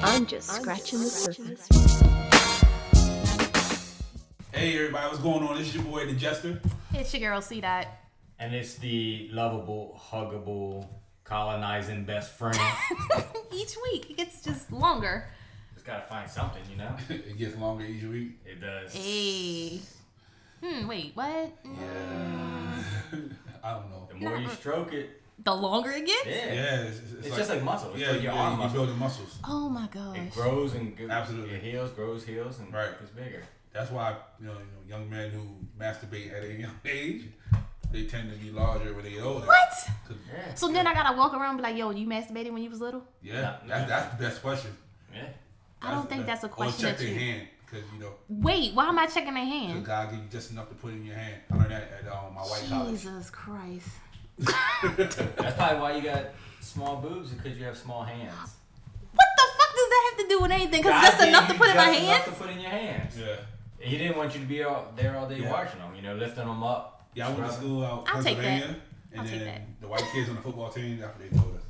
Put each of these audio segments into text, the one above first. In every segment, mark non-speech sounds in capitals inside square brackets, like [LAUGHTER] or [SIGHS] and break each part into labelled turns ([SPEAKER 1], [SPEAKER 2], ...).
[SPEAKER 1] I'm just scratching the surface.
[SPEAKER 2] Hey everybody, what's going on? This is your boy the Jester.
[SPEAKER 3] It's your girl, see that. [LAUGHS]
[SPEAKER 4] And it's the lovable, huggable, colonizing best friend.
[SPEAKER 3] Each week, it gets just longer.
[SPEAKER 4] Just gotta find something, you know?
[SPEAKER 2] [LAUGHS] It gets longer each week.
[SPEAKER 4] It does.
[SPEAKER 3] Hey. Hmm, wait, what?
[SPEAKER 2] I don't know.
[SPEAKER 4] The more you stroke it,
[SPEAKER 3] The longer it gets?
[SPEAKER 4] yeah.
[SPEAKER 2] Yeah, it's, it's,
[SPEAKER 4] It's just like muscle. It's
[SPEAKER 2] Yeah,
[SPEAKER 4] like your
[SPEAKER 2] yeah,
[SPEAKER 4] arm
[SPEAKER 2] you
[SPEAKER 4] muscle.
[SPEAKER 2] building muscles.
[SPEAKER 3] Oh my
[SPEAKER 4] It
[SPEAKER 3] gosh.
[SPEAKER 4] grows and g-
[SPEAKER 2] Absolutely.
[SPEAKER 4] it heals, grows, heals, and
[SPEAKER 2] Right.
[SPEAKER 4] gets bigger.
[SPEAKER 2] That's why you know, you know young men who masturbate at a young [LAUGHS] age, they tend to be larger when they get older.
[SPEAKER 3] What?
[SPEAKER 2] 'Cause-
[SPEAKER 4] Yeah.
[SPEAKER 3] So then I gotta walk around and be like, yo, you masturbated when you was little?
[SPEAKER 2] Yeah,
[SPEAKER 4] Nah, nah.
[SPEAKER 2] that's, that's the best question.
[SPEAKER 4] Yeah.
[SPEAKER 3] I don't think that's a question
[SPEAKER 2] Or check
[SPEAKER 3] that
[SPEAKER 2] their
[SPEAKER 3] you-
[SPEAKER 2] hand because you know
[SPEAKER 3] Wait, why am I checking a
[SPEAKER 2] the
[SPEAKER 3] hand?
[SPEAKER 2] God give you just enough to put in your hand. I learned that at um, my white [LAUGHS] college.
[SPEAKER 3] Jesus Christ.
[SPEAKER 4] That's probably why you got small boobs because you have small hands.
[SPEAKER 3] What the fuck does that have to do with anything? Because just
[SPEAKER 4] Goddamn,
[SPEAKER 3] enough to
[SPEAKER 4] you
[SPEAKER 3] put in my
[SPEAKER 4] just enough
[SPEAKER 3] hands?
[SPEAKER 4] to put in your hands.
[SPEAKER 2] Yeah,
[SPEAKER 4] He didn't want you to be all, there all day
[SPEAKER 2] Yeah.
[SPEAKER 4] washing them, you know, lifting them up.
[SPEAKER 2] yeah. I went to
[SPEAKER 4] scrubbing.
[SPEAKER 2] school out in
[SPEAKER 3] I'll take that.
[SPEAKER 2] Pennsylvania, and
[SPEAKER 3] I'll take
[SPEAKER 2] then the white kids on the football team. That's what they told us.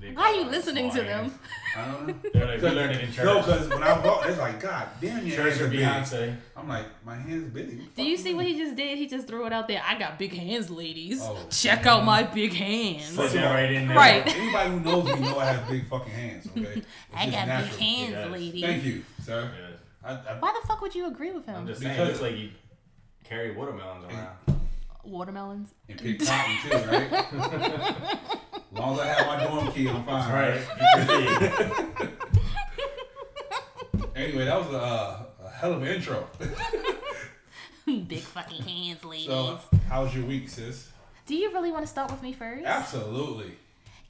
[SPEAKER 4] They
[SPEAKER 3] Why are you
[SPEAKER 4] call it
[SPEAKER 3] listening
[SPEAKER 4] small
[SPEAKER 3] to them?
[SPEAKER 4] hands.
[SPEAKER 2] I don't know.
[SPEAKER 4] They're like, we learned it in church.
[SPEAKER 2] No, because when I walk, it's like, God damn, your
[SPEAKER 4] Church
[SPEAKER 2] hands
[SPEAKER 4] or
[SPEAKER 2] are big.
[SPEAKER 4] Beyonce.
[SPEAKER 2] I'm like, my hands big.
[SPEAKER 3] Do you see what he just did? He just threw it out there. I got big hands, ladies.
[SPEAKER 2] Oh.
[SPEAKER 3] Check out my big hands.
[SPEAKER 4] Slid that right in there.
[SPEAKER 3] Right.
[SPEAKER 2] Anybody who knows me know I have big fucking hands.
[SPEAKER 3] [LAUGHS]
[SPEAKER 2] Okay, It's
[SPEAKER 3] I
[SPEAKER 2] just
[SPEAKER 3] got
[SPEAKER 2] natural.
[SPEAKER 3] big hands,
[SPEAKER 4] Yes.
[SPEAKER 3] ladies.
[SPEAKER 2] Thank you, sir.
[SPEAKER 4] Yeah.
[SPEAKER 2] I, I,
[SPEAKER 3] Why the fuck would you agree with him?
[SPEAKER 4] I'm just saying, it
[SPEAKER 2] Because-
[SPEAKER 4] looks like you carry watermelons around.
[SPEAKER 3] Watermelons.
[SPEAKER 2] and pick cotton too,
[SPEAKER 3] [LAUGHS]
[SPEAKER 2] right? as long as I have my dorm key, I'm fine. [LAUGHS]
[SPEAKER 4] Right.
[SPEAKER 2] Anyway, that was a, uh, a hell of an intro.
[SPEAKER 3] [LAUGHS] Big fucking hands, ladies.
[SPEAKER 2] so, how's your week, sis?
[SPEAKER 3] Do you really want to start with me first?
[SPEAKER 2] Absolutely.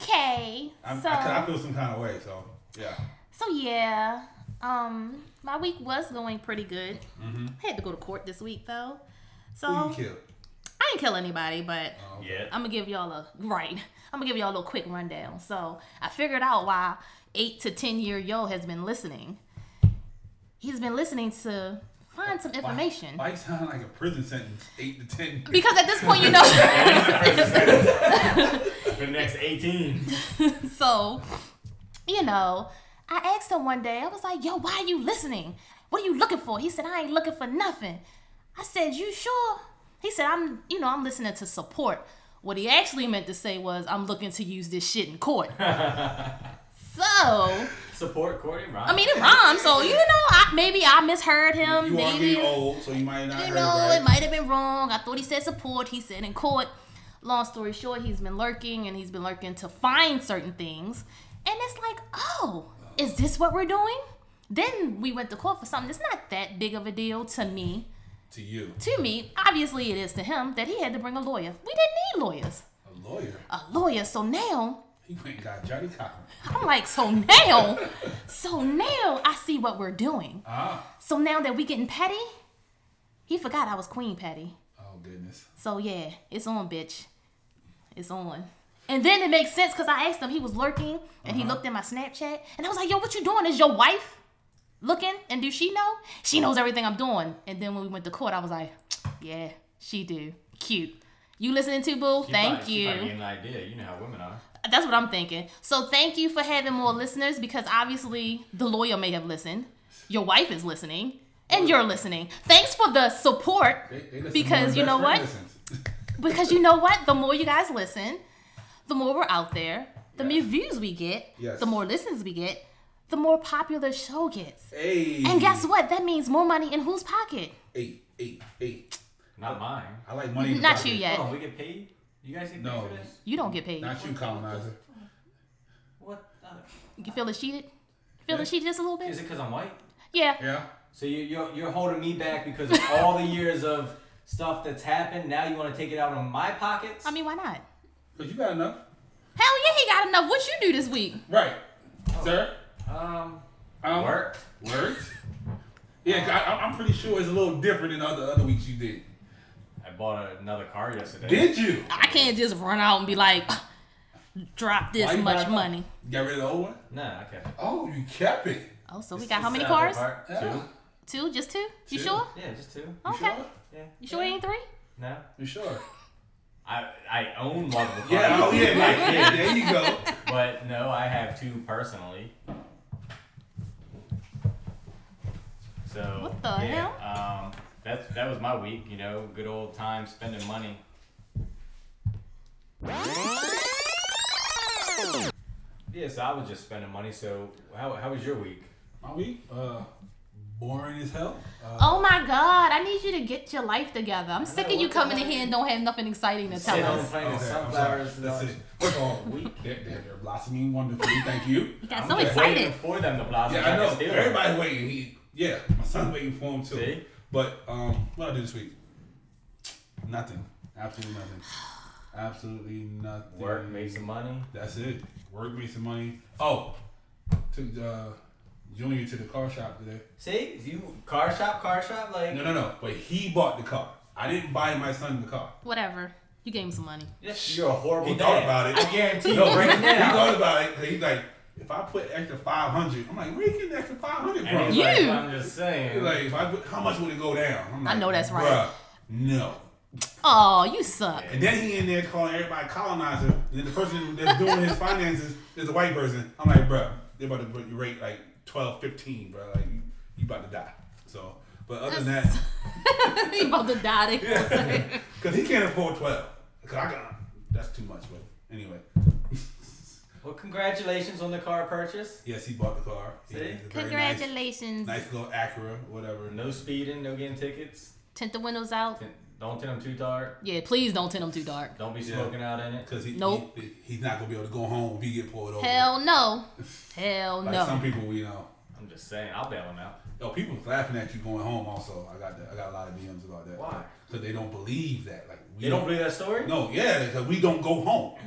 [SPEAKER 3] Okay.
[SPEAKER 2] I'm,
[SPEAKER 3] So,
[SPEAKER 2] I, 'cause I feel some kind of way. So, yeah.
[SPEAKER 3] so yeah. Um, my week was going pretty good. I had to go to court this week though, so
[SPEAKER 2] Mm-hmm. Who you
[SPEAKER 3] I
[SPEAKER 2] killed?
[SPEAKER 3] didn't kill anybody, but
[SPEAKER 2] Oh, okay.
[SPEAKER 4] yeah.
[SPEAKER 3] I'm gonna give y'all a right. [LAUGHS] I'm gonna give y'all a little quick rundown. So I figured out why eight to ten year yo has been listening. He's been listening to find some
[SPEAKER 2] Why-
[SPEAKER 3] information.
[SPEAKER 2] Why, you sound like a prison sentence, eight to ten?
[SPEAKER 3] Because at this point,
[SPEAKER 2] [LAUGHS]
[SPEAKER 3] you know.
[SPEAKER 4] For the next 18.
[SPEAKER 3] so, you know, I asked him one day, I was like, yo, why are you listening? What are you looking for? He said, I ain't looking for nothing. I said, you sure? He said, I'm, you know, I'm listening to support. What he actually meant to say was, I'm looking to use this shit
[SPEAKER 2] [LAUGHS]
[SPEAKER 3] in court. so,
[SPEAKER 4] Support Cordy Ryan.
[SPEAKER 3] I mean, it rhymes. So, you know, I, maybe I misheard him.
[SPEAKER 2] You are
[SPEAKER 3] maybe
[SPEAKER 2] getting old, so you might not
[SPEAKER 3] you
[SPEAKER 2] heard
[SPEAKER 3] know,
[SPEAKER 2] right.
[SPEAKER 3] it might have been wrong. I thought he said support. He said in court. Long story short, he's been lurking and he's been lurking to find certain things. And it's like, oh, is this what we're doing? Then we went to court for something that's not that big of a deal to me.
[SPEAKER 2] to you,
[SPEAKER 3] To me, obviously it is to him that he had to bring a lawyer. We didn't need lawyers.
[SPEAKER 2] a lawyer.
[SPEAKER 3] A lawyer. So now,
[SPEAKER 2] He went and got Johnny Cochran.
[SPEAKER 3] I'm like, so now, so now I see what we're doing.
[SPEAKER 2] Ah.
[SPEAKER 3] So now that we getting petty, he forgot I was Queen Petty.
[SPEAKER 2] Oh goodness.
[SPEAKER 3] So yeah, it's on, bitch. It's on. And then it makes sense because I asked him. He was lurking, and
[SPEAKER 4] Uh-huh.
[SPEAKER 3] he looked at my Snapchat, and I was like, "Yo, what you doing? Is your wife looking? And do she know?
[SPEAKER 4] Uh-huh.
[SPEAKER 3] She knows everything I'm doing." And then when we went to court, I was like, "Yeah, she do. Cute. You listening to boo?
[SPEAKER 4] She
[SPEAKER 3] thank
[SPEAKER 4] probably- she
[SPEAKER 3] you.
[SPEAKER 4] probably get an idea. You know how women are.
[SPEAKER 3] That's what I'm thinking. So thank you for having more listeners because obviously the lawyer may have listened. Your wife is listening." And you're listening. Thanks for the support.
[SPEAKER 2] They, they listen
[SPEAKER 3] Because
[SPEAKER 2] more than
[SPEAKER 3] you know
[SPEAKER 2] best
[SPEAKER 3] what?
[SPEAKER 2] friend listens.
[SPEAKER 3] Because you know what? The more you guys listen, the more we're out there, the more views we get,
[SPEAKER 2] Yes.
[SPEAKER 3] the more listens we get, the more popular show gets.
[SPEAKER 2] hey.
[SPEAKER 3] And guess what? That means more money in whose pocket?
[SPEAKER 2] Hey, hey, hey.
[SPEAKER 4] Not mine.
[SPEAKER 2] I like money. in the
[SPEAKER 3] Not
[SPEAKER 2] pocket.
[SPEAKER 3] you
[SPEAKER 4] Hold
[SPEAKER 3] yet.
[SPEAKER 4] on, we get paid? You guys get paid
[SPEAKER 2] No.
[SPEAKER 4] for this?
[SPEAKER 3] You don't get paid.
[SPEAKER 2] Not you, colonizer.
[SPEAKER 4] What? the-
[SPEAKER 3] You feeling cheated? Feeling cheated just a little
[SPEAKER 4] Is
[SPEAKER 3] bit?
[SPEAKER 4] it because I'm white?
[SPEAKER 3] Yeah.
[SPEAKER 2] Yeah.
[SPEAKER 4] So you, you're, you're holding me back because of all the years of stuff that's happened. Now you want to take it out on my pockets?
[SPEAKER 3] I mean, why not?
[SPEAKER 2] Cause you got enough,
[SPEAKER 3] Hell yeah, he got enough. What you do this week?
[SPEAKER 2] right, sir?
[SPEAKER 4] um,
[SPEAKER 2] Um,
[SPEAKER 4] work.
[SPEAKER 2] Words. Yeah, 'cause I, I'm pretty sure it's a little different than other other weeks you did.
[SPEAKER 4] I bought another car yesterday.
[SPEAKER 2] Did you?
[SPEAKER 3] I can't just run out and be like, drop
[SPEAKER 2] Why
[SPEAKER 3] this
[SPEAKER 2] you
[SPEAKER 3] much
[SPEAKER 2] buying-
[SPEAKER 3] money.
[SPEAKER 2] You got rid of the old one?
[SPEAKER 4] Nah, I can't.
[SPEAKER 2] Oh, you kept it.
[SPEAKER 3] Oh, so we got how many
[SPEAKER 4] Set up
[SPEAKER 3] cars?
[SPEAKER 4] the car.
[SPEAKER 2] Yeah.
[SPEAKER 3] Two? Just two?
[SPEAKER 2] Two.
[SPEAKER 3] You sure?
[SPEAKER 4] Two. Yeah, just two.
[SPEAKER 2] You
[SPEAKER 3] Okay.
[SPEAKER 2] sure?
[SPEAKER 4] Yeah.
[SPEAKER 3] You sure it ain't three?
[SPEAKER 4] No.
[SPEAKER 2] You sure?
[SPEAKER 4] I, I own multiple cars.
[SPEAKER 2] Yeah. Oh yeah.
[SPEAKER 4] Like,
[SPEAKER 2] yeah. There you go.
[SPEAKER 4] But no, I have two personally. So
[SPEAKER 3] What the
[SPEAKER 4] yeah, Um, that's that was my week. You know, good old time spending money. Yeah, so I was just spending money. So how, how was your week?
[SPEAKER 2] My week, uh, boring as hell. Uh,
[SPEAKER 3] Oh my God! I need you to get your life together. I'm sick of
[SPEAKER 4] what
[SPEAKER 3] you
[SPEAKER 4] the
[SPEAKER 3] coming in
[SPEAKER 4] heck?
[SPEAKER 3] here and don't have nothing exciting to
[SPEAKER 4] Sit
[SPEAKER 3] tell
[SPEAKER 4] home
[SPEAKER 3] us.
[SPEAKER 4] playing with
[SPEAKER 2] okay, I'm sorry.
[SPEAKER 4] sunflowers. and all
[SPEAKER 2] That's
[SPEAKER 4] that
[SPEAKER 2] it.
[SPEAKER 4] shit.
[SPEAKER 2] Oh, week. They're, they're, they're blossoming wonderfully. Thank you.
[SPEAKER 3] [LAUGHS] You got
[SPEAKER 4] I'm
[SPEAKER 3] so
[SPEAKER 4] just waiting
[SPEAKER 3] excited.
[SPEAKER 4] for them to blossom.
[SPEAKER 2] Yeah, I
[SPEAKER 4] can
[SPEAKER 2] know.
[SPEAKER 4] steal them.
[SPEAKER 2] Everybody's waiting. He, yeah, my son's waiting for him too.
[SPEAKER 4] Hmm. See?
[SPEAKER 2] But um, what I did this week? Nothing. Absolutely nothing. Absolutely nothing.
[SPEAKER 4] Work, make some money.
[SPEAKER 2] That's it. Work, make some money. Oh, took uh, Junior to the car shop today.
[SPEAKER 4] See, you car shop, car shop, like
[SPEAKER 2] No, no, no. But he bought the car. I didn't buy my son the car.
[SPEAKER 3] Whatever. You gave him some money.
[SPEAKER 4] you're a horrible.
[SPEAKER 2] He thought
[SPEAKER 4] dad.
[SPEAKER 2] about it.
[SPEAKER 4] I [LAUGHS] guarantee you.
[SPEAKER 2] No,
[SPEAKER 4] right
[SPEAKER 2] he, he
[SPEAKER 4] now.
[SPEAKER 2] thought about it. 'cause He's like, if I put extra five hundred, I'm like, where you getting extra five hundred
[SPEAKER 4] And
[SPEAKER 2] from?
[SPEAKER 4] he's like,
[SPEAKER 3] You.
[SPEAKER 4] I'm just saying.
[SPEAKER 2] He's like, if I put, how much would it go down? I'm
[SPEAKER 3] I
[SPEAKER 2] like,
[SPEAKER 3] know that's right.
[SPEAKER 2] "Bruh, No.
[SPEAKER 3] Oh, you suck.
[SPEAKER 2] And then he in there calling everybody colonizer. And then the person that's doing his finances is a white person. I'm like, bro, they about to put your rate like 12, 15, bro. Like, you, you about to die. So, but other than that,
[SPEAKER 3] [LAUGHS] he about to die. they gonna say.
[SPEAKER 2] because he can't afford 12. Because I got, that's too much, but anyway. [LAUGHS]
[SPEAKER 4] Well, congratulations on the car purchase.
[SPEAKER 2] Yes, he bought the car. He-
[SPEAKER 4] See?
[SPEAKER 2] it's a very nice-
[SPEAKER 3] Congratulations.
[SPEAKER 2] Nice, little Acura, whatever.
[SPEAKER 4] No speeding, no getting tickets.
[SPEAKER 3] Tint the windows out.
[SPEAKER 4] Tin- Don't tint them too dark.
[SPEAKER 3] Yeah, please don't tint them too dark.
[SPEAKER 4] Don't be
[SPEAKER 2] Yeah.
[SPEAKER 4] smoking out in it.
[SPEAKER 2] Because he,
[SPEAKER 3] Nope.
[SPEAKER 2] he, he's not going to be able to go home if he get pulled over.
[SPEAKER 3] Hell no. Hell
[SPEAKER 2] like some
[SPEAKER 3] no.
[SPEAKER 2] people, you know.
[SPEAKER 4] I'm just saying, I'll bail them out.
[SPEAKER 2] Yo, people was laughing at you going home. Also, I got that. I got a lot of DMs about that.
[SPEAKER 4] Why?
[SPEAKER 2] Because they don't believe that. Like we
[SPEAKER 4] You don't believe that story?
[SPEAKER 2] No, yeah, because we don't go home.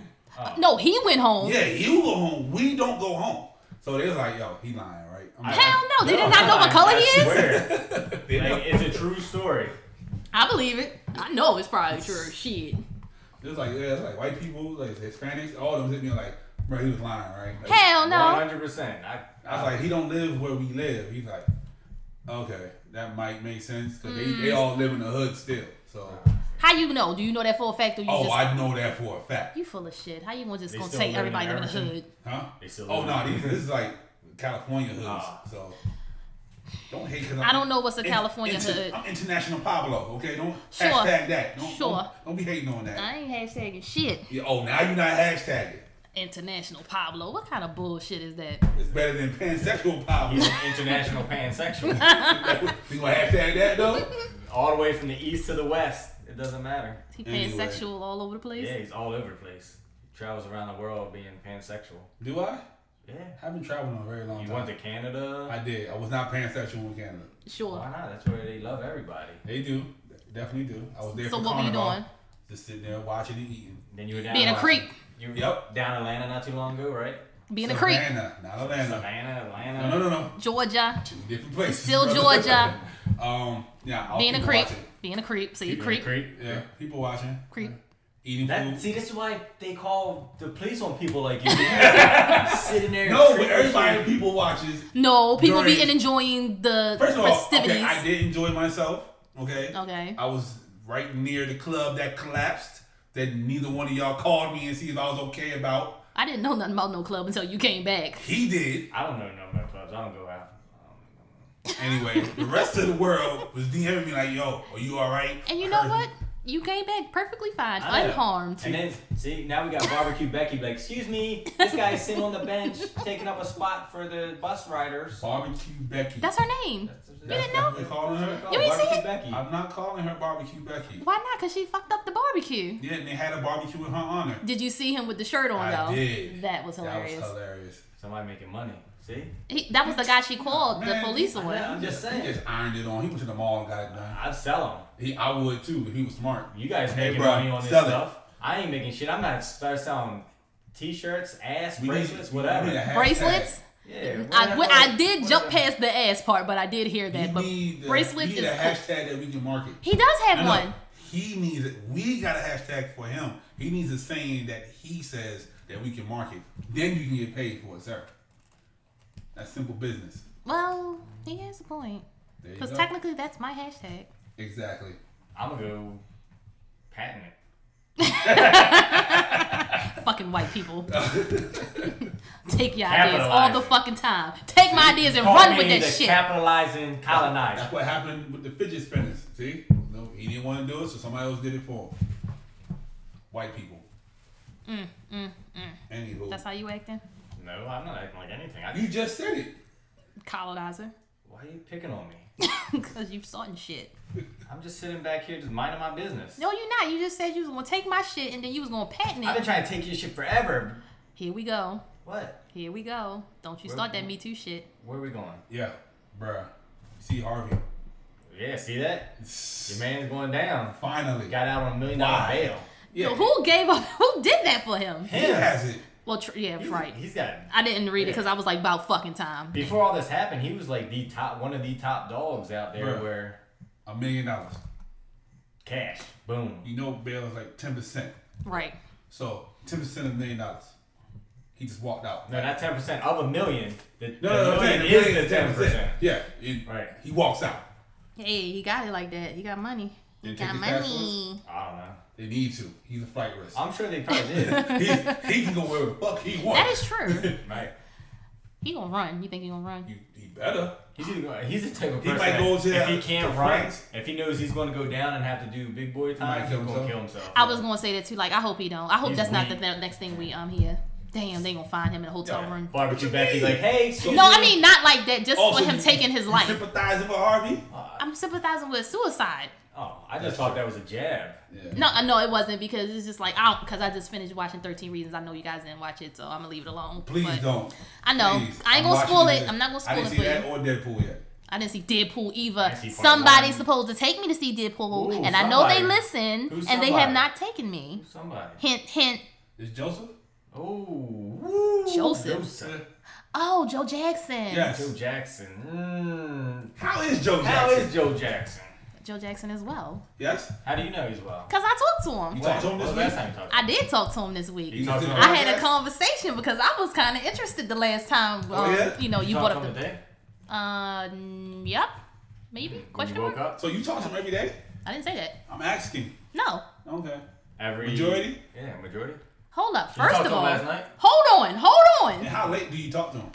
[SPEAKER 3] No, he went home.
[SPEAKER 2] Yeah, you go home. We don't go home. So they was like, yo, he lying, right? I'm like,
[SPEAKER 3] Hell no. Oh, They did not know what color he
[SPEAKER 4] I
[SPEAKER 3] is.
[SPEAKER 4] swear.
[SPEAKER 2] They know.
[SPEAKER 4] like, it's a
[SPEAKER 3] [LAUGHS]
[SPEAKER 4] true story.
[SPEAKER 3] I believe it. I know it's probably true. Shit.
[SPEAKER 2] It was like, yeah, it's like white people, like Hispanics, all of them hit me like, bro, he was lying, right? Like,
[SPEAKER 3] Hell Oh, no.
[SPEAKER 4] 100%. I,
[SPEAKER 2] I was like, he don't live where we live. He's like, okay, that might make sense because they, they
[SPEAKER 3] Mm.
[SPEAKER 2] all live in the hood still. So,
[SPEAKER 3] How you know? Do you know that for a fact or you
[SPEAKER 2] oh,
[SPEAKER 3] just
[SPEAKER 2] I know that for a fact,
[SPEAKER 3] you full of shit. How you gonna just
[SPEAKER 4] They
[SPEAKER 3] gonna
[SPEAKER 4] still
[SPEAKER 3] take
[SPEAKER 4] live in
[SPEAKER 3] everybody over the
[SPEAKER 4] Iverson?
[SPEAKER 3] hood?
[SPEAKER 2] huh?
[SPEAKER 4] They still
[SPEAKER 2] Oh
[SPEAKER 4] live
[SPEAKER 2] no,
[SPEAKER 4] in-
[SPEAKER 2] these this is like California hoods.
[SPEAKER 4] Ah.
[SPEAKER 2] So don't hate because
[SPEAKER 3] I don't know what's a California hood.
[SPEAKER 2] I'm international Pablo. Okay, don't
[SPEAKER 3] Sure.
[SPEAKER 2] hashtag that. Don't,
[SPEAKER 3] Sure.
[SPEAKER 2] Don't, don't be hating on that.
[SPEAKER 3] I ain't hashtagging shit.
[SPEAKER 2] Yeah, oh, now you're not hashtagging.
[SPEAKER 3] International Pablo. What kind of bullshit is that?
[SPEAKER 2] It's better than pansexual Pablo.
[SPEAKER 4] [LAUGHS] He's an
[SPEAKER 3] [LAUGHS]
[SPEAKER 4] international pansexual.
[SPEAKER 2] [LAUGHS] you gonna hashtag that though?
[SPEAKER 4] all the way from the east to the west. It doesn't matter.
[SPEAKER 3] He
[SPEAKER 2] Anyway.
[SPEAKER 3] pansexual all over the place.
[SPEAKER 4] Yeah, he's all over the place. He travels around the world being pansexual.
[SPEAKER 2] Do I?
[SPEAKER 4] Yeah.
[SPEAKER 2] I haven't traveled in a very long
[SPEAKER 4] You
[SPEAKER 2] time.
[SPEAKER 4] went to Canada.
[SPEAKER 2] I did. I was not pansexual in Canada.
[SPEAKER 3] Sure.
[SPEAKER 4] Why not? That's where they love everybody.
[SPEAKER 2] They do. They Definitely do. I was there
[SPEAKER 3] So
[SPEAKER 2] for
[SPEAKER 3] what were you
[SPEAKER 2] Carnival.
[SPEAKER 3] doing?
[SPEAKER 2] Just sitting there watching and eating.
[SPEAKER 4] Then you were down
[SPEAKER 3] Being a
[SPEAKER 4] in-
[SPEAKER 3] creep.
[SPEAKER 4] You were
[SPEAKER 2] Yep.
[SPEAKER 4] down in Atlanta not too long ago, right?
[SPEAKER 3] Being a creep.
[SPEAKER 2] Savannah, not Atlanta.
[SPEAKER 4] Savannah, Atlanta.
[SPEAKER 2] No, no, no, no.
[SPEAKER 3] Georgia.
[SPEAKER 2] Two different places.
[SPEAKER 3] Still
[SPEAKER 2] brother.
[SPEAKER 3] Georgia.
[SPEAKER 2] [LAUGHS] um, yeah. I was
[SPEAKER 3] Being a
[SPEAKER 2] people
[SPEAKER 3] creep.
[SPEAKER 2] watching.
[SPEAKER 3] Being a creep. See,
[SPEAKER 4] Being a
[SPEAKER 3] creep.
[SPEAKER 4] creep.
[SPEAKER 2] Yeah, people watching.
[SPEAKER 3] Creep.
[SPEAKER 2] Eating
[SPEAKER 4] That,
[SPEAKER 2] food.
[SPEAKER 4] see, this is why they call the police on
[SPEAKER 2] [LAUGHS]
[SPEAKER 4] people like you. sitting there.
[SPEAKER 2] no, but
[SPEAKER 4] creeping
[SPEAKER 2] everybody
[SPEAKER 4] shit.
[SPEAKER 2] people watches.
[SPEAKER 3] No, people be
[SPEAKER 2] During-
[SPEAKER 3] enjoying the
[SPEAKER 2] First of all, okay,
[SPEAKER 3] festivities.
[SPEAKER 2] I did enjoy myself. Okay.
[SPEAKER 3] Okay.
[SPEAKER 2] I was right near the club that collapsed. That neither one of y'all called me and see if I was okay about.
[SPEAKER 3] I didn't know nothing about no club until you came back.
[SPEAKER 2] He did.
[SPEAKER 4] I don't know no more clubs. I don't go out.
[SPEAKER 2] Anyway, the rest of the world was DMing me like, "Yo, are you all right?"
[SPEAKER 3] And you
[SPEAKER 2] I
[SPEAKER 3] know
[SPEAKER 2] heard-
[SPEAKER 3] what? You came back perfectly fine,
[SPEAKER 4] I know.
[SPEAKER 3] unharmed.
[SPEAKER 4] And then, see, now we got barbecue Becky. Like, excuse me, this guy's sitting on the bench taking up a spot for the bus riders.
[SPEAKER 2] Barbecue Becky.
[SPEAKER 3] That's her name.
[SPEAKER 4] you
[SPEAKER 3] didn't
[SPEAKER 2] know? They calling her?
[SPEAKER 3] You ain't see it?
[SPEAKER 4] Becky.
[SPEAKER 2] I'm not calling her Barbecue Becky.
[SPEAKER 3] Why not? Cause she fucked up the barbecue.
[SPEAKER 2] Yeah, and they had a barbecue in her honor.
[SPEAKER 3] Did you see him with the shirt on
[SPEAKER 2] I
[SPEAKER 3] though?
[SPEAKER 2] did.
[SPEAKER 3] That was
[SPEAKER 2] That was
[SPEAKER 3] hilarious.
[SPEAKER 2] hilarious.
[SPEAKER 4] Somebody making money. See?
[SPEAKER 3] He, that was the guy she called
[SPEAKER 2] Man,
[SPEAKER 3] the police
[SPEAKER 4] I know,
[SPEAKER 3] on.
[SPEAKER 4] I'm just
[SPEAKER 2] He
[SPEAKER 4] saying.
[SPEAKER 2] just ironed it on. He went to the mall and got it done.
[SPEAKER 4] I'd sell them.
[SPEAKER 2] He, I would too. if He was smart.
[SPEAKER 4] You guys
[SPEAKER 2] Hey,
[SPEAKER 4] making
[SPEAKER 2] bro,
[SPEAKER 4] money on this
[SPEAKER 2] sell it.
[SPEAKER 4] stuff. I ain't making shit. I'm not start selling t-shirts, ass bracelets, whatever.
[SPEAKER 2] we need a hashtag.
[SPEAKER 3] Bracelets.
[SPEAKER 4] Yeah,
[SPEAKER 3] I,
[SPEAKER 4] whatever.
[SPEAKER 3] well, I did jump
[SPEAKER 4] Whatever.
[SPEAKER 3] past the ass part, but I did hear
[SPEAKER 2] We
[SPEAKER 3] that. But
[SPEAKER 2] need a-
[SPEAKER 3] bracelets
[SPEAKER 2] we need
[SPEAKER 3] is
[SPEAKER 2] a
[SPEAKER 3] cool.
[SPEAKER 2] hashtag that we can market.
[SPEAKER 3] He does have
[SPEAKER 2] I know.
[SPEAKER 3] one.
[SPEAKER 2] He needs it. We got a hashtag for him. He needs a saying that he says that we can market. Then you can get paid for it, sir. That's simple business.
[SPEAKER 3] Well, he has a point.
[SPEAKER 2] There you
[SPEAKER 3] Because
[SPEAKER 2] go.
[SPEAKER 3] technically, that's my hashtag.
[SPEAKER 2] exactly. [LAUGHS]
[SPEAKER 4] I'm gonna go patent it.
[SPEAKER 3] Fucking white people. Take your ideas all the
[SPEAKER 4] Capitalizing.
[SPEAKER 3] fucking time. Take my ideas and
[SPEAKER 4] Call
[SPEAKER 3] run
[SPEAKER 4] me
[SPEAKER 3] with that
[SPEAKER 4] the
[SPEAKER 3] shit.
[SPEAKER 4] Capitalizing
[SPEAKER 2] [LAUGHS]
[SPEAKER 4] colonizer.
[SPEAKER 2] That's what happened with the fidget spinners. See, no, he didn't want to do it, so somebody else did it for him. White people. Mm, mm, mm. Anywho,
[SPEAKER 3] That's how you acting,
[SPEAKER 4] No, I'm not acting like anything. I
[SPEAKER 2] you just said it.
[SPEAKER 3] colonizer, [LAUGHS]
[SPEAKER 4] why are you picking on me?
[SPEAKER 3] because you starting shit.
[SPEAKER 4] I'm just sitting back here, just minding my business.
[SPEAKER 3] No, you not. You just said you was gonna take my shit and then you was gonna patent
[SPEAKER 4] I've been
[SPEAKER 3] it.
[SPEAKER 4] trying to take your shit forever.
[SPEAKER 3] Here we go.
[SPEAKER 4] What?
[SPEAKER 3] Here we go. Don't you
[SPEAKER 4] Where-
[SPEAKER 3] start that Me Too shit.
[SPEAKER 4] Where are we going?
[SPEAKER 2] Yeah, bruh. See Harvey.
[SPEAKER 4] Yeah, see that? Your man's going down.
[SPEAKER 2] Finally,
[SPEAKER 4] Got out on a million dollar
[SPEAKER 2] Why?
[SPEAKER 4] bail.
[SPEAKER 2] yeah,
[SPEAKER 3] So who gave up? [LAUGHS] Who did that for him?
[SPEAKER 2] he has it.
[SPEAKER 3] Well, tr- yeah,
[SPEAKER 4] He's-
[SPEAKER 3] right.
[SPEAKER 4] He's got.
[SPEAKER 3] I didn't read it
[SPEAKER 4] Yeah.
[SPEAKER 3] because I was like, about fucking time.
[SPEAKER 4] Before all this happened, he was like the top, one of the top dogs out there.
[SPEAKER 2] Bruh.
[SPEAKER 4] Where
[SPEAKER 2] A million dollars.
[SPEAKER 4] cash, boom.
[SPEAKER 2] You know, bail is like ten percent.
[SPEAKER 3] Right.
[SPEAKER 2] So ten percent of a million dollars. He just walked out.
[SPEAKER 4] No, not ten percent of a million. The,
[SPEAKER 2] No,
[SPEAKER 4] the
[SPEAKER 2] no, no, I'm saying
[SPEAKER 4] million
[SPEAKER 2] the
[SPEAKER 4] is
[SPEAKER 2] million
[SPEAKER 4] the ten percent.
[SPEAKER 2] Yeah, it-
[SPEAKER 4] Right.
[SPEAKER 2] He walks out.
[SPEAKER 3] Hey, he got it like that. He got money. He
[SPEAKER 2] Didn't take
[SPEAKER 3] got
[SPEAKER 2] his cash
[SPEAKER 3] money.
[SPEAKER 4] I don't know.
[SPEAKER 2] They need to. He's a flight risk.
[SPEAKER 4] I'm sure they probably did.
[SPEAKER 2] [LAUGHS] he, he can go wherever the fuck he wants.
[SPEAKER 3] That
[SPEAKER 2] [LAUGHS]
[SPEAKER 3] is true.
[SPEAKER 4] right.
[SPEAKER 3] he gonna run. You think he gonna run?
[SPEAKER 2] You, he better.
[SPEAKER 4] He's, either gonna- he's the type of
[SPEAKER 2] He
[SPEAKER 4] person.
[SPEAKER 2] might go
[SPEAKER 4] that
[SPEAKER 2] to-
[SPEAKER 4] if he can't
[SPEAKER 2] to
[SPEAKER 4] run,
[SPEAKER 2] France.
[SPEAKER 4] if he knows he's going to go down and have to do big boy time,
[SPEAKER 2] might
[SPEAKER 4] he's
[SPEAKER 2] kill
[SPEAKER 4] going to kill
[SPEAKER 2] himself.
[SPEAKER 4] himself.
[SPEAKER 3] I was gonna say that too. Like, I hope he don't. I hope
[SPEAKER 4] He's
[SPEAKER 3] that's not the
[SPEAKER 4] weak.
[SPEAKER 3] th- next thing we um hear. Damn, they gonna find him in a hotel room.
[SPEAKER 4] Barbecue
[SPEAKER 2] What you
[SPEAKER 4] Becky's
[SPEAKER 2] mean?
[SPEAKER 4] like, hey, excuse
[SPEAKER 3] No,
[SPEAKER 4] me.
[SPEAKER 3] I mean not like that. Just
[SPEAKER 2] Also,
[SPEAKER 3] for him
[SPEAKER 2] you-
[SPEAKER 3] taking his
[SPEAKER 2] you
[SPEAKER 3] life.
[SPEAKER 2] Sympathizing with Harvey.
[SPEAKER 3] I'm sympathizing with suicide.
[SPEAKER 4] Oh, I just thought that was a jab.
[SPEAKER 2] Yeah.
[SPEAKER 3] No, uh, no, it wasn't because it's just like I don't because I just finished watching Thirteen Reasons. I know you guys didn't watch it, so I'm gonna leave it alone.
[SPEAKER 2] Please
[SPEAKER 3] But
[SPEAKER 2] don't.
[SPEAKER 3] I know.
[SPEAKER 2] Please.
[SPEAKER 3] I ain't
[SPEAKER 2] I'm
[SPEAKER 3] gonna spoil
[SPEAKER 2] watching
[SPEAKER 3] it. I'm not gonna
[SPEAKER 2] I
[SPEAKER 3] spoil
[SPEAKER 2] didn't
[SPEAKER 3] it
[SPEAKER 2] see
[SPEAKER 3] for
[SPEAKER 2] that
[SPEAKER 3] you.
[SPEAKER 2] or Deadpool yet.
[SPEAKER 3] I didn't see Deadpool
[SPEAKER 4] I
[SPEAKER 3] either.
[SPEAKER 4] see part
[SPEAKER 3] Somebody's
[SPEAKER 4] one.
[SPEAKER 3] supposed to take me to see Deadpool,
[SPEAKER 4] Ooh,
[SPEAKER 3] and I know they
[SPEAKER 4] somebody.
[SPEAKER 3] listen,
[SPEAKER 4] Who's
[SPEAKER 3] and they have
[SPEAKER 4] somebody?
[SPEAKER 3] not taken me.
[SPEAKER 4] Somebody.
[SPEAKER 3] Hint, hint.
[SPEAKER 2] Is Joseph?
[SPEAKER 4] Oh, woo.
[SPEAKER 3] Joseph.
[SPEAKER 4] Joseph.
[SPEAKER 3] Oh, Joe Jackson.
[SPEAKER 4] Joe
[SPEAKER 2] Yes.
[SPEAKER 4] Jackson. Mm.
[SPEAKER 2] How is Joe
[SPEAKER 4] How
[SPEAKER 2] Jackson?
[SPEAKER 4] is Joe Jackson?
[SPEAKER 3] Joe Jackson as well.
[SPEAKER 2] yes.
[SPEAKER 4] How do you know he's well?
[SPEAKER 3] Cause I talked to
[SPEAKER 2] You
[SPEAKER 3] him.
[SPEAKER 2] talked to him
[SPEAKER 4] What
[SPEAKER 2] this
[SPEAKER 4] was the last
[SPEAKER 2] week.
[SPEAKER 4] time you talked to him?
[SPEAKER 3] I did talk to him this week.
[SPEAKER 4] You talked to him
[SPEAKER 3] I had a conversation because I was kind of interested the last time. Um,
[SPEAKER 2] Oh, yeah?
[SPEAKER 3] You know, you,
[SPEAKER 4] talked
[SPEAKER 3] brought
[SPEAKER 4] to him
[SPEAKER 3] up the.
[SPEAKER 4] today?
[SPEAKER 3] Uh, yep. Maybe?
[SPEAKER 4] When
[SPEAKER 3] Question
[SPEAKER 4] you woke
[SPEAKER 3] mark?
[SPEAKER 4] up?
[SPEAKER 2] So you talk to him every day?
[SPEAKER 3] I didn't say that.
[SPEAKER 2] I'm asking.
[SPEAKER 3] No.
[SPEAKER 2] Okay.
[SPEAKER 4] Every
[SPEAKER 2] Majority?
[SPEAKER 4] Yeah, majority.
[SPEAKER 3] Hold up.
[SPEAKER 4] You talked
[SPEAKER 3] First
[SPEAKER 4] to
[SPEAKER 3] of
[SPEAKER 4] him
[SPEAKER 3] all,
[SPEAKER 4] last night?
[SPEAKER 3] hold on, hold
[SPEAKER 2] And
[SPEAKER 3] on.
[SPEAKER 2] how late do you talk to him?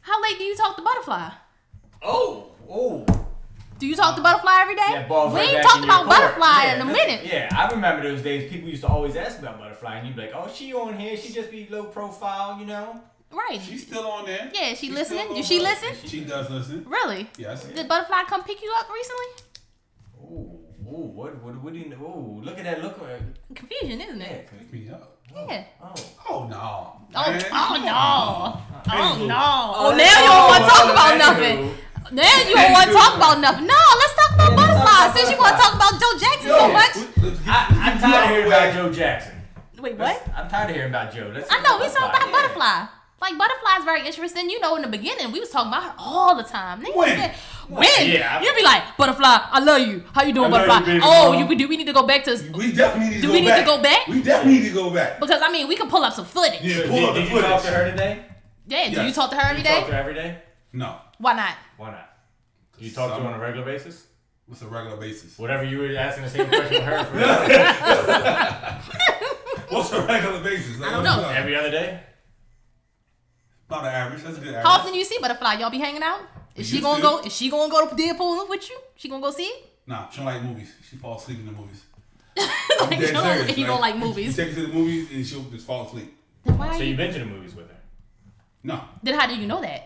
[SPEAKER 3] How late do you talk to Butterfly?
[SPEAKER 4] Oh, oh.
[SPEAKER 3] Do you talk to Butterfly every day?
[SPEAKER 4] That ball's
[SPEAKER 3] Eh, we
[SPEAKER 4] right
[SPEAKER 3] ain't
[SPEAKER 4] back
[SPEAKER 3] talked
[SPEAKER 4] in your
[SPEAKER 3] about
[SPEAKER 4] court.
[SPEAKER 3] Butterfly
[SPEAKER 4] Yeah,
[SPEAKER 3] in a
[SPEAKER 4] that's-
[SPEAKER 3] minute.
[SPEAKER 4] Yeah, I remember those days. People used to always ask about Butterfly, and you'd be like, "Oh, she on here. She just be low profile, you know."
[SPEAKER 3] Right.
[SPEAKER 2] She's still on there.
[SPEAKER 3] Yeah, she
[SPEAKER 2] She's
[SPEAKER 3] listening?
[SPEAKER 2] still
[SPEAKER 3] Do
[SPEAKER 2] on
[SPEAKER 3] she
[SPEAKER 2] her-
[SPEAKER 3] listen?
[SPEAKER 2] She does listen.
[SPEAKER 3] Really?
[SPEAKER 2] Yes.
[SPEAKER 3] Did Butterfly come pick you up recently?
[SPEAKER 4] Oh, oh, what, what, what do you? Oh, look at that look. uh,
[SPEAKER 3] Confusion, isn't
[SPEAKER 4] Yeah.
[SPEAKER 3] it?
[SPEAKER 2] Pick me up.
[SPEAKER 3] Yeah.
[SPEAKER 4] Oh.
[SPEAKER 2] Oh no.
[SPEAKER 3] Oh,
[SPEAKER 2] man.
[SPEAKER 3] oh
[SPEAKER 4] [LAUGHS]
[SPEAKER 3] no. Oh
[SPEAKER 2] Anywho.
[SPEAKER 3] no. Oh, now you don't want to talk about nothing. Now you don't want to
[SPEAKER 4] Anywho.
[SPEAKER 3] talk about nothing. No, let's talk about
[SPEAKER 4] Yeah, let's talk
[SPEAKER 3] Butterfly
[SPEAKER 4] about
[SPEAKER 3] since you want to
[SPEAKER 4] Butterfly.
[SPEAKER 3] talk about Joe Jackson
[SPEAKER 4] Yeah.
[SPEAKER 3] so much.
[SPEAKER 2] Let's- let's get-
[SPEAKER 4] I, I'm
[SPEAKER 2] let's get
[SPEAKER 4] tired of
[SPEAKER 2] out
[SPEAKER 4] hearing
[SPEAKER 2] the way.
[SPEAKER 4] about Joe Jackson.
[SPEAKER 3] Wait, what?
[SPEAKER 4] Let's- I'm tired of hearing about Joe. Let's
[SPEAKER 3] I know we talking about
[SPEAKER 4] Yeah.
[SPEAKER 3] butterfly. Like butterfly is very interesting. You know, in the beginning we was talking about her all the time. Niggas
[SPEAKER 2] When?
[SPEAKER 3] said, when?
[SPEAKER 4] Yeah.
[SPEAKER 3] You'd be like, butterfly, I love you. How you doing,
[SPEAKER 4] I love
[SPEAKER 3] butterfly?
[SPEAKER 4] you, baby
[SPEAKER 3] oh,
[SPEAKER 4] girl."
[SPEAKER 3] you we do. We need to go back to
[SPEAKER 2] We definitely need to
[SPEAKER 3] Do
[SPEAKER 2] go
[SPEAKER 3] we need to
[SPEAKER 2] back.
[SPEAKER 3] go back?
[SPEAKER 2] We definitely need to go back.
[SPEAKER 3] because I mean we can pull up some footage. Yeah.
[SPEAKER 2] Yeah,
[SPEAKER 4] Did,
[SPEAKER 2] pull up the
[SPEAKER 4] did you talk to
[SPEAKER 2] footage.
[SPEAKER 4] her today?
[SPEAKER 3] do you
[SPEAKER 2] Yes.
[SPEAKER 3] talk to her every
[SPEAKER 4] you
[SPEAKER 3] day?
[SPEAKER 4] talk to her every day?
[SPEAKER 2] No.
[SPEAKER 3] Why not?
[SPEAKER 4] Why not? You talk to her on a regular basis?
[SPEAKER 2] It's a regular basis.
[SPEAKER 4] Whatever you were asking the
[SPEAKER 3] [LAUGHS]
[SPEAKER 4] same question with her for
[SPEAKER 2] What's a regular basis? Like,
[SPEAKER 3] I don't
[SPEAKER 2] what is
[SPEAKER 3] know.
[SPEAKER 2] that?
[SPEAKER 4] every other day?
[SPEAKER 2] Not an average. That's a good
[SPEAKER 3] How
[SPEAKER 2] average.
[SPEAKER 3] often do you see butterfly? Y'all be hanging out? Is
[SPEAKER 2] We
[SPEAKER 3] she
[SPEAKER 2] used
[SPEAKER 3] gonna
[SPEAKER 2] to.
[SPEAKER 3] go? Is she gonna go to Deadpool with you? She gonna go see it?
[SPEAKER 2] Nah, she don't like movies. She falls asleep in the
[SPEAKER 3] [LAUGHS]
[SPEAKER 2] movies.
[SPEAKER 3] like, you
[SPEAKER 2] Dead
[SPEAKER 3] don't,
[SPEAKER 2] serious,
[SPEAKER 3] you don't like
[SPEAKER 2] You
[SPEAKER 3] movies.
[SPEAKER 2] take her to the movies and she'll just fall asleep.
[SPEAKER 3] Then why? Are
[SPEAKER 4] So
[SPEAKER 3] you,
[SPEAKER 4] you've been to the movies with her?
[SPEAKER 2] No,
[SPEAKER 3] then how do you know that?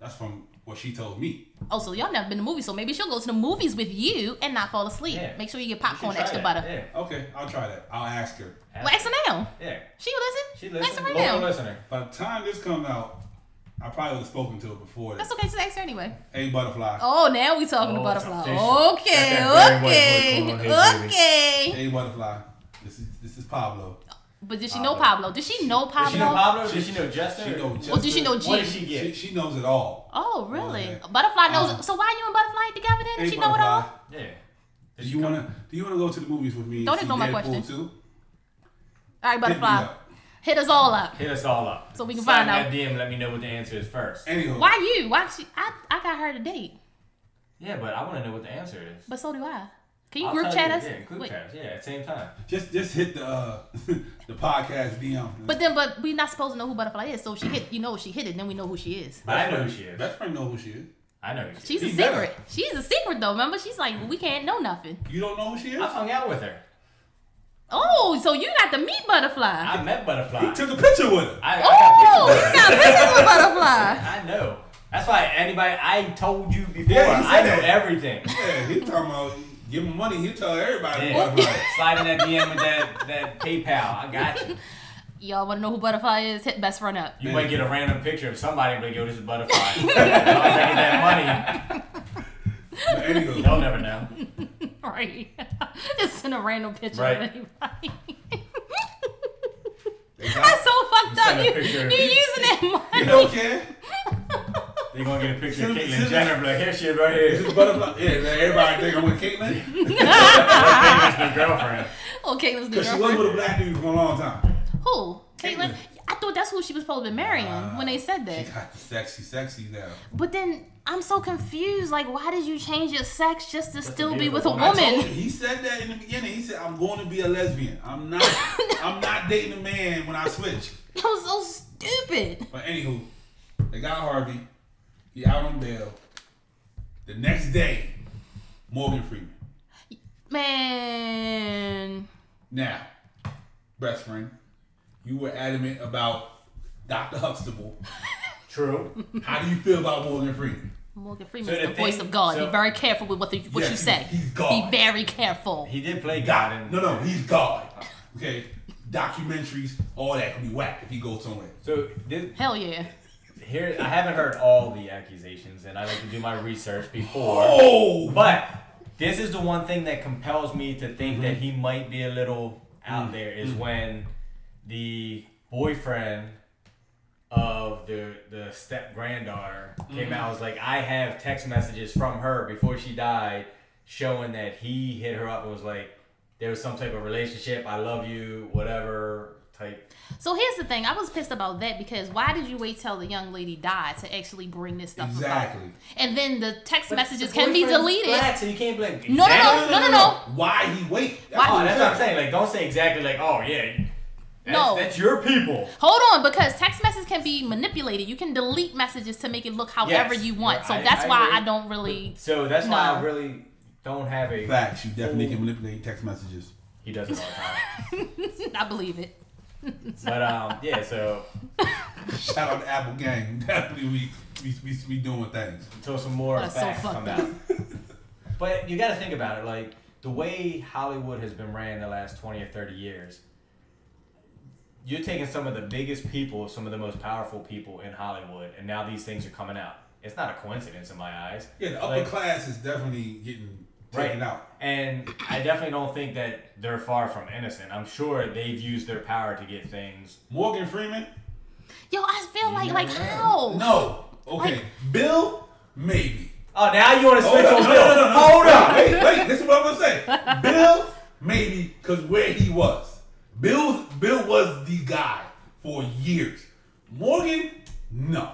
[SPEAKER 2] that's from what she told me.
[SPEAKER 3] Oh, so y'all never been to movies, so maybe she'll go to the movies with you and not fall asleep.
[SPEAKER 4] Yeah.
[SPEAKER 3] Make sure you get
[SPEAKER 4] You should
[SPEAKER 3] popcorn,
[SPEAKER 4] try
[SPEAKER 3] extra
[SPEAKER 4] that.
[SPEAKER 3] butter.
[SPEAKER 4] Yeah.
[SPEAKER 2] Okay, I'll try that. I'll ask her.
[SPEAKER 3] Well, ask her now.
[SPEAKER 4] Yeah.
[SPEAKER 3] She listen.
[SPEAKER 4] She
[SPEAKER 3] Ask
[SPEAKER 4] listens.
[SPEAKER 3] her right
[SPEAKER 4] Local
[SPEAKER 3] now.
[SPEAKER 4] listener.
[SPEAKER 2] By the time this comes out, I probably would have spoken to her before. That.
[SPEAKER 3] That's okay. Just ask her anyway.
[SPEAKER 2] Hey, butterfly.
[SPEAKER 3] Oh, now we talking
[SPEAKER 4] Oh,
[SPEAKER 3] to butterfly.
[SPEAKER 4] it's official.
[SPEAKER 3] Okay,
[SPEAKER 4] Got that very
[SPEAKER 3] okay,
[SPEAKER 4] white boy going on here,
[SPEAKER 3] okay.
[SPEAKER 2] Hey, butterfly. This is this is Pablo.
[SPEAKER 3] But did she know Pablo? Did she know
[SPEAKER 4] Does she know
[SPEAKER 3] Pablo?
[SPEAKER 4] Pablo? Does she know Justin?
[SPEAKER 2] She knows.
[SPEAKER 3] Or did she know
[SPEAKER 4] What did
[SPEAKER 3] G?
[SPEAKER 4] she get?
[SPEAKER 2] She, she knows it all.
[SPEAKER 3] Oh, really?
[SPEAKER 2] Yeah.
[SPEAKER 3] Butterfly knows.
[SPEAKER 4] Uh-huh.
[SPEAKER 2] Um,
[SPEAKER 3] so why you and Butterfly ain't together then?
[SPEAKER 2] Hey,
[SPEAKER 3] If Oh, she know it all.
[SPEAKER 2] Butterfly,
[SPEAKER 4] yeah. Did
[SPEAKER 2] Do
[SPEAKER 4] she
[SPEAKER 2] you
[SPEAKER 4] come-
[SPEAKER 2] wanna do you wanna go to the movies with me? and
[SPEAKER 3] Don't
[SPEAKER 2] see
[SPEAKER 3] ignore my
[SPEAKER 2] Deadpool
[SPEAKER 3] question.
[SPEAKER 2] Too?
[SPEAKER 3] All right,
[SPEAKER 2] Hit me
[SPEAKER 3] Butterfly,
[SPEAKER 2] up.
[SPEAKER 3] hit us all up.
[SPEAKER 4] Hit us all up.
[SPEAKER 3] So we can
[SPEAKER 4] Slide
[SPEAKER 3] find
[SPEAKER 4] in
[SPEAKER 3] out.
[SPEAKER 4] That DM. Let me know what the answer is first.
[SPEAKER 2] Anywho,
[SPEAKER 3] Why you? Why she? I I got her to date,
[SPEAKER 4] Yeah, but I want to know what the answer is.
[SPEAKER 3] but so do I. Can you
[SPEAKER 4] I'll
[SPEAKER 3] group
[SPEAKER 4] tell
[SPEAKER 3] chat us?
[SPEAKER 4] Yeah, group
[SPEAKER 3] Wait.
[SPEAKER 4] chat us. Yeah, at same time.
[SPEAKER 2] Just just hit the uh, [LAUGHS] the podcast DM.
[SPEAKER 3] But then, but we're not supposed to know who Butterfly is. So if she hit, you know, if she hit it, then we know who she is.
[SPEAKER 4] I know who she is.
[SPEAKER 2] Best friend know who she is.
[SPEAKER 4] I know who she
[SPEAKER 3] She's
[SPEAKER 4] is.
[SPEAKER 3] a
[SPEAKER 2] He
[SPEAKER 3] secret.
[SPEAKER 2] better.
[SPEAKER 3] She's a secret though. Remember, she's like, we can't know nothing.
[SPEAKER 2] You don't know who she is?
[SPEAKER 4] I've hung out with her.
[SPEAKER 3] Oh, so you got to meet Butterfly.
[SPEAKER 4] I met
[SPEAKER 2] He
[SPEAKER 4] Butterfly.
[SPEAKER 2] took a picture with her.
[SPEAKER 4] I, I got
[SPEAKER 3] oh,
[SPEAKER 4] pictures of her.
[SPEAKER 3] you got pictures with Butterfly.
[SPEAKER 4] I know. That's why anybody. I told you before.
[SPEAKER 2] Yeah, he said
[SPEAKER 4] I know
[SPEAKER 2] that. [LAUGHS]
[SPEAKER 4] everything.
[SPEAKER 2] Yeah, he talking about give him money. He tell everybody.
[SPEAKER 4] Yeah.
[SPEAKER 2] about
[SPEAKER 3] [LAUGHS]
[SPEAKER 2] it.
[SPEAKER 4] [LAUGHS] Sliding that DM with that that PayPal. I got you.
[SPEAKER 3] Y'all want to know who Butterfly is? Hit best run up. [LAUGHS]
[SPEAKER 4] You might get a random picture of somebody and be like, yo, this is
[SPEAKER 2] [LAUGHS]
[SPEAKER 4] Butterfly. As long as I get that
[SPEAKER 2] But anyway,
[SPEAKER 4] money, they'll never know.
[SPEAKER 3] Right. Just send a random picture
[SPEAKER 4] Right.
[SPEAKER 3] of anybody. [LAUGHS]
[SPEAKER 2] they got-
[SPEAKER 3] That's so fucked up.
[SPEAKER 4] send a
[SPEAKER 3] You,
[SPEAKER 4] picture.
[SPEAKER 3] you're using that money.
[SPEAKER 2] you don't care.
[SPEAKER 4] They're going to get a picture
[SPEAKER 2] Send-
[SPEAKER 4] of
[SPEAKER 2] send-
[SPEAKER 4] Caitlyn Jenner and be like, here she is
[SPEAKER 2] [LAUGHS]
[SPEAKER 4] right
[SPEAKER 2] This
[SPEAKER 4] here.
[SPEAKER 2] is butterfly. Yeah, man, everybody think I'm with Caitlyn
[SPEAKER 4] That's Caitlyn's new girlfriend.
[SPEAKER 3] Oh, Caitlin's new
[SPEAKER 2] because she was
[SPEAKER 3] girlfriend.
[SPEAKER 2] with a black dude for a long time.
[SPEAKER 3] Who? Caitlin.
[SPEAKER 2] Caitlyn.
[SPEAKER 3] I thought that's who she was supposed to be marrying when they said
[SPEAKER 2] She
[SPEAKER 3] that.
[SPEAKER 2] got the sexy, sexy now.
[SPEAKER 3] But then I'm so confused. Like, why did you change your sex just to still be
[SPEAKER 4] beautiful
[SPEAKER 3] with a
[SPEAKER 4] woman. I told
[SPEAKER 3] woman?
[SPEAKER 2] He said that in the beginning. He said, "I'm going to be a lesbian. I'm not. I'm not dating a man when I switch."
[SPEAKER 3] [LAUGHS] That was so stupid.
[SPEAKER 2] But anywho, they got Harvey. He out on bail. The next day, Morgan Freeman.
[SPEAKER 3] Man.
[SPEAKER 2] Now, best friend, you were adamant about Dr. Huxtable.
[SPEAKER 4] True.
[SPEAKER 2] How do you feel about Morgan Freeman?
[SPEAKER 3] Morgan Freeman
[SPEAKER 4] So
[SPEAKER 3] is the
[SPEAKER 4] the
[SPEAKER 3] voice
[SPEAKER 4] thing-
[SPEAKER 3] of God.
[SPEAKER 4] so-
[SPEAKER 3] be very careful with what, the, what
[SPEAKER 2] Yes,
[SPEAKER 3] you
[SPEAKER 2] he-
[SPEAKER 3] say.
[SPEAKER 2] he's God.
[SPEAKER 3] Be very careful.
[SPEAKER 4] He did play God.
[SPEAKER 2] God.
[SPEAKER 4] And,
[SPEAKER 2] No, no, he's God. Okay, documentaries, all that could be whack if he goes somewhere.
[SPEAKER 4] So this,
[SPEAKER 3] Hell yeah.
[SPEAKER 4] here, I haven't heard all the accusations, and I like to do my research before.
[SPEAKER 2] Oh,
[SPEAKER 4] But this is the one thing that compels me to think that he might be a little out there is when the boyfriend of the the step granddaughter came out and was like, I have text messages from her before she died showing that he hit her up and was like, there was some type of relationship, I love you, whatever type.
[SPEAKER 3] So here's the thing. I was pissed about that because why did you wait till the young lady died to actually bring this stuff
[SPEAKER 2] Exactly.
[SPEAKER 3] about? And then the text messages
[SPEAKER 4] The
[SPEAKER 3] can be
[SPEAKER 4] boyfriend's
[SPEAKER 3] deleted.
[SPEAKER 4] black, so you can't be like,
[SPEAKER 3] No, no,
[SPEAKER 4] exactly-
[SPEAKER 3] no, no, no, no.
[SPEAKER 2] Why he wait?
[SPEAKER 3] Why-
[SPEAKER 4] Oh, that's what I'm saying. Like, don't say exactly like, oh yeah, that's,
[SPEAKER 3] No.
[SPEAKER 4] that's your people.
[SPEAKER 3] Hold on, because text messages can be manipulated. You can delete messages to make it look however
[SPEAKER 4] Yes.
[SPEAKER 3] you want.
[SPEAKER 4] Yeah,
[SPEAKER 3] so
[SPEAKER 4] I-
[SPEAKER 3] that's
[SPEAKER 4] I
[SPEAKER 3] why
[SPEAKER 4] agree.
[SPEAKER 3] I don't really. [LAUGHS]
[SPEAKER 4] So that's why I
[SPEAKER 3] No.
[SPEAKER 4] really don't have a.
[SPEAKER 2] Facts. You definitely can manipulate text messages.
[SPEAKER 4] He does it all the
[SPEAKER 3] I believe it.
[SPEAKER 4] time. but um, yeah. So
[SPEAKER 2] Shout out to Apple Gang. [LAUGHS] Definitely, we we we, we doing things.
[SPEAKER 4] until some more
[SPEAKER 3] That's so
[SPEAKER 4] facts
[SPEAKER 3] fucked
[SPEAKER 4] come
[SPEAKER 3] up.
[SPEAKER 4] out. [LAUGHS] But you got to think about it. Like the way Hollywood has been ran the last twenty or thirty years. You're taking some of the biggest people, some of the most powerful people in Hollywood, and now these things are coming out. It's not a coincidence in my eyes.
[SPEAKER 2] Yeah, the upper
[SPEAKER 4] Like-
[SPEAKER 2] class is definitely getting taken out.
[SPEAKER 4] And I definitely don't think that they're far from innocent. I'm sure they've used their power to get things.
[SPEAKER 2] Morgan Freeman?
[SPEAKER 3] Yo, I feel like like
[SPEAKER 4] never know.
[SPEAKER 3] how?
[SPEAKER 2] No. Okay. Bill? Maybe.
[SPEAKER 4] Oh, now you want to
[SPEAKER 2] Hold
[SPEAKER 4] switch
[SPEAKER 2] up.
[SPEAKER 4] on
[SPEAKER 2] No,
[SPEAKER 4] Bill?
[SPEAKER 2] no, no, no.
[SPEAKER 4] Hold up.
[SPEAKER 2] Wait, wait. This is what I'm gonna say. Bill? Maybe, cause where he was. Bill. Bill was the guy for years. Morgan? No.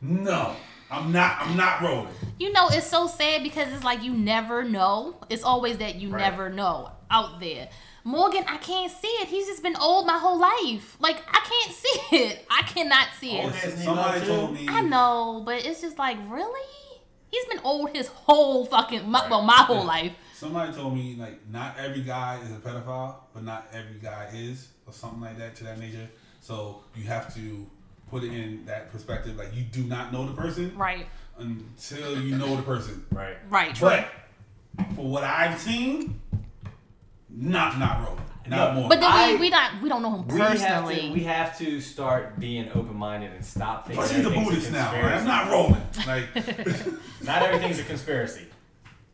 [SPEAKER 2] No. I'm not. I'm not rolling.
[SPEAKER 3] You know, it's so sad because it's like you never know. It's always that you
[SPEAKER 4] Right.
[SPEAKER 3] never know out there. Morgan, I can't see it. He's just been old my whole life. Like I can't [LAUGHS] see it. I cannot see it.
[SPEAKER 4] Oh, Isn't he
[SPEAKER 2] Somebody
[SPEAKER 4] love
[SPEAKER 2] told
[SPEAKER 4] too?
[SPEAKER 2] me.
[SPEAKER 3] I know, but it's just like really. He's been old his whole fucking my, well my whole life.
[SPEAKER 2] Somebody told me like not every guy is a pedophile, but not every guy is, or something like that to that nature. So you have to put it in that perspective. Like you do not know the person
[SPEAKER 3] Right.
[SPEAKER 2] until you know the person.
[SPEAKER 4] Right.
[SPEAKER 3] Right.
[SPEAKER 2] But for what I've seen, not not Roman, not
[SPEAKER 4] No,
[SPEAKER 2] more.
[SPEAKER 3] But then
[SPEAKER 4] I-
[SPEAKER 3] we, we not we don't know him
[SPEAKER 4] We have,
[SPEAKER 3] personally.
[SPEAKER 4] to, we have to start being open minded and stop thinking.
[SPEAKER 2] but he's a
[SPEAKER 4] everything's
[SPEAKER 2] Buddhist now. Right?
[SPEAKER 4] conspiracy.
[SPEAKER 2] I'm not Roman.
[SPEAKER 3] [LAUGHS]
[SPEAKER 2] Like
[SPEAKER 4] Not everything's a conspiracy.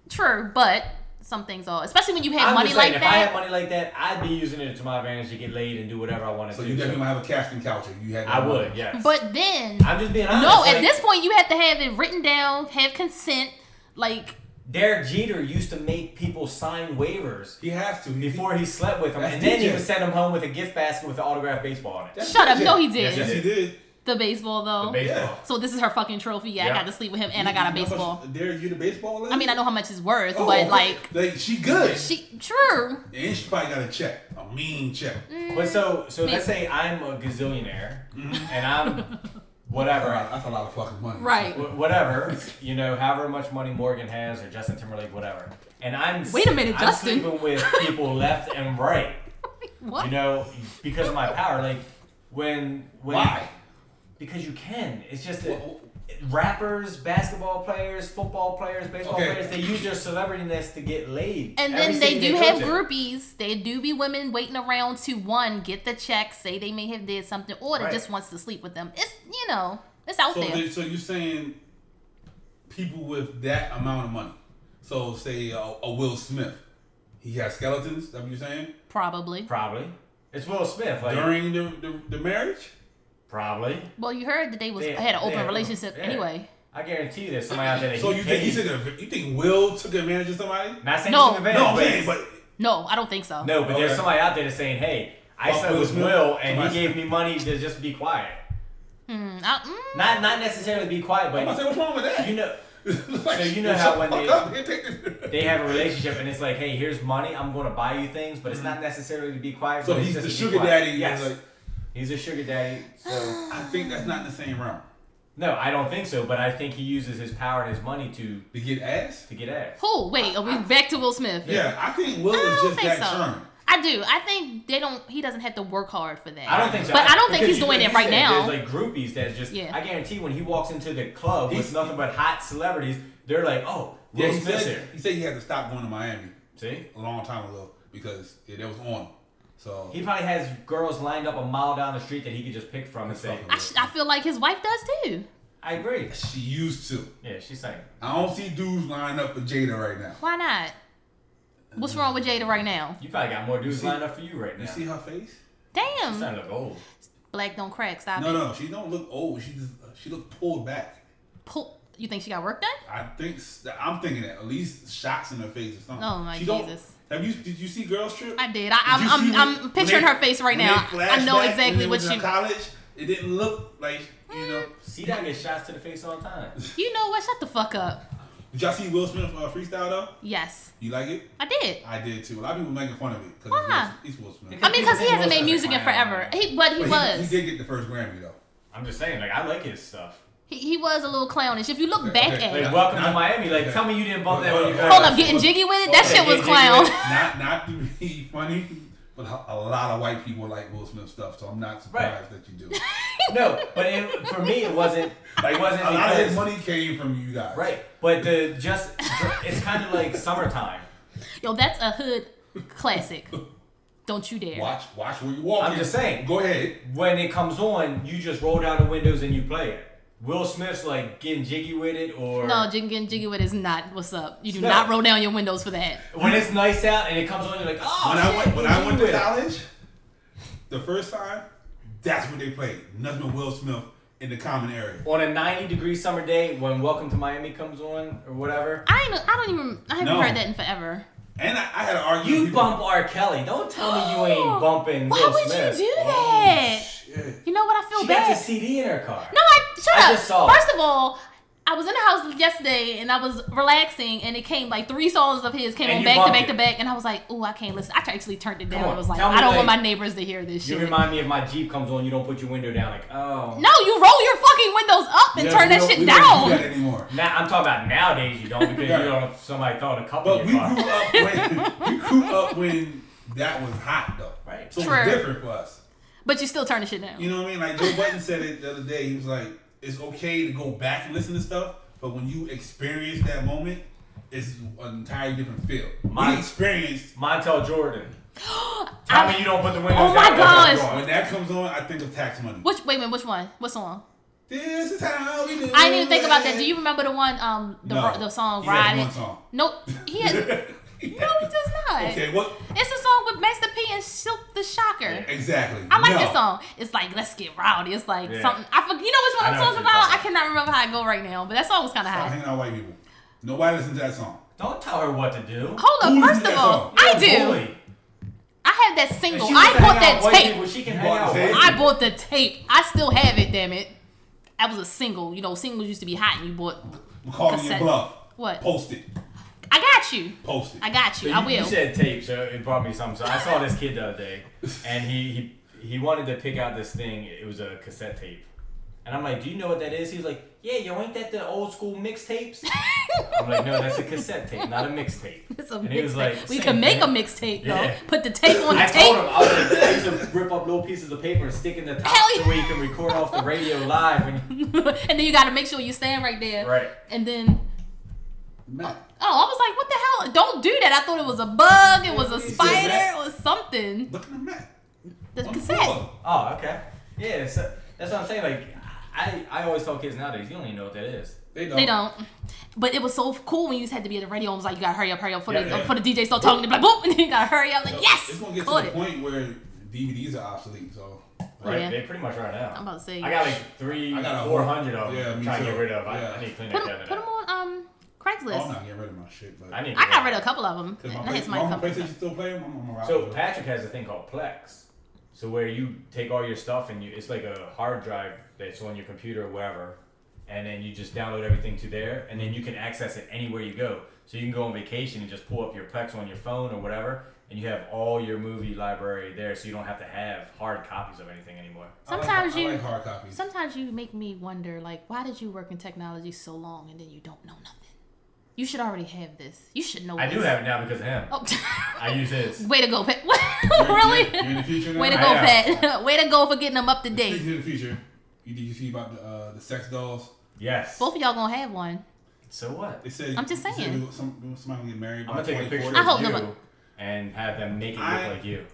[SPEAKER 3] True, but some things are, especially when you have [LAUGHS]
[SPEAKER 4] I'm
[SPEAKER 3] money
[SPEAKER 4] just saying,
[SPEAKER 3] like
[SPEAKER 4] if I
[SPEAKER 3] that.
[SPEAKER 4] had money like that, I'd be using it to my advantage to get laid and do whatever I wanted
[SPEAKER 2] so
[SPEAKER 4] to.
[SPEAKER 2] you definitely
[SPEAKER 4] so
[SPEAKER 2] gonna have a casting couch if you had. that
[SPEAKER 4] I would,
[SPEAKER 2] money.
[SPEAKER 4] yes.
[SPEAKER 3] But then,
[SPEAKER 4] I'm just being honest.
[SPEAKER 3] no. At
[SPEAKER 4] like,
[SPEAKER 3] this point, you have to have it written down, have consent. Like
[SPEAKER 4] Derek Jeter used to make people sign waivers
[SPEAKER 2] He has to. He,
[SPEAKER 4] before he slept with them,
[SPEAKER 2] That's
[SPEAKER 4] and then he
[SPEAKER 2] DJ.
[SPEAKER 4] would send them home with a gift basket with an autographed baseball on it.
[SPEAKER 2] That's
[SPEAKER 3] Shut up.
[SPEAKER 2] bullshit.
[SPEAKER 3] No, he didn't.
[SPEAKER 2] Yes, he did.
[SPEAKER 3] The baseball though.
[SPEAKER 4] The baseball.
[SPEAKER 3] so this is her fucking trophy. Yeah,
[SPEAKER 4] Yeah.
[SPEAKER 3] I got to sleep with him and I got a
[SPEAKER 2] You know how
[SPEAKER 3] baseball.
[SPEAKER 2] much- Derek, you the baseball lady?
[SPEAKER 3] I mean, I know how much it's worth,
[SPEAKER 2] Oh,
[SPEAKER 3] but like
[SPEAKER 2] like she good,
[SPEAKER 3] she true.
[SPEAKER 2] and she probably got a check, a mean check.
[SPEAKER 3] Mm.
[SPEAKER 4] But so so let's
[SPEAKER 3] Maybe.
[SPEAKER 4] say I'm a gazillionaire
[SPEAKER 2] Mm-hmm.
[SPEAKER 4] and
[SPEAKER 3] [LAUGHS]
[SPEAKER 4] I'm whatever.
[SPEAKER 2] Right, That's a lot of fucking money.
[SPEAKER 3] Right.
[SPEAKER 4] Wh- whatever, you know, however much money Morgan has or Justin Timberlake, whatever. And I'm
[SPEAKER 3] Wait a minute,
[SPEAKER 4] I'm
[SPEAKER 3] Justin.
[SPEAKER 4] sleeping with
[SPEAKER 3] [LAUGHS]
[SPEAKER 4] people left and right,
[SPEAKER 3] What?
[SPEAKER 4] you know, because of my power. Like when when
[SPEAKER 2] Why?
[SPEAKER 4] because you can. It's just that
[SPEAKER 2] Wh-
[SPEAKER 4] rappers, basketball players, football players, baseball
[SPEAKER 2] Okay.
[SPEAKER 4] players, they use their celebrityness to get laid.
[SPEAKER 3] And
[SPEAKER 4] Every
[SPEAKER 3] then they
[SPEAKER 4] city
[SPEAKER 3] do
[SPEAKER 4] go
[SPEAKER 3] have
[SPEAKER 4] to.
[SPEAKER 3] groupies. They do be women waiting around to one get the check, say they may have did something, or they
[SPEAKER 4] Right.
[SPEAKER 3] just wants to sleep with them. It's you know, it's out
[SPEAKER 2] So,
[SPEAKER 3] there.
[SPEAKER 2] they, so you're saying people with that amount of money? So say a, a Will Smith, he has skeletons. Is that what you're saying
[SPEAKER 3] Probably.
[SPEAKER 4] Probably. It's Will Smith. Like
[SPEAKER 2] during the, the the marriage?
[SPEAKER 4] probably.
[SPEAKER 3] Well, you heard that they was
[SPEAKER 4] They-
[SPEAKER 3] had an
[SPEAKER 4] they
[SPEAKER 3] open
[SPEAKER 4] had-
[SPEAKER 3] relationship
[SPEAKER 4] yeah.
[SPEAKER 3] anyway.
[SPEAKER 4] I guarantee you there's somebody out there that
[SPEAKER 2] So
[SPEAKER 4] he
[SPEAKER 2] you think he
[SPEAKER 4] paid.
[SPEAKER 2] took a, you think Will took advantage of somebody?
[SPEAKER 4] not saying
[SPEAKER 3] No.
[SPEAKER 4] he's an advantage,
[SPEAKER 2] No, I'm
[SPEAKER 4] but
[SPEAKER 2] saying, but
[SPEAKER 3] No, I don't think so.
[SPEAKER 4] No, but
[SPEAKER 2] Okay.
[SPEAKER 4] there's somebody out there that's saying, "Hey, I
[SPEAKER 2] Fuck
[SPEAKER 4] slept
[SPEAKER 2] Will
[SPEAKER 4] with
[SPEAKER 2] Smith.
[SPEAKER 4] Will, and he
[SPEAKER 2] Somebody-
[SPEAKER 4] gave me money to just be quiet.
[SPEAKER 3] Mm, I, mm,
[SPEAKER 4] Not not necessarily be quiet,
[SPEAKER 2] I'm gonna say
[SPEAKER 4] but
[SPEAKER 2] what's wrong with that? [LAUGHS]
[SPEAKER 4] you know,
[SPEAKER 2] Like,
[SPEAKER 4] So you know
[SPEAKER 2] well,
[SPEAKER 4] how
[SPEAKER 2] shut the
[SPEAKER 4] when
[SPEAKER 2] fuck
[SPEAKER 4] they-
[SPEAKER 2] up, here, [LAUGHS] take this.
[SPEAKER 4] they have a relationship, and it's like, "Hey, here's money. I'm going to buy you things," but it's not necessarily to be quiet.
[SPEAKER 2] Mm-hmm. so
[SPEAKER 4] but it's
[SPEAKER 2] he's
[SPEAKER 4] just
[SPEAKER 2] the
[SPEAKER 4] to be
[SPEAKER 2] sugar
[SPEAKER 4] quiet.
[SPEAKER 2] daddy.
[SPEAKER 4] Yes,
[SPEAKER 2] Yes. Like,
[SPEAKER 4] he's a sugar daddy. So
[SPEAKER 2] I think that's not in the same realm.
[SPEAKER 4] no, I don't think so. But I think he uses his power and his money to
[SPEAKER 2] To get ass?
[SPEAKER 4] to get ass.
[SPEAKER 3] who? Wait, are we back to Will Smith?
[SPEAKER 2] Yeah, I think Will
[SPEAKER 3] I
[SPEAKER 2] is
[SPEAKER 3] don't
[SPEAKER 2] just
[SPEAKER 3] think
[SPEAKER 2] that
[SPEAKER 3] so.
[SPEAKER 2] charming.
[SPEAKER 3] I do. I think they don't. He doesn't have to work hard for that.
[SPEAKER 4] I don't think so.
[SPEAKER 3] But I don't think
[SPEAKER 4] because
[SPEAKER 3] he's
[SPEAKER 4] you-
[SPEAKER 3] doing
[SPEAKER 4] you
[SPEAKER 3] it right
[SPEAKER 4] said
[SPEAKER 3] now.
[SPEAKER 4] There's like groupies that just.
[SPEAKER 3] Yeah.
[SPEAKER 4] I guarantee when he walks into the club
[SPEAKER 2] He's-
[SPEAKER 4] with nothing but hot celebrities, they're like, "Oh,
[SPEAKER 2] Yeah,
[SPEAKER 4] Will
[SPEAKER 2] he
[SPEAKER 4] Smith's
[SPEAKER 2] said,
[SPEAKER 4] here."
[SPEAKER 2] he said he had to stop going to Miami
[SPEAKER 4] See.
[SPEAKER 2] a long time ago because yeah, that was on him. So
[SPEAKER 4] He probably has girls lined up a mile down the street that he could just pick from and say,
[SPEAKER 3] I, sh- I feel like his wife does too.
[SPEAKER 4] I agree.
[SPEAKER 2] she used to.
[SPEAKER 4] Yeah, she's saying.
[SPEAKER 2] I don't see dudes lining up for Jada right now.
[SPEAKER 3] Why not? What's wrong with Jada right now?
[SPEAKER 4] You probably got more dudes
[SPEAKER 2] see-
[SPEAKER 4] lined up for you right now.
[SPEAKER 2] You see her face?
[SPEAKER 4] She's
[SPEAKER 3] Damn.
[SPEAKER 4] starting to
[SPEAKER 2] [LAUGHS]
[SPEAKER 4] look old.
[SPEAKER 3] Black don't crack. Stop
[SPEAKER 2] No,
[SPEAKER 3] it.
[SPEAKER 2] no, she don't look old. She just uh, she look pulled back.
[SPEAKER 3] Pull- you think she got work done?
[SPEAKER 2] I think s- I'm thinking that at least shots in her face or something.
[SPEAKER 3] Oh, my
[SPEAKER 2] she don't-
[SPEAKER 3] Jesus.
[SPEAKER 2] Have you did you see Girls Trip?
[SPEAKER 3] I did. I, I'm,
[SPEAKER 2] Did you
[SPEAKER 3] I'm,
[SPEAKER 2] see
[SPEAKER 3] I'm
[SPEAKER 2] when-
[SPEAKER 3] picturing
[SPEAKER 2] when
[SPEAKER 3] her face right
[SPEAKER 2] when
[SPEAKER 3] now.
[SPEAKER 2] they
[SPEAKER 3] I know
[SPEAKER 2] flashback when
[SPEAKER 3] exactly
[SPEAKER 2] they
[SPEAKER 3] what
[SPEAKER 2] was in
[SPEAKER 3] she.
[SPEAKER 2] college. It didn't look like you know.
[SPEAKER 4] See, that gets shots to the face all the
[SPEAKER 2] [LAUGHS]
[SPEAKER 4] time.
[SPEAKER 3] You know what? Shut the fuck up.
[SPEAKER 2] Did y'all see Will Smith uh, freestyle though?
[SPEAKER 3] Yes,
[SPEAKER 2] You like it?
[SPEAKER 3] I did.
[SPEAKER 2] I did too. A lot of people making fun of it
[SPEAKER 3] Why?
[SPEAKER 2] because he's Will Smith.
[SPEAKER 3] I mean, because he
[SPEAKER 4] He
[SPEAKER 3] hasn't
[SPEAKER 4] was
[SPEAKER 3] made
[SPEAKER 4] a
[SPEAKER 3] music in
[SPEAKER 4] clown.
[SPEAKER 3] forever. He, but he
[SPEAKER 2] But He,
[SPEAKER 3] was.
[SPEAKER 2] did get the first Grammy though.
[SPEAKER 4] I'm just saying, like, I like his stuff.
[SPEAKER 3] He, he was a little clownish. If you look
[SPEAKER 2] Okay,
[SPEAKER 3] back
[SPEAKER 2] okay.
[SPEAKER 3] at
[SPEAKER 4] Like,
[SPEAKER 2] [LAUGHS]
[SPEAKER 3] it,
[SPEAKER 2] Yeah.
[SPEAKER 4] welcome
[SPEAKER 2] Nah.
[SPEAKER 4] to Miami. Like, tell me you didn't bump that when you
[SPEAKER 2] Hold
[SPEAKER 4] got
[SPEAKER 3] hold
[SPEAKER 4] out.
[SPEAKER 3] up, getting jiggy with it. That
[SPEAKER 2] Okay, [LAUGHS]
[SPEAKER 3] shit was
[SPEAKER 4] getting
[SPEAKER 3] clown.
[SPEAKER 4] jiggy with
[SPEAKER 2] Not not to be funny, but a a lot of white people like Will Smith stuff, so I'm not surprised that you do.
[SPEAKER 4] No, but it, for me, it wasn't. It wasn't
[SPEAKER 2] a lot of
[SPEAKER 4] because,
[SPEAKER 2] his money came from you guys.
[SPEAKER 4] Right, but the just it's kind of like summertime.
[SPEAKER 3] Yo, that's a hood classic. Don't you dare.
[SPEAKER 2] Watch watch where you walk.
[SPEAKER 4] I'm just saying.
[SPEAKER 2] Go ahead.
[SPEAKER 4] when it comes on, you just roll down the windows and you play it. Will Smith's like getting jiggy with it, or
[SPEAKER 3] No, jiggy and jiggy with it is not. What's up? You do
[SPEAKER 4] No.
[SPEAKER 3] not roll down your windows for that.
[SPEAKER 4] when it's nice out and it comes on, you're like, oh,
[SPEAKER 2] when
[SPEAKER 4] shit,
[SPEAKER 2] I went when
[SPEAKER 4] what
[SPEAKER 2] I
[SPEAKER 4] you
[SPEAKER 2] went to
[SPEAKER 4] with it?
[SPEAKER 2] college, the first time, that's what they played. Nothing but Will Smith in the common area.
[SPEAKER 4] on a 90 degree summer day when Welcome to Miami comes on or whatever.
[SPEAKER 3] I ain't. I don't even. I haven't
[SPEAKER 2] No.
[SPEAKER 3] heard that in forever.
[SPEAKER 2] And I, I had an argument.
[SPEAKER 4] You bump R. Kelly. Don't tell me you
[SPEAKER 3] [GASPS]
[SPEAKER 4] ain't bumping
[SPEAKER 3] Why
[SPEAKER 4] Will
[SPEAKER 3] would
[SPEAKER 4] Smith.
[SPEAKER 3] you do
[SPEAKER 4] Oh,
[SPEAKER 3] that?
[SPEAKER 2] shit.
[SPEAKER 3] You know what? I feel
[SPEAKER 4] She
[SPEAKER 3] bad.
[SPEAKER 4] got your CD in her car.
[SPEAKER 3] No, I shut
[SPEAKER 4] I
[SPEAKER 3] up.
[SPEAKER 4] just saw it.
[SPEAKER 3] First of all, I was in the house yesterday and I was relaxing and it came like three songs of his came
[SPEAKER 4] And
[SPEAKER 3] on
[SPEAKER 4] you
[SPEAKER 3] back to
[SPEAKER 4] bumped
[SPEAKER 3] back
[SPEAKER 4] it.
[SPEAKER 3] to back and I was like, oh, I can't listen. I actually turned it down.
[SPEAKER 4] on,
[SPEAKER 3] I was like,
[SPEAKER 4] tell me
[SPEAKER 3] I don't want
[SPEAKER 4] that-
[SPEAKER 3] my neighbors to hear this
[SPEAKER 4] You
[SPEAKER 3] shit.
[SPEAKER 4] remind me if my Jeep comes on, you don't put your window down. Like, oh.
[SPEAKER 3] no, you roll your fucking windows up and
[SPEAKER 2] Yeah,
[SPEAKER 3] turn
[SPEAKER 2] we
[SPEAKER 3] that
[SPEAKER 2] don't-
[SPEAKER 3] shit
[SPEAKER 2] we Don't do that
[SPEAKER 3] down.
[SPEAKER 2] anymore.
[SPEAKER 4] Now I'm talking about nowadays. You
[SPEAKER 2] [LAUGHS]
[SPEAKER 4] don't because you don't. Somebody throwing a couple
[SPEAKER 2] But
[SPEAKER 4] in
[SPEAKER 2] we
[SPEAKER 4] your
[SPEAKER 2] grew
[SPEAKER 4] car.
[SPEAKER 2] up when we grew up when that was hot though.
[SPEAKER 4] Right.
[SPEAKER 2] So
[SPEAKER 3] True.
[SPEAKER 2] it was different for us.
[SPEAKER 3] But you still turn the shit down.
[SPEAKER 2] You know what I mean? Like Joe Button said it the other day. He was like, "It's okay to go back and listen to stuff, but when you experience that moment, it's an entirely different feel."
[SPEAKER 4] My-
[SPEAKER 2] My experience
[SPEAKER 4] Montel Jordan.
[SPEAKER 3] I-
[SPEAKER 4] Tell me you don't put the windows
[SPEAKER 3] Oh
[SPEAKER 4] down.
[SPEAKER 3] my
[SPEAKER 4] when
[SPEAKER 3] gosh.
[SPEAKER 4] it comes on.
[SPEAKER 2] when that comes on, I think of tax money.
[SPEAKER 3] Which wait a minute, which one? What song?
[SPEAKER 2] This is how we do.
[SPEAKER 3] I didn't even think about
[SPEAKER 2] it.
[SPEAKER 3] that. Do you remember the one? Um, the
[SPEAKER 2] No.
[SPEAKER 3] the song
[SPEAKER 2] He has
[SPEAKER 3] Ride
[SPEAKER 2] one
[SPEAKER 3] It?
[SPEAKER 2] song.
[SPEAKER 3] Nope.
[SPEAKER 2] [LAUGHS]
[SPEAKER 3] He
[SPEAKER 4] [LAUGHS]
[SPEAKER 3] has. no, he does not.
[SPEAKER 2] Okay, what?
[SPEAKER 3] It's a song with Master P and Silk the Shocker.
[SPEAKER 2] Exactly.
[SPEAKER 3] I like
[SPEAKER 2] no.
[SPEAKER 3] this song. It's like let's get rowdy. It's like
[SPEAKER 4] Yeah.
[SPEAKER 3] something I forget. You know which one
[SPEAKER 4] I
[SPEAKER 3] I'm
[SPEAKER 4] know
[SPEAKER 3] talking
[SPEAKER 4] what you're
[SPEAKER 3] about? I
[SPEAKER 4] talking
[SPEAKER 3] cannot remember how I go right now, but that song was kind of
[SPEAKER 2] Stop
[SPEAKER 3] hot.
[SPEAKER 2] hanging out with white people. Nobody listens to that song.
[SPEAKER 4] Don't tell her what to do.
[SPEAKER 3] Hold
[SPEAKER 2] Who
[SPEAKER 3] up.
[SPEAKER 2] is
[SPEAKER 3] First of
[SPEAKER 2] that
[SPEAKER 3] all,
[SPEAKER 2] song?
[SPEAKER 3] I
[SPEAKER 4] You're a
[SPEAKER 3] do.
[SPEAKER 4] bully.
[SPEAKER 3] I have that
[SPEAKER 4] If
[SPEAKER 3] single.
[SPEAKER 4] she
[SPEAKER 3] I
[SPEAKER 4] wants to
[SPEAKER 3] bought
[SPEAKER 4] hang out
[SPEAKER 3] that
[SPEAKER 4] with white
[SPEAKER 3] tape.
[SPEAKER 4] people, she can
[SPEAKER 2] You
[SPEAKER 4] hang
[SPEAKER 2] bought
[SPEAKER 4] out
[SPEAKER 2] the
[SPEAKER 4] with
[SPEAKER 2] tape?
[SPEAKER 4] white
[SPEAKER 3] I bought the tape. I still have it. Damn it. I was a single. You know, singles used to be hot, and you bought.
[SPEAKER 2] I'm calling your
[SPEAKER 3] Cassette.
[SPEAKER 2] bluff.
[SPEAKER 3] What?
[SPEAKER 2] Post it.
[SPEAKER 3] I got you.
[SPEAKER 2] Post it.
[SPEAKER 3] I got you.
[SPEAKER 4] So
[SPEAKER 3] I
[SPEAKER 4] you,
[SPEAKER 3] will. [LAUGHS]
[SPEAKER 4] you said tape, so it brought me something. So I saw this kid the other day, and he, he he wanted to pick out this thing. It was a cassette tape, and I'm like, "Do you know what that is?" He's like, "Yeah, yo, ain't that the old school mixtapes?" I'm like, "No, that's a cassette tape, not a
[SPEAKER 3] [LAUGHS]
[SPEAKER 4] mixtape."
[SPEAKER 3] It's a
[SPEAKER 4] And he was
[SPEAKER 3] mixtape.
[SPEAKER 4] like,
[SPEAKER 3] we
[SPEAKER 4] "Same
[SPEAKER 3] can make a
[SPEAKER 4] thing."
[SPEAKER 3] mixtape though.
[SPEAKER 4] Yeah.
[SPEAKER 3] Put the tape on the
[SPEAKER 4] I
[SPEAKER 3] tape.
[SPEAKER 4] told him I was like, I used to rip up little pieces of paper and stick in the top
[SPEAKER 3] Hell
[SPEAKER 4] so where you can record off the radio
[SPEAKER 3] [LAUGHS]
[SPEAKER 4] live. And
[SPEAKER 3] and then you got to make sure you stand right there.
[SPEAKER 4] right,
[SPEAKER 3] And then
[SPEAKER 2] Matt.
[SPEAKER 3] oh, I was like, what the hell? Don't do that. I thought it was a bug. It was a
[SPEAKER 2] You said
[SPEAKER 3] spider
[SPEAKER 2] that.
[SPEAKER 3] or something.
[SPEAKER 2] Look at the Matt.
[SPEAKER 3] The
[SPEAKER 2] On
[SPEAKER 3] cassette.
[SPEAKER 2] floor.
[SPEAKER 4] oh okay, yeah. So that's what I'm saying. Like, I I always tell kids nowadays, you don't even know what that is.
[SPEAKER 2] They don't.
[SPEAKER 3] They don't. But it was so cool when you just had to be at the radio. It was like, you gotta hurry up, hurry up for the
[SPEAKER 2] Yeah, yeah.
[SPEAKER 3] for the DJ start talking. They be like, boop, [LAUGHS] and then you gotta hurry up. Like, yes,
[SPEAKER 2] It's gonna get
[SPEAKER 3] caught
[SPEAKER 2] to
[SPEAKER 3] it.
[SPEAKER 2] the point where DVDs are obsolete. So Oh,
[SPEAKER 4] Right,
[SPEAKER 3] Yeah.
[SPEAKER 4] they pretty much are now.
[SPEAKER 3] I'm about to say.
[SPEAKER 4] I got like three,
[SPEAKER 2] I got a
[SPEAKER 4] four
[SPEAKER 2] whole-
[SPEAKER 4] hundred of them.
[SPEAKER 2] Yeah,
[SPEAKER 4] I'm
[SPEAKER 2] me
[SPEAKER 4] trying to
[SPEAKER 2] too.
[SPEAKER 4] get rid of. I,
[SPEAKER 2] Yeah.
[SPEAKER 4] I need to clean that
[SPEAKER 3] put them,
[SPEAKER 4] cabinet.
[SPEAKER 3] put 'em
[SPEAKER 4] out.
[SPEAKER 3] on um Craigslist.
[SPEAKER 2] Oh, I'm not getting rid of my shit. But
[SPEAKER 4] I need. To
[SPEAKER 3] I
[SPEAKER 4] get
[SPEAKER 3] got rid of a couple of them.
[SPEAKER 2] Cause my,
[SPEAKER 3] I hit
[SPEAKER 2] Play-
[SPEAKER 3] my
[SPEAKER 2] my
[SPEAKER 3] couple.
[SPEAKER 2] own PlayStation still playing. I'm gonna rock
[SPEAKER 4] So
[SPEAKER 2] with it.
[SPEAKER 4] Patrick has a thing called Plex, so where you take all your stuff and you, it's like a hard drive that's on your computer or wherever, and then you just download everything to there, and then you can access it anywhere you go. So you can go on vacation and just pull up your Plex on your phone or whatever, and you have all your movie library there, so you don't have to have hard copies of anything anymore.
[SPEAKER 2] I like-
[SPEAKER 3] Sometimes
[SPEAKER 2] I
[SPEAKER 3] you-
[SPEAKER 2] like hard copies.
[SPEAKER 3] Sometimes you make me wonder, like, why did you work in technology so long and then you don't know nothing? You should already have this. You should know.
[SPEAKER 4] I
[SPEAKER 3] this.
[SPEAKER 4] do have it now because of him.
[SPEAKER 3] Oh. [LAUGHS]
[SPEAKER 4] I use his.
[SPEAKER 3] Way to go, Pat. [LAUGHS]
[SPEAKER 2] You're- you're-
[SPEAKER 3] really?
[SPEAKER 2] You're in the future now.
[SPEAKER 3] [LAUGHS] Way to
[SPEAKER 4] I
[SPEAKER 3] go,
[SPEAKER 4] know.
[SPEAKER 3] Pat. [LAUGHS] Way to go for getting them up to
[SPEAKER 2] Speaking
[SPEAKER 4] [LAUGHS]
[SPEAKER 3] date.
[SPEAKER 2] of the future, you did you see about the uh, the sex dolls?
[SPEAKER 4] Yes.
[SPEAKER 3] Both of y'all gonna have one.
[SPEAKER 4] So what?
[SPEAKER 2] They said
[SPEAKER 3] I'm just
[SPEAKER 2] they said
[SPEAKER 3] saying.
[SPEAKER 2] we- some, somebody gonna get married.
[SPEAKER 4] I'm
[SPEAKER 2] by
[SPEAKER 4] gonna take a
[SPEAKER 2] 24.
[SPEAKER 4] picture
[SPEAKER 3] I hope
[SPEAKER 4] of you
[SPEAKER 3] nobody-
[SPEAKER 4] and have them make it look
[SPEAKER 2] I-
[SPEAKER 4] like you.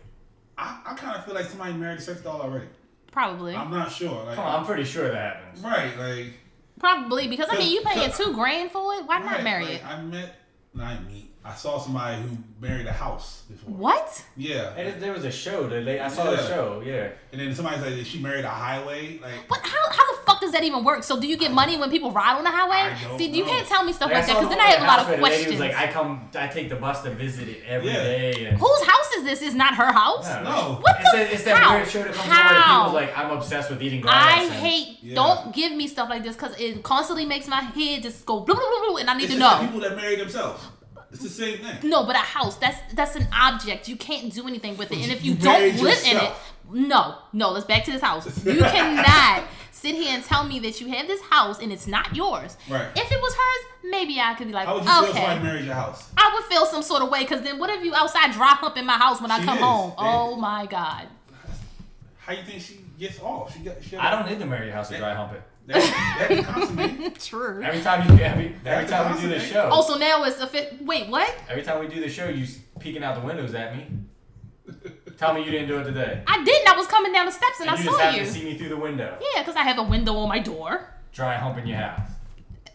[SPEAKER 2] I, I kind of feel like somebody married a sex doll already.
[SPEAKER 3] Probably.
[SPEAKER 2] I'm not sure. Like,
[SPEAKER 4] Come on, I'm pretty sure that happens.
[SPEAKER 2] right? Like,
[SPEAKER 3] Probably because I mean you
[SPEAKER 2] Cause-
[SPEAKER 3] paying
[SPEAKER 4] [LAUGHS]
[SPEAKER 2] cause-
[SPEAKER 3] two grand for it. Why not
[SPEAKER 2] right,
[SPEAKER 3] marry
[SPEAKER 2] like,
[SPEAKER 3] it?
[SPEAKER 2] I met, not meet. I saw somebody who married a house before.
[SPEAKER 3] What?
[SPEAKER 2] Yeah.
[SPEAKER 4] And it- there was a show that they, I saw the
[SPEAKER 2] Yeah.
[SPEAKER 4] show. Yeah.
[SPEAKER 2] And then somebody's like, she married a highway. Like,
[SPEAKER 3] What? How, how the fuck does that even work? So do you get money when people ride on the highway?
[SPEAKER 2] I don't
[SPEAKER 3] See, you
[SPEAKER 2] know.
[SPEAKER 3] can't tell me stuff
[SPEAKER 4] Like,
[SPEAKER 3] like that
[SPEAKER 4] saw
[SPEAKER 3] because
[SPEAKER 4] the
[SPEAKER 3] then I
[SPEAKER 4] one
[SPEAKER 3] have a
[SPEAKER 4] at
[SPEAKER 3] lot
[SPEAKER 4] house where
[SPEAKER 3] of
[SPEAKER 4] the lady
[SPEAKER 3] questions.
[SPEAKER 4] was like, I come, I take the bus to visit it every
[SPEAKER 2] Yeah.
[SPEAKER 4] day. And
[SPEAKER 3] Whose house is this? Is not her house?
[SPEAKER 4] Yeah.
[SPEAKER 2] no.
[SPEAKER 3] What
[SPEAKER 4] it's,
[SPEAKER 3] the-
[SPEAKER 4] that- it's that
[SPEAKER 3] how?
[SPEAKER 4] weird show that comes
[SPEAKER 3] How?
[SPEAKER 4] on where people's like, I'm obsessed with eating grass.
[SPEAKER 3] I
[SPEAKER 4] and-
[SPEAKER 3] hate.
[SPEAKER 2] Yeah.
[SPEAKER 3] Don't give me stuff like this because it constantly makes my head just go blue, blue, blue, blue, and I need
[SPEAKER 2] It's
[SPEAKER 3] to
[SPEAKER 2] just
[SPEAKER 3] know.
[SPEAKER 2] the people that married themselves. It's the same thing.
[SPEAKER 3] No, but a house that's that's an object. You can't do anything with it, and if you
[SPEAKER 2] You
[SPEAKER 3] don't
[SPEAKER 2] made
[SPEAKER 3] live in it,
[SPEAKER 2] yourself.
[SPEAKER 3] no, no. Let's back to this house. You cannot sit here and tell me that you have this house and it's not yours.
[SPEAKER 2] Right.
[SPEAKER 3] If it was hers, maybe I could be like,
[SPEAKER 2] How would you feel if
[SPEAKER 3] okay.
[SPEAKER 2] somebody married your house?
[SPEAKER 3] I would feel some sort of way because then what if you outside dry humping my house when I
[SPEAKER 2] She
[SPEAKER 3] come
[SPEAKER 2] is.
[SPEAKER 3] home?
[SPEAKER 2] They-
[SPEAKER 3] Oh my god.
[SPEAKER 2] How you think she gets off? She got. She
[SPEAKER 4] I don't need to marry your house to dry hump it.
[SPEAKER 2] That, that
[SPEAKER 3] [LAUGHS]
[SPEAKER 2] consummate.
[SPEAKER 3] True.
[SPEAKER 4] Every time you every, every
[SPEAKER 2] That's
[SPEAKER 4] time we do the
[SPEAKER 2] awesome.
[SPEAKER 4] show,
[SPEAKER 3] Oh, so now it's a fit. Wait, what?
[SPEAKER 4] every time we do the show, you s- peeking out the windows
[SPEAKER 2] [LAUGHS]
[SPEAKER 4] at me. Tell me you didn't do it today.
[SPEAKER 3] I didn't. I was coming down the steps and,
[SPEAKER 4] And
[SPEAKER 3] I
[SPEAKER 4] you just
[SPEAKER 3] saw
[SPEAKER 4] happened
[SPEAKER 3] you.
[SPEAKER 4] to see me through the window.
[SPEAKER 3] Yeah, because I have a window on my door.
[SPEAKER 4] Dry humping your house.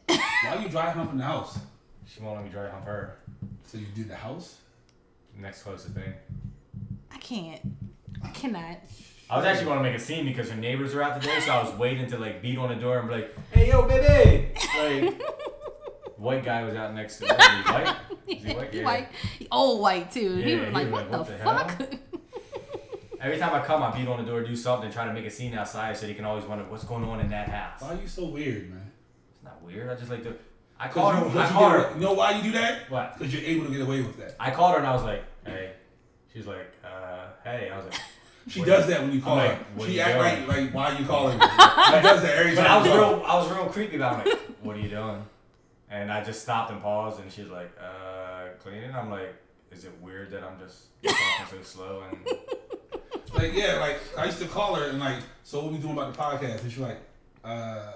[SPEAKER 2] Why you dry humping the house?
[SPEAKER 4] She won't let me dry hump her.
[SPEAKER 2] So you did the house?
[SPEAKER 4] Next closest thing.
[SPEAKER 3] I can't. I cannot.
[SPEAKER 4] I was actually going to make a scene because her neighbors were out today, so I was waiting to like beat on the door and be like, "Hey, yo, baby!" [LAUGHS] Like, white guy was out next to me. White? Is
[SPEAKER 3] [LAUGHS]
[SPEAKER 4] he white? [LAUGHS] Yeah.
[SPEAKER 3] White. Old white, too. he
[SPEAKER 4] Yeah,
[SPEAKER 3] was
[SPEAKER 4] he
[SPEAKER 3] like,
[SPEAKER 4] was
[SPEAKER 3] what,
[SPEAKER 4] like,
[SPEAKER 3] the,
[SPEAKER 4] what the hell?"
[SPEAKER 3] fuck?
[SPEAKER 4] Every time I come, I beat on the door, do something, try to make a scene outside, so they can always wonder what's going on in that house.
[SPEAKER 2] Why are you so weird, man?
[SPEAKER 4] It's not weird. I just like to. I
[SPEAKER 2] 'Cause
[SPEAKER 4] called
[SPEAKER 2] you,
[SPEAKER 4] her. I
[SPEAKER 2] but you
[SPEAKER 4] called
[SPEAKER 2] get-
[SPEAKER 4] her.
[SPEAKER 2] you know why you do that?
[SPEAKER 4] What?
[SPEAKER 2] Because you're able to get away with that.
[SPEAKER 4] I called her and I was like, "Hey." She's like, "Uh, hey." I was like.
[SPEAKER 2] She
[SPEAKER 4] What-
[SPEAKER 2] does that when you call
[SPEAKER 4] I'm
[SPEAKER 2] her.
[SPEAKER 4] like, what
[SPEAKER 2] She
[SPEAKER 4] you
[SPEAKER 2] act
[SPEAKER 4] doing?
[SPEAKER 2] like like why you
[SPEAKER 4] [LAUGHS]
[SPEAKER 2] calling? me? she does that every
[SPEAKER 4] But
[SPEAKER 2] time.
[SPEAKER 4] I was
[SPEAKER 2] you call.
[SPEAKER 4] real, I was real creepy about it. Like, what are you doing? And I just stopped and paused, and she's like, uh, cleaning. I'm like, is it weird that I'm just talking so slow? And [LAUGHS]
[SPEAKER 2] Like yeah, like I used to call her and like, so what we doing about the podcast? And she's like, uh,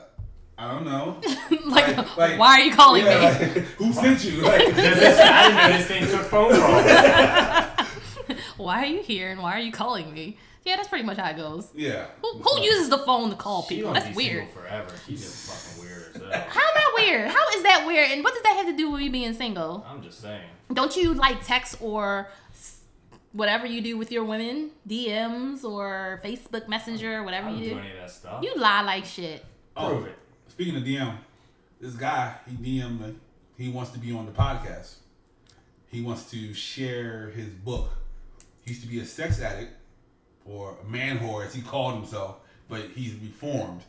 [SPEAKER 2] I don't know.
[SPEAKER 3] [LAUGHS] like,
[SPEAKER 2] Like- like-
[SPEAKER 3] why are you calling me?
[SPEAKER 2] yeah, like, [LAUGHS] who sent you? Like,
[SPEAKER 4] This- this- I didn't know this thing took phone calls.
[SPEAKER 3] [LAUGHS] why are you here and why are you calling me? Yeah, that's pretty much how it goes.
[SPEAKER 2] yeah.
[SPEAKER 3] Who, who uses the phone to call
[SPEAKER 4] She
[SPEAKER 3] people?
[SPEAKER 4] gonna
[SPEAKER 3] That's
[SPEAKER 4] be
[SPEAKER 3] weird.
[SPEAKER 4] single forever. She's just fucking weird. as hell.
[SPEAKER 3] How am I weird? How is that weird? And what does that have to do with me being single?
[SPEAKER 4] I'm just saying.
[SPEAKER 3] Don't you like text or s- whatever you do with your women? DMs or Facebook Messenger,
[SPEAKER 4] I
[SPEAKER 3] whatever
[SPEAKER 4] don't
[SPEAKER 3] you
[SPEAKER 4] do
[SPEAKER 3] do?
[SPEAKER 4] any of that stuff.
[SPEAKER 3] You lie like shit.
[SPEAKER 4] Prove it.
[SPEAKER 2] Speaking of DM, this guy he DM me. He wants to be on the podcast. He wants to share his book. He used to be a sex addict or a man whore, as he called himself, but he's reformed.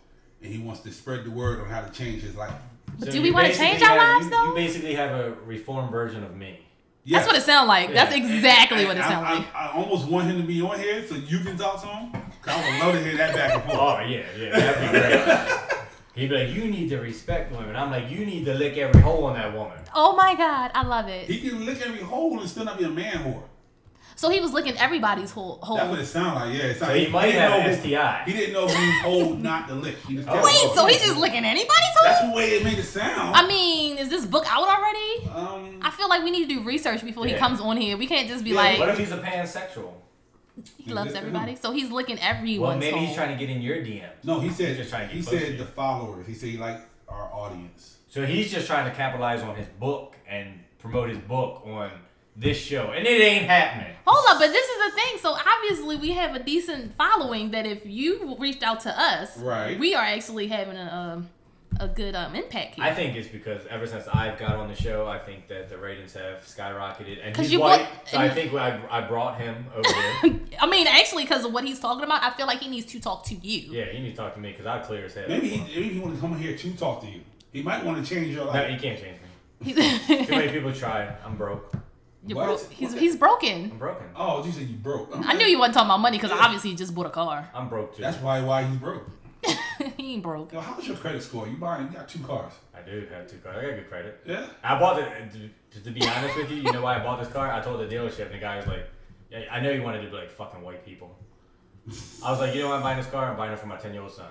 [SPEAKER 2] and he wants to spread the word on how to change his life.
[SPEAKER 3] But
[SPEAKER 4] So
[SPEAKER 3] do
[SPEAKER 4] you
[SPEAKER 3] we wanna
[SPEAKER 4] basically
[SPEAKER 3] change our
[SPEAKER 4] have-
[SPEAKER 3] lives,
[SPEAKER 4] you-
[SPEAKER 3] though?
[SPEAKER 4] You basically have a reformed version of me.
[SPEAKER 2] Yeah.
[SPEAKER 3] That's what it sounds like. That's
[SPEAKER 4] Yeah.
[SPEAKER 3] exactly
[SPEAKER 2] And
[SPEAKER 3] what it
[SPEAKER 2] I-
[SPEAKER 3] sounds
[SPEAKER 2] I-
[SPEAKER 3] like.
[SPEAKER 2] I, almost want him to be on here so you can talk to him. 'cause I would love to hear that back and forth.
[SPEAKER 4] [LAUGHS] Oh yeah, yeah, that'd be great.
[SPEAKER 3] [LAUGHS]
[SPEAKER 4] He'd be like, "You need to respect women." I'm like, "You need to lick every hole in that woman."
[SPEAKER 3] Oh my god, I love it.
[SPEAKER 2] He can lick every hole and still not be a man whore.
[SPEAKER 3] So he was licking everybody's whole hole.
[SPEAKER 2] That's what it sounds like. Yeah, it's
[SPEAKER 4] So
[SPEAKER 2] like
[SPEAKER 4] he might
[SPEAKER 2] didn't
[SPEAKER 4] have
[SPEAKER 2] know
[SPEAKER 4] an
[SPEAKER 2] who-
[SPEAKER 4] STI.
[SPEAKER 2] He didn't know who hole not to lick. He just kept
[SPEAKER 4] Wait,
[SPEAKER 2] going.
[SPEAKER 3] Wait, so he's just licking anybody's
[SPEAKER 2] [LAUGHS] That's
[SPEAKER 3] hole?
[SPEAKER 2] the way it made it sound.
[SPEAKER 3] I mean, is this book out already?
[SPEAKER 2] um,
[SPEAKER 3] I feel like we need to do research before he
[SPEAKER 4] Yeah.
[SPEAKER 3] comes on here. We can't just be
[SPEAKER 2] Yeah,
[SPEAKER 3] like
[SPEAKER 4] What if he's a pansexual?
[SPEAKER 3] he loves everybody. So he's licking
[SPEAKER 4] Well,
[SPEAKER 3] everyone's
[SPEAKER 4] maybe
[SPEAKER 3] hole.
[SPEAKER 4] he's trying to get in your DM.
[SPEAKER 2] no, he said.
[SPEAKER 4] He's just trying to get
[SPEAKER 2] he
[SPEAKER 4] close to
[SPEAKER 2] said
[SPEAKER 4] you.
[SPEAKER 2] the followers. He said he liked our audience.
[SPEAKER 4] So he's just trying to capitalize on his book and promote his book on this show, and it ain't happening.
[SPEAKER 3] Hold up, but this is the thing. So obviously we have a decent following that if you reached out to us,
[SPEAKER 2] Right.
[SPEAKER 3] we are actually having a um, a good um impact
[SPEAKER 4] I
[SPEAKER 3] here.
[SPEAKER 4] think it's because ever since I've got on the show, I think that the ratings have skyrocketed, and
[SPEAKER 3] 'Cause
[SPEAKER 4] he's
[SPEAKER 3] you
[SPEAKER 4] white,
[SPEAKER 3] bought-
[SPEAKER 4] so I think I, I brought him over
[SPEAKER 3] [LAUGHS] [LAUGHS] I,
[SPEAKER 4] here.
[SPEAKER 3] mean, actually, because of what he's talking about, I feel like he needs to talk to you.
[SPEAKER 4] yeah, he need to talk to me because I clear his head.
[SPEAKER 2] Maybe he, maybe he want to come here to talk to you. He might want to change your
[SPEAKER 4] no,
[SPEAKER 2] life.
[SPEAKER 4] he can't change me.
[SPEAKER 3] He's- [LAUGHS]
[SPEAKER 4] Too many people tried. I'm broke.
[SPEAKER 3] You're
[SPEAKER 2] What?
[SPEAKER 3] broke. He's
[SPEAKER 2] What?
[SPEAKER 3] he's broken.
[SPEAKER 4] I'm broken.
[SPEAKER 2] Oh, you said you broke.
[SPEAKER 3] I knew you wasn't talking about money because obviously he just bought a car. [LAUGHS]
[SPEAKER 4] I'm broke too.
[SPEAKER 2] That's why why he's broke.
[SPEAKER 3] he ain't broke.
[SPEAKER 2] Yo, how's your credit score? You buying? You got two cars.
[SPEAKER 4] I do have two cars. I got good credit.
[SPEAKER 2] Yeah.
[SPEAKER 4] I bought it to, to be honest with you. You know why I bought this car? I told the dealership, and the guy was like, "Yeah, I know you wanted to be like fucking white people." I was like, "You know why I'm buying this car? I'm buying it for my ten year old son."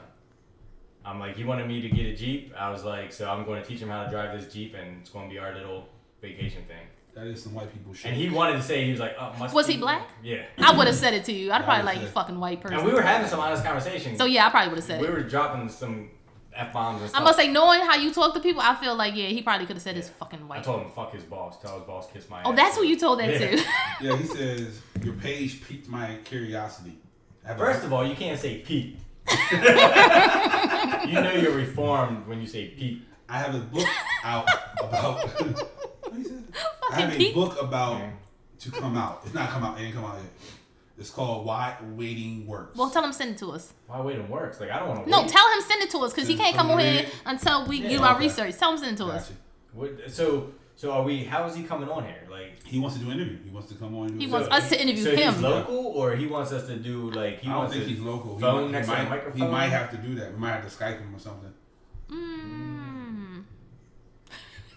[SPEAKER 4] I'm like, "He wanted me to get a jeep." I was like, "So I'm going to teach him how to drive this jeep, and it's going to be our little vacation thing."
[SPEAKER 2] That is some white people shit.
[SPEAKER 4] And he wanted to say he was like, "Oh, must
[SPEAKER 3] Was
[SPEAKER 4] be-
[SPEAKER 3] he black?
[SPEAKER 4] Yeah.
[SPEAKER 3] I would have said it to you. I'd
[SPEAKER 2] I
[SPEAKER 3] probably
[SPEAKER 2] would've
[SPEAKER 3] like you
[SPEAKER 2] said it.
[SPEAKER 3] fucking white person.
[SPEAKER 4] And we were having some honest conversation.
[SPEAKER 3] so yeah, I probably would have said
[SPEAKER 4] we
[SPEAKER 3] it.
[SPEAKER 4] were dropping some f bombs and stuff.
[SPEAKER 3] I must say, knowing how you talk to people, I feel like yeah, he probably could have said it's fucking
[SPEAKER 4] I
[SPEAKER 3] white.
[SPEAKER 4] told him fuck his boss. Tell his boss kiss my.
[SPEAKER 3] Oh,
[SPEAKER 4] ass."
[SPEAKER 3] that's who you told that
[SPEAKER 4] Yeah.
[SPEAKER 3] to. [LAUGHS]
[SPEAKER 2] yeah, he says your page piqued my curiosity. Have a-
[SPEAKER 4] First of all, you can't
[SPEAKER 2] [LAUGHS]
[SPEAKER 4] say Pete. you know you're reformed when you say Pete.
[SPEAKER 2] I have a book out about. [LAUGHS] what he said? I have
[SPEAKER 3] Fucking
[SPEAKER 2] a book about to come out. It's not come out. It ain't come out yet. It's called Why Waiting Works.
[SPEAKER 3] well, tell him send it to us.
[SPEAKER 4] Why wait it works? Like I don't want to.
[SPEAKER 3] No,
[SPEAKER 4] wait.
[SPEAKER 3] tell him send it to us because he
[SPEAKER 2] Send it
[SPEAKER 3] can't
[SPEAKER 2] to
[SPEAKER 3] come on
[SPEAKER 2] me.
[SPEAKER 3] here until we
[SPEAKER 4] Yeah,
[SPEAKER 3] do our
[SPEAKER 2] okay.
[SPEAKER 3] research. Tell him send it to us.
[SPEAKER 2] Gotcha.
[SPEAKER 4] What- so so are we? How is he coming on here? Like
[SPEAKER 2] He wants to do an interview. He wants to come on. And do
[SPEAKER 3] He
[SPEAKER 2] an
[SPEAKER 3] wants
[SPEAKER 2] interview.
[SPEAKER 3] us to interview
[SPEAKER 4] so
[SPEAKER 3] him.
[SPEAKER 4] He's local, or he wants us to do like he
[SPEAKER 2] I don't
[SPEAKER 4] wants
[SPEAKER 2] think
[SPEAKER 4] to
[SPEAKER 2] he's local. He,
[SPEAKER 4] phone
[SPEAKER 2] he
[SPEAKER 4] next to the
[SPEAKER 2] might,
[SPEAKER 4] microphone.
[SPEAKER 2] He might have to do that. We might have to Skype him or something.
[SPEAKER 3] Mm,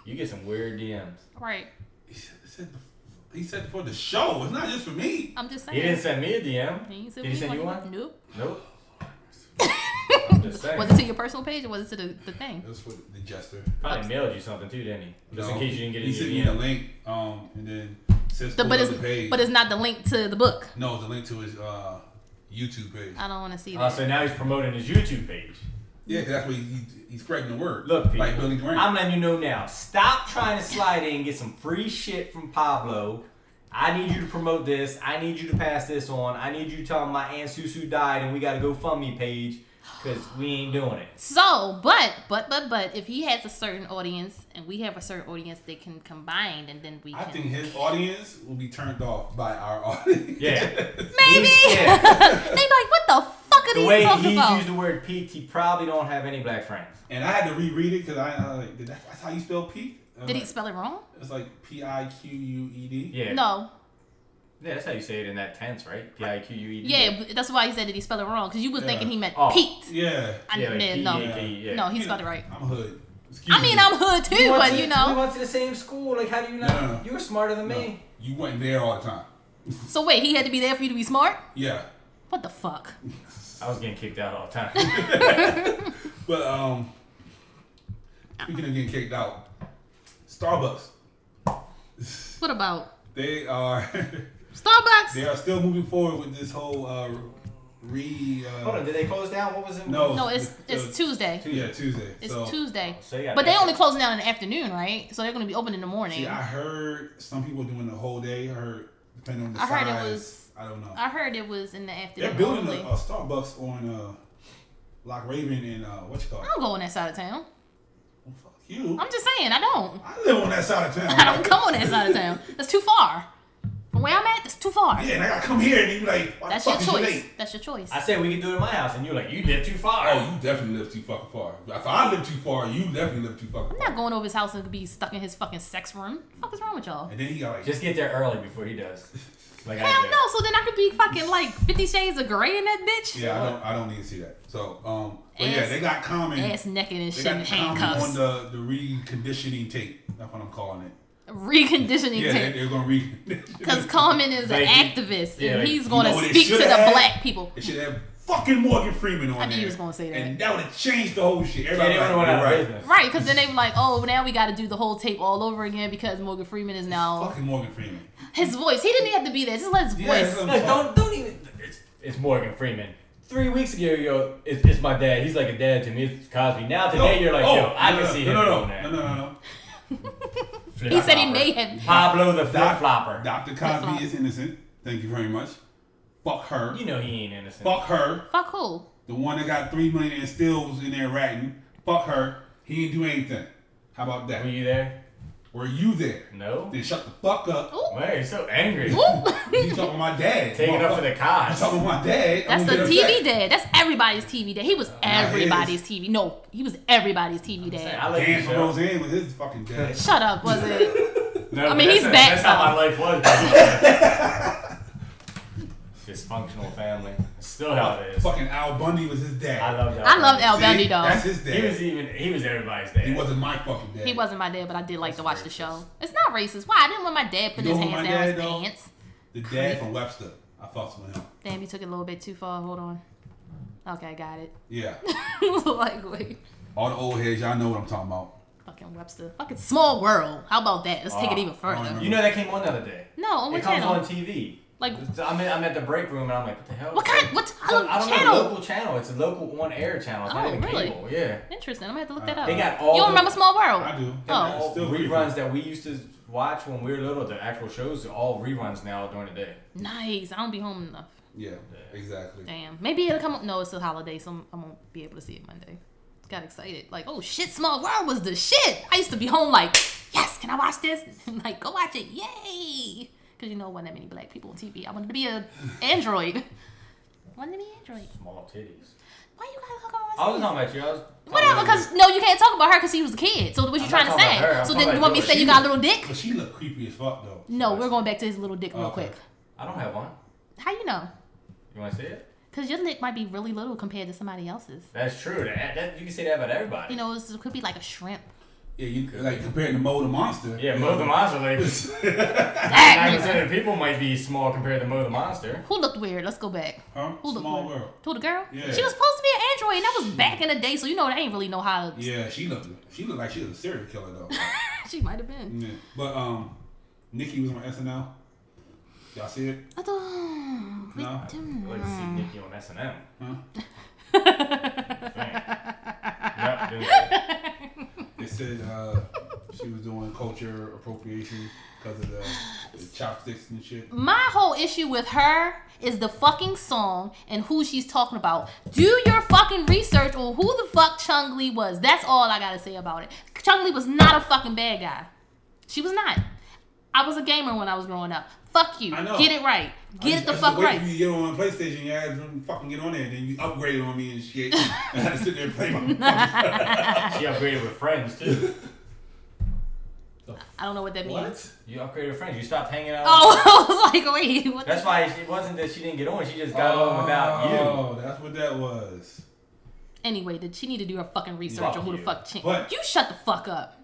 [SPEAKER 4] You get some weird DMs.
[SPEAKER 3] right.
[SPEAKER 2] He said, he said the- he said for the show. It's not just for me.
[SPEAKER 3] I'm just saying.
[SPEAKER 4] He didn't send me a DM.
[SPEAKER 3] He didn't
[SPEAKER 4] Did he send you one?
[SPEAKER 3] Nope.
[SPEAKER 4] Nope.
[SPEAKER 3] [LAUGHS]
[SPEAKER 4] I'm just saying.
[SPEAKER 3] Was it to your personal page or was it to the, the thing?
[SPEAKER 2] It was for the jester.
[SPEAKER 4] Probably mailed you something too, didn't he? Just
[SPEAKER 2] No,
[SPEAKER 4] in case you didn't get
[SPEAKER 2] He
[SPEAKER 4] it
[SPEAKER 2] sent
[SPEAKER 4] in
[SPEAKER 2] me
[SPEAKER 4] your
[SPEAKER 2] the
[SPEAKER 4] DM.
[SPEAKER 2] link, um, and then says
[SPEAKER 3] The,
[SPEAKER 2] pull
[SPEAKER 3] but
[SPEAKER 2] up
[SPEAKER 3] it's
[SPEAKER 2] the page.
[SPEAKER 3] but it's not the link to the book.
[SPEAKER 2] no, the link to his uh, YouTube page.
[SPEAKER 3] I don't want to see
[SPEAKER 4] Uh,
[SPEAKER 3] that.
[SPEAKER 4] so now he's promoting his YouTube page.
[SPEAKER 2] Yeah, 'cause that's what he, he, he's spreading the word.
[SPEAKER 4] Look, people,
[SPEAKER 2] like Billy Graham.
[SPEAKER 4] I'm letting you know now. Stop trying to slide in and get some free shit from Pablo. I need you to promote this. I need you to pass this on. I need you to tell him my aunt Susu died and we got a GoFundMe page because we ain't doing it.
[SPEAKER 3] So, but but but but if he has a certain audience and we have a certain audience, they can combine and then we
[SPEAKER 2] I
[SPEAKER 3] can.
[SPEAKER 2] think his audience will be turned off by our [LAUGHS] audience.
[SPEAKER 4] Yeah.
[SPEAKER 3] [LAUGHS] Maybe.
[SPEAKER 4] He's-
[SPEAKER 3] they
[SPEAKER 4] yeah.
[SPEAKER 3] [LAUGHS] like, what the fuck are
[SPEAKER 4] The
[SPEAKER 3] these
[SPEAKER 4] way
[SPEAKER 3] talking
[SPEAKER 4] he's
[SPEAKER 3] about?
[SPEAKER 4] used the word Pete, he probably don't have any black friends.
[SPEAKER 2] and I had to reread it because I, I like, "Did that, that's how you spell Pete. And
[SPEAKER 3] Did
[SPEAKER 2] I'm
[SPEAKER 3] he
[SPEAKER 2] like,
[SPEAKER 3] spell it wrong?
[SPEAKER 2] It's like P I Q U E D.
[SPEAKER 4] Yeah.
[SPEAKER 3] No.
[SPEAKER 4] Yeah, that's how you say it in that tense, right? P I Q U E D.
[SPEAKER 3] Yeah, but that's why he said that he spelled it wrong because you was
[SPEAKER 2] Yeah.
[SPEAKER 3] thinking he meant
[SPEAKER 4] Oh.
[SPEAKER 3] Pete.
[SPEAKER 2] Yeah.
[SPEAKER 3] I,
[SPEAKER 4] Yeah, like
[SPEAKER 3] man, no,
[SPEAKER 4] P-E-A-T, E yeah.
[SPEAKER 3] no, he spelled it right.
[SPEAKER 2] I'm hood. Excuse
[SPEAKER 3] I mean,
[SPEAKER 2] me.
[SPEAKER 3] I'm hood too,
[SPEAKER 4] We
[SPEAKER 3] [LAUGHS]
[SPEAKER 4] went
[SPEAKER 3] but
[SPEAKER 4] to-
[SPEAKER 3] you know.
[SPEAKER 4] We went to the same school. Like, how do you not?
[SPEAKER 2] No, no, no.
[SPEAKER 4] You were smarter than me.
[SPEAKER 2] You went there all the time.
[SPEAKER 3] So wait, he had to be there for you to be smart?
[SPEAKER 2] Yeah.
[SPEAKER 3] What the fuck?
[SPEAKER 4] I was getting kicked out all
[SPEAKER 3] [LAUGHS]
[SPEAKER 4] the time.
[SPEAKER 2] But um, speaking of getting kicked out, Starbucks.
[SPEAKER 3] What about
[SPEAKER 2] They are [LAUGHS]
[SPEAKER 3] Starbucks?
[SPEAKER 2] they are still moving forward with this whole uh, re. Uh,
[SPEAKER 4] Hold on, did they close down? What was it?
[SPEAKER 2] No.
[SPEAKER 3] No, it's it's Tuesday.
[SPEAKER 2] Yeah, Tuesday.
[SPEAKER 3] It's
[SPEAKER 2] so,
[SPEAKER 3] Tuesday.
[SPEAKER 4] So you got
[SPEAKER 3] But they
[SPEAKER 4] that.
[SPEAKER 3] only closing down in the afternoon, right? So they're gonna be open in the morning.
[SPEAKER 2] See, I heard some people doing the whole day. I heard depending on the
[SPEAKER 3] I
[SPEAKER 2] size.
[SPEAKER 3] heard it was-
[SPEAKER 2] I don't know.
[SPEAKER 3] I heard it was in the afternoon.
[SPEAKER 2] They're building a,
[SPEAKER 3] only.
[SPEAKER 2] a Starbucks on uh, Lock Raven and uh, what you call it?
[SPEAKER 3] I don't go on that side of town.
[SPEAKER 2] Oh, fuck you.
[SPEAKER 3] I'm just saying, I don't. [LAUGHS]
[SPEAKER 2] I live on that side of town.
[SPEAKER 3] I don't come on that side of town. That's too far. From where I'm at, it's too far.
[SPEAKER 2] Yeah, and I gotta come here and you be like, why
[SPEAKER 3] That's
[SPEAKER 2] the
[SPEAKER 3] your
[SPEAKER 2] fuck is you
[SPEAKER 3] choice.
[SPEAKER 2] late?
[SPEAKER 3] That's your choice.
[SPEAKER 4] I said we could do it at my house, and you're like, you live too far.
[SPEAKER 2] Oh, you definitely live too fucking far. If I live too far, you definitely live too fucking
[SPEAKER 3] I'm
[SPEAKER 2] far.
[SPEAKER 3] not going over his house and be stuck in his fucking sex room. What the fuck is wrong with y'all?
[SPEAKER 2] And then he got like,
[SPEAKER 4] Just get there early before
[SPEAKER 2] [LAUGHS]
[SPEAKER 4] he does. Like I
[SPEAKER 3] Hell
[SPEAKER 4] did.
[SPEAKER 3] no. So then I could be fucking like Fifty Shades of Grey in that bitch.
[SPEAKER 2] yeah, I don't, I don't need to see that. So, um, but yeah,
[SPEAKER 3] Ass-
[SPEAKER 2] they got common.
[SPEAKER 3] Ass naked and
[SPEAKER 2] They
[SPEAKER 3] shit in
[SPEAKER 2] got common uh, on
[SPEAKER 3] handcuffs.
[SPEAKER 2] the the reconditioning tape. That's what I'm calling it.
[SPEAKER 3] Reconditioning
[SPEAKER 2] Yeah, they,
[SPEAKER 3] tape.
[SPEAKER 2] they're gonna recondition.
[SPEAKER 3] Because Coleman is an
[SPEAKER 4] They-
[SPEAKER 3] activist
[SPEAKER 4] yeah.
[SPEAKER 3] and he's
[SPEAKER 4] You
[SPEAKER 3] going
[SPEAKER 2] know what
[SPEAKER 3] to
[SPEAKER 2] it
[SPEAKER 3] speak to the
[SPEAKER 2] should have?
[SPEAKER 3] black people.
[SPEAKER 2] It should have fucking Morgan Freeman on
[SPEAKER 3] I knew
[SPEAKER 2] there.
[SPEAKER 3] you was gonna say that.
[SPEAKER 2] And that would have changed the whole shit.
[SPEAKER 4] Yeah,
[SPEAKER 2] Everybody
[SPEAKER 4] they would have
[SPEAKER 2] like,
[SPEAKER 4] went out
[SPEAKER 2] right.
[SPEAKER 4] of business.
[SPEAKER 3] Right, because then they were like, oh, now we got to do the whole tape all over again because Morgan Freeman is now
[SPEAKER 2] Fucking Morgan Freeman.
[SPEAKER 3] his voice. He didn't have to be there. Just let his
[SPEAKER 2] Yeah, that's
[SPEAKER 3] voice.
[SPEAKER 2] what I'm
[SPEAKER 4] Look,
[SPEAKER 2] talking-
[SPEAKER 4] don't don't even. It's, it's Morgan Freeman. Three weeks ago, yo, it's, it's my dad. He's like a dad to me. It's Cosby. Now today, you're like,
[SPEAKER 2] oh,
[SPEAKER 4] yo, I
[SPEAKER 2] no,
[SPEAKER 4] can
[SPEAKER 2] no,
[SPEAKER 4] see
[SPEAKER 2] no,
[SPEAKER 4] him
[SPEAKER 2] No, no,
[SPEAKER 4] doing that.
[SPEAKER 2] no, no, no, no.
[SPEAKER 4] Flip
[SPEAKER 3] He said he
[SPEAKER 4] flopper.
[SPEAKER 3] may have.
[SPEAKER 4] Pablo the flip
[SPEAKER 2] Doc-
[SPEAKER 4] flopper.
[SPEAKER 2] Dr.
[SPEAKER 3] Flip-flop.
[SPEAKER 2] Cosby is innocent. Thank you very much. Fuck her.
[SPEAKER 4] You know he ain't innocent.
[SPEAKER 2] Fuck her.
[SPEAKER 3] Fuck who?
[SPEAKER 2] The one that got three million and still was in there ratting. Fuck her. He didn't do anything. How about that?
[SPEAKER 4] Were you there?
[SPEAKER 2] Were you there?
[SPEAKER 4] No.
[SPEAKER 2] Then shut the fuck up.
[SPEAKER 3] Ooh.
[SPEAKER 4] Why are you so
[SPEAKER 2] [LAUGHS]
[SPEAKER 4] angry?
[SPEAKER 3] Ooh.
[SPEAKER 2] You talking my dad?
[SPEAKER 4] Taking up for
[SPEAKER 2] Motherfucker.
[SPEAKER 4] the
[SPEAKER 2] You
[SPEAKER 4] cause.
[SPEAKER 2] talking my dad?
[SPEAKER 3] [LAUGHS] That's
[SPEAKER 2] I'm
[SPEAKER 3] the
[SPEAKER 2] gonna get
[SPEAKER 3] TV
[SPEAKER 2] upset.
[SPEAKER 3] dad. That's everybody's TV dad. He was everybody's
[SPEAKER 2] his.
[SPEAKER 3] TV. No, he was everybody's TV
[SPEAKER 4] Say,
[SPEAKER 3] dad.
[SPEAKER 4] I love you,
[SPEAKER 2] Dan from
[SPEAKER 4] Joe.
[SPEAKER 2] Roseanne with his fucking dad.
[SPEAKER 3] Shut up, was
[SPEAKER 2] [LAUGHS]
[SPEAKER 3] it?
[SPEAKER 4] No,
[SPEAKER 3] I mean,
[SPEAKER 4] but
[SPEAKER 3] he's back,
[SPEAKER 4] that's- That's how my
[SPEAKER 3] though.
[SPEAKER 4] life was. Dysfunctional family. It's still how it is.
[SPEAKER 2] Fucking Al Bundy was his dad.
[SPEAKER 4] I love that.
[SPEAKER 3] I loved Al
[SPEAKER 2] See?
[SPEAKER 3] Bundy though.
[SPEAKER 2] That's his
[SPEAKER 4] He was
[SPEAKER 2] dad.
[SPEAKER 4] even. He was everybody's dad.
[SPEAKER 2] He wasn't my fucking dad.
[SPEAKER 3] He wasn't my dad, but I did like to watch the show. It's not racist. Why? I didn't want my dad putting
[SPEAKER 2] You
[SPEAKER 3] his
[SPEAKER 2] know who
[SPEAKER 3] hands
[SPEAKER 2] my
[SPEAKER 3] down his
[SPEAKER 2] dad, though?
[SPEAKER 3] pants.
[SPEAKER 2] The dad from Webster. I fucked with him.
[SPEAKER 3] Damn, you took it a little bit too far. Hold on. Okay, I got it. [LAUGHS]
[SPEAKER 2] Yeah.
[SPEAKER 3] like, wait.
[SPEAKER 2] All the old heads, y'all know what I'm talking about.
[SPEAKER 3] Fucking Webster. Fucking small world. How about that? Let's take it
[SPEAKER 4] Oh,
[SPEAKER 3] even further.
[SPEAKER 2] oh,
[SPEAKER 4] You know that came on the other day.
[SPEAKER 3] No, on what
[SPEAKER 4] it comes
[SPEAKER 3] channel?
[SPEAKER 4] on TV.
[SPEAKER 3] Like,
[SPEAKER 4] I'm, in, I'm at the break room and I'm like, what the hell?
[SPEAKER 3] what kind? What t- I
[SPEAKER 4] I
[SPEAKER 3] love
[SPEAKER 4] don't, I don't
[SPEAKER 3] channel?
[SPEAKER 4] know. Local channel. It's a local on-air channel. It's
[SPEAKER 3] Oh,
[SPEAKER 4] not even
[SPEAKER 3] really?
[SPEAKER 4] cable. Yeah.
[SPEAKER 3] Interesting. I'm gonna have to look that up.
[SPEAKER 4] They got all
[SPEAKER 3] You don't
[SPEAKER 4] the-
[SPEAKER 3] remember Small World?
[SPEAKER 2] I do.
[SPEAKER 3] Oh.
[SPEAKER 2] It's
[SPEAKER 4] All
[SPEAKER 2] still
[SPEAKER 4] reruns that we used to watch when we were little. The actual shows are all reruns now during the day.
[SPEAKER 3] Nice. I don't be home enough.
[SPEAKER 2] Yeah, exactly.
[SPEAKER 3] Damn. Maybe it'll come up. No, it's a holiday, so I'm- I won't be able to see it Monday. Got excited. Like, oh shit, Small World was the shit. I used to be home like, yes, can I watch this? [LAUGHS] like, go watch it. Yay. Because you know, it wasn't that many black people on TV. I wanted to be a android. [LAUGHS] wanted to be android.
[SPEAKER 4] Small titties.
[SPEAKER 3] Why you gotta hook on
[SPEAKER 4] I was talking about you. I was talking
[SPEAKER 3] Whatever,
[SPEAKER 4] about you.
[SPEAKER 3] because no, you can't talk about her because she was a kid. So what you
[SPEAKER 4] Oh, I'm
[SPEAKER 3] trying
[SPEAKER 4] not
[SPEAKER 3] to
[SPEAKER 4] talking about her,
[SPEAKER 3] say?
[SPEAKER 4] I'm
[SPEAKER 3] So
[SPEAKER 4] talking
[SPEAKER 3] then you
[SPEAKER 4] about
[SPEAKER 3] want me to
[SPEAKER 4] George.
[SPEAKER 3] say you got a little dick?
[SPEAKER 2] But she looked creepy as fuck though.
[SPEAKER 3] No, we're going back to his little dick real
[SPEAKER 2] Okay.
[SPEAKER 3] quick.
[SPEAKER 4] I don't have one.
[SPEAKER 3] How you know?
[SPEAKER 4] You want to see it?
[SPEAKER 3] Because your dick might be really little compared to somebody else's.
[SPEAKER 4] That's true. That, that, you can say that about everybody.
[SPEAKER 3] You know, it's- it could be like a
[SPEAKER 4] [LAUGHS]
[SPEAKER 3] shrimp.
[SPEAKER 2] Yeah, you like comparing to Mo the Monster.
[SPEAKER 4] yeah, Mo the Monster. Like,
[SPEAKER 3] That
[SPEAKER 4] 90% of the people might be small compared to Mo the Monster.
[SPEAKER 3] Who looked weird? Let's go back.
[SPEAKER 2] Huh?
[SPEAKER 3] Who looked
[SPEAKER 2] Small
[SPEAKER 3] weird?
[SPEAKER 2] world.
[SPEAKER 3] Who the girl?
[SPEAKER 2] Yeah.
[SPEAKER 3] She was supposed to be an android, and that was back in the day, so you know they ain't really know how. To,
[SPEAKER 2] Yeah, she looked. She looked like she was a serial killer though.
[SPEAKER 3] [LAUGHS] She might have been.
[SPEAKER 2] yeah. But um, Nikki was on SNL. Y'all see
[SPEAKER 4] Mm.
[SPEAKER 2] it?
[SPEAKER 3] [SIGHS] I don't.
[SPEAKER 2] No.
[SPEAKER 4] I'd like to see Nikki on SNM.
[SPEAKER 2] Huh?
[SPEAKER 4] Nope, didn't say it.
[SPEAKER 2] They said uh, she was doing culture appropriation because of the, the chopsticks and shit.
[SPEAKER 3] My whole issue with her is the fucking song and who she's talking about. Do your fucking research on who the fuck Chung Lee was. That's all I gotta say about it. Chung Lee was not a fucking bad guy. She was not. I was a gamer when I was growing up. Fuck you.
[SPEAKER 2] I know.
[SPEAKER 3] Get it right. Get it the
[SPEAKER 2] I just
[SPEAKER 3] fuck
[SPEAKER 2] wait
[SPEAKER 3] right.
[SPEAKER 2] for You to get on PlayStation, your ass wouldn't fucking get on there, then you upgrade on me and shit. and I sit there and play
[SPEAKER 3] [LAUGHS]
[SPEAKER 2] my.
[SPEAKER 4] She upgraded with friends too.
[SPEAKER 3] I don't know what that means.
[SPEAKER 4] You upgraded with friends. You stopped hanging out.
[SPEAKER 3] Oh, [LAUGHS] I was like, wait, what?
[SPEAKER 4] That's why it wasn't that she didn't get on. She just got on without you.
[SPEAKER 2] Oh, that's what that was.
[SPEAKER 3] anyway, did she need to do her fucking research
[SPEAKER 4] Fuck
[SPEAKER 3] on who the
[SPEAKER 4] you.
[SPEAKER 3] fuck? Chin-
[SPEAKER 2] What?
[SPEAKER 3] You shut the fuck up.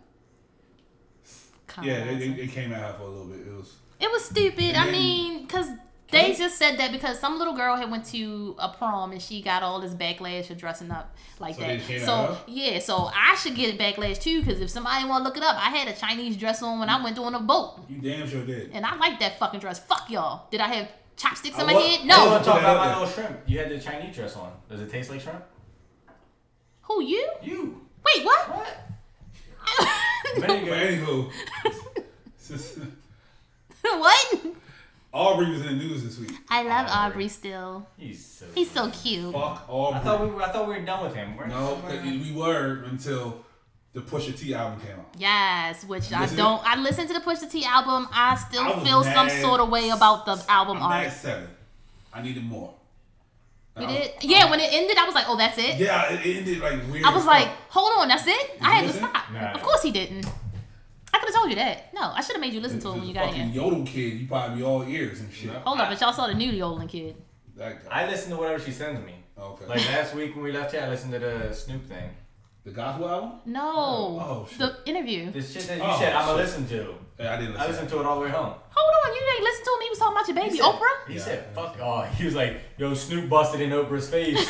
[SPEAKER 3] Oh,
[SPEAKER 2] Yeah, they, they,
[SPEAKER 3] Colonizer.
[SPEAKER 2] they came at her for a little bit. It was.
[SPEAKER 3] It was stupid. I
[SPEAKER 2] then-
[SPEAKER 3] mean, because they just said that because some little girl had went to a prom and she got all this backlash for dressing up like
[SPEAKER 2] So they
[SPEAKER 3] that.
[SPEAKER 2] hated
[SPEAKER 3] So
[SPEAKER 2] her?
[SPEAKER 3] yeah, so I should get backlash too because if somebody want to look it up, I had a Chinese dress on when I went on a boat,
[SPEAKER 2] You damn sure did.
[SPEAKER 3] and I like that fucking dress. Fuck y'all. Did I have chopsticks in
[SPEAKER 2] I
[SPEAKER 3] my
[SPEAKER 2] wa-
[SPEAKER 3] head?
[SPEAKER 4] I
[SPEAKER 2] I
[SPEAKER 3] No.
[SPEAKER 4] want
[SPEAKER 2] wa-
[SPEAKER 4] to talk about my little shrimp. You had the Chinese dress on. Does it taste like shrimp?
[SPEAKER 3] Who you?
[SPEAKER 4] You.
[SPEAKER 3] Wait, what? [LAUGHS]
[SPEAKER 4] What? A minute
[SPEAKER 2] [LAUGHS] But
[SPEAKER 4] ago-
[SPEAKER 2] anywho, since
[SPEAKER 3] what?
[SPEAKER 2] Aubrey was in the news this week.
[SPEAKER 3] I love
[SPEAKER 4] Aubrey.
[SPEAKER 3] Aubrey still.
[SPEAKER 4] He's so.
[SPEAKER 3] He's so cute.
[SPEAKER 2] Fuck
[SPEAKER 4] I thought
[SPEAKER 2] Aubrey.
[SPEAKER 4] we were. I thought we were done with him. We're-
[SPEAKER 2] No, 'cause we were until the Pusha T album came out.
[SPEAKER 3] Yes, which I
[SPEAKER 2] Listen-
[SPEAKER 3] don't. I listened to the Pusha T album. I still
[SPEAKER 2] I was
[SPEAKER 3] feel some
[SPEAKER 2] mad.
[SPEAKER 3] sort of way about the album
[SPEAKER 2] I'm
[SPEAKER 3] art.
[SPEAKER 2] at seven. I needed more. I
[SPEAKER 3] You
[SPEAKER 2] was-
[SPEAKER 3] did? Yeah, when it ended, I was like, oh, that's it.
[SPEAKER 2] Yeah, it ended like weird.
[SPEAKER 3] I was
[SPEAKER 2] as
[SPEAKER 3] like,
[SPEAKER 2] fuck.
[SPEAKER 3] hold on, that's it? I had to
[SPEAKER 2] listen?
[SPEAKER 3] stop.
[SPEAKER 4] Nah.
[SPEAKER 3] Of course he didn't. I could have told you that. No, I should have made you listen
[SPEAKER 2] If
[SPEAKER 3] to it
[SPEAKER 2] it's
[SPEAKER 3] when
[SPEAKER 2] a
[SPEAKER 3] you got
[SPEAKER 2] fucking
[SPEAKER 3] here.
[SPEAKER 2] yodel kid, you probably be all ears and shit.
[SPEAKER 4] No.
[SPEAKER 3] Hold up, but y'all saw the new Yolan kid.
[SPEAKER 2] That guy.
[SPEAKER 4] I listen to whatever she sends me.
[SPEAKER 2] okay.
[SPEAKER 4] Like last week when we left here, I listened to the Snoop thing.
[SPEAKER 2] the gospel album?
[SPEAKER 3] No,
[SPEAKER 2] oh, shit.
[SPEAKER 3] the interview.
[SPEAKER 4] This shit that you
[SPEAKER 2] Oh,
[SPEAKER 4] said I'ma
[SPEAKER 2] shit.
[SPEAKER 4] listen to.
[SPEAKER 2] Yeah, I didn't
[SPEAKER 4] I
[SPEAKER 2] listen.
[SPEAKER 4] listened to it all the way home.
[SPEAKER 3] Hold on, you ain't listen to him. He was talking about your baby,
[SPEAKER 4] He said-
[SPEAKER 3] Oprah.
[SPEAKER 4] He
[SPEAKER 2] Yeah.
[SPEAKER 4] said, fuck oh [LAUGHS] he was like, yo, Snoop busted in Oprah's face.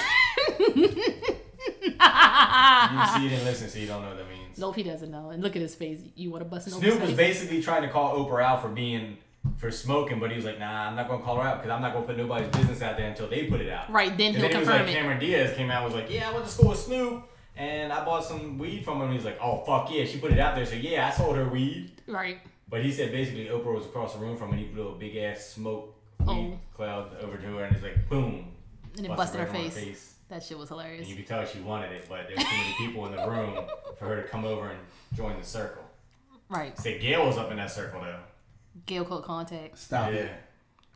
[SPEAKER 4] you see you didn't listen, so you don't know what that means.
[SPEAKER 3] Nope, he doesn't know. And look at his face. You want to bust an open
[SPEAKER 4] Snoop was
[SPEAKER 3] face?
[SPEAKER 4] basically trying to call Oprah out for being for smoking, but he was like, "Nah, I'm not gonna call her out because I'm not gonna put nobody's business out there until they put it out."
[SPEAKER 3] Right, then
[SPEAKER 4] And
[SPEAKER 3] he'll
[SPEAKER 4] then it was
[SPEAKER 3] confirm
[SPEAKER 4] like
[SPEAKER 3] it.
[SPEAKER 4] Cameron Diaz came out and was like, "Yeah, I went to school with Snoop, and I bought some weed from him." And he's like, "Oh fuck yeah, she put it out there, so yeah, I sold her weed."
[SPEAKER 3] right.
[SPEAKER 4] But he said basically Oprah was across the room from him, and he blew a big ass smoke
[SPEAKER 3] Oh.
[SPEAKER 4] weed cloud over to her, and it's like boom,
[SPEAKER 3] And it busted, her
[SPEAKER 4] right in
[SPEAKER 3] face. That shit was hilarious.
[SPEAKER 4] And you could tell she wanted it, but there were too many people in the room for her to come over and join the circle.
[SPEAKER 3] Right.
[SPEAKER 4] Say Gail was up in that circle though.
[SPEAKER 3] Gail Cook contacts.
[SPEAKER 2] Stop
[SPEAKER 4] Yeah.
[SPEAKER 2] it.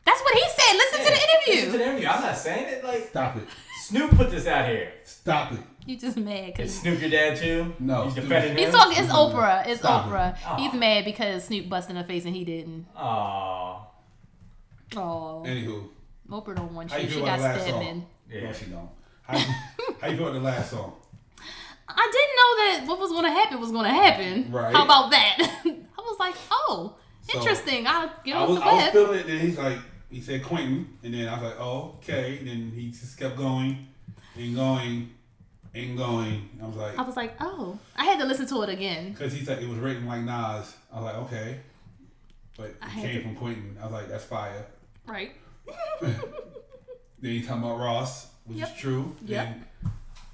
[SPEAKER 3] That's what he said. Listen to the
[SPEAKER 4] Listen to
[SPEAKER 3] interview.
[SPEAKER 4] the interview. I'm not saying it like
[SPEAKER 2] Stop it.
[SPEAKER 4] Snoop put this out here.
[SPEAKER 2] Stop it.
[SPEAKER 3] You just mad
[SPEAKER 4] Is
[SPEAKER 3] because
[SPEAKER 4] Snoop your dad too?
[SPEAKER 2] No,
[SPEAKER 4] He's
[SPEAKER 2] Snoop-
[SPEAKER 4] defending
[SPEAKER 3] he's
[SPEAKER 4] him.
[SPEAKER 3] talking. It's Oprah. It's
[SPEAKER 2] Stop it. Oh.
[SPEAKER 3] Oprah.
[SPEAKER 4] Aw.
[SPEAKER 3] He's mad because Snoop busted her face and he didn't.
[SPEAKER 4] Aw.
[SPEAKER 3] Oh,
[SPEAKER 2] Anywho,
[SPEAKER 3] Oprah don't want
[SPEAKER 2] how you
[SPEAKER 3] shit.
[SPEAKER 2] feel
[SPEAKER 3] She
[SPEAKER 2] about
[SPEAKER 3] got
[SPEAKER 2] the last
[SPEAKER 3] stabbed
[SPEAKER 2] song?
[SPEAKER 3] in.
[SPEAKER 4] Yeah.
[SPEAKER 2] No, she don't. How you, [LAUGHS] how you feel about the last song?
[SPEAKER 3] I didn't know that what was going to happen was going to happen.
[SPEAKER 2] Right.
[SPEAKER 3] How about that? [LAUGHS] I was like, oh,
[SPEAKER 2] So,
[SPEAKER 3] interesting. I'll get
[SPEAKER 2] I
[SPEAKER 3] off
[SPEAKER 2] was,
[SPEAKER 3] the
[SPEAKER 2] I was
[SPEAKER 3] web.
[SPEAKER 2] feeling it, then he's like, he said Quentin, and then I was like, oh, okay. And then he just kept going and going and going. I was
[SPEAKER 3] I
[SPEAKER 2] like,
[SPEAKER 3] was like, oh, I had to listen to it again.
[SPEAKER 2] because he said it was written like Nas. I was like, okay. But it
[SPEAKER 3] had
[SPEAKER 2] came
[SPEAKER 3] to-
[SPEAKER 2] from Quentin. I was like, that's fire.
[SPEAKER 3] Right.
[SPEAKER 2] Then he talking about Ross, which
[SPEAKER 3] Yep.
[SPEAKER 2] is true.
[SPEAKER 3] Yep.
[SPEAKER 2] Then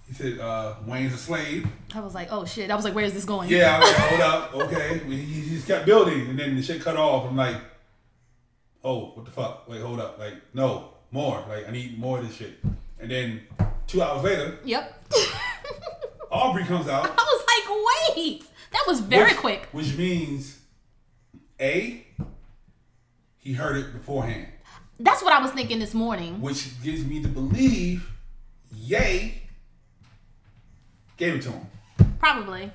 [SPEAKER 2] he said uh, Wayne's a slave.
[SPEAKER 3] I was like, oh shit. I was like, where is this going?
[SPEAKER 2] Yeah, I'm like, hold up, okay. We- He he just kept building, and then the shit cut off. I'm like, oh, what the fuck? Wait, hold up. Like, no, more. Like, I need more of this shit. And then two hours later,
[SPEAKER 3] Yep. [LAUGHS]
[SPEAKER 2] Aubrey comes out,
[SPEAKER 3] I was like, wait. That was very
[SPEAKER 2] which-
[SPEAKER 3] quick.
[SPEAKER 2] which means a he heard it beforehand,
[SPEAKER 3] That's what I was thinking this morning.
[SPEAKER 2] which gives me to believe, yay, gave it to him.
[SPEAKER 3] Probably.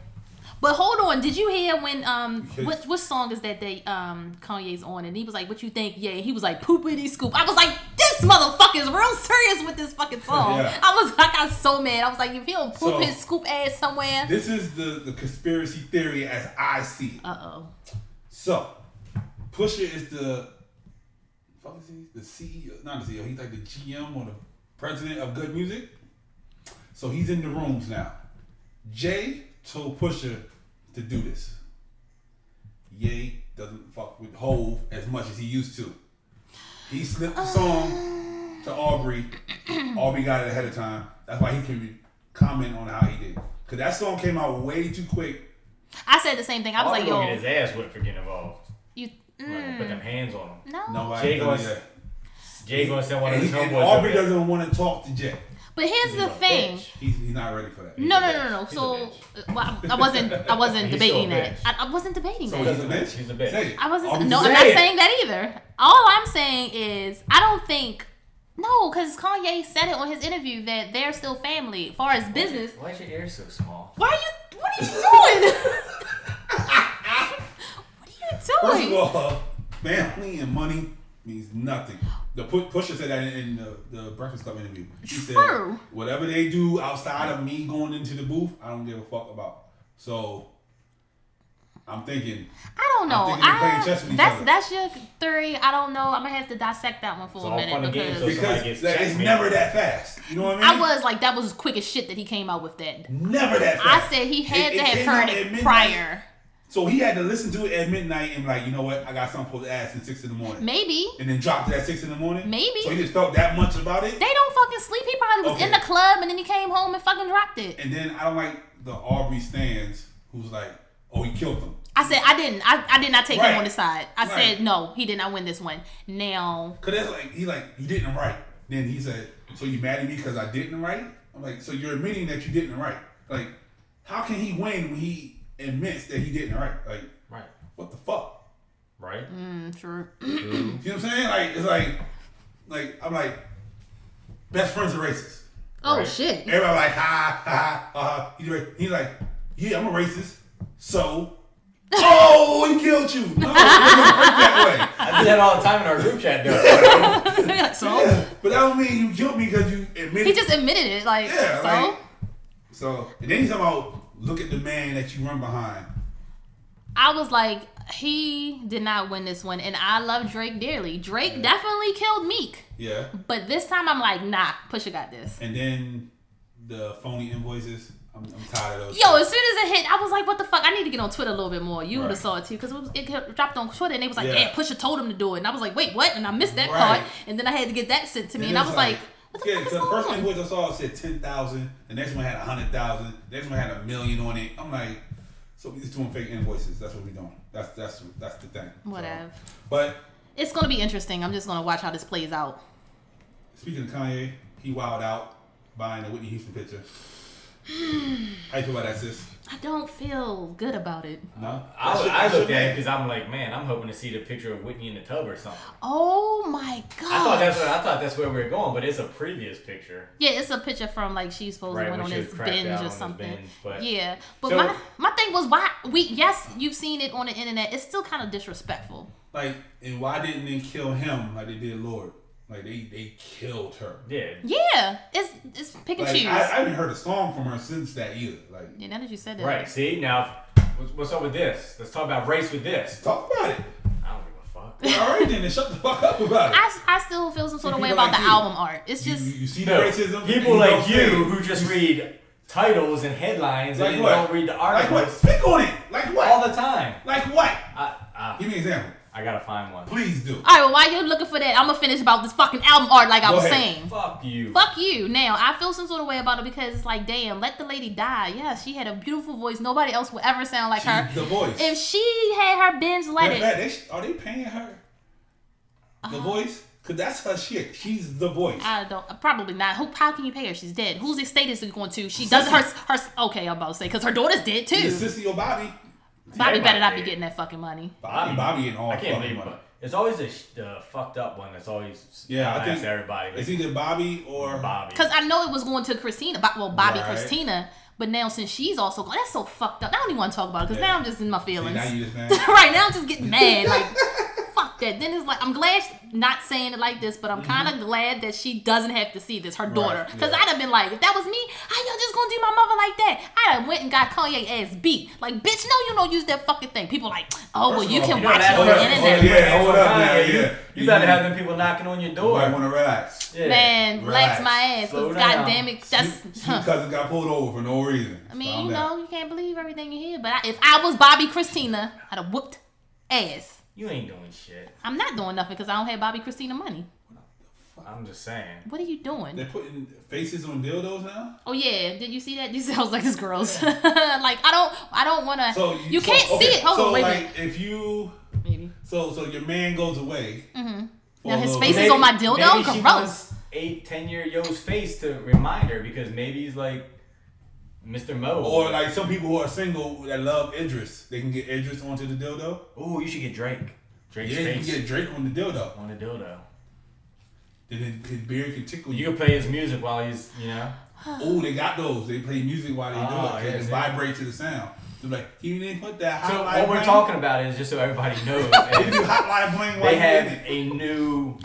[SPEAKER 3] But hold on, did you hear when um
[SPEAKER 2] Yes.
[SPEAKER 3] what what song is that they um Kanye's on and he was like, What you think? Yeah, and he was like poopity scoop. I was like, This motherfucker is real serious with this
[SPEAKER 2] [LAUGHS]
[SPEAKER 3] fucking song.
[SPEAKER 2] Yeah.
[SPEAKER 3] I was I got so mad. I was like, if he don't poop
[SPEAKER 2] So-
[SPEAKER 3] his scoop ass somewhere
[SPEAKER 2] This is the, the conspiracy theory as I see it.
[SPEAKER 3] Uh oh.
[SPEAKER 2] So, Pusha is the fuck is he? The CEO, not the CEO. He's like the GM or the president of Good Music. So he's in the rooms now. Jay told Pusha to do this. Ye doesn't fuck with Hove as much as he used to. He slipped the song to Aubrey. Aubrey got it ahead of time. That's why he can comment on how he did. Cause that song came out way too quick.
[SPEAKER 3] I said the same thing. I was
[SPEAKER 4] Aubrey gonna
[SPEAKER 3] like,
[SPEAKER 4] get
[SPEAKER 3] yo,
[SPEAKER 4] his ass whipped for getting involved.
[SPEAKER 3] you mm,
[SPEAKER 4] Like, put them hands on him.
[SPEAKER 3] no.
[SPEAKER 2] Nobody
[SPEAKER 4] Jay
[SPEAKER 2] done
[SPEAKER 4] was-
[SPEAKER 2] that.
[SPEAKER 4] Jay gonna send one of
[SPEAKER 2] And,
[SPEAKER 4] his
[SPEAKER 2] he- and
[SPEAKER 4] homeboys.
[SPEAKER 2] Aubrey
[SPEAKER 4] over there.
[SPEAKER 2] doesn't want to talk to Jay.
[SPEAKER 3] But here's
[SPEAKER 4] He's
[SPEAKER 3] the
[SPEAKER 4] a
[SPEAKER 3] thing.
[SPEAKER 4] bitch.
[SPEAKER 2] He's, he's not ready for that.
[SPEAKER 3] No, no,
[SPEAKER 4] He's a
[SPEAKER 3] no, no, no.
[SPEAKER 4] bitch.
[SPEAKER 3] So
[SPEAKER 4] He's
[SPEAKER 3] uh, well, I I wasn't, I wasn't
[SPEAKER 4] [LAUGHS] He's
[SPEAKER 3] debating
[SPEAKER 4] still a
[SPEAKER 3] that.
[SPEAKER 4] bitch.
[SPEAKER 3] I, I wasn't debating
[SPEAKER 2] So
[SPEAKER 3] that.
[SPEAKER 2] he's a
[SPEAKER 4] Doesn't matter.
[SPEAKER 2] bitch.
[SPEAKER 4] Oh, He's a bitch.
[SPEAKER 2] Say it.
[SPEAKER 3] I wasn't.
[SPEAKER 2] Aubrey's
[SPEAKER 3] no,
[SPEAKER 2] a
[SPEAKER 3] I'm
[SPEAKER 2] bitch.
[SPEAKER 3] not
[SPEAKER 4] saying.
[SPEAKER 3] saying that either. All I'm saying is I don't think. No, because Kanye said it on his interview that they're still family. As far as business,
[SPEAKER 4] Why's your ear so small?
[SPEAKER 3] why are you? What are you doing? [LAUGHS] what are
[SPEAKER 2] First
[SPEAKER 3] you
[SPEAKER 2] of
[SPEAKER 3] doing?
[SPEAKER 2] all, family and money means nothing. The pu- Pusher said that in, in the, the Breakfast Club interview. He
[SPEAKER 3] True.
[SPEAKER 2] said, whatever they do outside of me going into the booth, I don't give a fuck about. So, I'm thinking,
[SPEAKER 3] I don't know.
[SPEAKER 2] thinking they're playing
[SPEAKER 3] I,
[SPEAKER 2] chess with each
[SPEAKER 3] that's
[SPEAKER 2] other.
[SPEAKER 3] that's your theory. I don't know. I'm gonna have to dissect that one for
[SPEAKER 4] It's
[SPEAKER 3] a
[SPEAKER 4] all fun
[SPEAKER 3] minute
[SPEAKER 4] and
[SPEAKER 3] because
[SPEAKER 4] games, though. somebody
[SPEAKER 2] because
[SPEAKER 4] gets
[SPEAKER 2] like, it's
[SPEAKER 4] checkmated.
[SPEAKER 2] never that fast. You know what I
[SPEAKER 3] I
[SPEAKER 2] mean?
[SPEAKER 3] was like, that was quick as shit that he came out with that.
[SPEAKER 2] never that
[SPEAKER 3] I
[SPEAKER 2] fast.
[SPEAKER 3] said he had
[SPEAKER 2] It-
[SPEAKER 3] to
[SPEAKER 2] it came
[SPEAKER 3] have
[SPEAKER 2] out at
[SPEAKER 3] heard it
[SPEAKER 2] midnight.
[SPEAKER 3] prior.
[SPEAKER 2] So he had to listen to it at midnight and be like, you know what? I got something for the ass at six in the morning.
[SPEAKER 3] Maybe
[SPEAKER 2] and then dropped it at six in the morning.
[SPEAKER 3] Maybe.
[SPEAKER 2] So he just felt that much about it.
[SPEAKER 3] they don't fucking sleep. He probably was in the
[SPEAKER 2] Okay.
[SPEAKER 3] club and then he came home and fucking dropped it.
[SPEAKER 2] And then I don't like the Aubrey stands who's like, oh, he killed him.
[SPEAKER 3] I said I didn't. I, I did not take
[SPEAKER 2] Right.
[SPEAKER 3] him on the side. I
[SPEAKER 2] Right.
[SPEAKER 3] said no. He did not win this one. Now
[SPEAKER 2] Cause that's like he like you didn't write. Then he said, so you mad at me because I didn't write? I'm like, so you're admitting that you didn't write. Like How can he win when he admits that he didn't right? Like,
[SPEAKER 4] Right.
[SPEAKER 2] what the fuck?
[SPEAKER 4] Right.
[SPEAKER 3] Mm, true.
[SPEAKER 2] You know what I'm saying? Like, it's like, like I'm like, best friends are racist.
[SPEAKER 3] Oh
[SPEAKER 4] Right.
[SPEAKER 2] [LAUGHS]
[SPEAKER 3] shit.
[SPEAKER 2] Everybody like, ha ha ha. ha. He's, ra- he's like, yeah, I'm a racist. So, oh, he killed you. [LAUGHS] No, it doesn't work that way.
[SPEAKER 4] I do that all the time in our group chat, though.
[SPEAKER 3] [LAUGHS] so
[SPEAKER 2] But that don't mean you killed me because you admitted.
[SPEAKER 3] he just admitted it. Like
[SPEAKER 2] Yeah,
[SPEAKER 3] so.
[SPEAKER 2] like- so, and then he's talking about look at the man that you run behind.
[SPEAKER 3] I was like, he did not win this one, and I love Drake dearly. Drake definitely killed Meek,
[SPEAKER 2] Yeah.
[SPEAKER 3] but this time I'm like, nah, Pusha got this.
[SPEAKER 2] And then the phony invoices. I'm, I'm tired of those.
[SPEAKER 3] Yo, as soon as it hit, I was like, what the fuck? I need to get on Twitter a little bit more. You would
[SPEAKER 2] Right.
[SPEAKER 3] have saw it too, because it, was- it kept- dropped on Twitter, and they was like,
[SPEAKER 2] Yeah.
[SPEAKER 3] yeah. Pusha told him to do it, and I was like, wait, what? And I missed that
[SPEAKER 2] Right.
[SPEAKER 3] part, and then I had to get that sent to me, and, I
[SPEAKER 2] it's
[SPEAKER 3] was like, what the
[SPEAKER 2] yeah,
[SPEAKER 3] fuck is
[SPEAKER 2] so the first
[SPEAKER 3] going on?
[SPEAKER 2] invoice I saw said ten thousand. The next one had a hundred thousand. The next one had a million on it. I'm like, so we just doing fake invoices. That's what we doing. That's that's that's the thing. So,
[SPEAKER 3] Whatever.
[SPEAKER 2] but
[SPEAKER 3] It's gonna be interesting. I'm just gonna watch how this plays out.
[SPEAKER 2] speaking of Kanye, he wowed out buying the Whitney Houston
[SPEAKER 3] [SIGHS]
[SPEAKER 2] picture. How you feel about that, sis?
[SPEAKER 3] I don't feel good about it.
[SPEAKER 2] No,
[SPEAKER 4] [LAUGHS] I,
[SPEAKER 2] That's your-
[SPEAKER 4] I
[SPEAKER 2] that's your
[SPEAKER 4] looked at it
[SPEAKER 2] man.
[SPEAKER 4] because I'm like, man, I'm hoping to see the picture of Whitney in the tub or something.
[SPEAKER 3] Oh my god.
[SPEAKER 4] I thought that's what, I thought that's where we were going, but it's a previous picture.
[SPEAKER 3] Yeah, it's a picture from like she supposed
[SPEAKER 4] Right,
[SPEAKER 3] to went
[SPEAKER 4] when
[SPEAKER 3] on
[SPEAKER 4] she was
[SPEAKER 3] this
[SPEAKER 4] cracked out
[SPEAKER 3] binge
[SPEAKER 4] on
[SPEAKER 3] or
[SPEAKER 4] this
[SPEAKER 3] something.
[SPEAKER 4] binge, but-
[SPEAKER 3] yeah, but
[SPEAKER 4] So-
[SPEAKER 3] my my thing was why we yes you've seen it on the internet. It's still kind of disrespectful.
[SPEAKER 2] Like, and why didn't they kill him like they did Lord? Like they they killed her.
[SPEAKER 4] Yeah.
[SPEAKER 3] Yeah, it's it's pick and
[SPEAKER 2] Like
[SPEAKER 3] choose.
[SPEAKER 2] I, I haven't heard a song from her since that either. Like
[SPEAKER 3] yeah, now that you said that,
[SPEAKER 4] Right. See now, what's, what's up with this? Let's talk about race with this.
[SPEAKER 2] talk about it.
[SPEAKER 4] I don't give a [LAUGHS] fuck.
[SPEAKER 2] All right then, then shut the fuck up about it.
[SPEAKER 3] I, I still feel some sort of way
[SPEAKER 2] people
[SPEAKER 3] about
[SPEAKER 2] like
[SPEAKER 3] the
[SPEAKER 2] you.
[SPEAKER 3] album art. It's
[SPEAKER 2] You,
[SPEAKER 3] just
[SPEAKER 2] you- you see the
[SPEAKER 4] No,
[SPEAKER 2] racism. and
[SPEAKER 4] people like
[SPEAKER 2] don't say
[SPEAKER 4] you
[SPEAKER 2] it.
[SPEAKER 4] who just read titles and headlines
[SPEAKER 2] like
[SPEAKER 4] and
[SPEAKER 2] what?
[SPEAKER 4] then don't read the
[SPEAKER 2] Like what?
[SPEAKER 4] articles
[SPEAKER 2] Speak on it. Like what?
[SPEAKER 4] all the time.
[SPEAKER 2] like what?
[SPEAKER 4] I, I,
[SPEAKER 2] Give me an example.
[SPEAKER 4] I gotta find one.
[SPEAKER 2] Please do.
[SPEAKER 3] all right. Well, while you're looking for that, I'm gonna finish about this fucking album art like I
[SPEAKER 2] Go
[SPEAKER 3] was
[SPEAKER 2] ahead.
[SPEAKER 3] saying.
[SPEAKER 4] Fuck you.
[SPEAKER 3] Fuck you. Now I feel some sort of way about it because it's like, damn, let the lady die. Yeah, she had a beautiful voice. Nobody else will ever sound like
[SPEAKER 2] She's
[SPEAKER 3] her.
[SPEAKER 2] the voice.
[SPEAKER 3] If she had her binge, let
[SPEAKER 2] Matter
[SPEAKER 3] it. Uh-huh.
[SPEAKER 2] of fact, they sh- are they paying her the voice? Cause that's her shit. She's the voice.
[SPEAKER 3] I don't. Probably not. Who? How can you pay her? She's dead. Whose estate is it going to? She does her. Her. Okay, I'm about to say because her daughter's dead too.
[SPEAKER 2] Either Sissy or Bobby.
[SPEAKER 3] Bobby
[SPEAKER 4] Everybody
[SPEAKER 3] better not be
[SPEAKER 4] dead.
[SPEAKER 3] getting that fucking money.
[SPEAKER 2] Bobby, Bobby, and all.
[SPEAKER 4] I can't
[SPEAKER 2] fucking
[SPEAKER 4] believe it.
[SPEAKER 2] money.
[SPEAKER 4] but It's always the sh- the fucked up one that's always
[SPEAKER 2] Yeah, I
[SPEAKER 4] that's
[SPEAKER 2] think-
[SPEAKER 4] everybody.
[SPEAKER 2] It's
[SPEAKER 4] Like,
[SPEAKER 2] either Bobby or
[SPEAKER 4] Bobby.
[SPEAKER 3] Because I know it was going to Christina. Bo- Well, Bobby
[SPEAKER 2] Right.
[SPEAKER 3] Christina. But now since she's also gone, that's so fucked up. I don't even want to talk about it because
[SPEAKER 2] Yeah.
[SPEAKER 3] now I'm just in my
[SPEAKER 2] See,
[SPEAKER 3] feelings.
[SPEAKER 2] now you just mad.
[SPEAKER 3] [LAUGHS] right now I'm just getting mad.
[SPEAKER 2] [LAUGHS]
[SPEAKER 3] Like fuck that. Then it's like I'm glad she- not saying it like this, but I'm kind of glad that she doesn't have to see this, her daughter.
[SPEAKER 2] Mm-hmm.
[SPEAKER 3] Because
[SPEAKER 2] yeah.
[SPEAKER 3] I'd have been like, if that was me, how y'all just gonna do my mother like that? I done went and got Kanye ass beat. Like bitch, no, you don't use that fucking thing. People like, oh well,
[SPEAKER 2] First of
[SPEAKER 3] you
[SPEAKER 2] all,
[SPEAKER 3] can
[SPEAKER 2] you
[SPEAKER 4] know
[SPEAKER 3] watch
[SPEAKER 4] that
[SPEAKER 3] it on
[SPEAKER 4] whole-
[SPEAKER 3] the
[SPEAKER 2] [LAUGHS]
[SPEAKER 3] internet.
[SPEAKER 2] whole- Yeah, hold up now,
[SPEAKER 4] You-
[SPEAKER 2] yeah.
[SPEAKER 4] You better have them people knocking on your
[SPEAKER 2] You might
[SPEAKER 4] door.
[SPEAKER 2] want to relax.
[SPEAKER 4] Yeah.
[SPEAKER 3] Man, relax
[SPEAKER 2] Relax.
[SPEAKER 3] my ass.
[SPEAKER 4] Slow
[SPEAKER 3] Cause
[SPEAKER 4] down.
[SPEAKER 3] God damn it, that's.
[SPEAKER 2] Your cousin got pulled over for no reason.
[SPEAKER 3] I mean, you know, you can't believe everything you hear. But I, if I was Bobby Christina, I'd have whooped ass.
[SPEAKER 4] You ain't doing shit.
[SPEAKER 3] I'm not doing nothing because I don't have Bobby Christina money.
[SPEAKER 4] I'm just saying.
[SPEAKER 3] What are you doing?
[SPEAKER 2] They're putting faces on dildos now.
[SPEAKER 3] Oh yeah, did you see that? This sounds like this girl's. [LAUGHS] like I don't, I don't want to.
[SPEAKER 2] So
[SPEAKER 3] you, can't
[SPEAKER 2] so, okay,
[SPEAKER 3] see it. Hold
[SPEAKER 2] so
[SPEAKER 3] on, wait a
[SPEAKER 2] like,
[SPEAKER 3] minute.
[SPEAKER 2] if you
[SPEAKER 3] Maybe.
[SPEAKER 2] so so your man goes away. for
[SPEAKER 3] Mm-hmm. Now
[SPEAKER 2] a
[SPEAKER 3] his
[SPEAKER 2] little
[SPEAKER 3] face
[SPEAKER 2] bit.
[SPEAKER 3] is on my dildo?
[SPEAKER 4] Maybe
[SPEAKER 3] Gross.
[SPEAKER 4] she wants eight, ten year yo's face to remind her because maybe he's like Mr. Mo.
[SPEAKER 2] Or like some people who are single that love Idris, they can get Idris onto the dildo.
[SPEAKER 4] ooh, you should get Drake. Drake's
[SPEAKER 2] Yeah, you can
[SPEAKER 4] face
[SPEAKER 2] get Drake on the dildo.
[SPEAKER 4] on a dildo.
[SPEAKER 2] Then his- his beard can tickle
[SPEAKER 4] You
[SPEAKER 2] you.
[SPEAKER 4] can play his music while he's, you know.
[SPEAKER 2] Oh, they got those. They play music while they
[SPEAKER 4] Ah,
[SPEAKER 2] do it. They
[SPEAKER 4] yes,
[SPEAKER 2] can
[SPEAKER 4] yeah.
[SPEAKER 2] vibrate to the sound. They're like, he didn't put that
[SPEAKER 4] So
[SPEAKER 2] hotline.
[SPEAKER 4] what we're
[SPEAKER 2] bling- [LAUGHS]
[SPEAKER 4] talking about is just so everybody knows.
[SPEAKER 2] You
[SPEAKER 4] is
[SPEAKER 2] do hotline bling while
[SPEAKER 4] they
[SPEAKER 2] you in
[SPEAKER 4] have
[SPEAKER 2] it.
[SPEAKER 4] a new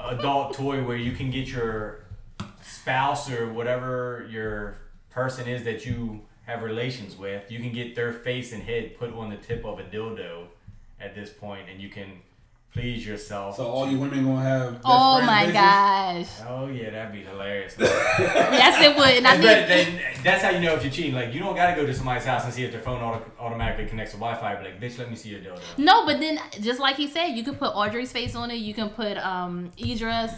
[SPEAKER 4] adult toy where you can get your spouse or whatever your person is that you have relations with. You can get their face and head put on the tip of a dildo at this point, and you can please yourself.
[SPEAKER 2] So all you women gonna have. best
[SPEAKER 3] Oh
[SPEAKER 2] friend
[SPEAKER 3] my
[SPEAKER 2] faces? [LAUGHS]
[SPEAKER 3] gosh.
[SPEAKER 4] Oh yeah, that'd be hilarious.
[SPEAKER 3] Yes, it would. And I
[SPEAKER 4] That's, better
[SPEAKER 3] need.
[SPEAKER 4] than, that's how you know if you're cheating. Like you don't gotta go to somebody's house and see if their phone auto- automatically connects to Wi-Fi. Be like, bitch, let me see your dildo.
[SPEAKER 3] No, but then just like he said, you can put Audrey's face on it. You can put um Idris,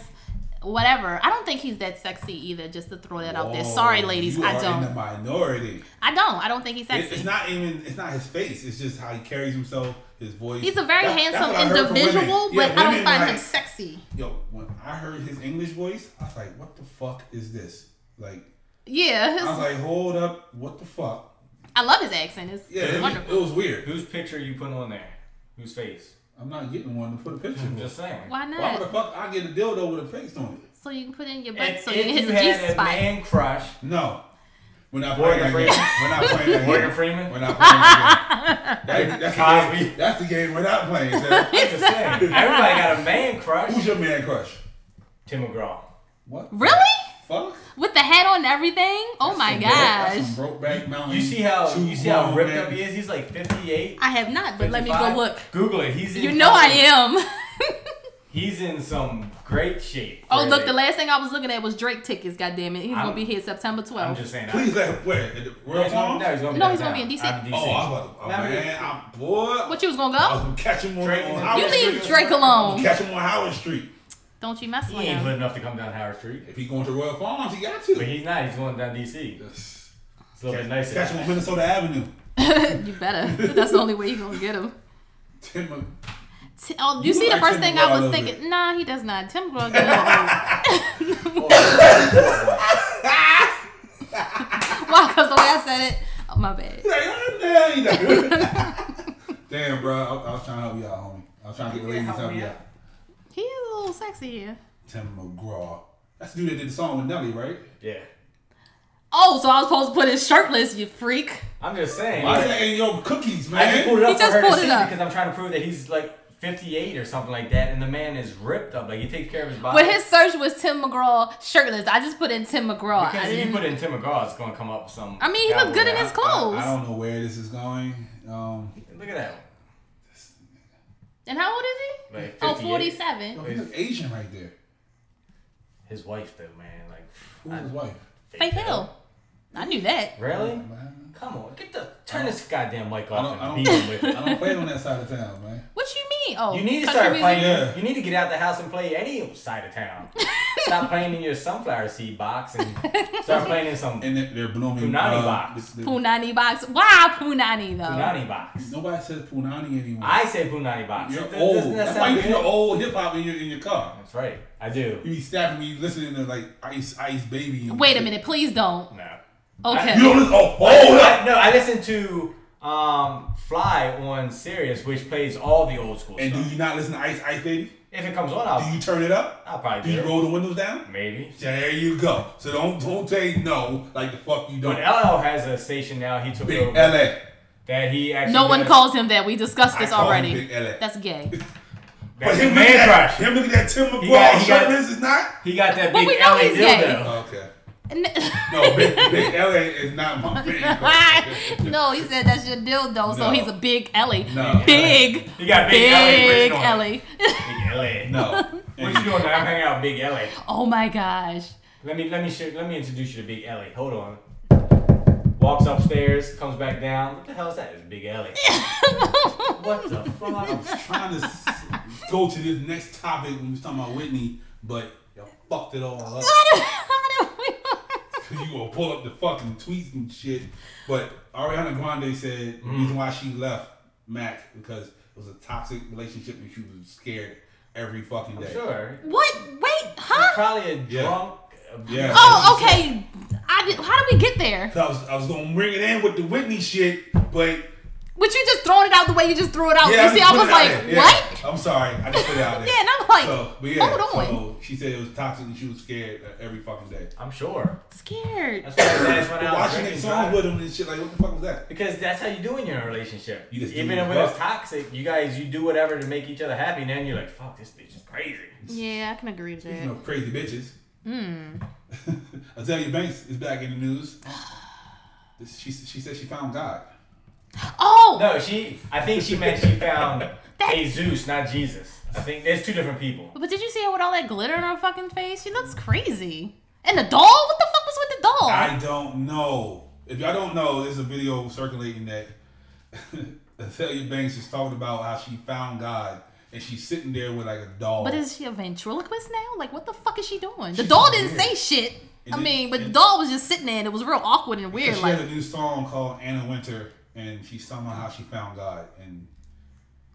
[SPEAKER 3] whatever. I don't think he's that sexy either. Just to throw that out there.
[SPEAKER 2] Whoa,
[SPEAKER 3] Sorry, ladies,
[SPEAKER 2] Oh, you
[SPEAKER 3] I
[SPEAKER 2] are In
[SPEAKER 3] don't.
[SPEAKER 2] the minority.
[SPEAKER 3] I don't. I don't think he's
[SPEAKER 2] It-
[SPEAKER 3] sexy.
[SPEAKER 2] it's not even. It's not his face. It's just how he carries himself. His voice.
[SPEAKER 3] he's a very
[SPEAKER 2] That- that's
[SPEAKER 3] handsome
[SPEAKER 2] what I heard from women.
[SPEAKER 3] individual,
[SPEAKER 2] Yeah,
[SPEAKER 3] but I don't
[SPEAKER 2] women
[SPEAKER 3] find
[SPEAKER 2] like-
[SPEAKER 3] him sexy.
[SPEAKER 2] Yo, when I heard his English voice, I was like, "What the fuck is this?" Like,
[SPEAKER 3] Yeah.
[SPEAKER 2] I was
[SPEAKER 3] his-
[SPEAKER 2] like, "Hold up, what the fuck?"
[SPEAKER 3] I love his accent. It's,
[SPEAKER 2] Yeah,
[SPEAKER 3] it's
[SPEAKER 2] it,
[SPEAKER 3] wonderful.
[SPEAKER 2] it was weird.
[SPEAKER 4] Whose picture you putting on there? Whose face?
[SPEAKER 2] I'm not getting one to put a picture.
[SPEAKER 4] I'm
[SPEAKER 2] with.
[SPEAKER 4] just saying.
[SPEAKER 3] Why not?
[SPEAKER 2] Why the fuck I get a dildo with a face on it?
[SPEAKER 3] So you can put it in your butt
[SPEAKER 4] If,
[SPEAKER 3] so you
[SPEAKER 4] if
[SPEAKER 3] can hit
[SPEAKER 4] you
[SPEAKER 3] the
[SPEAKER 4] had
[SPEAKER 3] Jesus
[SPEAKER 4] a
[SPEAKER 3] spot.
[SPEAKER 4] man crush,
[SPEAKER 2] No. We're not
[SPEAKER 4] Morgan
[SPEAKER 2] playing that game.
[SPEAKER 4] Freeman.
[SPEAKER 2] We're not playing that game.
[SPEAKER 4] Morgan Freeman?
[SPEAKER 2] We're not playing that
[SPEAKER 3] [LAUGHS]
[SPEAKER 2] game. That- that's, the game.
[SPEAKER 4] Cosby.
[SPEAKER 2] that's the game we're not playing. Seth.
[SPEAKER 4] I'm just saying. Everybody got a man crush.
[SPEAKER 2] Who's your man crush?
[SPEAKER 4] Tim McGraw.
[SPEAKER 2] What?
[SPEAKER 3] Really?
[SPEAKER 2] Fuck?
[SPEAKER 3] With the hat on and everything? Oh my
[SPEAKER 2] Some broke-
[SPEAKER 3] gosh.
[SPEAKER 2] that's some broke back mountain.
[SPEAKER 4] You see how
[SPEAKER 2] Two
[SPEAKER 4] you see how
[SPEAKER 2] grown
[SPEAKER 4] ripped
[SPEAKER 2] men.
[SPEAKER 4] up he is? He's like 58.
[SPEAKER 3] I have not, but let me go
[SPEAKER 4] 55.
[SPEAKER 3] look.
[SPEAKER 4] Google it. He's in
[SPEAKER 3] You know I am. [LAUGHS]
[SPEAKER 4] He's in some great shape.
[SPEAKER 3] oh,
[SPEAKER 4] for
[SPEAKER 3] look,
[SPEAKER 4] a-
[SPEAKER 3] the last thing I was looking at was Drake tickets, God damn it. He's going to
[SPEAKER 4] I'm-
[SPEAKER 3] be here September 12th.
[SPEAKER 4] I'm just saying. I-
[SPEAKER 2] Please let him. Where? At the
[SPEAKER 4] No,
[SPEAKER 2] World
[SPEAKER 4] he's gonna,
[SPEAKER 2] Farm?
[SPEAKER 4] no, he's
[SPEAKER 3] No,
[SPEAKER 4] gonna, be,
[SPEAKER 3] he's gonna
[SPEAKER 4] downtown.
[SPEAKER 3] be in DC.
[SPEAKER 4] I'm in DC.
[SPEAKER 2] Oh, I'm about to. Oh,
[SPEAKER 4] Not really.
[SPEAKER 2] man, I'm bored.
[SPEAKER 3] what you was going to
[SPEAKER 2] I was
[SPEAKER 3] go?
[SPEAKER 2] gonna catch him on,
[SPEAKER 4] Drake
[SPEAKER 2] on
[SPEAKER 4] and-
[SPEAKER 2] Howard
[SPEAKER 3] You
[SPEAKER 4] was
[SPEAKER 3] leave
[SPEAKER 2] Street.
[SPEAKER 3] Drake
[SPEAKER 2] I'm [LAUGHS] gonna
[SPEAKER 3] alone.
[SPEAKER 2] catch him on Howard Street.
[SPEAKER 3] Don't you mess
[SPEAKER 4] He
[SPEAKER 3] with
[SPEAKER 4] ain't
[SPEAKER 3] him.
[SPEAKER 4] good enough to come down Howard Street.
[SPEAKER 2] If he going to Royal Farms, he got to.
[SPEAKER 4] But he's not. He's going down DC.
[SPEAKER 2] Yes.
[SPEAKER 4] It's a little bit nicer.
[SPEAKER 2] Catch him on Minnesota Avenue.
[SPEAKER 3] [LAUGHS] you better. That's the only way you're going to get him.
[SPEAKER 2] Tim, uh,
[SPEAKER 3] [LAUGHS] T- Oh, you,
[SPEAKER 2] You
[SPEAKER 3] see the
[SPEAKER 2] like
[SPEAKER 3] first
[SPEAKER 2] Tim
[SPEAKER 3] thing
[SPEAKER 2] McGraw,
[SPEAKER 3] I was
[SPEAKER 2] don't you?
[SPEAKER 3] thinking? Nah, he does not. Tim McGraw. Why? [LAUGHS] Because the way I said it. Oh my bad.
[SPEAKER 2] Like, oh, damn, you know. [LAUGHS] Damn, bro. I, I was trying to help you out, homie. I was trying to get the ladies to help you out.
[SPEAKER 3] He is a little sexy here.
[SPEAKER 2] Tim McGraw. That's the dude that did the song with Nelly, right?
[SPEAKER 4] Yeah.
[SPEAKER 3] Oh, so I was supposed to put his shirtless, you freak.
[SPEAKER 4] I'm just saying.
[SPEAKER 2] Why is that in your cookies,
[SPEAKER 4] I just pulled
[SPEAKER 2] man?
[SPEAKER 4] it up
[SPEAKER 3] He just
[SPEAKER 4] for her to
[SPEAKER 3] pulled it
[SPEAKER 4] see
[SPEAKER 3] up.
[SPEAKER 4] because I'm trying to prove that he's like 58 or something like that, and the man is ripped up. Like he takes care of his body.
[SPEAKER 3] But his search was Tim McGraw shirtless. I just put in Tim McGraw. I
[SPEAKER 4] because if you
[SPEAKER 3] didn't.
[SPEAKER 4] put in Tim McGraw, it's gonna come up with some.
[SPEAKER 3] I mean, he looked
[SPEAKER 4] cowboy
[SPEAKER 3] good in
[SPEAKER 4] guy.
[SPEAKER 3] his clothes.
[SPEAKER 2] I don't know where this is going. Um,
[SPEAKER 4] Look at that.
[SPEAKER 3] and how old is he?
[SPEAKER 4] Like
[SPEAKER 3] Oh,
[SPEAKER 4] 58.
[SPEAKER 3] 47.
[SPEAKER 2] yo, he look Asian right there.
[SPEAKER 4] His wife though, man. Like
[SPEAKER 2] Who's his wife?
[SPEAKER 3] Faith Hill. I knew that.
[SPEAKER 4] Really?
[SPEAKER 2] Man,
[SPEAKER 4] Come on, get the turn this goddamn mic
[SPEAKER 2] I
[SPEAKER 4] off
[SPEAKER 2] don't- I
[SPEAKER 4] and
[SPEAKER 2] don't-
[SPEAKER 4] beat him with it.
[SPEAKER 2] I don't play on that side of town, man.
[SPEAKER 3] What you mean? Oh,
[SPEAKER 4] You need to
[SPEAKER 3] country
[SPEAKER 4] start
[SPEAKER 3] music?
[SPEAKER 4] playing.
[SPEAKER 2] Yeah.
[SPEAKER 4] You need to get out the house and play any side of town.
[SPEAKER 3] [LAUGHS]
[SPEAKER 4] Stop playing in your sunflower seed box and start playing in some
[SPEAKER 2] [LAUGHS] And they- they're blooming. uh,
[SPEAKER 4] Punani box.
[SPEAKER 2] this- this-
[SPEAKER 3] Punani box. Why Punani though?
[SPEAKER 4] punani box.
[SPEAKER 2] Nobody says Punani anymore.
[SPEAKER 4] I say punani box.
[SPEAKER 2] you're
[SPEAKER 4] Doesn't oh, that
[SPEAKER 2] old. That's why
[SPEAKER 4] sound
[SPEAKER 2] you
[SPEAKER 4] good?
[SPEAKER 2] hear old hip hop in your in your car.
[SPEAKER 4] That's right. I do.
[SPEAKER 2] You be stabbing me, listening to like Ice Ice Baby. and
[SPEAKER 3] Wait a
[SPEAKER 2] shit.
[SPEAKER 3] minute, please don't.
[SPEAKER 4] No.
[SPEAKER 3] Okay.
[SPEAKER 2] You don't listen. Oh, hold
[SPEAKER 4] I,
[SPEAKER 2] up.
[SPEAKER 4] no, I listen to um, Fly on Sirius, which plays all the old school
[SPEAKER 2] And do
[SPEAKER 4] stuff.
[SPEAKER 2] you not listen to Ice Ice Baby?
[SPEAKER 4] if it comes on,
[SPEAKER 2] Do
[SPEAKER 4] I'll,
[SPEAKER 2] you turn it up?
[SPEAKER 4] I'll probably
[SPEAKER 2] Do
[SPEAKER 4] do
[SPEAKER 2] you
[SPEAKER 4] it.
[SPEAKER 2] roll the windows down?
[SPEAKER 4] Maybe.
[SPEAKER 2] There you go. So don't don't say no like the fuck you
[SPEAKER 4] But
[SPEAKER 2] don't.
[SPEAKER 4] LL has a station now. He took
[SPEAKER 2] Big
[SPEAKER 4] over
[SPEAKER 2] LA.
[SPEAKER 4] that he actually.
[SPEAKER 3] No one
[SPEAKER 4] does-
[SPEAKER 3] calls him that. We discussed
[SPEAKER 2] I
[SPEAKER 3] this
[SPEAKER 2] call him
[SPEAKER 3] already.
[SPEAKER 2] Big LA.
[SPEAKER 3] That's gay.
[SPEAKER 2] But
[SPEAKER 4] That's
[SPEAKER 2] him looking
[SPEAKER 4] a man
[SPEAKER 2] at
[SPEAKER 4] crush.
[SPEAKER 2] him looking at Tim
[SPEAKER 4] got-
[SPEAKER 2] McGraw
[SPEAKER 4] he got-
[SPEAKER 2] shirtless is not.
[SPEAKER 4] He got that
[SPEAKER 3] Well,
[SPEAKER 4] big
[SPEAKER 3] we know
[SPEAKER 4] LA
[SPEAKER 3] he's
[SPEAKER 4] dildo.
[SPEAKER 3] gay.
[SPEAKER 2] Oh, Okay. [LAUGHS]
[SPEAKER 3] N- [LAUGHS]
[SPEAKER 2] No, big, big LA is not
[SPEAKER 4] [LAUGHS]
[SPEAKER 2] my big.
[SPEAKER 3] no, he said that's your dildo,
[SPEAKER 2] No.
[SPEAKER 3] so he's a big Ellie.
[SPEAKER 2] No.
[SPEAKER 3] Big.
[SPEAKER 4] You got Big Ellie
[SPEAKER 3] Big
[SPEAKER 4] written on it.
[SPEAKER 3] Ellie. [LAUGHS]
[SPEAKER 4] Big LA.
[SPEAKER 2] No.
[SPEAKER 4] What you doing? now? I'm hanging out with Big LA.
[SPEAKER 3] oh my gosh. [LAUGHS]
[SPEAKER 4] Let me let me sh- let me introduce you to Big Ellie. Hold on. Walks upstairs, comes back down. What the hell is that? It's Big Ellie. what the fuck?
[SPEAKER 2] trying to s- go to this next topic when we was talking about Whitney, but you fucked it all up. [LAUGHS] you gonna pull up the fucking tweets and shit. But Ariana Grande said the reason why she left Mac because it was a toxic relationship and she was scared every fucking [LAUGHS] day.
[SPEAKER 4] Sure.
[SPEAKER 3] what? Wait, huh?
[SPEAKER 4] Probably a
[SPEAKER 2] Yeah.
[SPEAKER 4] drunk. uh,
[SPEAKER 2] Yeah.
[SPEAKER 3] Oh, okay. I did, how did we get there?
[SPEAKER 2] 'Cause I was, I was gonna bring it in with the Whitney shit, but
[SPEAKER 3] But you just throwing it out the way you just threw it out.
[SPEAKER 2] yeah,
[SPEAKER 3] you see,
[SPEAKER 2] just
[SPEAKER 3] I
[SPEAKER 2] put
[SPEAKER 3] was
[SPEAKER 2] it out
[SPEAKER 3] like,
[SPEAKER 2] there. Yeah. Oh.
[SPEAKER 3] what?
[SPEAKER 2] I'm sorry, I just put it out there.
[SPEAKER 3] Yeah, and I'm like,
[SPEAKER 2] so, but yeah,
[SPEAKER 3] hold on.
[SPEAKER 2] So she said it was toxic and she was scared uh, every fucking day.
[SPEAKER 4] I'm sure.
[SPEAKER 3] Scared.
[SPEAKER 4] That's why his ass went out
[SPEAKER 2] Watching
[SPEAKER 4] drinking
[SPEAKER 2] that song
[SPEAKER 4] driving.
[SPEAKER 2] with him and shit, like what the fuck was that?
[SPEAKER 4] Because that's how you do in your relationship.
[SPEAKER 2] You just do
[SPEAKER 4] Even
[SPEAKER 2] what
[SPEAKER 4] if
[SPEAKER 2] you
[SPEAKER 4] it's
[SPEAKER 2] want.
[SPEAKER 4] toxic, you guys you do whatever to make each other happy, and then you're like, fuck, this bitch is crazy.
[SPEAKER 3] Yeah, I can agree to
[SPEAKER 2] You know,
[SPEAKER 3] that.
[SPEAKER 2] crazy bitches.
[SPEAKER 3] Hmm.
[SPEAKER 2] [LAUGHS] Azalea Banks is back in the news. This- She she said she found God.
[SPEAKER 3] Oh,
[SPEAKER 4] No, she I think she meant she found Jesus, not Jesus. I think there's two different people.
[SPEAKER 3] But did you see her with all that glitter in her fucking face? She looks crazy. And the doll? What the fuck was with the doll?
[SPEAKER 2] I don't know. If y'all don't know, there's a video circulating that [LAUGHS] Azalea Banks is talking about how she found God and she's sitting there with like a doll.
[SPEAKER 3] but is she a ventriloquist now? Like, what the fuck is she doing? The doll didn't
[SPEAKER 2] weird.
[SPEAKER 3] say shit.
[SPEAKER 2] And
[SPEAKER 3] I
[SPEAKER 2] it-
[SPEAKER 3] mean, but the
[SPEAKER 2] and-
[SPEAKER 3] doll was just sitting there and it was real awkward and
[SPEAKER 2] And
[SPEAKER 3] weird.
[SPEAKER 2] she
[SPEAKER 3] Like,
[SPEAKER 2] has a new song called Anna Winter, and she's talking about how she found God. And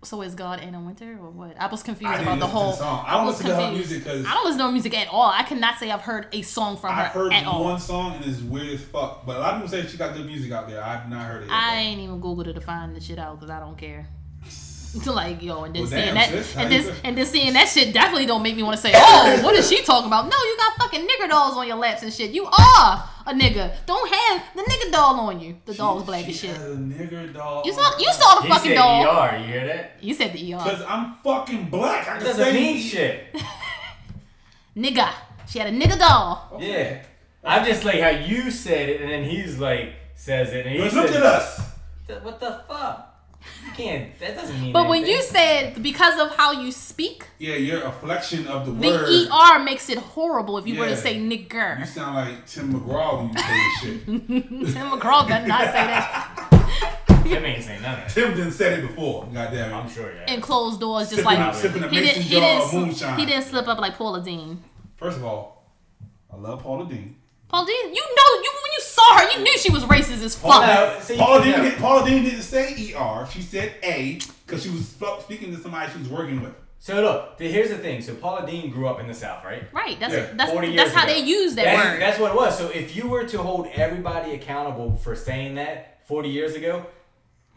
[SPEAKER 3] So is God Anna Winter or what? I was confused
[SPEAKER 2] I didn't
[SPEAKER 3] about the
[SPEAKER 2] listen to
[SPEAKER 3] whole.
[SPEAKER 2] the song. I don't
[SPEAKER 3] was
[SPEAKER 2] listen to her
[SPEAKER 3] confused.
[SPEAKER 2] music 'cause-
[SPEAKER 3] I don't listen to her music at all. I cannot say I've heard a song from
[SPEAKER 2] I've
[SPEAKER 3] her
[SPEAKER 2] heard
[SPEAKER 3] at all.
[SPEAKER 2] one song and it's weird as fuck. But a lot of people say she got good music out there. I've not heard it. yet,
[SPEAKER 3] I
[SPEAKER 2] though.
[SPEAKER 3] ain't even Google to find the shit out because I don't care. [LAUGHS] To like yo, and then
[SPEAKER 2] Well,
[SPEAKER 3] seeing
[SPEAKER 2] damn,
[SPEAKER 3] that,
[SPEAKER 2] sis, how
[SPEAKER 3] and
[SPEAKER 2] you
[SPEAKER 3] this,
[SPEAKER 2] feel?
[SPEAKER 3] and then seeing that shit definitely don't make me want to say, oh, what is she talking about? No, you got fucking nigger dolls on your laps and shit. You are a nigga. Don't have the nigga doll on you. The doll was
[SPEAKER 2] She-
[SPEAKER 3] black as
[SPEAKER 2] she
[SPEAKER 3] shit.
[SPEAKER 2] has a nigger doll.
[SPEAKER 3] You saw, you saw the
[SPEAKER 4] He
[SPEAKER 3] fucking
[SPEAKER 4] said
[SPEAKER 2] E
[SPEAKER 3] doll.
[SPEAKER 4] ER. You hear that?
[SPEAKER 3] You said the ER.
[SPEAKER 2] Because I'm fucking black. I
[SPEAKER 4] That
[SPEAKER 2] can
[SPEAKER 4] doesn't
[SPEAKER 2] say
[SPEAKER 4] mean shit.
[SPEAKER 3] Nigga. She had a nigga doll.
[SPEAKER 4] Yeah. I'm just like how you said it, and then he's like says it, and he
[SPEAKER 2] But look
[SPEAKER 4] said,
[SPEAKER 2] at us.
[SPEAKER 4] "Th- What the fuck? You can't. That doesn't mean.
[SPEAKER 3] But when you
[SPEAKER 4] anything.
[SPEAKER 3] said because of how you speak,
[SPEAKER 2] Yeah, your afflection of the
[SPEAKER 3] the
[SPEAKER 2] word.
[SPEAKER 3] ER makes it horrible if you were to
[SPEAKER 2] Yeah.
[SPEAKER 3] say nigger.
[SPEAKER 2] You sound like Tim McGraw when you say this
[SPEAKER 3] [LAUGHS]
[SPEAKER 2] shit.
[SPEAKER 3] Tim McGraw does not say that.
[SPEAKER 4] that man ain't saying nothing.
[SPEAKER 2] Tim didn't said it before. Goddamn it.
[SPEAKER 4] I'm sure. Yeah.
[SPEAKER 3] And closed doors, just
[SPEAKER 2] Sipping
[SPEAKER 3] like
[SPEAKER 2] up- sipping a
[SPEAKER 3] he didn't,
[SPEAKER 2] mason
[SPEAKER 3] he
[SPEAKER 2] jar
[SPEAKER 3] didn't,
[SPEAKER 2] of
[SPEAKER 3] sl-
[SPEAKER 2] moonshine.
[SPEAKER 3] he didn't slip up like Paula Dean.
[SPEAKER 2] First of all, I love Paula Dean.
[SPEAKER 3] Paula Dean, you know, you when you saw her, you knew she was racist as fuck.
[SPEAKER 4] Paula- see,
[SPEAKER 2] Paula
[SPEAKER 4] yeah.
[SPEAKER 2] Dean, didn't, Paula Dean didn't say ER. She said A because she was sp- speaking to somebody she was working with.
[SPEAKER 4] So look, th- here's the thing. So Paula Dean grew up in the South, right?
[SPEAKER 3] Right? That's
[SPEAKER 2] Yeah,
[SPEAKER 3] that's
[SPEAKER 4] 40
[SPEAKER 3] that's
[SPEAKER 4] years
[SPEAKER 3] how
[SPEAKER 4] ago.
[SPEAKER 3] they use that
[SPEAKER 4] that's,
[SPEAKER 3] word.
[SPEAKER 4] That's what it was. So if you were to hold everybody accountable for saying that 40 years ago,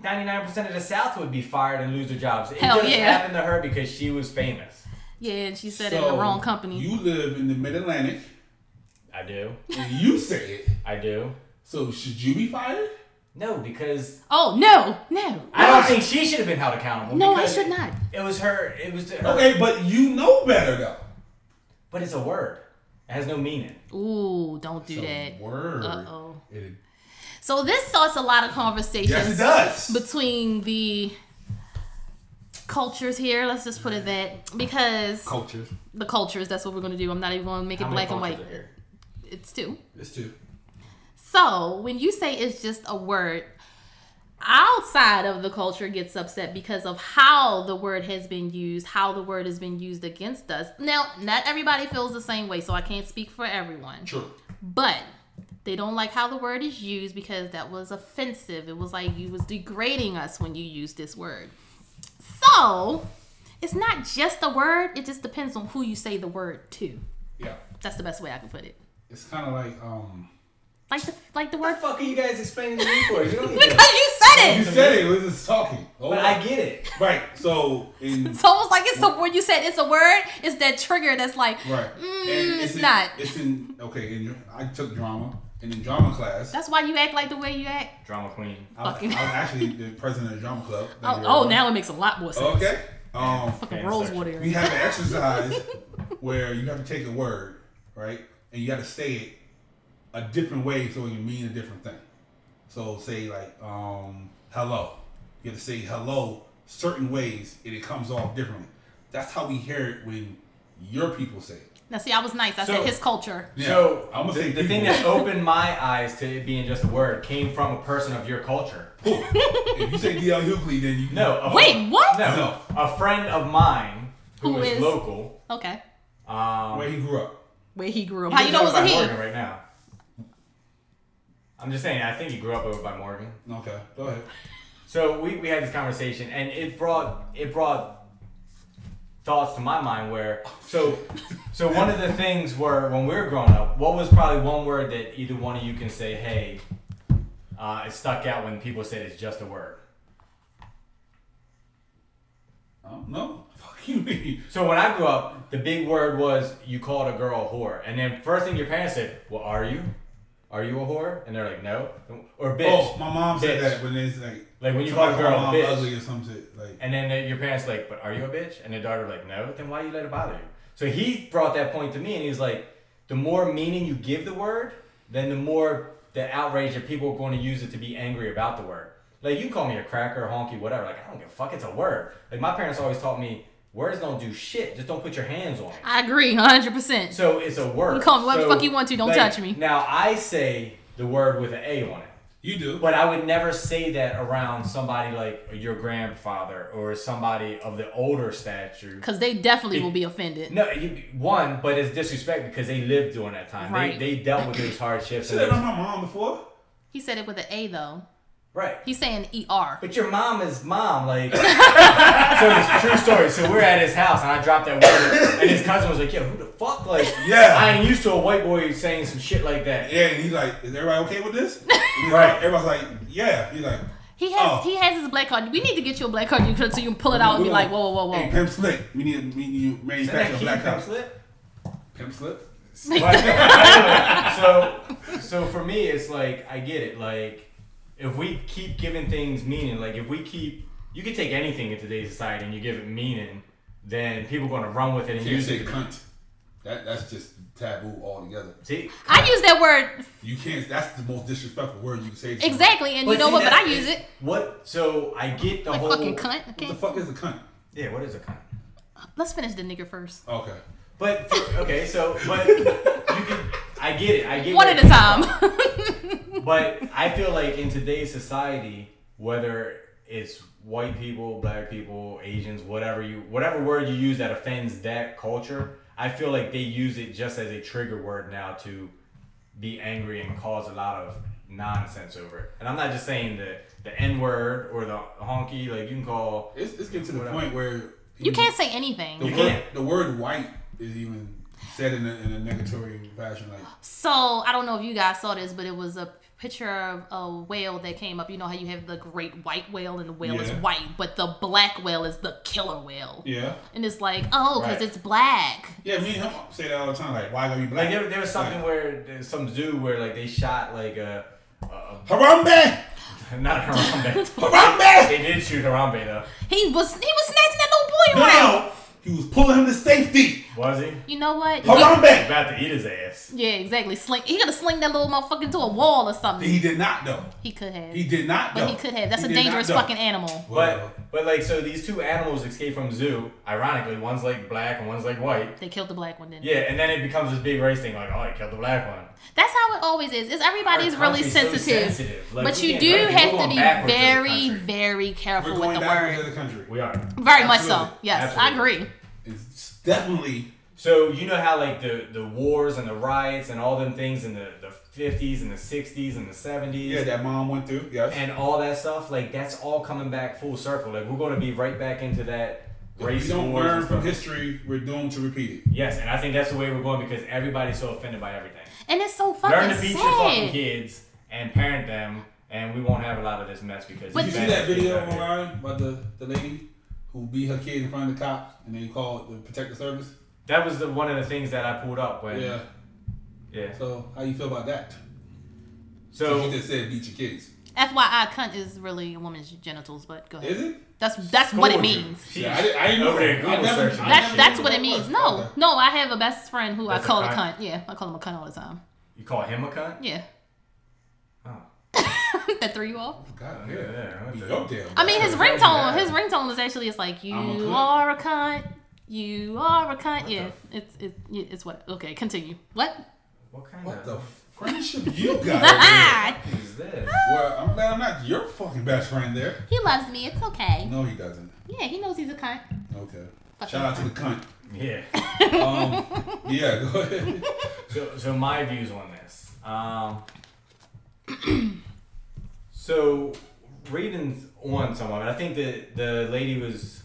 [SPEAKER 4] 99% of the South would be fired and lose their jobs. It
[SPEAKER 3] Hell
[SPEAKER 4] just
[SPEAKER 3] yeah.
[SPEAKER 4] happened to her because she was famous.
[SPEAKER 3] yeah, and she said it in the
[SPEAKER 2] So,
[SPEAKER 3] wrong company.
[SPEAKER 2] You live in the Mid Atlantic
[SPEAKER 4] I do.
[SPEAKER 2] and you say it.
[SPEAKER 4] I do.
[SPEAKER 2] So should you be fired?
[SPEAKER 4] No, because
[SPEAKER 3] oh no, no,
[SPEAKER 4] I don't think she should have been held accountable.
[SPEAKER 3] no, I
[SPEAKER 4] because
[SPEAKER 3] should not.
[SPEAKER 4] It was her. It was her.
[SPEAKER 2] Okay, but you know better though.
[SPEAKER 4] But it's a word. It has no meaning.
[SPEAKER 3] Ooh, don't do
[SPEAKER 2] So,
[SPEAKER 3] that.
[SPEAKER 2] Word.
[SPEAKER 3] Uh-oh.
[SPEAKER 2] It-
[SPEAKER 3] So this starts a lot of conversations.
[SPEAKER 2] yes, it does.
[SPEAKER 3] between the cultures here. Let's just put it that because
[SPEAKER 2] Cultures.
[SPEAKER 3] the cultures. That's what we're gonna do. I'm not even gonna make it
[SPEAKER 4] How many
[SPEAKER 3] black and white.
[SPEAKER 4] cultures are here?
[SPEAKER 3] It's two.
[SPEAKER 2] It's two.
[SPEAKER 3] So when you say it's just a word, outside of the culture gets upset because of how the word has been used, how the word has been used against us. Now, not everybody feels the same way, so I can't speak for everyone.
[SPEAKER 2] True.
[SPEAKER 3] But they don't like how the word is used because that was offensive. It was like you was degrading us when you used this word. So it's not just a word, it just depends on who you say the word to.
[SPEAKER 2] Yeah.
[SPEAKER 3] That's the best way I can put it.
[SPEAKER 2] It's kind of like um.
[SPEAKER 3] Like the like the
[SPEAKER 4] What
[SPEAKER 3] word
[SPEAKER 4] the fuck are you guys explaining to me for?
[SPEAKER 3] [LAUGHS]
[SPEAKER 4] You don't
[SPEAKER 3] because you
[SPEAKER 4] even.
[SPEAKER 3] said
[SPEAKER 2] You
[SPEAKER 3] it.
[SPEAKER 2] said it. We're just talking. Oh,
[SPEAKER 4] But I get it.
[SPEAKER 2] right. So in
[SPEAKER 3] [LAUGHS] It's almost like it's the word you said it's a word, it's that trigger that's like
[SPEAKER 2] right.
[SPEAKER 3] mm, it's
[SPEAKER 2] in,
[SPEAKER 3] not.
[SPEAKER 2] It's in okay. In I took drama and in drama class.
[SPEAKER 3] That's why you act like the way you act.
[SPEAKER 4] Drama queen.
[SPEAKER 2] I was, I
[SPEAKER 3] fucking-
[SPEAKER 2] was actually the president of the drama club. Thank
[SPEAKER 3] Oh,
[SPEAKER 2] you
[SPEAKER 3] oh
[SPEAKER 2] very
[SPEAKER 3] now it makes a lot more sense.
[SPEAKER 2] much. Okay. Um,
[SPEAKER 3] [LAUGHS] Fucking
[SPEAKER 4] Okay,
[SPEAKER 3] Rosewater
[SPEAKER 2] we
[SPEAKER 3] area.
[SPEAKER 2] have an exercise where you have to take a word, right, and you got to say it a different way so it can mean a different thing. So say like um, hello. You have to say hello certain ways, and it comes off differently. That's how we hear it when your people say it.
[SPEAKER 3] Now see I was nice. I
[SPEAKER 4] So-
[SPEAKER 3] said his culture.
[SPEAKER 2] Yeah,
[SPEAKER 4] So
[SPEAKER 2] I'ma
[SPEAKER 4] the,
[SPEAKER 2] say
[SPEAKER 4] the thing
[SPEAKER 2] people.
[SPEAKER 4] that opened my eyes to it being just a word came from a person of your culture.
[SPEAKER 2] Cool. if you say D.L. Hughley, then you
[SPEAKER 4] No. A,
[SPEAKER 3] Wait, what?
[SPEAKER 4] No,
[SPEAKER 2] No.
[SPEAKER 4] A friend of mine
[SPEAKER 3] Who
[SPEAKER 4] who is,
[SPEAKER 3] is-
[SPEAKER 4] local.
[SPEAKER 3] Okay.
[SPEAKER 4] Um,
[SPEAKER 2] where he grew up.
[SPEAKER 3] Where he grew up. How you know it
[SPEAKER 4] he's
[SPEAKER 3] was
[SPEAKER 4] over
[SPEAKER 3] a
[SPEAKER 4] by
[SPEAKER 3] he?
[SPEAKER 4] Morgan right now. I'm just saying. I think he grew up over by Morgan.
[SPEAKER 2] Okay, go ahead.
[SPEAKER 4] So we, we had this conversation, and it brought it brought thoughts to my mind where so so one of the things were when we were growing up, what was probably one word that either one of you can say, hey, uh, it stuck out when people said it's just a word.
[SPEAKER 2] I don't know. [LAUGHS] Fuck you, mean?
[SPEAKER 4] So when I grew up, the big word was you called a girl a whore, and then first thing your parents said, well, are you? Are you a whore? And they're like, no, or bitch.
[SPEAKER 2] Oh, my mom said
[SPEAKER 4] Bitch.
[SPEAKER 2] that when it's like
[SPEAKER 4] Like, when you
[SPEAKER 2] somebody
[SPEAKER 4] call a girl a
[SPEAKER 2] mom
[SPEAKER 4] bitch.
[SPEAKER 2] ugly or some shit. Like
[SPEAKER 4] And then your parents like, but are you a bitch? And the daughter like, no. Then why you let it bother you? So he brought that point to me, and he's like, the more meaning you give the word, then the more the outrage that people are going to use it to be angry about the word. Like you can call me a cracker, honky, whatever. Like I don't give a fuck. It's a word. Like my parents always taught me, words don't do shit. Just don't put your hands on it.
[SPEAKER 3] I agree, hundred percent.
[SPEAKER 4] So it's a word.
[SPEAKER 3] You call me whatever
[SPEAKER 4] So,
[SPEAKER 3] the fuck you want to, don't
[SPEAKER 4] like,
[SPEAKER 3] touch me.
[SPEAKER 4] Now I say the word with an A on it.
[SPEAKER 2] you do.
[SPEAKER 4] But I would never say that around somebody like your grandfather or somebody of the older stature.
[SPEAKER 3] Because they definitely will be offended.
[SPEAKER 4] No, you, one, but it's disrespect because they lived during that time.
[SPEAKER 3] Right.
[SPEAKER 4] They, they dealt with those hardships.
[SPEAKER 2] She
[SPEAKER 4] And
[SPEAKER 2] said that
[SPEAKER 4] those,
[SPEAKER 2] my mom before.
[SPEAKER 3] He said it with an A though.
[SPEAKER 4] Right.
[SPEAKER 3] He's saying ER.
[SPEAKER 4] But your mom is
[SPEAKER 3] [LAUGHS]
[SPEAKER 4] mom, like. so it's a true story. So we're at his house, and I dropped that word, and his cousin was like, "Yo, who the fuck?" Like,
[SPEAKER 2] Yeah.
[SPEAKER 4] I ain't used to a white boy saying some shit like that.
[SPEAKER 2] Yeah, and he's like, is everybody okay with
[SPEAKER 3] [LAUGHS]
[SPEAKER 2] this?
[SPEAKER 4] Right.
[SPEAKER 2] right. Everybody's like, yeah. He's like,
[SPEAKER 3] He has
[SPEAKER 2] Oh.
[SPEAKER 3] he has his black card. We need to get you a black card you could- so you can pull it out and be
[SPEAKER 2] We're
[SPEAKER 3] like,
[SPEAKER 2] gonna-
[SPEAKER 3] whoa, whoa, whoa.
[SPEAKER 2] hey, Pimp Slick, we need, we need to
[SPEAKER 4] Isn't that
[SPEAKER 2] manufacture a
[SPEAKER 4] Keith
[SPEAKER 2] black house.
[SPEAKER 4] Pimslett?
[SPEAKER 2] Pimp Slip?
[SPEAKER 4] But anyway, so so for me it's like I get it like if we keep giving things meaning like if we keep you could take anything in today's society and you give it meaning then people are gonna run with it and
[SPEAKER 2] You
[SPEAKER 4] use
[SPEAKER 2] say
[SPEAKER 4] it
[SPEAKER 2] cunt. That, that's just taboo altogether.
[SPEAKER 4] see
[SPEAKER 3] I use that word
[SPEAKER 2] You can't. That's the most disrespectful word you can say. To someone.
[SPEAKER 3] exactly, and you know
[SPEAKER 4] see,
[SPEAKER 3] what? But I
[SPEAKER 4] that-
[SPEAKER 3] use it.
[SPEAKER 4] what so I get the
[SPEAKER 3] Like
[SPEAKER 4] whole
[SPEAKER 3] fucking cunt.
[SPEAKER 2] What
[SPEAKER 3] Okay.
[SPEAKER 2] the fuck is a cunt?
[SPEAKER 4] yeah what is a cunt
[SPEAKER 3] Let's finish the nigga first.
[SPEAKER 2] Okay.
[SPEAKER 4] but okay so
[SPEAKER 3] [LAUGHS]
[SPEAKER 4] but you can I get it I get
[SPEAKER 3] One
[SPEAKER 4] where
[SPEAKER 3] at
[SPEAKER 4] it
[SPEAKER 3] a
[SPEAKER 4] comes
[SPEAKER 3] time. [LAUGHS]
[SPEAKER 4] But I feel like in today's society, whether it's white people, black people, Asians, whatever you whatever word you use that offends that culture, I feel like they use it just as a trigger word now to be angry and cause a lot of nonsense over it. And I'm not just saying the the N word or the honky, like you can call
[SPEAKER 2] It's, it's getting to the
[SPEAKER 4] Whatever.
[SPEAKER 2] point where
[SPEAKER 3] you
[SPEAKER 2] even-
[SPEAKER 3] can't say
[SPEAKER 2] The
[SPEAKER 3] anything.
[SPEAKER 4] you
[SPEAKER 2] word,
[SPEAKER 4] can't.
[SPEAKER 2] the word white is even said in a, in a negatory fashion. Like
[SPEAKER 3] So I don't know if you guys saw this, but it was a picture of a whale that came up. You know how you have the great white whale and the whale is
[SPEAKER 2] Yeah.
[SPEAKER 3] white, but the black whale is the killer whale.
[SPEAKER 2] yeah,
[SPEAKER 3] And it's like, oh, because
[SPEAKER 4] Right.
[SPEAKER 3] it's black.
[SPEAKER 2] yeah. Me and him say that all the time. Like why gotta be black?
[SPEAKER 4] like there, there was something where there's some zoo where like they shot like a, [LAUGHS] a,
[SPEAKER 2] Harambe,
[SPEAKER 4] a not a Harambe.
[SPEAKER 2] Harambe.
[SPEAKER 4] they did shoot Harambe though.
[SPEAKER 3] He was he was snatching that little boy around.
[SPEAKER 2] Now he was pulling him to safety.
[SPEAKER 4] Was he?
[SPEAKER 3] You know what? Yeah,
[SPEAKER 2] Harambe.
[SPEAKER 4] About to eat his ass.
[SPEAKER 3] yeah, exactly. Sling. He could have slinged that little motherfucker to a wall or something.
[SPEAKER 2] He did not though.
[SPEAKER 3] He could have.
[SPEAKER 2] He did not though.
[SPEAKER 3] but he could have. That's
[SPEAKER 2] He
[SPEAKER 3] a
[SPEAKER 2] did not,
[SPEAKER 3] dangerous
[SPEAKER 2] though.
[SPEAKER 3] fucking animal.
[SPEAKER 2] Well,
[SPEAKER 4] But but like so these two animals escape from zoo. Ironically, one's like black and one's like white.
[SPEAKER 3] They killed the black one, didn't they?
[SPEAKER 4] Yeah, and then it becomes this big race thing. Like, oh, he killed the black one.
[SPEAKER 3] That's how it always is. It's everybody's
[SPEAKER 4] Our
[SPEAKER 3] really
[SPEAKER 4] country's so
[SPEAKER 3] sensitive.
[SPEAKER 4] sensitive. Like,
[SPEAKER 3] but
[SPEAKER 4] we
[SPEAKER 3] you
[SPEAKER 4] can't-
[SPEAKER 3] do
[SPEAKER 4] like, we're
[SPEAKER 3] have to
[SPEAKER 4] going
[SPEAKER 3] be
[SPEAKER 4] backwards as a
[SPEAKER 3] very,
[SPEAKER 4] country.
[SPEAKER 3] very
[SPEAKER 2] we're
[SPEAKER 3] careful with
[SPEAKER 2] going
[SPEAKER 3] the
[SPEAKER 2] back to
[SPEAKER 3] word.
[SPEAKER 2] the country.
[SPEAKER 4] We are.
[SPEAKER 3] Very much so.
[SPEAKER 2] Absolutely.
[SPEAKER 3] Yes,
[SPEAKER 4] Absolutely.
[SPEAKER 3] I agree.
[SPEAKER 2] It's definitely
[SPEAKER 4] So you know how like the the wars and the riots and all them things in the the fifties and the sixties and the seventies.
[SPEAKER 2] yeah that mom went through. Yes.
[SPEAKER 4] and all that stuff, like that's all coming back full circle. Like we're gonna be right back into that
[SPEAKER 2] if
[SPEAKER 4] race.
[SPEAKER 2] we don't
[SPEAKER 4] wars and
[SPEAKER 2] learn from
[SPEAKER 4] stuff.
[SPEAKER 2] history, we're doomed to repeat it.
[SPEAKER 4] Yes, and I think that's the way we're going because everybody's so offended by everything.
[SPEAKER 3] And it's so fucking
[SPEAKER 4] Learn to beat your fucking
[SPEAKER 3] sad.
[SPEAKER 4] kids and parent them, and we won't have a lot of this mess because.
[SPEAKER 3] But
[SPEAKER 2] Did you see that video online about the, the lady who beat her kid in front of the cops and they called the protective service?
[SPEAKER 4] That was the one of the things that I pulled up when.
[SPEAKER 2] Yeah.
[SPEAKER 4] Yeah. yeah.
[SPEAKER 2] So how you feel about that?
[SPEAKER 4] So
[SPEAKER 2] she just said beat your kids.
[SPEAKER 3] FYI, cunt is really a woman's genitals, but go ahead.
[SPEAKER 2] Is it?
[SPEAKER 3] That's that's what it
[SPEAKER 4] Scold you.
[SPEAKER 3] means.
[SPEAKER 2] Yeah, I, did, I didn't know.
[SPEAKER 4] Over there,
[SPEAKER 2] that. I
[SPEAKER 4] Google
[SPEAKER 2] never,
[SPEAKER 4] searching.
[SPEAKER 2] I
[SPEAKER 3] That's
[SPEAKER 2] never
[SPEAKER 3] that's
[SPEAKER 2] knew
[SPEAKER 3] what it
[SPEAKER 2] that
[SPEAKER 3] means.
[SPEAKER 2] was.
[SPEAKER 3] No,
[SPEAKER 2] Okay.
[SPEAKER 3] no, I have a best friend who
[SPEAKER 4] That's
[SPEAKER 3] I
[SPEAKER 4] a
[SPEAKER 3] call a
[SPEAKER 4] cunt?
[SPEAKER 3] cunt. Yeah, I call him a cunt all the time.
[SPEAKER 4] you call him a cunt?
[SPEAKER 3] Yeah,
[SPEAKER 4] Oh,
[SPEAKER 3] [LAUGHS] that threw you off.
[SPEAKER 2] God,
[SPEAKER 4] yeah,
[SPEAKER 2] yeah.
[SPEAKER 4] yeah.
[SPEAKER 2] Be up there.
[SPEAKER 3] I mean, his
[SPEAKER 4] That's
[SPEAKER 3] ringtone,
[SPEAKER 4] bad.
[SPEAKER 3] his ringtone is actually it's like you
[SPEAKER 2] I'm a cunt."
[SPEAKER 3] are a cunt, you are a cunt.
[SPEAKER 4] What
[SPEAKER 3] yeah, it's it, yeah, it's what. Okay, continue. What?
[SPEAKER 4] What kind
[SPEAKER 2] What
[SPEAKER 4] of
[SPEAKER 2] the friendship you
[SPEAKER 3] [LAUGHS]
[SPEAKER 2] got? over there?
[SPEAKER 3] Ah,
[SPEAKER 4] fuck is
[SPEAKER 3] [LAUGHS]
[SPEAKER 4] this?
[SPEAKER 2] well, I'm glad I'm not your fucking best friend there.
[SPEAKER 3] he loves me. It's okay.
[SPEAKER 2] No, he doesn't.
[SPEAKER 3] Yeah, he knows he's a cunt.
[SPEAKER 2] Okay. Shout out to the
[SPEAKER 3] [LAUGHS]
[SPEAKER 2] cunt.
[SPEAKER 4] Yeah.
[SPEAKER 2] Um, yeah, go ahead.
[SPEAKER 4] So, so my views on this. Um, [CLEARS THROAT] so reading on some of it, I think that the lady was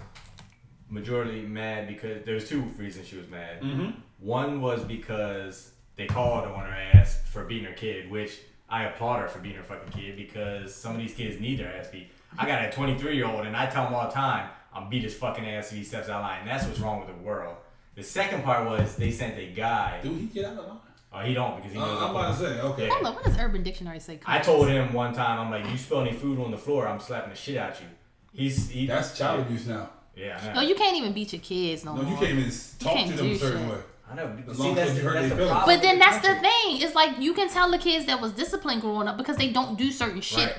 [SPEAKER 4] majority mad because there was two reasons she was mad.
[SPEAKER 2] Mhm.
[SPEAKER 4] One was because they called on her ass for beating her kid, which I applaud her for beating her fucking kid because some of these kids need their ass beat. I got a 23 year old and I tell him all the time, I'm beat his fucking ass if he steps out of line. That's what's wrong with the world. The second part was they sent a guy.
[SPEAKER 2] Do he get out of line?
[SPEAKER 4] Oh, he don't because he knows.
[SPEAKER 2] Uh, I'm about to say, okay.
[SPEAKER 4] Yeah.
[SPEAKER 3] Hold on. What does Urban Dictionary say?
[SPEAKER 4] I
[SPEAKER 3] cunt?
[SPEAKER 4] told him one time, I'm like, you spill any food on the floor, I'm slapping the shit out you. He's he,
[SPEAKER 2] That's child abuse now.
[SPEAKER 4] Yeah, I know.
[SPEAKER 3] No, you can't even beat your kids no,
[SPEAKER 2] No,
[SPEAKER 3] more.
[SPEAKER 2] you can't even s- talk
[SPEAKER 3] can't
[SPEAKER 2] to them
[SPEAKER 3] do
[SPEAKER 2] a certain
[SPEAKER 3] shit.
[SPEAKER 2] way.
[SPEAKER 4] I know. but
[SPEAKER 2] As
[SPEAKER 4] See,
[SPEAKER 2] long
[SPEAKER 4] that's,
[SPEAKER 2] as you hurt
[SPEAKER 4] that's
[SPEAKER 2] their
[SPEAKER 4] the
[SPEAKER 2] feelings.
[SPEAKER 4] problem.
[SPEAKER 3] But then
[SPEAKER 4] with
[SPEAKER 3] that's the
[SPEAKER 4] country.
[SPEAKER 3] thing. It's like you can tell the kids that was disciplined growing up because they don't do certain shit.
[SPEAKER 4] Right.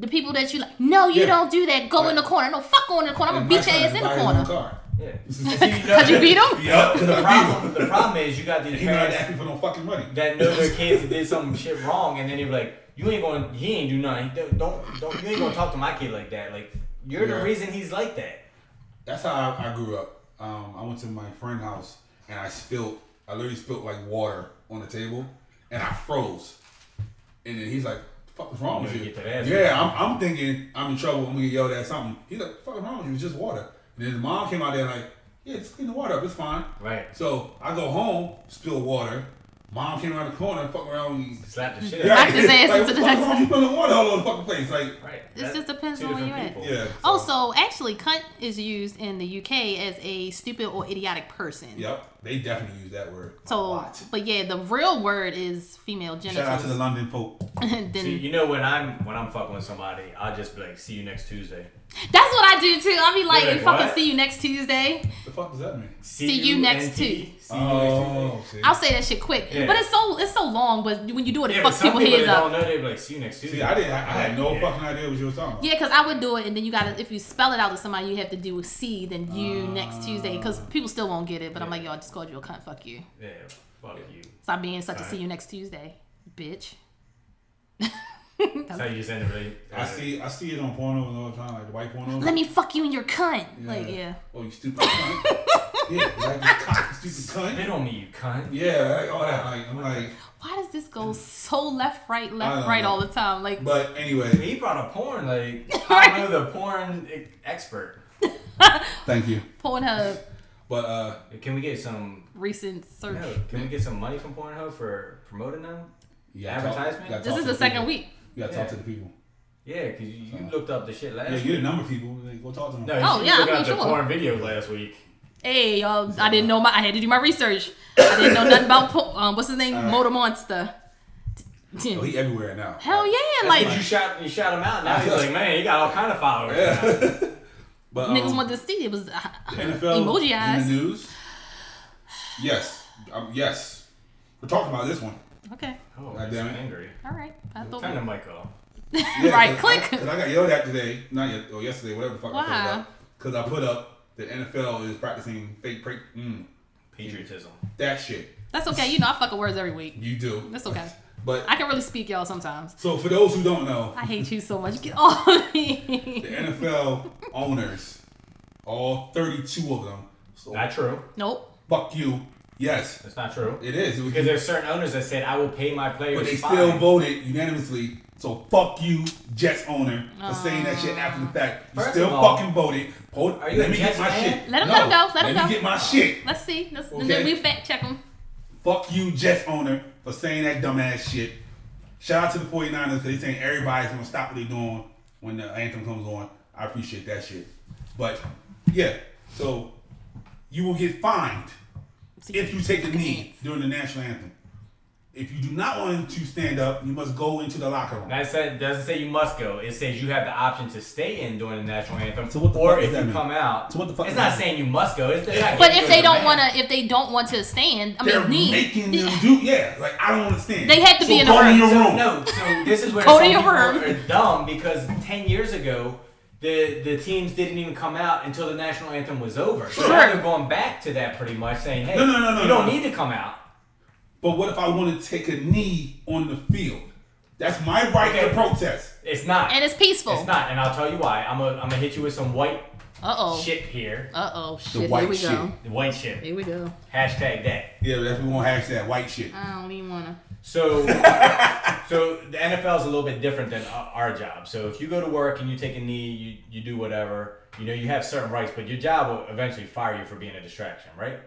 [SPEAKER 3] The people that you like, no, you
[SPEAKER 2] Yeah.
[SPEAKER 3] don't do that. Go in the
[SPEAKER 2] Right.
[SPEAKER 3] corner. No, fuck going in the corner. I'm
[SPEAKER 2] And
[SPEAKER 3] gonna
[SPEAKER 2] my
[SPEAKER 3] beat your
[SPEAKER 2] son
[SPEAKER 3] ass
[SPEAKER 2] is
[SPEAKER 3] in the
[SPEAKER 2] buying
[SPEAKER 3] corner.
[SPEAKER 2] his own car. [LAUGHS]
[SPEAKER 4] Yeah.
[SPEAKER 3] Cause you beat him.
[SPEAKER 2] Yup, because
[SPEAKER 4] The
[SPEAKER 2] I beat
[SPEAKER 4] problem,
[SPEAKER 2] him.
[SPEAKER 4] the problem is you got these
[SPEAKER 2] He's not
[SPEAKER 4] parents
[SPEAKER 2] asking for no fucking money.
[SPEAKER 4] that know their kids that did some shit wrong, and then they're like, "You ain't going, he ain't do nothing. He don't, don't, don't, you ain't gonna talk to my kid like that. Like, you're
[SPEAKER 2] Yeah.
[SPEAKER 4] the reason he's like that."
[SPEAKER 2] That's how I, I grew up. Um, I went to my friend's house and I spilled, I literally spilled like water on the table and I froze. And then he's like, fuck is wrong with
[SPEAKER 4] You
[SPEAKER 2] you?
[SPEAKER 4] get that ass beat.
[SPEAKER 2] yeah, I'm, I'm thinking I'm in trouble. I'm gonna get yelled at something. He's like, fuck is wrong with you? It's just water. And then his mom came out there like, yeah, just clean the water up. It's fine.
[SPEAKER 4] Right.
[SPEAKER 2] So I go home, spill water. Mom came around the corner, fuck around. and-
[SPEAKER 4] Slap the shit
[SPEAKER 2] Yeah,
[SPEAKER 4] out.
[SPEAKER 3] Knocked his ass
[SPEAKER 2] like,
[SPEAKER 3] into the
[SPEAKER 2] fuck
[SPEAKER 3] next-
[SPEAKER 2] wrong? You spilling water all over the fucking place. Like,
[SPEAKER 4] Right.
[SPEAKER 3] This
[SPEAKER 4] That-
[SPEAKER 3] just depends
[SPEAKER 4] two
[SPEAKER 3] on where
[SPEAKER 4] different
[SPEAKER 3] you're at.
[SPEAKER 4] people.
[SPEAKER 2] yeah. so-
[SPEAKER 3] Also, actually, cunt is used in the UK as a stupid or idiotic person.
[SPEAKER 2] Yep, they definitely use that word. a
[SPEAKER 3] So,
[SPEAKER 2] lot.
[SPEAKER 3] but yeah, the real word is female genitals.
[SPEAKER 2] shout out to the London folk.
[SPEAKER 3] [LAUGHS] And then-
[SPEAKER 4] See, you know when I'm when I'm fucking with somebody, I'll just be like, "See you next Tuesday."
[SPEAKER 3] that's what I do too. I'll be like,
[SPEAKER 4] You're
[SPEAKER 3] you
[SPEAKER 4] like,
[SPEAKER 3] fucking
[SPEAKER 4] what?
[SPEAKER 3] see you next Tuesday.
[SPEAKER 2] The fuck does that mean? Oh,
[SPEAKER 3] See you next
[SPEAKER 4] NT.
[SPEAKER 3] Tuesday.
[SPEAKER 4] See you next Tuesday.
[SPEAKER 2] see.
[SPEAKER 3] I'll say that shit quick,
[SPEAKER 4] Yeah.
[SPEAKER 3] but it's so it's so long. But when you do it, it
[SPEAKER 4] Yeah, but
[SPEAKER 3] fucks
[SPEAKER 4] some
[SPEAKER 3] people
[SPEAKER 4] people that
[SPEAKER 3] heads
[SPEAKER 4] don't
[SPEAKER 3] up.
[SPEAKER 4] know they be like, "See you next Tuesday."
[SPEAKER 2] See, I didn't. I, I had no
[SPEAKER 4] Yeah.
[SPEAKER 2] fucking idea what you were talking about.
[SPEAKER 3] Yeah, because I would do it, and then you gotta if you spell it out to somebody, you have to do C, then you next Tuesday, because people still won't get it. But I'm like, yo, I just called you a cunt. Fuck you.
[SPEAKER 4] Yeah, fuck you.
[SPEAKER 3] Stop being such a
[SPEAKER 4] Alright.
[SPEAKER 3] see you next Tuesday, bitch.
[SPEAKER 4] That's how you just end the rela-
[SPEAKER 2] I see. I see it on pornos all the time, like the white pornos.
[SPEAKER 3] Let me fuck you in your cunt. Like yeah.
[SPEAKER 2] Oh, you stupid cunt. yeah, like you cock, you stupid cunt.
[SPEAKER 4] Spit on me, you cunt.
[SPEAKER 2] Yeah, like all that. Like I'm like,
[SPEAKER 3] Why does this go so left, right,
[SPEAKER 2] I
[SPEAKER 3] left,
[SPEAKER 2] don't
[SPEAKER 3] right
[SPEAKER 2] know.
[SPEAKER 3] all the time? Like
[SPEAKER 2] but anyway,
[SPEAKER 4] He brought a porn [LAUGHS] like I know the porn e- expert.
[SPEAKER 2] thank you.
[SPEAKER 3] Pornhub
[SPEAKER 2] But uh,
[SPEAKER 4] Can we get some?
[SPEAKER 3] recent search.
[SPEAKER 4] No, can we get some money from Pornhub for promoting them?
[SPEAKER 2] you gotta talk-
[SPEAKER 4] Advertisement?
[SPEAKER 2] you gotta
[SPEAKER 3] This
[SPEAKER 2] talk
[SPEAKER 3] is
[SPEAKER 2] to
[SPEAKER 3] the second
[SPEAKER 2] people.
[SPEAKER 3] week.
[SPEAKER 2] You gotta talk
[SPEAKER 4] Yeah.
[SPEAKER 2] to the people.
[SPEAKER 4] Yeah, cause you, you looked up the shit last.
[SPEAKER 2] Yeah,
[SPEAKER 4] week.
[SPEAKER 2] you're the number of people. Like, go talk to them.
[SPEAKER 4] No, you
[SPEAKER 3] Oh,
[SPEAKER 4] should
[SPEAKER 3] yeah,
[SPEAKER 4] look
[SPEAKER 3] I
[SPEAKER 4] up
[SPEAKER 3] mean,
[SPEAKER 4] the
[SPEAKER 3] sure.
[SPEAKER 4] porn videos last week.
[SPEAKER 3] Hey y'all, I didn't know my. I had to do my research. I didn't know nothing about po- um, what's his name, Motor Monster.
[SPEAKER 2] Oh, he everywhere now.
[SPEAKER 3] Hell yeah!
[SPEAKER 4] Like
[SPEAKER 3] Like
[SPEAKER 4] you shot, you shot him out. Now he's like, man, you got all kind of followers. now."
[SPEAKER 2] [LAUGHS] But
[SPEAKER 3] [LAUGHS] niggas
[SPEAKER 2] um,
[SPEAKER 3] wanted to see it was uh,
[SPEAKER 2] NFL
[SPEAKER 3] emoji
[SPEAKER 2] in
[SPEAKER 3] eyes.
[SPEAKER 2] the news. Yes, um, yes. We're talking about
[SPEAKER 3] [LAUGHS]
[SPEAKER 2] this one.
[SPEAKER 3] Okay,
[SPEAKER 4] Oh,
[SPEAKER 2] God
[SPEAKER 4] I'm
[SPEAKER 2] damn
[SPEAKER 4] so
[SPEAKER 2] it.
[SPEAKER 4] angry.
[SPEAKER 3] all right. I thought
[SPEAKER 4] Turn the mic off.
[SPEAKER 2] Yeah,
[SPEAKER 3] Right,
[SPEAKER 2] cause
[SPEAKER 3] click.
[SPEAKER 2] I, 'cause I got yelled at today, not yet, or yesterday, whatever the fuck I
[SPEAKER 3] Why?
[SPEAKER 2] put up. Because I put up that NFL is practicing fake pre- mm,
[SPEAKER 4] Patriotism.
[SPEAKER 2] that shit.
[SPEAKER 3] that's okay. You know I fuck with words every week.
[SPEAKER 2] You do.
[SPEAKER 3] That's okay.
[SPEAKER 2] But
[SPEAKER 3] I can really speak y'all sometimes.
[SPEAKER 2] so for those who don't know,
[SPEAKER 3] I hate you so much. Get off me. [LAUGHS]
[SPEAKER 2] the NFL owners, all 32 of them. So
[SPEAKER 4] Not true.
[SPEAKER 3] Nope.
[SPEAKER 2] fuck you. Yes,
[SPEAKER 4] That's not true.
[SPEAKER 2] it is. It was-
[SPEAKER 4] Because there's certain owners that said, I will pay my players.
[SPEAKER 2] but they
[SPEAKER 4] fine."
[SPEAKER 2] still voted unanimously. So fuck you, Jets owner, for saying that shit after the fact. You
[SPEAKER 4] First
[SPEAKER 2] still
[SPEAKER 4] of all,
[SPEAKER 2] fucking voted. Hold,
[SPEAKER 4] are you
[SPEAKER 2] let
[SPEAKER 4] a
[SPEAKER 2] me
[SPEAKER 4] Jets
[SPEAKER 2] get my
[SPEAKER 4] fan?
[SPEAKER 2] shit.
[SPEAKER 3] Let 'em-
[SPEAKER 2] no,
[SPEAKER 3] let 'em go, let 'em
[SPEAKER 2] Let me
[SPEAKER 3] go.
[SPEAKER 2] get my shit.
[SPEAKER 3] Let's see. Let's, And then
[SPEAKER 2] Okay.
[SPEAKER 3] we fact check them.
[SPEAKER 2] Fuck you, Jets owner, for saying that dumbass shit. Shout out to the 49ers because they saying everybody's going to stop what they're doing when the anthem comes on. I appreciate that shit. But, yeah, so you will get fined if you take a knee during the national anthem. If you do not want to stand up, you must go into the locker room.
[SPEAKER 4] That said, doesn't say you must go. It says you have the option to stay in during the national anthem,
[SPEAKER 2] So what the
[SPEAKER 4] or
[SPEAKER 2] fuck
[SPEAKER 4] if
[SPEAKER 2] does that
[SPEAKER 4] you
[SPEAKER 2] mean?
[SPEAKER 4] come out.
[SPEAKER 2] So what the fuck
[SPEAKER 4] It's
[SPEAKER 2] does
[SPEAKER 4] not
[SPEAKER 2] that mean?
[SPEAKER 4] saying you must go. It's they're not
[SPEAKER 3] But
[SPEAKER 4] giving
[SPEAKER 3] if
[SPEAKER 4] you
[SPEAKER 3] they
[SPEAKER 4] a
[SPEAKER 3] don't
[SPEAKER 4] demand.
[SPEAKER 3] want to, if they don't want to stand, I
[SPEAKER 2] They're
[SPEAKER 3] mean, knee.
[SPEAKER 2] making them do, yeah. Like, I don't understand.
[SPEAKER 3] They had to
[SPEAKER 2] So
[SPEAKER 3] be in
[SPEAKER 2] go
[SPEAKER 3] a-
[SPEAKER 2] in your
[SPEAKER 4] So,
[SPEAKER 2] room.
[SPEAKER 4] no, so this is where
[SPEAKER 3] Go
[SPEAKER 4] some
[SPEAKER 3] to your
[SPEAKER 4] people
[SPEAKER 3] room.
[SPEAKER 4] are dumb because ten years ago, the the teams didn't even come out until the national anthem was over. So now
[SPEAKER 3] Sure.
[SPEAKER 4] they're going back to that pretty much, saying, "Hey,
[SPEAKER 2] No, no, no, no,
[SPEAKER 4] you
[SPEAKER 2] no,
[SPEAKER 4] don't
[SPEAKER 2] no.
[SPEAKER 4] need to come out."
[SPEAKER 2] But what if I want to take a knee on the field? That's my right
[SPEAKER 4] Okay.
[SPEAKER 2] to protest.
[SPEAKER 4] It's
[SPEAKER 3] [LAUGHS]
[SPEAKER 4] not.
[SPEAKER 3] and it's peaceful.
[SPEAKER 4] It's not, and I'll tell you why. I'm gonna I'm gonna hit you with some white
[SPEAKER 3] Uh oh.
[SPEAKER 4] shit here.
[SPEAKER 3] Uh oh. Shit.
[SPEAKER 2] white
[SPEAKER 3] Here we
[SPEAKER 2] shit.
[SPEAKER 3] go.
[SPEAKER 4] The white shit.
[SPEAKER 3] Here we go.
[SPEAKER 4] Hashtag that.
[SPEAKER 2] Yeah, but that's we won't hash that white shit.
[SPEAKER 3] I don't even wanna.
[SPEAKER 4] So, so the NFL is a little bit different than o- our job. So if you go to work and you take a knee, you you do whatever. You know you have certain rights, but your job will eventually fire you for being a distraction, right?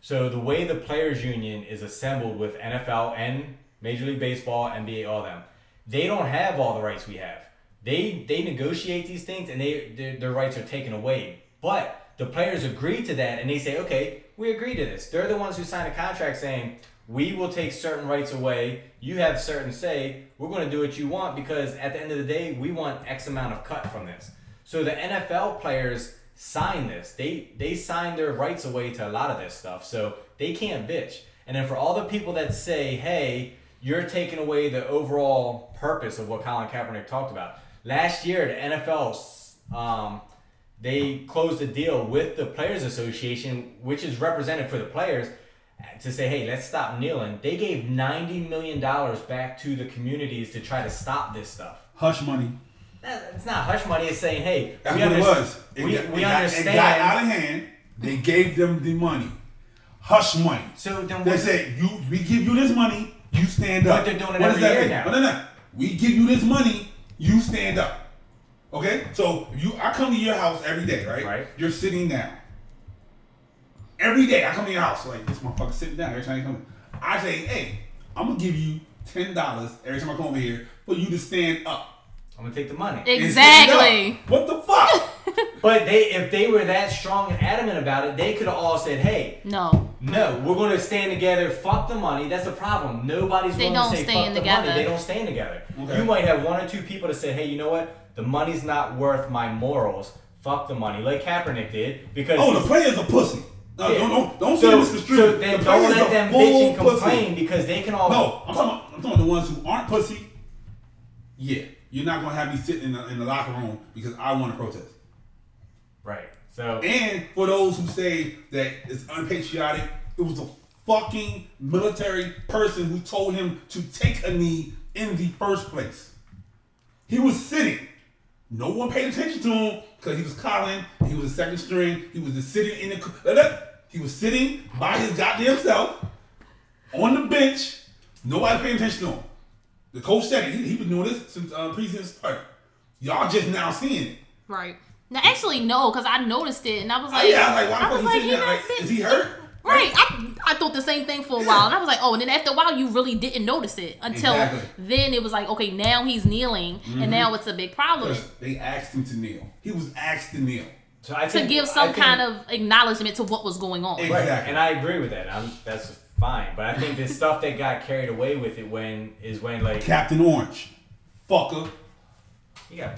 [SPEAKER 4] So the way the players union is assembled with NFL and Major League Baseball, NBA, all them, they don't have all the rights we have. They they negotiate these things and they their, their rights are taken away. But the players agree to that and they say, okay, we agree to this. They're the ones who sign a contract saying we will take certain rights away. You have certain say. We're going to do what you want because at the end of the day, we want X amount of cut from this. So the NFL players sign this. They they sign their rights away to a lot of this stuff. So they can't bitch. And then for all the people that say, "Hey, you're taking away the overall purpose of what Colin Kaepernick talked about." Last year, the NFL um, they closed a deal with the Players Association, which is represented for the players, to say, "Hey, let's stop kneeling." They gave ninety million dollars back to the communities to try to stop this stuff.
[SPEAKER 2] Hush money.
[SPEAKER 4] That- It's not hush money. It's saying, "Hey,
[SPEAKER 2] That's
[SPEAKER 4] we
[SPEAKER 2] what it
[SPEAKER 4] under-
[SPEAKER 2] was. It
[SPEAKER 4] we,
[SPEAKER 2] got,
[SPEAKER 4] we
[SPEAKER 2] it got-
[SPEAKER 4] understand."
[SPEAKER 2] It got out of hand. They gave them the money. Hush money.
[SPEAKER 4] So then
[SPEAKER 2] they
[SPEAKER 4] what-
[SPEAKER 2] said, "You, we give you this money. You stand up."
[SPEAKER 4] But they're doing it
[SPEAKER 2] What
[SPEAKER 4] every
[SPEAKER 2] does that
[SPEAKER 4] year
[SPEAKER 2] mean?
[SPEAKER 4] now.
[SPEAKER 2] No, no, no. we give you this money, you stand up. Okay? So you I come to your house every day, right?
[SPEAKER 4] Right.
[SPEAKER 2] You're sitting down. Every day I come to your house, like this motherfucker sitting down every time you come in. I say, hey, I'm gonna give you ten dollars every time I come over here for you to stand up.
[SPEAKER 4] I'm gonna take the money.
[SPEAKER 2] And stand up.
[SPEAKER 3] Exactly.
[SPEAKER 2] What the
[SPEAKER 4] [LAUGHS]
[SPEAKER 2] fuck?
[SPEAKER 4] But they, if they were that strong and adamant about it, they could have all said, "Hey,
[SPEAKER 3] No.
[SPEAKER 4] no, we're gonna stand together. Fuck the money. That's the problem. Nobody's
[SPEAKER 3] They
[SPEAKER 4] willing
[SPEAKER 3] don't
[SPEAKER 4] to say fuck
[SPEAKER 3] stand
[SPEAKER 4] the
[SPEAKER 3] together.
[SPEAKER 4] money. They don't stand together.
[SPEAKER 2] Okay.
[SPEAKER 4] You might have one or two people to say, "Hey, you know what? The money's not worth my morals. Fuck the money," like Kaepernick did because
[SPEAKER 2] oh, the player's a pussy. No,
[SPEAKER 4] Yeah.
[SPEAKER 2] don't don't don't say
[SPEAKER 4] so,
[SPEAKER 2] this is true.
[SPEAKER 4] so then
[SPEAKER 2] the
[SPEAKER 4] don't
[SPEAKER 2] player's
[SPEAKER 4] let
[SPEAKER 2] a
[SPEAKER 4] them bitch
[SPEAKER 2] full
[SPEAKER 4] and
[SPEAKER 2] pussy.
[SPEAKER 4] complain because they can all.
[SPEAKER 2] No, I'm talking, about, I'm talking about the ones who aren't pussy. Yeah, you're not gonna have me sitting in the, in the locker room because I want to protest.
[SPEAKER 4] Right. So
[SPEAKER 2] And for those who say that it's unpatriotic, it was a fucking military person who told him to take a knee in the first place. He was sitting. No one paid attention to him because he was calling. He was a second string. He was just sitting in the. Look, look. He was sitting by his goddamn self on the bench. Nobody paid attention to him. The coach said it. He, he been doing this since uh, preseason start. Y'all just now seeing it.
[SPEAKER 3] Right. Now, actually, no, because I noticed it and I was like,
[SPEAKER 2] Oh, yeah, I was like, why the fuck
[SPEAKER 3] was
[SPEAKER 2] you sitting
[SPEAKER 3] like, he
[SPEAKER 2] there?
[SPEAKER 3] not
[SPEAKER 2] Like,
[SPEAKER 3] sitting.
[SPEAKER 2] is
[SPEAKER 3] [LAUGHS]
[SPEAKER 2] he hurt?
[SPEAKER 3] Right. I, I thought the same thing for a while. And I was like, oh, and then after a while, you really didn't notice it until
[SPEAKER 2] Exactly. Mm-hmm.
[SPEAKER 3] then it was like, okay, now he's kneeling and now it's a big problem.
[SPEAKER 2] Because they asked him to kneel. He was asked to kneel.
[SPEAKER 4] so I
[SPEAKER 3] To
[SPEAKER 4] think,
[SPEAKER 3] give
[SPEAKER 4] I
[SPEAKER 3] some
[SPEAKER 4] think-
[SPEAKER 3] kind of acknowledgement to what was going on.
[SPEAKER 2] Ex-
[SPEAKER 4] Right,
[SPEAKER 2] Exactly.
[SPEAKER 4] and I agree with that. I'm, that's fine, but I think the stuff that got carried away with it when is when like
[SPEAKER 2] Captain Orange, fucker.
[SPEAKER 4] yeah.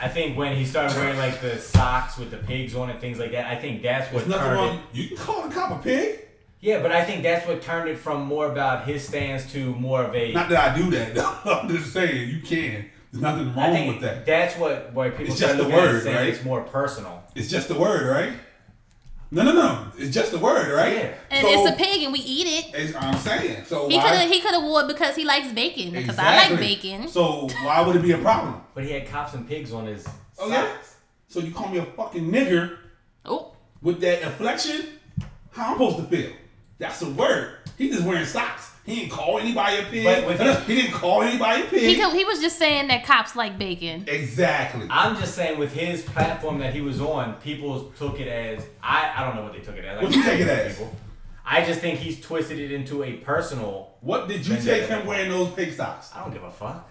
[SPEAKER 4] I think when he started wearing like the socks with the pigs on and things like that, I think that's what
[SPEAKER 2] There's nothing
[SPEAKER 4] turned
[SPEAKER 2] wrong.
[SPEAKER 4] it.
[SPEAKER 2] You can call the cop a pig.
[SPEAKER 4] Yeah, but I think that's what turned it from more about his stance to more of a.
[SPEAKER 2] Not that I do that. [LAUGHS] though. I'm just saying you can. There's nothing
[SPEAKER 4] I
[SPEAKER 2] wrong
[SPEAKER 4] think
[SPEAKER 2] with that.
[SPEAKER 4] that's what why people
[SPEAKER 2] It's just
[SPEAKER 4] start
[SPEAKER 2] the
[SPEAKER 4] looking at it and
[SPEAKER 2] word,
[SPEAKER 4] saying
[SPEAKER 2] right?
[SPEAKER 4] It's more personal.
[SPEAKER 2] It's just a word, right? No, no, no. It's just a word, right?
[SPEAKER 4] Yeah.
[SPEAKER 3] And it's a pig and we eat it.
[SPEAKER 2] It's, I'm saying. So
[SPEAKER 3] He could
[SPEAKER 2] why?
[SPEAKER 3] have he could have wore it because he likes bacon because I like
[SPEAKER 2] Exactly.
[SPEAKER 3] bacon.
[SPEAKER 2] So why would it be a problem?
[SPEAKER 4] But he had cops and pigs on his.
[SPEAKER 2] Oh yeah.
[SPEAKER 4] socks.
[SPEAKER 2] So you call me a fucking nigger
[SPEAKER 3] Oh,
[SPEAKER 2] with that inflection? How I'm supposed to feel? That's a word. He just wearing socks. He didn't call anybody a pig.
[SPEAKER 4] But with him-
[SPEAKER 2] [LAUGHS] he didn't call anybody a
[SPEAKER 3] he
[SPEAKER 2] pig.
[SPEAKER 3] could, he was just saying that cops like bacon.
[SPEAKER 2] Exactly.
[SPEAKER 4] I'm just saying, with his platform that he was on, people took it as I, I don't know what they took it as.
[SPEAKER 2] What you take it as?
[SPEAKER 4] I just think he's twisted it into a personal.
[SPEAKER 2] What did you
[SPEAKER 4] Been
[SPEAKER 2] take
[SPEAKER 4] there.
[SPEAKER 2] him wearing those pig socks?
[SPEAKER 4] I don't give a fuck.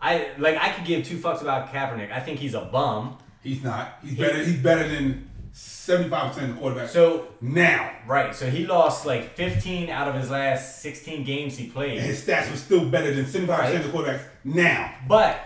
[SPEAKER 4] I like I could give two fucks about Kaepernick. I think he's a bum.
[SPEAKER 2] He's not. He's better. He's better than seventy-five percent of the quarterbacks.
[SPEAKER 4] So
[SPEAKER 2] now,
[SPEAKER 4] right, so he lost like 15 out of his last 16 games he
[SPEAKER 2] and
[SPEAKER 4] played.
[SPEAKER 2] his stats were still better than seventy-five percent of the quarterbacks. Now,
[SPEAKER 4] But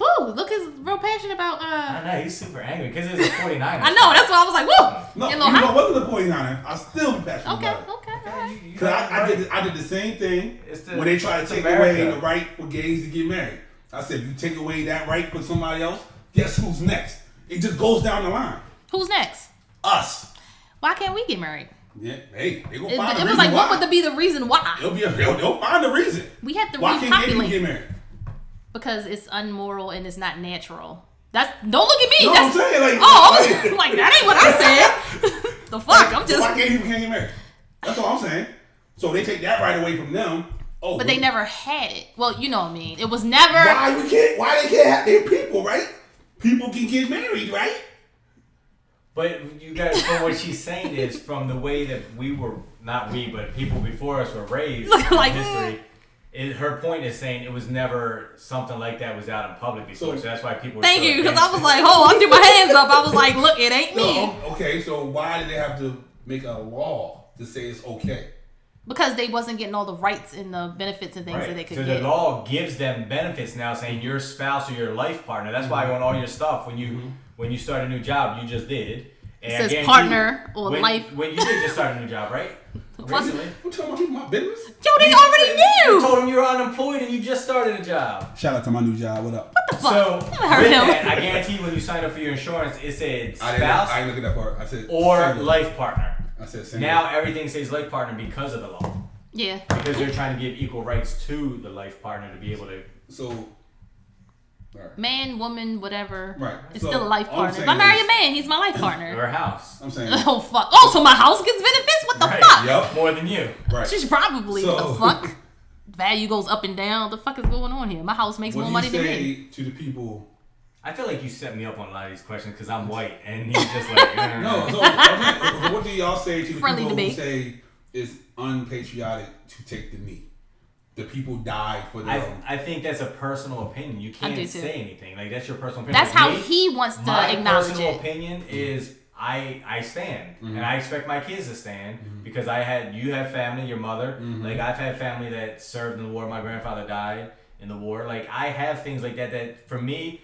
[SPEAKER 3] Woo! Look, he's real passionate about.
[SPEAKER 4] I
[SPEAKER 3] uh
[SPEAKER 4] know he's super angry because it's a 49ers.
[SPEAKER 3] I know that's why I was like, woo!
[SPEAKER 2] no,
[SPEAKER 3] Get
[SPEAKER 2] you
[SPEAKER 3] a little
[SPEAKER 2] know
[SPEAKER 3] hot.
[SPEAKER 2] what? The 49er, I still be passionate
[SPEAKER 3] Okay,
[SPEAKER 2] about it.
[SPEAKER 3] okay, all right.
[SPEAKER 4] You- you
[SPEAKER 2] Cause I, I
[SPEAKER 4] right.
[SPEAKER 2] did I did the same thing
[SPEAKER 4] It's the-
[SPEAKER 2] when they tried
[SPEAKER 4] it's
[SPEAKER 2] to take away
[SPEAKER 4] America.
[SPEAKER 2] the right for gays to get married. I said, you take away that right for somebody else, guess who's next? It just goes down the line.
[SPEAKER 3] Who's next?
[SPEAKER 2] Us.
[SPEAKER 3] Why can't we get married?
[SPEAKER 2] Yeah, hey, they gonna
[SPEAKER 3] It,
[SPEAKER 2] find
[SPEAKER 3] it
[SPEAKER 2] a
[SPEAKER 3] was
[SPEAKER 2] reason
[SPEAKER 3] like,
[SPEAKER 2] why.
[SPEAKER 3] what would the, be the reason why?
[SPEAKER 2] They'll be a, they'll, they'll find a reason.
[SPEAKER 3] We have to
[SPEAKER 2] Why can't gay people
[SPEAKER 3] repopulate.
[SPEAKER 2] get married?
[SPEAKER 3] Because it's unmoral and it's not natural. That's don't look at me.
[SPEAKER 2] No, I'm
[SPEAKER 3] that's
[SPEAKER 2] saying like,
[SPEAKER 3] oh, I
[SPEAKER 2] like,
[SPEAKER 3] was [LAUGHS] like that ain't what I said.
[SPEAKER 2] [LAUGHS]
[SPEAKER 3] [LAUGHS] the fuck, I'm
[SPEAKER 2] so why
[SPEAKER 3] just.
[SPEAKER 2] can't people can't get married? That's all I'm saying. So they take that right away from them. Oh,
[SPEAKER 3] But they never had it. Well, you know what I mean. It was never.
[SPEAKER 2] Why we can't? Why they can't have their people right? People can get married, right?
[SPEAKER 4] But you guys, from what she's saying is from the way that we were, not we, but people before us were raised
[SPEAKER 3] Look [LAUGHS]
[SPEAKER 4] in
[SPEAKER 3] like- eh.
[SPEAKER 4] history. It, her point is saying it was never something like that was out in public before, so,
[SPEAKER 2] So-
[SPEAKER 4] that's why people. Were
[SPEAKER 3] Thank
[SPEAKER 4] so
[SPEAKER 3] you, because I
[SPEAKER 4] against
[SPEAKER 3] was
[SPEAKER 4] it.
[SPEAKER 3] like, oh, I threw my hands up. I was like, look, it ain't me.
[SPEAKER 2] No, Oh, okay, so why did they have to make a law to say it's okay?
[SPEAKER 3] Because they wasn't getting all the rights and the benefits and things that they
[SPEAKER 4] Right.
[SPEAKER 3] could
[SPEAKER 4] So
[SPEAKER 3] get.
[SPEAKER 4] the law gives them benefits now, saying your spouse or your life partner. That's why on all your stuff when you when you start a new job, you just did. And I
[SPEAKER 3] says
[SPEAKER 4] guarantee
[SPEAKER 3] partner or
[SPEAKER 4] when-
[SPEAKER 3] life.
[SPEAKER 4] When you did just start a new job,
[SPEAKER 3] [LAUGHS]
[SPEAKER 4] right? Recently,
[SPEAKER 2] You talking about people my business?
[SPEAKER 3] Yo, they already
[SPEAKER 4] you
[SPEAKER 3] knew.
[SPEAKER 4] told him you were unemployed and you just started a job.
[SPEAKER 2] Shout out to my new job. What up?
[SPEAKER 3] Fuck,
[SPEAKER 4] So
[SPEAKER 3] [LAUGHS] never heard
[SPEAKER 4] with
[SPEAKER 3] him.
[SPEAKER 4] that, I guarantee when you signed up for your insurance, it said
[SPEAKER 2] I didn't. I
[SPEAKER 4] spouse
[SPEAKER 2] ain't looking at that part. I said
[SPEAKER 4] or
[SPEAKER 2] single.
[SPEAKER 4] life partner.
[SPEAKER 2] I said single.
[SPEAKER 4] Now everything says life partner because of the law,
[SPEAKER 3] Yeah.
[SPEAKER 4] because they're trying to give equal rights to the life partner to be able to.
[SPEAKER 2] so. all right.
[SPEAKER 3] [LAUGHS] Man, woman, whatever.
[SPEAKER 2] Right.
[SPEAKER 3] It's
[SPEAKER 2] So,
[SPEAKER 3] still a life
[SPEAKER 2] all I'm
[SPEAKER 3] partner. If
[SPEAKER 2] saying
[SPEAKER 3] I marry
[SPEAKER 2] is-
[SPEAKER 3] a man, he's my life partner.
[SPEAKER 4] Her house.
[SPEAKER 2] I'm saying.
[SPEAKER 3] [LAUGHS] oh fuck. Oh, so my house gets benefits? What the
[SPEAKER 4] Right.
[SPEAKER 3] fuck?
[SPEAKER 2] Yup.
[SPEAKER 4] More than you.
[SPEAKER 2] Right.
[SPEAKER 3] She's probably
[SPEAKER 2] So- [LAUGHS]
[SPEAKER 3] what the fuck. value goes up and down. The fuck is going on here? My house makes
[SPEAKER 2] What
[SPEAKER 3] more
[SPEAKER 2] do you
[SPEAKER 3] money than me.
[SPEAKER 2] say to the people?
[SPEAKER 4] I feel like you set me up on a lot of these questions because I'm white and he's just like [LAUGHS]
[SPEAKER 2] No, so okay, [LAUGHS] what do y'all say to the
[SPEAKER 3] Friendly
[SPEAKER 2] people
[SPEAKER 3] debate.
[SPEAKER 2] who say it's unpatriotic to take the knee? The people died for their
[SPEAKER 4] I,
[SPEAKER 2] own.
[SPEAKER 4] I think that's a personal opinion. You can't
[SPEAKER 3] do too.
[SPEAKER 4] say anything. Like that's your personal opinion.
[SPEAKER 3] That's how
[SPEAKER 4] Me,
[SPEAKER 3] he wants to
[SPEAKER 4] my
[SPEAKER 3] acknowledge
[SPEAKER 4] personal
[SPEAKER 3] it.
[SPEAKER 4] opinion is I I stand and I expect my kids to stand because I had you have family, your mother. Like I've had family that served in the war. My grandfather died in the war. Like I have things like that. That for me,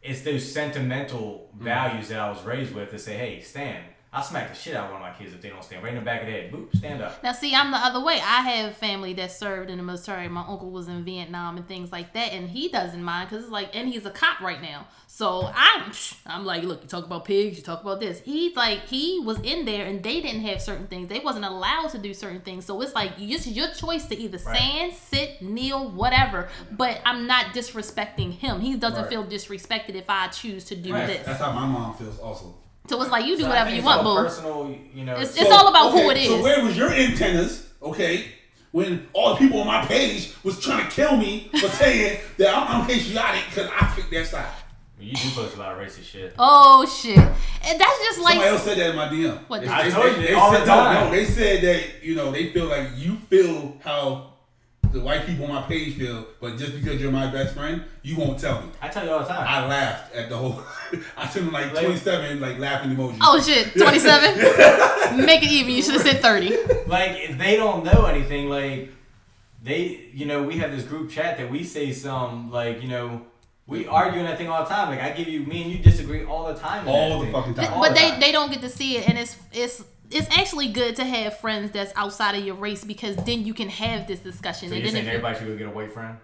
[SPEAKER 4] it's those sentimental values that I was raised with to say, hey, stand. I will smack the shit out of one of my kids if they don't stand. Right in the back of the head, boop, stand up.
[SPEAKER 3] Now, see, I'm the other way. I have family that served in the military. My uncle was in Vietnam and things like that, and he doesn't mind because it's like, and he's a cop right now. So I'm, [SNIFFS] I'm like, look, you talk about pigs, you talk about this. He's like, he was in there, and they didn't have certain things. They wasn't allowed to do certain things. So it's like, it's your choice to either
[SPEAKER 4] Right.
[SPEAKER 3] stand, sit, kneel, whatever. But I'm not disrespecting him. He doesn't
[SPEAKER 4] Right.
[SPEAKER 3] feel disrespected if I choose to do
[SPEAKER 4] Right.
[SPEAKER 3] this.
[SPEAKER 2] That's how my mom feels also.
[SPEAKER 3] so it's like, you do
[SPEAKER 4] So I
[SPEAKER 3] whatever
[SPEAKER 4] think
[SPEAKER 3] you
[SPEAKER 4] it's
[SPEAKER 3] want,
[SPEAKER 4] all
[SPEAKER 3] boo.
[SPEAKER 4] Personal, you know.
[SPEAKER 3] It's- all about who it
[SPEAKER 2] So
[SPEAKER 3] is.
[SPEAKER 2] where was your antennas, okay, when all the people on my page was trying to kill me for saying that I'm unpatriotic because I picked that side.
[SPEAKER 4] you do post a lot of racist shit.
[SPEAKER 3] Oh shit! And that's just like
[SPEAKER 2] Somebody else said that in my DM.
[SPEAKER 3] What
[SPEAKER 2] They-
[SPEAKER 3] the-
[SPEAKER 4] I
[SPEAKER 2] they-
[SPEAKER 4] told you,
[SPEAKER 2] they
[SPEAKER 4] all
[SPEAKER 2] said,
[SPEAKER 4] the
[SPEAKER 2] no,
[SPEAKER 4] time.
[SPEAKER 2] No, they said that you know they feel like you feel how the white people on my page feel, but just because you're my best friend, you won't tell me.
[SPEAKER 4] I tell you all the time.
[SPEAKER 2] I laughed at the whole. [LAUGHS] I sent them like 27 like laughing emojis.
[SPEAKER 3] Oh shit, 27? Make it even. You should have said 30.
[SPEAKER 4] like if they don't know anything like they you know we have this group chat that we say some like you know we argue and that thing all the time like i give you me and you disagree all the time in
[SPEAKER 2] all
[SPEAKER 4] that
[SPEAKER 2] the
[SPEAKER 4] thing.
[SPEAKER 2] fucking time.
[SPEAKER 3] But they, they don't get to see it and it's it's it's actually good to have friends that's outside of your race because then you can have this discussion. and
[SPEAKER 4] so you're
[SPEAKER 3] then
[SPEAKER 4] saying
[SPEAKER 3] if you-
[SPEAKER 4] everybody should go get a white friend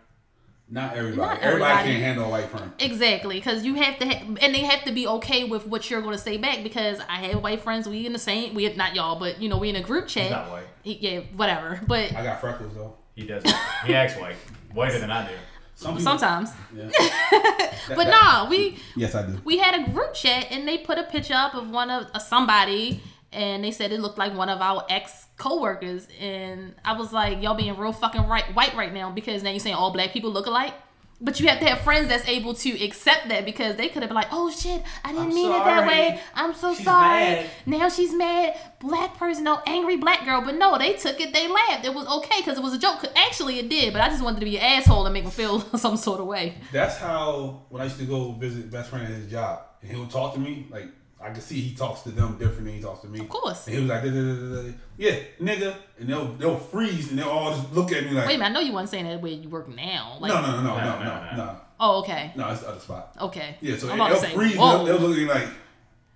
[SPEAKER 2] Not everybody.
[SPEAKER 3] Not
[SPEAKER 2] everybody.
[SPEAKER 3] everybody.
[SPEAKER 2] can't handle a white friend.
[SPEAKER 3] Exactly, because you have to, ha- and they have to be okay with what you're going to say back. Because I have white friends, we in the same, we not y'all, but you know, we in a group chat.
[SPEAKER 4] he's not white
[SPEAKER 3] Yeah, whatever. But
[SPEAKER 2] I got freckles though.
[SPEAKER 4] he does
[SPEAKER 3] [LAUGHS]
[SPEAKER 4] he acts white whiter than [LAUGHS] i do
[SPEAKER 2] Some people-
[SPEAKER 3] sometimes,
[SPEAKER 2] Yeah.
[SPEAKER 3] [LAUGHS] but nah, we
[SPEAKER 2] Yes, I do.
[SPEAKER 3] we had a group chat and they put a picture up of one of uh, somebody and they said it looked like one of our ex coworkers and I was like y'all being real fucking right white right now because now you're saying all black people look alike but you have to have friends that's able to accept that because they could have been like oh shit I didn't
[SPEAKER 4] I'm
[SPEAKER 3] mean it that
[SPEAKER 4] sorry.
[SPEAKER 3] way I'm so
[SPEAKER 4] She's
[SPEAKER 3] sorry
[SPEAKER 4] mad."
[SPEAKER 3] now she's mad black person no angry black girl but no they took it they laughed it was okay because it was a joke actually it did but I just wanted to be an asshole and make them feel [LAUGHS] some sort of way
[SPEAKER 2] That's how when I used to go visit best friend at his job, and he would talk to me like I could see he talks to them different than he talks to me. Of
[SPEAKER 3] course.
[SPEAKER 2] And he was like, "Da, da, da, da, da, yeah, nigga, and they'll they'll freeze and they'll all just look at me like,
[SPEAKER 3] wait a minute I know you weren't saying that way you work now like
[SPEAKER 2] no, no, no, no, no,
[SPEAKER 4] no,
[SPEAKER 2] no,
[SPEAKER 4] no.
[SPEAKER 2] no,
[SPEAKER 3] oh okay
[SPEAKER 2] no, it's the other spot.
[SPEAKER 3] Okay.
[SPEAKER 2] Yeah, so
[SPEAKER 3] I'm
[SPEAKER 2] they'll
[SPEAKER 3] about to say,
[SPEAKER 2] freeze. and They'll,
[SPEAKER 3] whoa,
[SPEAKER 2] they'll look at me like,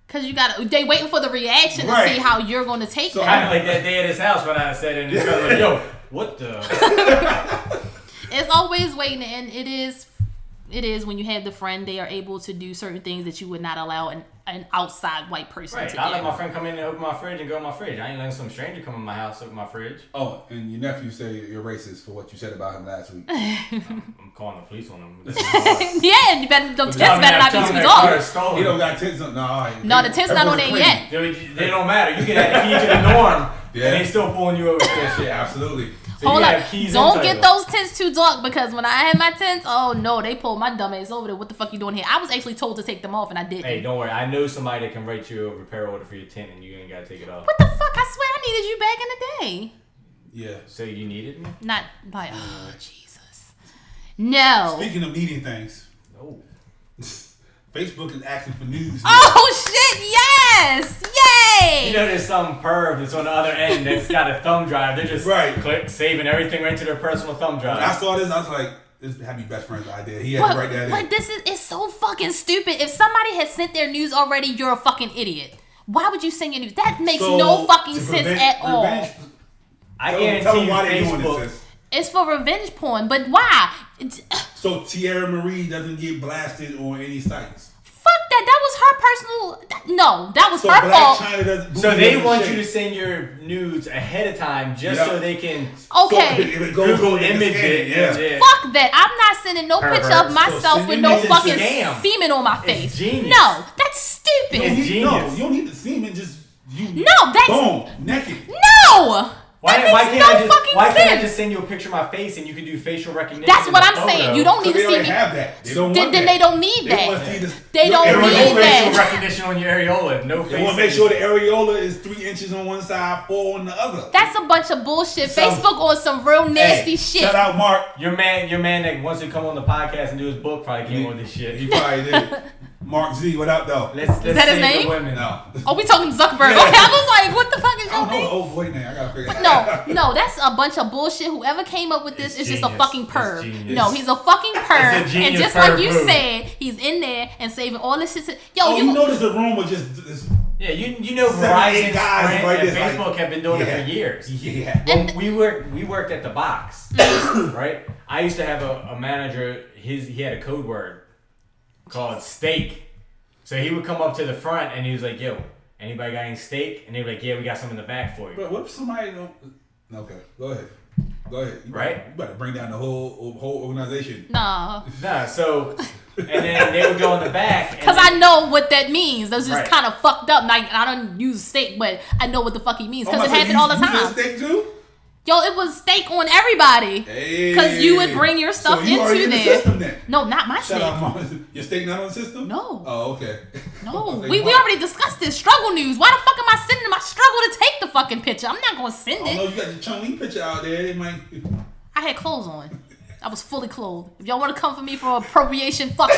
[SPEAKER 3] because you got to they waiting for the reaction to
[SPEAKER 2] Right.
[SPEAKER 3] see how you're going to take
[SPEAKER 2] So
[SPEAKER 3] that.
[SPEAKER 4] kind of like that day at his house when i said in his house, like yo what the
[SPEAKER 3] [LAUGHS] It's always waiting, and it is, it is when you have the friend, they are able to do certain things that you would not allow an, an outside white person to
[SPEAKER 4] right
[SPEAKER 3] do.
[SPEAKER 4] i let my friend come in and open my fridge and go in my fridge i ain't letting some stranger come in my house open my fridge
[SPEAKER 2] oh, and your nephew say you're racist for what you said about him last
[SPEAKER 3] [LAUGHS]
[SPEAKER 2] week.
[SPEAKER 4] i'm calling the police on him
[SPEAKER 3] yeah, and you better the test
[SPEAKER 4] Tell 'em
[SPEAKER 3] better not
[SPEAKER 4] that- tell
[SPEAKER 3] be
[SPEAKER 4] 'em
[SPEAKER 3] too
[SPEAKER 4] that
[SPEAKER 3] dog.
[SPEAKER 4] car is stolen.
[SPEAKER 2] he don't got tits on. No, all right.
[SPEAKER 3] No, the tent's not on there yet.
[SPEAKER 4] They, they don't matter. You can have the key to the norm,
[SPEAKER 2] Yeah.
[SPEAKER 4] and they still pulling you over for that shit.
[SPEAKER 2] Yeah, absolutely.
[SPEAKER 4] So
[SPEAKER 3] Hold
[SPEAKER 4] you
[SPEAKER 3] up,
[SPEAKER 4] have keys
[SPEAKER 3] don't
[SPEAKER 4] and
[SPEAKER 3] get [LAUGHS]
[SPEAKER 4] title.
[SPEAKER 3] those tents too dark because when I had my tents, oh no, they pulled my dumb ass over there. What the fuck you doing here? I was actually told to take them off, and I didn't.
[SPEAKER 4] Hey, don't worry. I know somebody that can write you a repair order for your tent, and you ain't gotta take it off.
[SPEAKER 3] what the fuck? I swear I needed you back in the day.
[SPEAKER 2] Yeah.
[SPEAKER 4] So you needed me?
[SPEAKER 3] Not like, oh, Jesus. No.
[SPEAKER 2] Speaking of needing things, [LAUGHS]
[SPEAKER 4] No.
[SPEAKER 2] Facebook is asking for news.
[SPEAKER 3] oh, shit, yes! Yay!
[SPEAKER 4] You know, there's some perv that's on the other end that's got a thumb drive. They're just
[SPEAKER 2] Right.
[SPEAKER 4] click saving everything right to their personal thumb drive.
[SPEAKER 2] I saw this, I was like, this had me best friend's idea. He had
[SPEAKER 3] but,
[SPEAKER 2] to write that
[SPEAKER 3] but
[SPEAKER 2] in.
[SPEAKER 3] this is it's so fucking stupid. If somebody has sent their news already, you're a fucking idiot. Why would you send your news? That makes
[SPEAKER 2] So,
[SPEAKER 3] no fucking
[SPEAKER 2] to
[SPEAKER 3] sense
[SPEAKER 2] prevent-
[SPEAKER 3] at all.
[SPEAKER 2] revenge-
[SPEAKER 4] I
[SPEAKER 2] tell them-
[SPEAKER 4] guarantee
[SPEAKER 2] tell them
[SPEAKER 4] you,
[SPEAKER 2] why they doing
[SPEAKER 4] Facebook.
[SPEAKER 2] this. sis.
[SPEAKER 3] It's for revenge porn, but why? It's- uh,
[SPEAKER 2] So Tierra Marie doesn't get blasted on any sites.
[SPEAKER 3] fuck that. That was her personal. that- no, that was
[SPEAKER 2] So
[SPEAKER 3] her
[SPEAKER 2] Black
[SPEAKER 3] fault.
[SPEAKER 2] China doesn't.
[SPEAKER 4] so they
[SPEAKER 2] doesn't
[SPEAKER 4] want
[SPEAKER 2] shake.
[SPEAKER 4] you to send your nudes ahead of time just
[SPEAKER 2] Yeah.
[SPEAKER 4] so they can.
[SPEAKER 2] So
[SPEAKER 3] okay.
[SPEAKER 2] if it- if it goes
[SPEAKER 4] Google
[SPEAKER 2] on the
[SPEAKER 4] image
[SPEAKER 2] scan,
[SPEAKER 4] it,
[SPEAKER 2] Yeah.
[SPEAKER 4] yeah.
[SPEAKER 3] Fuck that. I'm not sending no picture of
[SPEAKER 4] Perverts.
[SPEAKER 2] So
[SPEAKER 3] myself
[SPEAKER 2] send
[SPEAKER 3] with
[SPEAKER 2] your
[SPEAKER 3] no
[SPEAKER 2] message to
[SPEAKER 3] fucking
[SPEAKER 4] them.
[SPEAKER 3] semen on my
[SPEAKER 4] It's
[SPEAKER 3] face.
[SPEAKER 4] genius.
[SPEAKER 3] No, that's stupid.
[SPEAKER 4] It's
[SPEAKER 2] You- No,
[SPEAKER 4] genius.
[SPEAKER 2] you don't need the semen. Just you.
[SPEAKER 3] No, that's-
[SPEAKER 2] boom naked.
[SPEAKER 3] No!
[SPEAKER 4] Why,
[SPEAKER 3] That
[SPEAKER 4] why
[SPEAKER 3] makes
[SPEAKER 4] can't
[SPEAKER 3] no
[SPEAKER 4] I just
[SPEAKER 3] fucking
[SPEAKER 4] why can't I
[SPEAKER 3] sense.
[SPEAKER 4] just send you a picture of my face and you can do facial recognition?
[SPEAKER 3] That's what
[SPEAKER 4] in
[SPEAKER 3] I'm
[SPEAKER 4] the
[SPEAKER 3] saying.
[SPEAKER 4] photo?
[SPEAKER 3] You don't
[SPEAKER 2] So
[SPEAKER 3] need
[SPEAKER 2] they
[SPEAKER 3] to see
[SPEAKER 2] already
[SPEAKER 3] me.
[SPEAKER 2] have that. They don't
[SPEAKER 3] Then,
[SPEAKER 2] want
[SPEAKER 3] then
[SPEAKER 2] that.
[SPEAKER 3] they don't need
[SPEAKER 2] They want
[SPEAKER 3] that.
[SPEAKER 2] to see this-
[SPEAKER 3] They don't
[SPEAKER 4] There was
[SPEAKER 3] need
[SPEAKER 4] no
[SPEAKER 3] that.
[SPEAKER 4] facial [LAUGHS] recognition on your areola. No face.
[SPEAKER 2] They want to make sure the areola is three inches on one side, four on the other.
[SPEAKER 3] That's a bunch of bullshit.
[SPEAKER 2] So-
[SPEAKER 3] Facebook on some real nasty
[SPEAKER 2] Hey,
[SPEAKER 3] shit.
[SPEAKER 2] Shout out Mark.
[SPEAKER 4] Your man, your man that wants to come on the podcast and do his book probably came on this
[SPEAKER 2] He
[SPEAKER 4] shit.
[SPEAKER 2] probably did.
[SPEAKER 3] [LAUGHS]
[SPEAKER 2] Mark Z, what up though?
[SPEAKER 4] Let's let's
[SPEAKER 3] that his
[SPEAKER 4] save
[SPEAKER 3] name?
[SPEAKER 4] the women.
[SPEAKER 2] No. I
[SPEAKER 3] Oh, we talking Zuckerberg?
[SPEAKER 2] Yeah.
[SPEAKER 3] Okay, I was like, what the fuck is your
[SPEAKER 2] don't know the
[SPEAKER 3] thing?
[SPEAKER 2] old boy name. I gotta figure it
[SPEAKER 3] No,
[SPEAKER 2] out.
[SPEAKER 3] no, that's a bunch of bullshit. Whoever came up with this
[SPEAKER 4] It's
[SPEAKER 3] is just a
[SPEAKER 4] genius.
[SPEAKER 3] fucking
[SPEAKER 4] It's
[SPEAKER 3] perv.
[SPEAKER 4] genius.
[SPEAKER 3] No, he's a fucking perv. and
[SPEAKER 4] genius
[SPEAKER 3] just like
[SPEAKER 4] perv
[SPEAKER 3] you
[SPEAKER 4] move.
[SPEAKER 3] said, he's in there and saving all this shit. To, yo,
[SPEAKER 2] [LAUGHS] Oh,
[SPEAKER 3] you,
[SPEAKER 2] you notice the room was just this.
[SPEAKER 4] Yeah, you you know
[SPEAKER 2] Seven, eight
[SPEAKER 4] Verizon,
[SPEAKER 2] guys
[SPEAKER 4] Sprint,
[SPEAKER 2] like
[SPEAKER 4] and
[SPEAKER 2] this, like-
[SPEAKER 4] Facebook have been doing
[SPEAKER 2] Yeah.
[SPEAKER 4] it for years.
[SPEAKER 2] Yeah.
[SPEAKER 4] When we worked we worked at the box,
[SPEAKER 3] Mm-hmm.
[SPEAKER 4] right? I used to have a, a manager. His he had a code word called steak. So he would come up to the front and he was like, "Yo, anybody got any steak?" And they'd be like, "Yeah, we got some in the back for you."
[SPEAKER 2] But what if somebody don't? Okay, go ahead. Go ahead. You
[SPEAKER 4] Right?
[SPEAKER 2] About, you about to bring down the whole whole organization.
[SPEAKER 3] no,
[SPEAKER 4] Nah, so and then they would go in the back. and
[SPEAKER 3] because
[SPEAKER 4] then-
[SPEAKER 3] I know what that means. That's just
[SPEAKER 4] Right.
[SPEAKER 3] kind of fucked up. Like I don't use steak, but I know what the fuck he means because
[SPEAKER 2] Oh,
[SPEAKER 3] it
[SPEAKER 2] my-
[SPEAKER 3] happened
[SPEAKER 2] you-
[SPEAKER 3] all the
[SPEAKER 2] you did
[SPEAKER 3] time.
[SPEAKER 2] steak too?
[SPEAKER 3] Yo, it was steak on everybody. Because you would bring your
[SPEAKER 2] So
[SPEAKER 3] stuff
[SPEAKER 2] you already
[SPEAKER 3] into
[SPEAKER 2] in the
[SPEAKER 3] there.
[SPEAKER 2] system then.
[SPEAKER 3] no, not my
[SPEAKER 2] Shout
[SPEAKER 3] steak.
[SPEAKER 2] out, mom. Your steak not on the system?
[SPEAKER 3] No.
[SPEAKER 2] Oh, okay. [LAUGHS]
[SPEAKER 3] No,
[SPEAKER 2] Okay,
[SPEAKER 3] we, we
[SPEAKER 2] Mark.
[SPEAKER 3] already discussed this struggle news. Why the fuck am I sending my struggle to take the fucking picture? I'm not gonna send
[SPEAKER 2] Although
[SPEAKER 3] it.
[SPEAKER 2] you got your Chung Lee picture out there, it might.
[SPEAKER 3] I had clothes on. I was fully clothed. If y'all want to come for me for appropriation, fuck
[SPEAKER 2] [LAUGHS]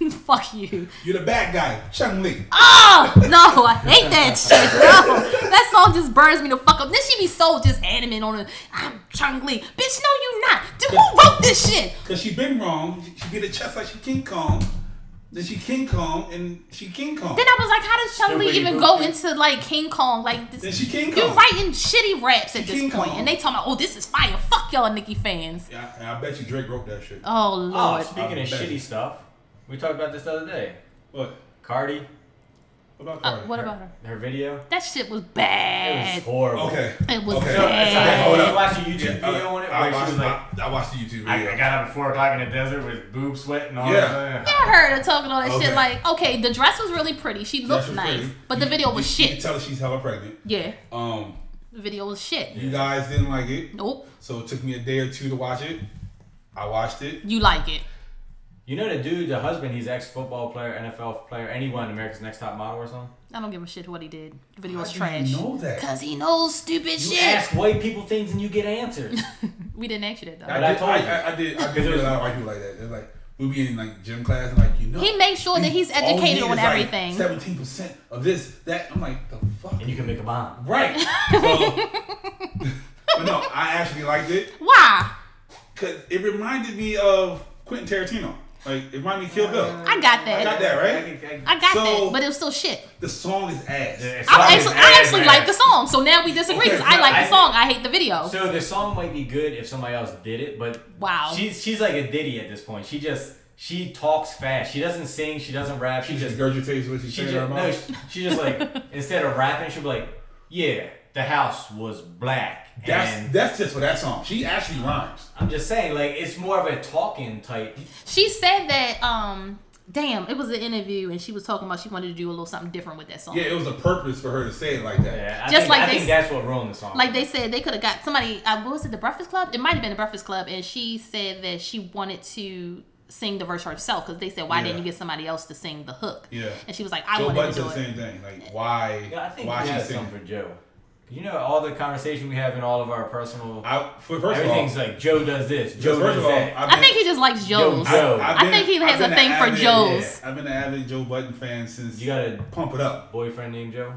[SPEAKER 3] you. [LAUGHS] fuck you.
[SPEAKER 2] You're the bad guy, Chung Lee.
[SPEAKER 3] Oh no, I hate that shit. No, that song just burns me the fuck up. Then she be so just adamant on it. I'm Chung Lee, bitch. No, you not. Dude, who wrote this shit?
[SPEAKER 2] Cause she been wrong. She get a chest like she King Kong. Then she King Kong and she King Kong.
[SPEAKER 3] Then I was like, how does Chung Lee
[SPEAKER 4] Nobody
[SPEAKER 3] even
[SPEAKER 4] wrote
[SPEAKER 3] go
[SPEAKER 4] that.
[SPEAKER 3] into like King Kong? Like
[SPEAKER 2] Then
[SPEAKER 3] this,
[SPEAKER 2] she King
[SPEAKER 3] you're
[SPEAKER 2] Kong.
[SPEAKER 3] writing shitty raps at this
[SPEAKER 2] King
[SPEAKER 3] point,
[SPEAKER 2] Kong.
[SPEAKER 3] and they talking about, oh, this is fire. Fuck y'all, Nicki fans.
[SPEAKER 2] Yeah, and I bet you Drake wrote that shit.
[SPEAKER 3] Oh
[SPEAKER 4] Oh,
[SPEAKER 3] lord.
[SPEAKER 4] speaking of shitty stuff, we talked about this the other day.
[SPEAKER 2] What?
[SPEAKER 4] Cardi,
[SPEAKER 2] What about
[SPEAKER 3] Uh,
[SPEAKER 2] Cardi?
[SPEAKER 3] what about her?
[SPEAKER 4] her video,
[SPEAKER 3] That shit was
[SPEAKER 4] it was
[SPEAKER 3] bad.
[SPEAKER 4] horrible.
[SPEAKER 2] Okay.
[SPEAKER 3] It was
[SPEAKER 2] okay.
[SPEAKER 4] So, it's like,
[SPEAKER 3] Hey,
[SPEAKER 2] hold
[SPEAKER 4] you
[SPEAKER 2] up.
[SPEAKER 4] watch a YouTube
[SPEAKER 2] Yeah,
[SPEAKER 4] video on it
[SPEAKER 2] I,
[SPEAKER 4] where
[SPEAKER 2] I,
[SPEAKER 4] she was
[SPEAKER 2] watched,
[SPEAKER 4] like,
[SPEAKER 2] I, I watched the YouTube
[SPEAKER 4] I,
[SPEAKER 2] video.
[SPEAKER 4] I got up at four o'clock in the desert with boobs sweating all
[SPEAKER 2] Yeah.
[SPEAKER 4] that.
[SPEAKER 3] I heard her talking all that
[SPEAKER 2] Okay.
[SPEAKER 3] shit. Like, okay, the dress was really pretty. She
[SPEAKER 2] Dress
[SPEAKER 3] looked
[SPEAKER 2] was
[SPEAKER 3] nice,
[SPEAKER 2] pretty.
[SPEAKER 3] but the
[SPEAKER 2] You-
[SPEAKER 3] video was
[SPEAKER 2] you- You
[SPEAKER 3] shit.
[SPEAKER 2] can tell that she's hella pregnant.
[SPEAKER 3] yeah,
[SPEAKER 2] Um,
[SPEAKER 3] the video was shit.
[SPEAKER 2] you guys didn't like it,
[SPEAKER 3] Nope,
[SPEAKER 2] so it took me a day or two to watch it. I watched it.
[SPEAKER 3] you like it.
[SPEAKER 4] You know the dude, the husband, he's ex football player, NFL player, anyone, America's Next Top Model or something.
[SPEAKER 3] I don't give a shit what he did. The video was
[SPEAKER 2] How do you
[SPEAKER 3] trash.
[SPEAKER 2] know that?
[SPEAKER 3] Cause he knows stupid
[SPEAKER 4] You
[SPEAKER 3] shit.
[SPEAKER 4] ask white people things and you
[SPEAKER 3] [LAUGHS]
[SPEAKER 4] get answers.
[SPEAKER 3] We didn't ask you that though.
[SPEAKER 4] But I
[SPEAKER 2] did-
[SPEAKER 4] told
[SPEAKER 2] I,
[SPEAKER 4] you.
[SPEAKER 2] I, I did. I
[SPEAKER 4] it
[SPEAKER 2] did
[SPEAKER 4] was-
[SPEAKER 2] a lot of white people like that. They're like, we'll be in like gym class and like, you know.
[SPEAKER 3] He makes sure that he's educated on everything.
[SPEAKER 2] Seventeen percent of this, that. I'm like, the fuck.
[SPEAKER 4] and you can make a bomb.
[SPEAKER 2] right.
[SPEAKER 3] [LAUGHS]
[SPEAKER 2] So, but no, I actually liked it
[SPEAKER 3] Why?
[SPEAKER 2] because it reminded me of Quentin Tarantino. Like, it reminded me of Kill Bill.
[SPEAKER 3] I got that. I
[SPEAKER 2] I got
[SPEAKER 3] got,
[SPEAKER 2] that right. So-
[SPEAKER 3] that, but it was still shit.
[SPEAKER 2] The song is ass.
[SPEAKER 3] I actually, I actually like the song, so now we disagree because I like the song. I hate the video.
[SPEAKER 4] So the song might be good if somebody else did it, but
[SPEAKER 3] Wow.
[SPEAKER 4] she's she's like a ditty at this point. She just she talks fast. She doesn't sing. She doesn't rap. She
[SPEAKER 2] She just
[SPEAKER 4] just
[SPEAKER 2] regurgitates what she's
[SPEAKER 4] she
[SPEAKER 2] saying in her
[SPEAKER 4] just no.
[SPEAKER 2] mouth.
[SPEAKER 4] She, she just
[SPEAKER 3] [LAUGHS]
[SPEAKER 4] like instead of rapping, she'll be like, "Yeah, the house was black."
[SPEAKER 2] That's
[SPEAKER 4] and
[SPEAKER 2] that's just for that song. She actually rhymes.
[SPEAKER 4] I'm just saying, like it's more of a talking type.
[SPEAKER 3] She said that, um, damn, it was an interview and she was talking about she wanted to do a little something different with that song.
[SPEAKER 2] Yeah, it was a purpose for her to say it like that.
[SPEAKER 4] Yeah, I
[SPEAKER 3] Just
[SPEAKER 4] think,
[SPEAKER 3] like
[SPEAKER 4] I
[SPEAKER 3] they
[SPEAKER 4] think
[SPEAKER 3] s-
[SPEAKER 4] that's what ruined the song.
[SPEAKER 3] Like they said, they could have got somebody. Uh, what was it, The Breakfast Club? It might have been The Breakfast Club, and she said that she wanted to sing the verse herself because they said, "Why didn't
[SPEAKER 2] Yeah.
[SPEAKER 3] you get somebody else to sing the hook?"
[SPEAKER 2] Yeah.
[SPEAKER 3] and she was like, "I
[SPEAKER 2] Joe Budden
[SPEAKER 3] wanted to
[SPEAKER 2] said
[SPEAKER 3] do
[SPEAKER 2] the
[SPEAKER 3] it."
[SPEAKER 2] same thing. Like, why?
[SPEAKER 4] yeah, I think
[SPEAKER 2] why
[SPEAKER 4] we
[SPEAKER 2] she
[SPEAKER 4] have
[SPEAKER 2] singing?
[SPEAKER 4] something for Joe. You know, all the conversation we have in all of our personal,
[SPEAKER 2] I, for first of all,
[SPEAKER 4] everything's like Joe does this,
[SPEAKER 2] Joe,
[SPEAKER 4] Joe
[SPEAKER 2] first
[SPEAKER 4] does
[SPEAKER 2] of all,
[SPEAKER 4] that.
[SPEAKER 2] I've
[SPEAKER 3] I
[SPEAKER 2] been-
[SPEAKER 3] think he just likes Joe's.
[SPEAKER 4] Joe.
[SPEAKER 2] I've
[SPEAKER 3] I think he
[SPEAKER 2] I've
[SPEAKER 3] has a
[SPEAKER 2] been
[SPEAKER 3] thing
[SPEAKER 2] an
[SPEAKER 3] for
[SPEAKER 2] avid-
[SPEAKER 3] Joe's.
[SPEAKER 2] I've been an avid Joe Budden fan since
[SPEAKER 4] you got a
[SPEAKER 2] Pump It Up.
[SPEAKER 4] boyfriend named Joe.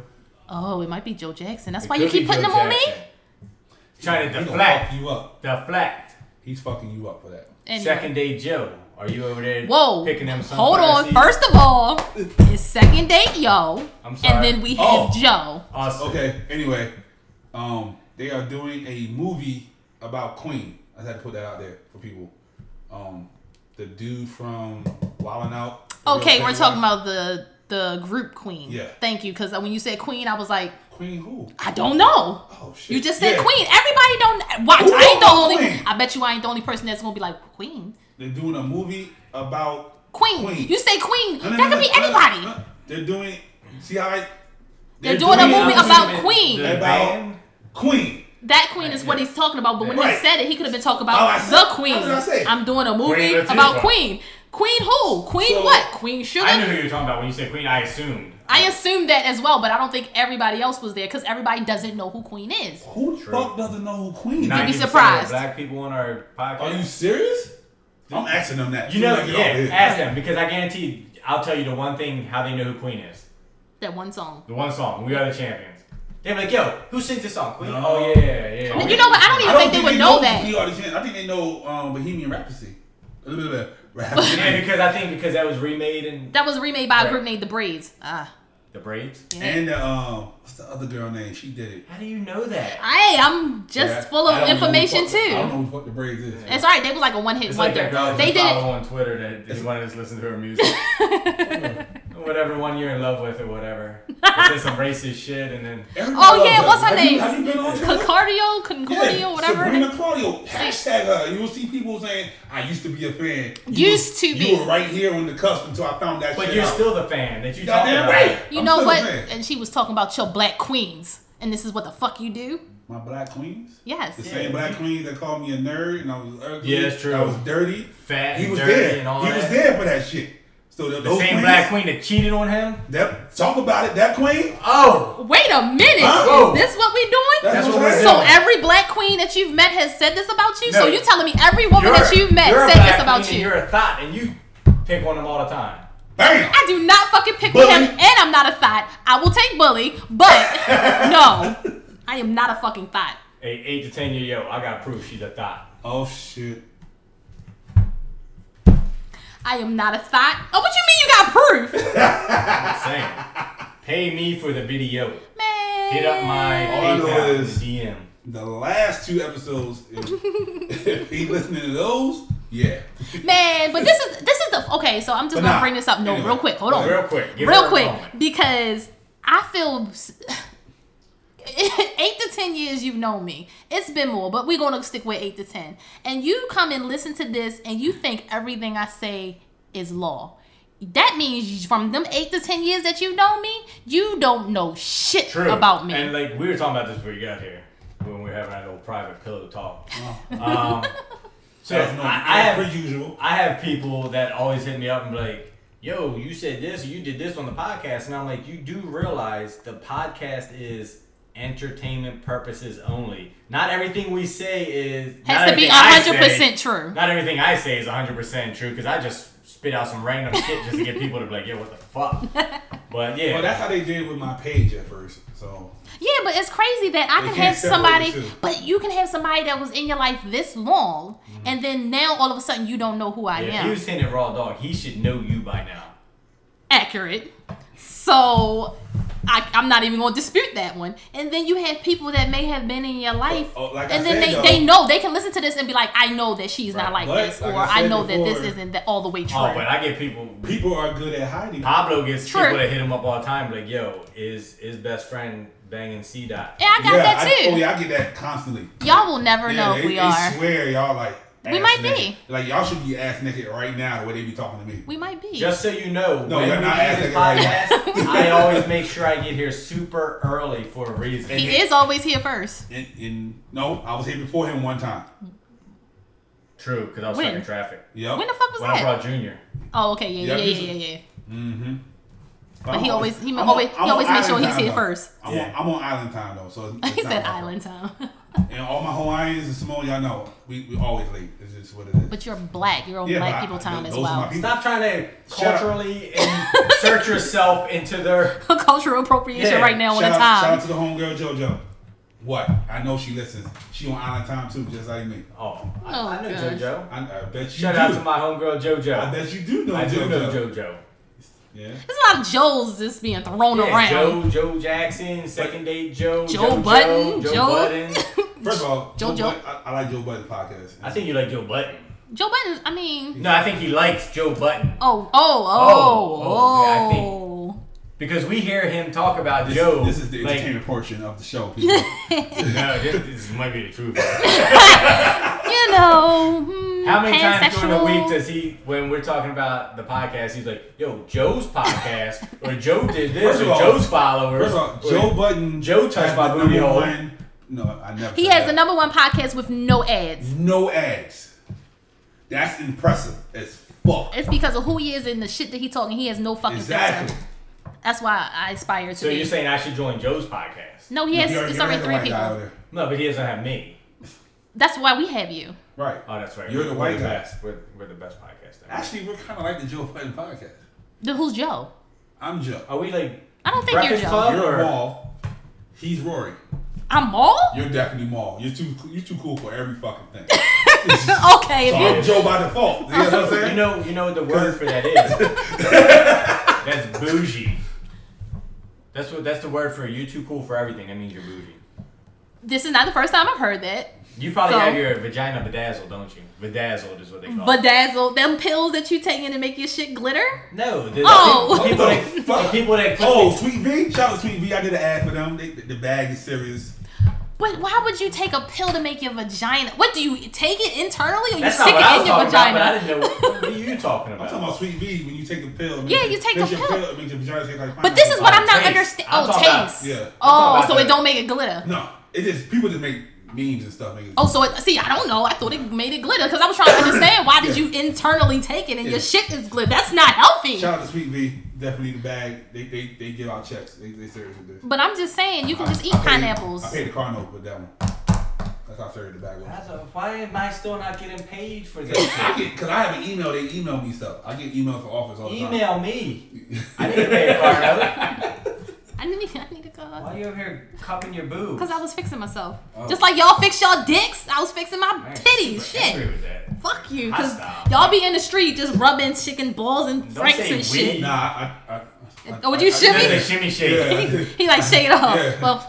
[SPEAKER 3] Oh, it might be Joe Jackson. That's
[SPEAKER 4] It
[SPEAKER 3] why you
[SPEAKER 4] could be
[SPEAKER 3] keep putting
[SPEAKER 4] Joe
[SPEAKER 3] them on me.
[SPEAKER 4] Jackson. Trying to
[SPEAKER 2] He gonna
[SPEAKER 4] deflect,
[SPEAKER 2] fuck you up.
[SPEAKER 4] deflect.
[SPEAKER 2] He's fucking you up for that.
[SPEAKER 3] Anyway.
[SPEAKER 4] Second day Joe, are you over there?
[SPEAKER 3] Whoa.
[SPEAKER 4] picking them. sunflower
[SPEAKER 3] Hold on.
[SPEAKER 4] seeds?
[SPEAKER 3] First of all, it's second date, yo.
[SPEAKER 4] I'm sorry.
[SPEAKER 3] And then we have
[SPEAKER 2] Oh.
[SPEAKER 3] Joe.
[SPEAKER 4] Us.
[SPEAKER 2] Okay. Anyway, um, they are doing a movie about Queen. I just had to put that out there for people. Um, the dude from Wildin' Out. the real
[SPEAKER 3] Okay, we're
[SPEAKER 2] thing
[SPEAKER 3] talking
[SPEAKER 2] Wild-
[SPEAKER 3] about the the group queen.
[SPEAKER 2] Yeah.
[SPEAKER 3] Thank you, because when you said queen, I was like,
[SPEAKER 2] Queen who?
[SPEAKER 3] I don't know.
[SPEAKER 2] Oh shit!
[SPEAKER 3] You just said
[SPEAKER 2] Yeah,
[SPEAKER 3] queen. Everybody don't watch.
[SPEAKER 2] Who
[SPEAKER 3] I ain't the
[SPEAKER 2] don't know
[SPEAKER 3] only.
[SPEAKER 2] queen?
[SPEAKER 3] I bet you I ain't the only person that's gonna be like queen,
[SPEAKER 2] They're doing a movie about
[SPEAKER 3] queen.
[SPEAKER 2] Queen.
[SPEAKER 3] You say queen.
[SPEAKER 2] No, no,
[SPEAKER 3] that
[SPEAKER 2] no,
[SPEAKER 3] could
[SPEAKER 2] no,
[SPEAKER 3] be
[SPEAKER 2] no,
[SPEAKER 3] anybody.
[SPEAKER 2] no. They're doing. See how I.
[SPEAKER 3] They're doing a
[SPEAKER 4] Queen,
[SPEAKER 3] movie
[SPEAKER 4] I'm
[SPEAKER 3] about
[SPEAKER 4] assuming
[SPEAKER 3] Queen.
[SPEAKER 4] The
[SPEAKER 2] About-
[SPEAKER 4] band?
[SPEAKER 2] Queen.
[SPEAKER 3] That queen is what he's talking about, but when
[SPEAKER 2] Right.
[SPEAKER 3] he said it, he could have been talking
[SPEAKER 2] Oh, I
[SPEAKER 3] about
[SPEAKER 2] see.
[SPEAKER 3] the queen.
[SPEAKER 2] That's what I said.
[SPEAKER 3] I'm doing a movie
[SPEAKER 4] Queen Latifah.
[SPEAKER 3] about queen. Queen who? Queen
[SPEAKER 2] So-
[SPEAKER 3] what? Queen Sugar?
[SPEAKER 4] I knew who you were talking about when you said Queen. I assumed.
[SPEAKER 3] I assumed that as well, but I don't think everybody else was there because everybody doesn't know who Queen is.
[SPEAKER 2] Who the
[SPEAKER 4] True.
[SPEAKER 2] fuck doesn't know who Queen is?
[SPEAKER 4] 90% of
[SPEAKER 3] surprised.
[SPEAKER 4] Black people on our podcast.
[SPEAKER 2] Are Oh, you serious? I'm asking them that.
[SPEAKER 4] You
[SPEAKER 2] Soon
[SPEAKER 4] know,
[SPEAKER 2] as I get off
[SPEAKER 4] yeah.
[SPEAKER 2] here.
[SPEAKER 4] Ask them because I guarantee I'll tell you the one thing how they know who Queen is.
[SPEAKER 3] That one song.
[SPEAKER 4] The one song, "We Are the Champions." They're like, "Yo, who sings this song?" Queen.
[SPEAKER 2] No.
[SPEAKER 4] Oh yeah, yeah. yeah.
[SPEAKER 2] I mean,
[SPEAKER 3] You know what? I don't even
[SPEAKER 2] don't
[SPEAKER 3] think they would know that.
[SPEAKER 2] We are the champ. I think they know um, Bohemian Rhapsody. A little bit of
[SPEAKER 4] Yeah,
[SPEAKER 2] Rhapsody.
[SPEAKER 4] because I think because that was remade in
[SPEAKER 3] That was remade by a
[SPEAKER 4] Right.
[SPEAKER 3] group named The Braids. Ah.
[SPEAKER 4] the braids.
[SPEAKER 2] and uh, um, what's the other girl name? She did it.
[SPEAKER 4] How do you know that?
[SPEAKER 3] Hey, I'm just
[SPEAKER 2] Yeah,
[SPEAKER 3] full
[SPEAKER 2] I
[SPEAKER 3] of
[SPEAKER 2] don't know who
[SPEAKER 3] information
[SPEAKER 2] fuck- I don't
[SPEAKER 3] too.
[SPEAKER 2] know who fuck the braids is.
[SPEAKER 3] It's alright. They were like a one hit
[SPEAKER 4] It's
[SPEAKER 3] wonder.
[SPEAKER 4] like that girl
[SPEAKER 3] they
[SPEAKER 4] they
[SPEAKER 3] did
[SPEAKER 4] follow
[SPEAKER 3] it.
[SPEAKER 4] on Twitter that that you want to just listen to
[SPEAKER 3] [LAUGHS]
[SPEAKER 4] her music, whatever one you're in love with
[SPEAKER 3] [LAUGHS]
[SPEAKER 4] or whatever. They said some racist shit and then
[SPEAKER 2] Everybody
[SPEAKER 3] Oh
[SPEAKER 2] loves
[SPEAKER 3] yeah, what's her
[SPEAKER 2] Have
[SPEAKER 3] name?
[SPEAKER 2] You, have you been on Twitter?
[SPEAKER 3] Concordio, Concordio,
[SPEAKER 2] Yeah,
[SPEAKER 3] whatever.
[SPEAKER 2] Sabrina Claudio. Hashtag her. You will see people saying, "I used to be a fan." You
[SPEAKER 3] Used
[SPEAKER 2] was-
[SPEAKER 3] to be.
[SPEAKER 2] You were right here on the cusp until I found that.
[SPEAKER 4] But
[SPEAKER 2] shit
[SPEAKER 4] you're
[SPEAKER 2] out.
[SPEAKER 4] still the fan that you talk
[SPEAKER 2] goddamn
[SPEAKER 4] about.
[SPEAKER 2] right.
[SPEAKER 3] You
[SPEAKER 2] I'm
[SPEAKER 3] know
[SPEAKER 2] still a
[SPEAKER 3] what?
[SPEAKER 2] fan.
[SPEAKER 3] And she was talking about your black queens, and this is what the fuck you do.
[SPEAKER 2] My black queens.
[SPEAKER 3] Yes.
[SPEAKER 2] The same black queen that called me a nerd and I was ugly.
[SPEAKER 4] Yeah, it's true.
[SPEAKER 2] I was dirty.
[SPEAKER 4] Fat
[SPEAKER 2] He
[SPEAKER 4] and
[SPEAKER 2] was
[SPEAKER 4] dirty
[SPEAKER 2] there.
[SPEAKER 4] and all
[SPEAKER 2] he
[SPEAKER 4] that.
[SPEAKER 2] was there for that shit. So the,
[SPEAKER 4] The
[SPEAKER 2] those
[SPEAKER 4] same
[SPEAKER 2] queens,
[SPEAKER 4] black queen that cheated on him.
[SPEAKER 2] That, talk about it. That queen.
[SPEAKER 4] Oh,
[SPEAKER 3] Wait a minute.
[SPEAKER 2] Huh?
[SPEAKER 3] Is this what we doing?
[SPEAKER 4] That's what
[SPEAKER 2] I'm
[SPEAKER 4] we're
[SPEAKER 2] saying.
[SPEAKER 4] doing.
[SPEAKER 3] so every black queen that you've met has said this about you.
[SPEAKER 4] No.
[SPEAKER 3] So you telling me every woman
[SPEAKER 4] you're,
[SPEAKER 3] that you've met
[SPEAKER 4] you're a
[SPEAKER 3] said
[SPEAKER 4] black
[SPEAKER 3] this about
[SPEAKER 4] queen and
[SPEAKER 3] you?
[SPEAKER 4] You're a thought, and you pick on them all the time.
[SPEAKER 2] Bam.
[SPEAKER 3] I do not fucking pick
[SPEAKER 2] Bully.
[SPEAKER 3] with him, and I'm not a thought. I will take bully,
[SPEAKER 4] [LAUGHS]
[SPEAKER 3] but no, I am not a fucking thought.
[SPEAKER 4] A eight to ten year yo, I got proof she's a thought.
[SPEAKER 2] Oh shit.
[SPEAKER 3] I am not a thought. Oh, what you mean you got proof?
[SPEAKER 4] I'm saying, pay me for the video.
[SPEAKER 3] Man,
[SPEAKER 4] Hit up my
[SPEAKER 2] All I know
[SPEAKER 4] PayPal in the
[SPEAKER 2] is-
[SPEAKER 4] DM.
[SPEAKER 2] The last two episodes. If,
[SPEAKER 3] [LAUGHS]
[SPEAKER 2] if [LAUGHS] he listening to those, yeah.
[SPEAKER 3] man. But this is this is the okay. So I'm just
[SPEAKER 2] But
[SPEAKER 3] gonna
[SPEAKER 2] nah.
[SPEAKER 3] bring this up. No,
[SPEAKER 2] Anyway.
[SPEAKER 3] real quick. Hold on.
[SPEAKER 4] Real quick, give her
[SPEAKER 3] real
[SPEAKER 4] a
[SPEAKER 3] quick
[SPEAKER 4] moment.
[SPEAKER 3] because I feel s- [SIGHS] eight to ten years you've known me. It's been more, but we're gonna stick with eight to ten. And you come and listen to this, and you think everything I say is law. That means from them eight to ten years that you know me, you don't know shit
[SPEAKER 4] True
[SPEAKER 3] about me.
[SPEAKER 4] And like we were talking about this before you got here, when we were having our little private pillow talk.
[SPEAKER 3] Oh. [LAUGHS]
[SPEAKER 4] Um, so
[SPEAKER 2] As normal-
[SPEAKER 4] I, I
[SPEAKER 2] as
[SPEAKER 4] have
[SPEAKER 2] per usual.
[SPEAKER 4] I have people that always hit me up and be like, yo, you said this, you did this on the podcast. And I'm like, you do realize the podcast is entertainment purposes only. Not everything we say is. not
[SPEAKER 3] Has to be
[SPEAKER 4] everything I
[SPEAKER 3] 100%
[SPEAKER 4] say-
[SPEAKER 3] true.
[SPEAKER 4] Not everything I say is 100% true because I just spit out some random shit just to get people to be like, yo, what the fuck?
[SPEAKER 3] [LAUGHS]
[SPEAKER 4] But yeah.
[SPEAKER 2] Well, that's how they did with my page at first. So
[SPEAKER 3] Yeah, but it's crazy that I
[SPEAKER 2] They
[SPEAKER 3] can
[SPEAKER 2] can't
[SPEAKER 3] have
[SPEAKER 2] separate
[SPEAKER 3] somebody,
[SPEAKER 2] the two.
[SPEAKER 3] but you can have somebody that was in your life this long, and then now all of a sudden you don't know who I
[SPEAKER 4] if
[SPEAKER 3] am.
[SPEAKER 4] he was hitting it raw dog, he should know you by now.
[SPEAKER 3] accurate. So I, I'm not even going to dispute that one. And then you have people that may have been in your life,
[SPEAKER 2] Oh, oh, like I
[SPEAKER 3] and then
[SPEAKER 2] said,
[SPEAKER 3] they,
[SPEAKER 2] though-
[SPEAKER 3] they know they can listen to this and be like, I know that she's not
[SPEAKER 4] Right.
[SPEAKER 3] like
[SPEAKER 2] But,
[SPEAKER 3] this,
[SPEAKER 2] like
[SPEAKER 3] or
[SPEAKER 2] I
[SPEAKER 3] I,
[SPEAKER 2] said
[SPEAKER 3] know that
[SPEAKER 2] before-
[SPEAKER 3] this isn't the, all the way true.
[SPEAKER 4] Oh, but I get people
[SPEAKER 2] people are good at hiding.
[SPEAKER 4] Pablo gets
[SPEAKER 3] True.
[SPEAKER 4] people that hit him up all the time, like, "Yo, is is best friend banging C dot?"
[SPEAKER 3] yeah, I got
[SPEAKER 2] yeah,
[SPEAKER 3] that
[SPEAKER 2] I,
[SPEAKER 3] too.
[SPEAKER 2] oh yeah, I get that constantly.
[SPEAKER 3] Y'all will never know
[SPEAKER 2] they,
[SPEAKER 3] if we
[SPEAKER 2] they
[SPEAKER 3] are.
[SPEAKER 2] swear y'all like.
[SPEAKER 3] We
[SPEAKER 2] ass
[SPEAKER 3] might be.
[SPEAKER 2] naked. Like y'all should be ass naked right now the way they be talking to me.
[SPEAKER 3] we might be.
[SPEAKER 4] Just so you know,
[SPEAKER 2] No,
[SPEAKER 4] when
[SPEAKER 2] you're
[SPEAKER 4] we
[SPEAKER 2] not
[SPEAKER 4] do
[SPEAKER 2] asking
[SPEAKER 4] this
[SPEAKER 2] right now.
[SPEAKER 3] [LAUGHS]
[SPEAKER 4] podcast, I always make sure I get here super early for a reason.
[SPEAKER 3] he is always here first.
[SPEAKER 2] And, and no, I was here before him one time.
[SPEAKER 4] True, because I was
[SPEAKER 3] When?
[SPEAKER 4] stuck in traffic
[SPEAKER 2] Yep.
[SPEAKER 3] When the fuck was
[SPEAKER 4] when I
[SPEAKER 3] that?
[SPEAKER 4] brought Junior.
[SPEAKER 3] Oh, okay, yeah,
[SPEAKER 2] Yeah,
[SPEAKER 3] yeah,
[SPEAKER 2] usually.
[SPEAKER 3] yeah, yeah, yeah.
[SPEAKER 2] But
[SPEAKER 3] he
[SPEAKER 2] I'm
[SPEAKER 3] always- he
[SPEAKER 2] I'm
[SPEAKER 3] always- he
[SPEAKER 2] I'm
[SPEAKER 3] always makes sure
[SPEAKER 2] island
[SPEAKER 3] he's
[SPEAKER 2] time,
[SPEAKER 3] here
[SPEAKER 2] though.
[SPEAKER 3] first.
[SPEAKER 2] I'm,
[SPEAKER 4] Yeah.
[SPEAKER 2] on, I'm on island time though, so it's,
[SPEAKER 3] [LAUGHS] He
[SPEAKER 2] it's not
[SPEAKER 3] said
[SPEAKER 2] my fault.
[SPEAKER 3] island time. [LAUGHS]
[SPEAKER 2] And all my Hawaiians and Samoan, y'all know we we always late. It's just what it is.
[SPEAKER 3] but you're black. You're on
[SPEAKER 2] Yeah, but
[SPEAKER 3] black
[SPEAKER 2] I-
[SPEAKER 3] people time
[SPEAKER 2] those
[SPEAKER 3] as
[SPEAKER 2] are my
[SPEAKER 3] well.
[SPEAKER 2] people.
[SPEAKER 4] Stop trying to
[SPEAKER 2] Shut up.
[SPEAKER 4] culturally insert yourself into their.
[SPEAKER 3] [LAUGHS] Cultural appropriation
[SPEAKER 4] Yeah,
[SPEAKER 3] right now on
[SPEAKER 2] shout
[SPEAKER 3] the
[SPEAKER 2] out, shout out
[SPEAKER 3] time.
[SPEAKER 2] to the homegirl JoJo. What? I know she listens. She on island time too, just like me.
[SPEAKER 4] Oh, I,
[SPEAKER 3] Oh,
[SPEAKER 4] I know
[SPEAKER 3] gosh.
[SPEAKER 4] JoJo.
[SPEAKER 2] I, I bet you
[SPEAKER 4] Shout
[SPEAKER 2] do.
[SPEAKER 4] out to my homegirl
[SPEAKER 2] I
[SPEAKER 4] JoJo.
[SPEAKER 2] bet you do know
[SPEAKER 4] I do
[SPEAKER 2] JoJo.
[SPEAKER 4] know JoJo.
[SPEAKER 2] Yeah.
[SPEAKER 3] There's a lot of Joes just being thrown
[SPEAKER 4] Yeah,
[SPEAKER 3] around.
[SPEAKER 4] Joe, Joe Jackson, second date Joe,
[SPEAKER 3] Joe
[SPEAKER 4] Joe
[SPEAKER 3] Budden,
[SPEAKER 4] Joe
[SPEAKER 3] Joe-
[SPEAKER 4] Budden.
[SPEAKER 3] [LAUGHS]
[SPEAKER 2] First of all,
[SPEAKER 3] JoJo.
[SPEAKER 2] Joe Bud- I, I like Joe Budden's podcast.
[SPEAKER 4] I think you like Joe Button.
[SPEAKER 3] Joe Button, I mean,
[SPEAKER 4] No, I think he likes Joe Button
[SPEAKER 3] oh, oh, oh,
[SPEAKER 4] Oh,
[SPEAKER 3] oh.
[SPEAKER 4] oh, yeah, I because we hear him talk about
[SPEAKER 2] this,
[SPEAKER 4] Joe.
[SPEAKER 2] this is the
[SPEAKER 4] like,
[SPEAKER 2] entertainment portion of the show,
[SPEAKER 4] [LAUGHS]
[SPEAKER 2] people.
[SPEAKER 4] No, this, this might be
[SPEAKER 3] [LAUGHS]
[SPEAKER 4] the truth.
[SPEAKER 3] you know, mm,
[SPEAKER 4] How many times during the
[SPEAKER 3] pansexual.
[SPEAKER 4] week does he, when we're talking about the podcast, he's like, "Yo, Joe's podcast," or "Joe did this,"
[SPEAKER 2] First of
[SPEAKER 4] or
[SPEAKER 2] all-
[SPEAKER 4] "Joe's followers."
[SPEAKER 2] First of all,
[SPEAKER 4] or,
[SPEAKER 2] Joe Button,
[SPEAKER 4] Joe touched
[SPEAKER 2] has
[SPEAKER 4] my
[SPEAKER 2] the
[SPEAKER 4] booty
[SPEAKER 2] number
[SPEAKER 4] hole.
[SPEAKER 2] one No, I never.
[SPEAKER 3] He
[SPEAKER 2] said
[SPEAKER 3] has
[SPEAKER 2] that.
[SPEAKER 3] the number one podcast with no ads.
[SPEAKER 2] No ads. That's impressive as fuck.
[SPEAKER 3] It's because of who he is and the shit that he talking. He has no fucking
[SPEAKER 2] Exactly.
[SPEAKER 3] filter. That's why I aspire to
[SPEAKER 4] So
[SPEAKER 3] be.
[SPEAKER 4] you're saying I should join Joe's podcast?
[SPEAKER 3] no, he has.
[SPEAKER 2] You already
[SPEAKER 3] it's
[SPEAKER 2] got
[SPEAKER 3] already
[SPEAKER 2] the
[SPEAKER 3] three
[SPEAKER 2] white guy
[SPEAKER 3] people.
[SPEAKER 2] over there.
[SPEAKER 4] No, but he doesn't have me.
[SPEAKER 3] That's why we have you.
[SPEAKER 2] Right.
[SPEAKER 4] Oh, that's right.
[SPEAKER 2] You're the
[SPEAKER 4] We're
[SPEAKER 2] white guy.
[SPEAKER 4] best. We're, we're the best podcast. Ever.
[SPEAKER 2] Actually, we're kind of like the Joe Budden podcast.
[SPEAKER 3] Then who's Joe?
[SPEAKER 2] I'm Joe.
[SPEAKER 4] Are
[SPEAKER 2] [LAUGHS]
[SPEAKER 4] we like?
[SPEAKER 3] I don't think
[SPEAKER 4] Breakfast
[SPEAKER 3] you're Joe.
[SPEAKER 4] Club?
[SPEAKER 2] You're
[SPEAKER 4] Or-
[SPEAKER 2] Maul. He's Rory.
[SPEAKER 3] I'm Maul.
[SPEAKER 2] You're definitely Maul. You're too you too cool for every fucking thing.
[SPEAKER 4] [LAUGHS]
[SPEAKER 3] Okay,
[SPEAKER 2] So
[SPEAKER 3] if you
[SPEAKER 2] I'm Joe by default. You know what I'm saying?
[SPEAKER 4] You know, you know what the word for that is.
[SPEAKER 2] [LAUGHS]
[SPEAKER 4] that's bougie. That's what. That's the word for you. Too cool for everything. That means you're bougie.
[SPEAKER 3] this is not the first time I've heard that.
[SPEAKER 4] You probably
[SPEAKER 3] So-
[SPEAKER 4] have your vagina bedazzled, don't you? Bedazzled is what they call it.
[SPEAKER 3] Bedazzle them pills that you taking to make your shit glitter.
[SPEAKER 4] No, the,
[SPEAKER 3] Oh.
[SPEAKER 4] the
[SPEAKER 2] [LAUGHS]
[SPEAKER 4] people that
[SPEAKER 2] What the
[SPEAKER 4] the people that
[SPEAKER 2] Oh, Sweet V? Shout out to Sweet V. I did an ad for them. They, the, the bag is serious.
[SPEAKER 3] But why would you take a pill to make your vagina? What do you take it internally or you
[SPEAKER 4] that's
[SPEAKER 3] stick
[SPEAKER 4] not what I
[SPEAKER 3] it
[SPEAKER 4] was
[SPEAKER 3] in your
[SPEAKER 4] talking
[SPEAKER 3] vagina?
[SPEAKER 4] about. But I didn't know what are you talking
[SPEAKER 2] I'm
[SPEAKER 4] about.
[SPEAKER 2] talking about Sweet V when you take a pill. it makes
[SPEAKER 3] Yeah,
[SPEAKER 2] your-
[SPEAKER 3] you take
[SPEAKER 2] makes
[SPEAKER 3] a
[SPEAKER 2] your
[SPEAKER 3] pill.
[SPEAKER 2] It makes your vagina taste like
[SPEAKER 3] But this is what
[SPEAKER 4] Oh,
[SPEAKER 3] I'm not
[SPEAKER 4] taste.
[SPEAKER 3] understanding.
[SPEAKER 4] I'm
[SPEAKER 3] Oh,
[SPEAKER 4] talking about-
[SPEAKER 3] taste.
[SPEAKER 2] yeah. I'm
[SPEAKER 3] Oh,
[SPEAKER 4] talking
[SPEAKER 3] so
[SPEAKER 4] about
[SPEAKER 3] it don't make it glitter.
[SPEAKER 2] No, it is. People just make memes and stuff. Make it,
[SPEAKER 3] Oh, so it, see, I don't know. I thought it made it glitter because I was trying to understand why did
[SPEAKER 2] Yeah.
[SPEAKER 3] you internally take it and
[SPEAKER 2] Yeah.
[SPEAKER 3] your shit is glitter. That's not healthy.
[SPEAKER 2] Shout out to Sweet V. Definitely the bag. They they, they give out checks. They, they serious with this.
[SPEAKER 3] But I'm just saying, you can just eat
[SPEAKER 2] I paid-
[SPEAKER 3] pineapples.
[SPEAKER 2] I paid the car note with that one. That's how serious the bag was.
[SPEAKER 4] That's a- why am I still not getting paid for this? [LAUGHS]
[SPEAKER 2] I get because I have an email. They email me stuff. I get emails for offers all the time. [LAUGHS]
[SPEAKER 4] Email me. I need to pay a car note.
[SPEAKER 3] I need, I need to go
[SPEAKER 4] Why are you over here cupping your boobs?
[SPEAKER 3] because I was fixing myself.
[SPEAKER 4] Oh.
[SPEAKER 3] Just like y'all fix y'all dicks, I was fixing my
[SPEAKER 4] Man,
[SPEAKER 3] titties.
[SPEAKER 4] super
[SPEAKER 3] Shit.
[SPEAKER 4] angry with that.
[SPEAKER 3] Fuck you, because
[SPEAKER 4] Hostile.
[SPEAKER 3] y'all be in the street just rubbing chicken balls and
[SPEAKER 4] Don't
[SPEAKER 3] franks
[SPEAKER 4] say
[SPEAKER 3] and shit.
[SPEAKER 4] we.
[SPEAKER 2] Nah, I. I, I, I
[SPEAKER 3] Oh, would you
[SPEAKER 2] I- I-
[SPEAKER 3] shimmy?
[SPEAKER 4] That's a shimmy shake.
[SPEAKER 2] Yeah.
[SPEAKER 3] [LAUGHS] He like shake it off.
[SPEAKER 2] Yeah.
[SPEAKER 3] Well,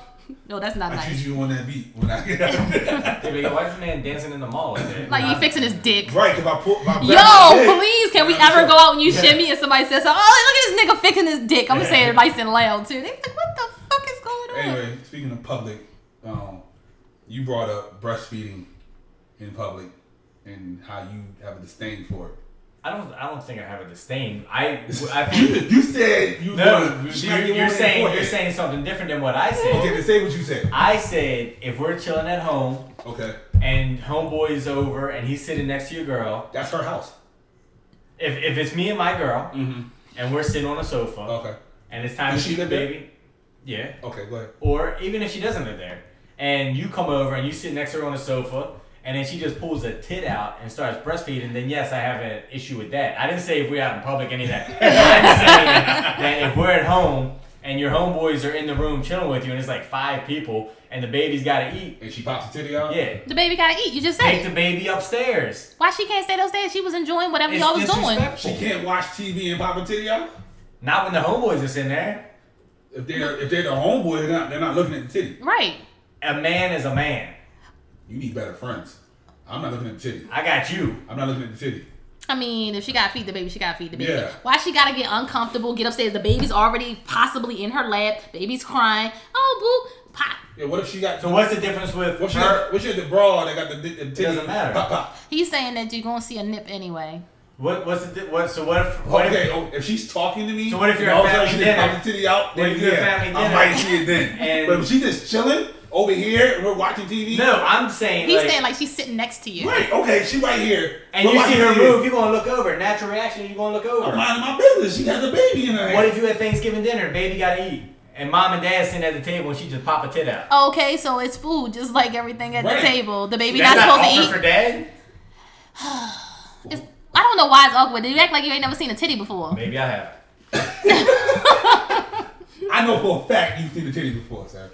[SPEAKER 3] no, that's not
[SPEAKER 2] I
[SPEAKER 3] nice.
[SPEAKER 2] choose you on that beat when I get out.
[SPEAKER 3] [LAUGHS]
[SPEAKER 4] Yeah, but your wife's man dancing in the mall like that.
[SPEAKER 3] Like you fixing his dick.
[SPEAKER 2] right, because I put my
[SPEAKER 3] Yo, please, can we ever go out and you
[SPEAKER 2] Yeah.
[SPEAKER 3] shimmy and somebody says, something, "Oh, look at this nigga fixing his dick." I'm
[SPEAKER 4] Yeah.
[SPEAKER 3] saying it nice and loud too. They like, what the fuck is going on?
[SPEAKER 2] Anyway, speaking of public, um, you brought up breastfeeding in public and how you have a disdain for it.
[SPEAKER 4] I don't. I don't think I have a disdain. I.
[SPEAKER 2] [LAUGHS]
[SPEAKER 4] I
[SPEAKER 2] You,
[SPEAKER 4] think,
[SPEAKER 2] you said you
[SPEAKER 4] no.
[SPEAKER 2] wanna smack your
[SPEAKER 4] You're,
[SPEAKER 2] woman
[SPEAKER 4] you're
[SPEAKER 2] in the
[SPEAKER 4] saying you're
[SPEAKER 2] forehead.
[SPEAKER 4] saying something different than what I said.
[SPEAKER 2] Okay, then say what you said.
[SPEAKER 4] I said if we're chilling at home
[SPEAKER 2] Okay,
[SPEAKER 4] and homeboy is over and he's sitting next to your girl,
[SPEAKER 2] that's her house.
[SPEAKER 4] if if it's me and my girl
[SPEAKER 2] Mm-hmm.
[SPEAKER 4] and we're sitting on a sofa
[SPEAKER 2] Okay,
[SPEAKER 4] and it's time
[SPEAKER 2] Does
[SPEAKER 4] to
[SPEAKER 2] she
[SPEAKER 4] feed the
[SPEAKER 2] live there?
[SPEAKER 4] baby, yeah.
[SPEAKER 2] okay, go ahead.
[SPEAKER 4] Or even if she doesn't live there, and you come over and you sit next to her on the sofa, and then she just pulls a tit out and starts breastfeeding, then yes, I have an issue with that. I didn't say if we're out in public any of that. [LAUGHS] I'm saying that if we're at home and your homeboys are in the room chilling with you, and it's like five people, and the baby's got to eat,
[SPEAKER 2] And she pops a titty out.
[SPEAKER 4] yeah,
[SPEAKER 3] The baby gotta eat. You just
[SPEAKER 4] take
[SPEAKER 3] said
[SPEAKER 4] the
[SPEAKER 3] it.
[SPEAKER 4] baby upstairs.
[SPEAKER 3] why she can't stay those days? She was enjoying whatever y'all was doing.
[SPEAKER 4] disrespectful.
[SPEAKER 2] She can't watch TV and pop a titty out.
[SPEAKER 4] Not when the homeboys is in there.
[SPEAKER 2] If they're if they're the homeboy, they're not they're not looking at the titty.
[SPEAKER 3] Right.
[SPEAKER 4] A man is a man.
[SPEAKER 2] You need better friends. I'm not looking at the titty.
[SPEAKER 4] I got you.
[SPEAKER 2] I'm not looking at the titty.
[SPEAKER 3] I mean, if she gotta feed the baby, she gotta feed the baby.
[SPEAKER 2] Yeah.
[SPEAKER 3] Why she gotta get uncomfortable, get upstairs? The baby's already possibly in her lap. Baby's crying. Oh, boo, pop.
[SPEAKER 2] Yeah, what if she got?
[SPEAKER 4] So what's the difference with
[SPEAKER 2] What's your
[SPEAKER 4] her?
[SPEAKER 2] what's your the bra that got the, the titty?
[SPEAKER 4] doesn't matter.
[SPEAKER 2] Pop, pop.
[SPEAKER 3] He's saying that you're gonna see a nip anyway.
[SPEAKER 4] What, what's the di- what? So what if what if
[SPEAKER 2] Okay, oh, if she's talking to me,
[SPEAKER 4] So what if you're
[SPEAKER 2] and all
[SPEAKER 4] at
[SPEAKER 2] of a sudden she
[SPEAKER 4] family
[SPEAKER 2] just
[SPEAKER 4] dinner?
[SPEAKER 2] pop the titty out?
[SPEAKER 4] What
[SPEAKER 2] Then
[SPEAKER 4] if you're at
[SPEAKER 2] yeah,
[SPEAKER 4] family
[SPEAKER 2] I
[SPEAKER 4] dinner?
[SPEAKER 2] might see it then.
[SPEAKER 4] [LAUGHS] And-
[SPEAKER 2] but if she just chilling over here and we're watching TV,
[SPEAKER 4] No, I'm saying
[SPEAKER 3] He's
[SPEAKER 4] like,
[SPEAKER 3] saying like she's sitting next to you.
[SPEAKER 2] right? Okay, she right here,
[SPEAKER 4] and
[SPEAKER 2] We're
[SPEAKER 4] you see
[SPEAKER 2] watching
[SPEAKER 4] her
[SPEAKER 2] TV.
[SPEAKER 4] move, you're gonna look over. Natural reaction, you're gonna look
[SPEAKER 2] I'm
[SPEAKER 4] over.
[SPEAKER 2] minding Oh, my business. She has a baby in her. hand.
[SPEAKER 4] What if you at Thanksgiving dinner, baby gotta eat, and mom and dad sitting at the table and she just pop a tit out?
[SPEAKER 3] Okay, so it's food, just like everything at
[SPEAKER 2] Right.
[SPEAKER 3] the table. The baby
[SPEAKER 4] That's
[SPEAKER 3] not
[SPEAKER 4] not
[SPEAKER 3] supposed
[SPEAKER 4] awkward
[SPEAKER 3] to
[SPEAKER 4] for dad.
[SPEAKER 3] eat. It's, I don't know why it's awkward. You act like you ain't never seen a titty before.
[SPEAKER 4] Maybe I have.
[SPEAKER 2] I know for a fact you've seen the titty before, sir.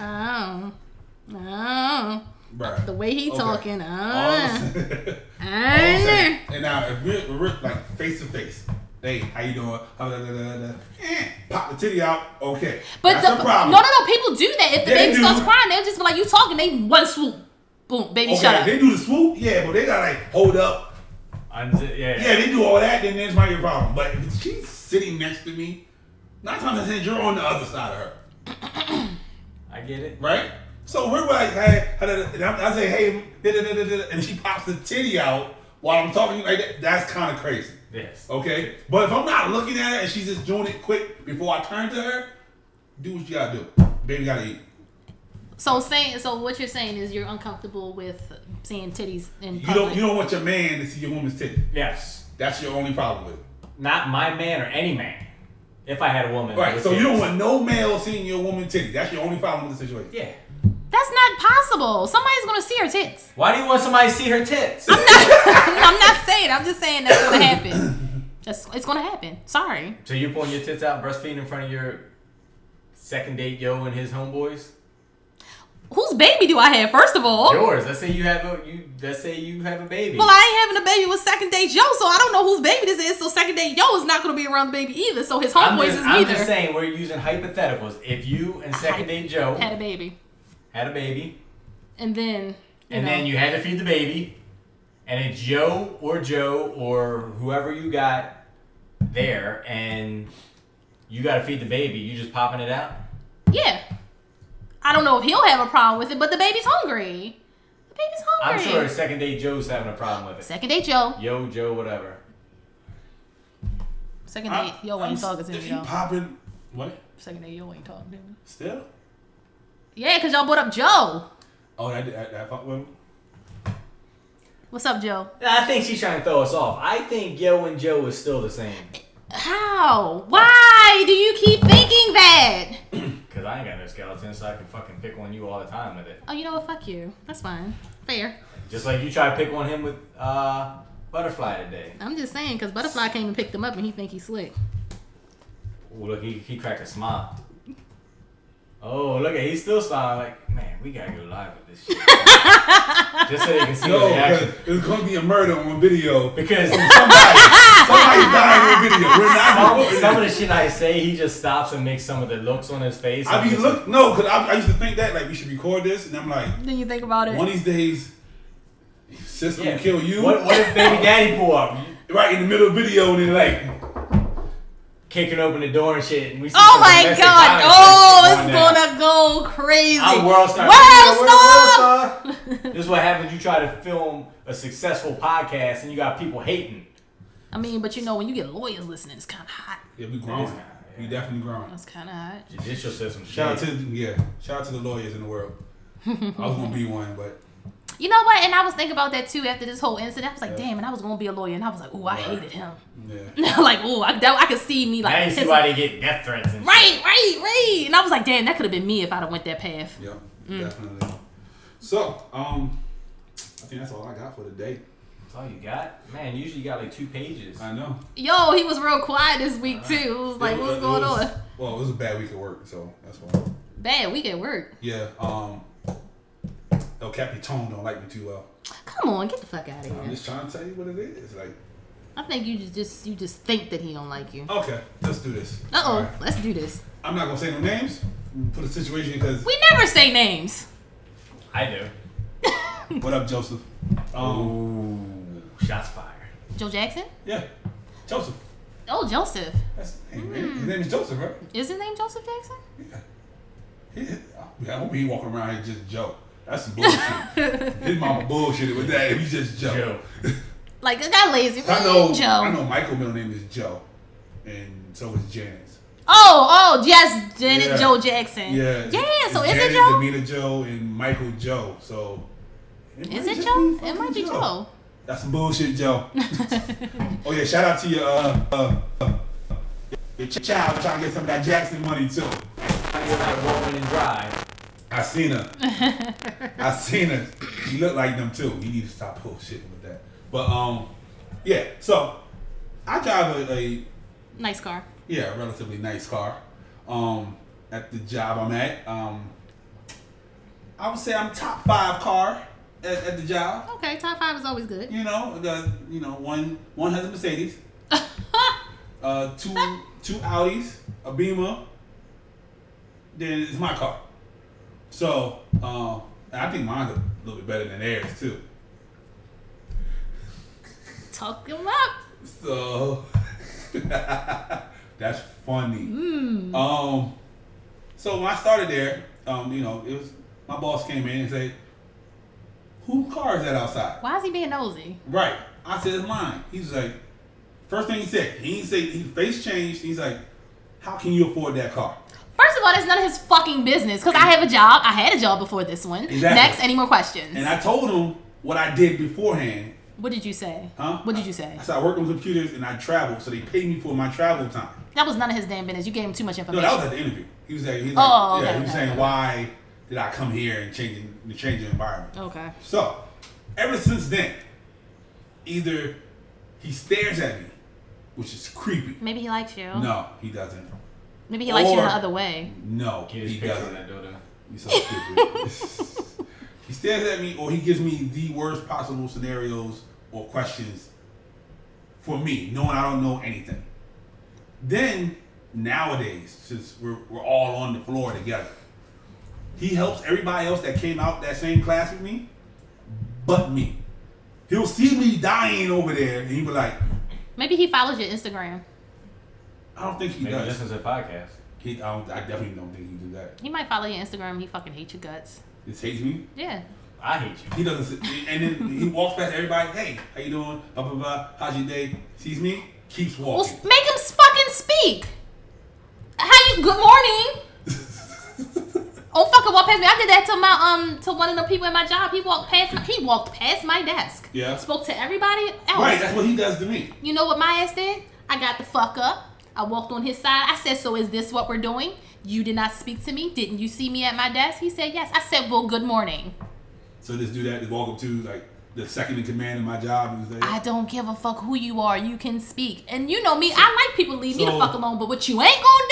[SPEAKER 3] Oh, oh,
[SPEAKER 2] Bruh.
[SPEAKER 3] the way he
[SPEAKER 2] Okay.
[SPEAKER 3] talking.
[SPEAKER 2] All I'm
[SPEAKER 3] Oh,
[SPEAKER 2] saying- all I'm
[SPEAKER 3] oh.
[SPEAKER 2] saying- and now if we're, if we're like face to face, hey, how you doing? How da, da, da, da, da. Eh, Pop the titty out, okay.
[SPEAKER 3] But
[SPEAKER 2] That's
[SPEAKER 3] the,
[SPEAKER 2] the
[SPEAKER 3] no,
[SPEAKER 2] problem.
[SPEAKER 3] no, no. People do that. If the
[SPEAKER 2] They
[SPEAKER 3] baby
[SPEAKER 2] do.
[SPEAKER 3] starts crying, they'll just be like, "You talking?" They one swoop, boom, baby,
[SPEAKER 2] okay,
[SPEAKER 3] shut up.
[SPEAKER 2] they do the swoop, yeah, but they gotta like hold up.
[SPEAKER 4] Unzi- yeah.
[SPEAKER 2] Yeah, they do all that, then that's my problem. But if she's sitting next to me, nine times out of ten, you're on the other side of her,
[SPEAKER 4] I get it.
[SPEAKER 2] right? So we're like, hey, da, da, da, and I'm- I say, hey, da, da, da, da, da, and she pops the titty out while I'm talking like that. That's kind of crazy.
[SPEAKER 4] Yes.
[SPEAKER 2] Okay, but if I'm not looking at her and she's just doing it quick before I turn to her, do what you gotta do. Baby gotta eat.
[SPEAKER 3] So saying so what you're saying is you're uncomfortable with seeing titties in
[SPEAKER 2] You
[SPEAKER 3] public.
[SPEAKER 2] don't you don't want your man to see your woman's titty.
[SPEAKER 4] Yes.
[SPEAKER 2] That's your only problem with it.
[SPEAKER 4] Not my man or any man. If I had a woman.
[SPEAKER 2] Right.
[SPEAKER 4] with
[SPEAKER 2] So you don't
[SPEAKER 4] kids.
[SPEAKER 2] want no male seeing your woman titty. That's your only problem with the situation.
[SPEAKER 4] Yeah.
[SPEAKER 3] That's not possible. Somebody's gonna see her tits. [LAUGHS]
[SPEAKER 4] Why do you want somebody to see her tits?
[SPEAKER 3] I'm not saying. I'm just saying that's
[SPEAKER 2] [COUGHS]
[SPEAKER 3] gonna happen. That's it's gonna happen. Sorry.
[SPEAKER 4] so you're pulling your tits out, breastfeeding in front of your second date yo and his homeboys?
[SPEAKER 3] Whose baby do I have? First of all,
[SPEAKER 4] Yours. Let's say you have a you. Let's say you have a baby.
[SPEAKER 3] Oh. well, I ain't having a baby with second date Joe, so I don't know whose baby this is. So second date Joe is not gonna be around the baby either. So his
[SPEAKER 4] I'm
[SPEAKER 3] homeboys
[SPEAKER 4] just,
[SPEAKER 3] is
[SPEAKER 4] I'm
[SPEAKER 3] neither.
[SPEAKER 4] just saying we're using hypotheticals. If you and second date Joe
[SPEAKER 3] Had a baby,
[SPEAKER 4] had a baby,
[SPEAKER 3] and then you
[SPEAKER 4] and
[SPEAKER 3] know,
[SPEAKER 4] then you had to feed the baby, and it's Joe or Joe or whoever you got there, and you got to feed the baby, you just popping it out.
[SPEAKER 3] yeah. I don't know if he'll have a problem with it, but the baby's hungry. The baby's
[SPEAKER 4] I'm
[SPEAKER 3] hungry.
[SPEAKER 4] sure second date Joe's having a problem with it.
[SPEAKER 3] Second date Joe.
[SPEAKER 4] Yo, Joe, whatever.
[SPEAKER 3] Second
[SPEAKER 2] I-
[SPEAKER 3] date Yo
[SPEAKER 2] I'm
[SPEAKER 3] ain't
[SPEAKER 2] s-
[SPEAKER 3] talking to
[SPEAKER 2] if
[SPEAKER 3] me
[SPEAKER 2] you
[SPEAKER 3] though.
[SPEAKER 2] popping what?
[SPEAKER 3] Second date Yo ain't talking to me.
[SPEAKER 2] Still?
[SPEAKER 3] Yeah, cause y'all brought up Joe.
[SPEAKER 2] Oh, that that, that fuck with him?
[SPEAKER 3] What's up, Joe?
[SPEAKER 4] I think she's trying to throw us off. I think Yo and Joe is still the same.
[SPEAKER 3] How? Why do you keep thinking that?
[SPEAKER 4] Because I ain't got no skeleton, so I can fucking pick on you all the time with it.
[SPEAKER 3] Oh, you know what? Fuck you. That's fine. Fair.
[SPEAKER 4] Just like you try to pick on him with uh, Butterfly today.
[SPEAKER 3] I'm just saying, because Butterfly came and picked him up and he think he's slick.
[SPEAKER 4] Ooh, look, he, he cracked a smile. Oh, look at he's still smiling. Like, man, we gotta go live with this shit. [LAUGHS] Just so they can see the
[SPEAKER 2] No,
[SPEAKER 4] reaction.
[SPEAKER 2] because it's gonna be a murder on video.
[SPEAKER 4] Because
[SPEAKER 2] [LAUGHS] Somebody, [LAUGHS] somebody's dying on video. We're not
[SPEAKER 4] some,
[SPEAKER 2] reporting
[SPEAKER 4] some of
[SPEAKER 2] it.
[SPEAKER 4] the shit I say, he just stops and makes some of the looks on his face.
[SPEAKER 2] I
[SPEAKER 4] and
[SPEAKER 2] be
[SPEAKER 4] just-
[SPEAKER 2] look no, cause I, I used to think that like we should record this, and I'm like,
[SPEAKER 3] Then you think about it.
[SPEAKER 2] one of these days, sister
[SPEAKER 4] Yeah.
[SPEAKER 2] will kill you.
[SPEAKER 4] What, what if baby daddy pull up,
[SPEAKER 2] Right in the middle of video, and then like,
[SPEAKER 4] kicking open the door and shit, and we see
[SPEAKER 3] Oh
[SPEAKER 4] some
[SPEAKER 3] my
[SPEAKER 4] domestic
[SPEAKER 3] god!
[SPEAKER 4] violence
[SPEAKER 3] Oh,
[SPEAKER 4] shit
[SPEAKER 3] it's
[SPEAKER 4] going
[SPEAKER 3] gonna
[SPEAKER 4] down.
[SPEAKER 3] go crazy.
[SPEAKER 4] Our world star.
[SPEAKER 3] World star! [LAUGHS]
[SPEAKER 4] World star. this is what happens. You try to film a successful podcast, and you got people hating.
[SPEAKER 3] I mean, but you know, when you get lawyers listening, it's kind of hot.
[SPEAKER 2] yeah, we grown.
[SPEAKER 4] Yeah.
[SPEAKER 2] We definitely grown.
[SPEAKER 3] That's kind of hot.
[SPEAKER 4] Judicial system.
[SPEAKER 2] Shout out to yeah, shout out to the lawyers in the world.
[SPEAKER 3] [LAUGHS]
[SPEAKER 2] I was gonna be one, but
[SPEAKER 3] You know what? And I was thinking about that too after this whole incident. I was like, damn, and I was gonna be a lawyer, and I was like, ooh, I
[SPEAKER 2] Right.
[SPEAKER 3] hated him. [LAUGHS]
[SPEAKER 2] yeah,
[SPEAKER 3] like, ooh, I, that, I could see me like
[SPEAKER 4] Now you see
[SPEAKER 3] pissing-
[SPEAKER 4] why they get death threats and shit.
[SPEAKER 3] Right, right, right. And I was like, damn, that could have been me if I'd have went that path.
[SPEAKER 2] yeah,
[SPEAKER 3] Mm.
[SPEAKER 2] definitely. So, um, I think that's all I got for today.
[SPEAKER 4] That's all you got, man. Usually you got like two pages.
[SPEAKER 2] I know.
[SPEAKER 3] Yo, he was real quiet this week too. It was like,
[SPEAKER 2] It-
[SPEAKER 3] what's
[SPEAKER 2] it
[SPEAKER 3] going
[SPEAKER 2] was-
[SPEAKER 3] on?
[SPEAKER 2] Well, it was a bad week at work, so that's why.
[SPEAKER 3] Bad week at work.
[SPEAKER 2] Yeah. Um, El Capitone don't like me too well.
[SPEAKER 3] Come on, get the fuck out of
[SPEAKER 2] I'm
[SPEAKER 3] here.
[SPEAKER 2] just trying to tell you what it is. Like,
[SPEAKER 3] I think you just, just you just think that he don't like you.
[SPEAKER 2] okay, let's do this.
[SPEAKER 3] Uh oh,
[SPEAKER 2] Oh. All right.
[SPEAKER 3] let's do this.
[SPEAKER 2] I'm not gonna say no names. Put a situation because
[SPEAKER 3] We never say names.
[SPEAKER 4] I do.
[SPEAKER 2] what up, Joseph? Um,
[SPEAKER 4] Ooh, shots fired.
[SPEAKER 3] Joe Jackson?
[SPEAKER 2] yeah, Joseph.
[SPEAKER 3] Oh, Joseph.
[SPEAKER 2] That's his name. right?
[SPEAKER 3] Hmm.
[SPEAKER 2] His name is Joseph, right?
[SPEAKER 3] Is his name Joseph Jackson?
[SPEAKER 2] He, I hope he walking around here just Joe. That's some
[SPEAKER 3] [LAUGHS]
[SPEAKER 2] bullshit. His mama bullshitted with that. If he just Joe.
[SPEAKER 4] Joe.
[SPEAKER 3] Like that guy lazy.
[SPEAKER 2] [LAUGHS] I know.
[SPEAKER 3] Joe.
[SPEAKER 2] I know Michael middle name is Joe, and so is Janice.
[SPEAKER 3] Oh, oh, yes, Janet
[SPEAKER 2] Yeah.
[SPEAKER 3] Joe Jackson.
[SPEAKER 2] Yeah.
[SPEAKER 3] Yeah, so is
[SPEAKER 2] Janet,
[SPEAKER 3] it Joe?
[SPEAKER 2] Demita Joe and Michael Joe. So.
[SPEAKER 3] Is
[SPEAKER 2] might
[SPEAKER 3] it
[SPEAKER 2] just
[SPEAKER 3] Joe?
[SPEAKER 2] fucking
[SPEAKER 3] It might be Joe.
[SPEAKER 2] That's some bullshit, Joe. oh yeah, shout out to your uh, uh, uh your ch- child trying to get some of that Jackson money too.
[SPEAKER 4] I feel like rolling and drive.
[SPEAKER 2] I seen her. I seen her. He looked like them too. You need to stop bullshitting with that. But um, yeah. So I drive a, a
[SPEAKER 3] [LAUGHS] Nice car.
[SPEAKER 2] yeah, a relatively nice car. Um, at the job I'm at, um, I would say I'm top five car at, at the job.
[SPEAKER 3] Okay, top five is always good.
[SPEAKER 2] You know, the you know one one has a Mercedes, uh, two two Audis, a Beamer. Then it's my car. So um, and I think mine's a little bit better than theirs too.
[SPEAKER 3] Talk him up.
[SPEAKER 2] So [LAUGHS] that's funny. Um, so when I started there, um, you know, it was my boss came in and said, "Who car is that outside?"
[SPEAKER 3] Why is he being nosy?
[SPEAKER 2] Right. I said it's mine. He's like, first thing he said, he didn't say he face changed. He's like, "How can you afford that car?"
[SPEAKER 3] First of all, that's none of his fucking business because I have a job. I had a job before this one.
[SPEAKER 2] Exactly.
[SPEAKER 3] Next, any more questions?
[SPEAKER 2] And I told him what I did beforehand.
[SPEAKER 3] what did you say?
[SPEAKER 2] Huh?
[SPEAKER 3] What did you say?
[SPEAKER 2] I said I worked on computers and I traveled, so they paid me for my travel time.
[SPEAKER 3] That was none of his damn business. You gave him too much
[SPEAKER 2] No,
[SPEAKER 3] information.
[SPEAKER 2] that was at the interview. He was like, he was like yeah,
[SPEAKER 3] Oh, okay,
[SPEAKER 2] he was
[SPEAKER 3] okay,
[SPEAKER 2] saying
[SPEAKER 3] okay.
[SPEAKER 2] why did I come here and changing the changing environment.
[SPEAKER 3] okay.
[SPEAKER 2] So, ever since then, either he stares at me, which is creepy.
[SPEAKER 3] Maybe he likes you.
[SPEAKER 2] No, he doesn't.
[SPEAKER 3] Maybe he likes you in
[SPEAKER 2] Or-
[SPEAKER 3] the other way.
[SPEAKER 2] No,
[SPEAKER 4] Get his
[SPEAKER 2] he
[SPEAKER 4] picture
[SPEAKER 2] doesn't.
[SPEAKER 4] on that door though.
[SPEAKER 2] He's so stupid. [LAUGHS] he stares at me, or he gives me the worst possible scenarios or questions for me, knowing I don't know anything. Then nowadays, since we're, we're all on the floor together, he helps everybody else that came out that same class with me, but me. He'll see me dying over there, and he'll be like,
[SPEAKER 3] Maybe he follows your Instagram.
[SPEAKER 2] "I don't think he
[SPEAKER 4] Maybe
[SPEAKER 2] does.
[SPEAKER 4] listen to the podcast.
[SPEAKER 2] He, I, don't, I definitely don't think he did that.
[SPEAKER 3] He might follow your Instagram. He fucking hates your guts.
[SPEAKER 2] This hates me.
[SPEAKER 3] Yeah.
[SPEAKER 4] I hate you.
[SPEAKER 2] He doesn't. see- And then he walks past everybody. Hey, how you doing? Blah blah blah. How's your day? Sees me, keeps
[SPEAKER 3] Well, s-
[SPEAKER 2] walking.
[SPEAKER 3] make him s- fucking speak. How you? Good morning.
[SPEAKER 2] [LAUGHS]
[SPEAKER 3] Oh fucking walk past me. I did that to my um to one of the people at my job. He walked past my, he walked past my desk.
[SPEAKER 2] Yeah.
[SPEAKER 3] Spoke to everybody else.
[SPEAKER 2] Right, that's what he does to me.
[SPEAKER 3] You know what my ass did? I got the fuck up. I walked on his side. I said, "So is this what we're doing? You did not speak to me. Didn't you see me at my desk?" He said, "Yes." I said, "Well, good morning."
[SPEAKER 2] So this dude had to walk up to like the second in command in my job. And was like,
[SPEAKER 3] I don't give a fuck who you are. You can speak. And you know me, I like people to leave me the
[SPEAKER 2] So-
[SPEAKER 3] fuck alone. But what you ain't gonna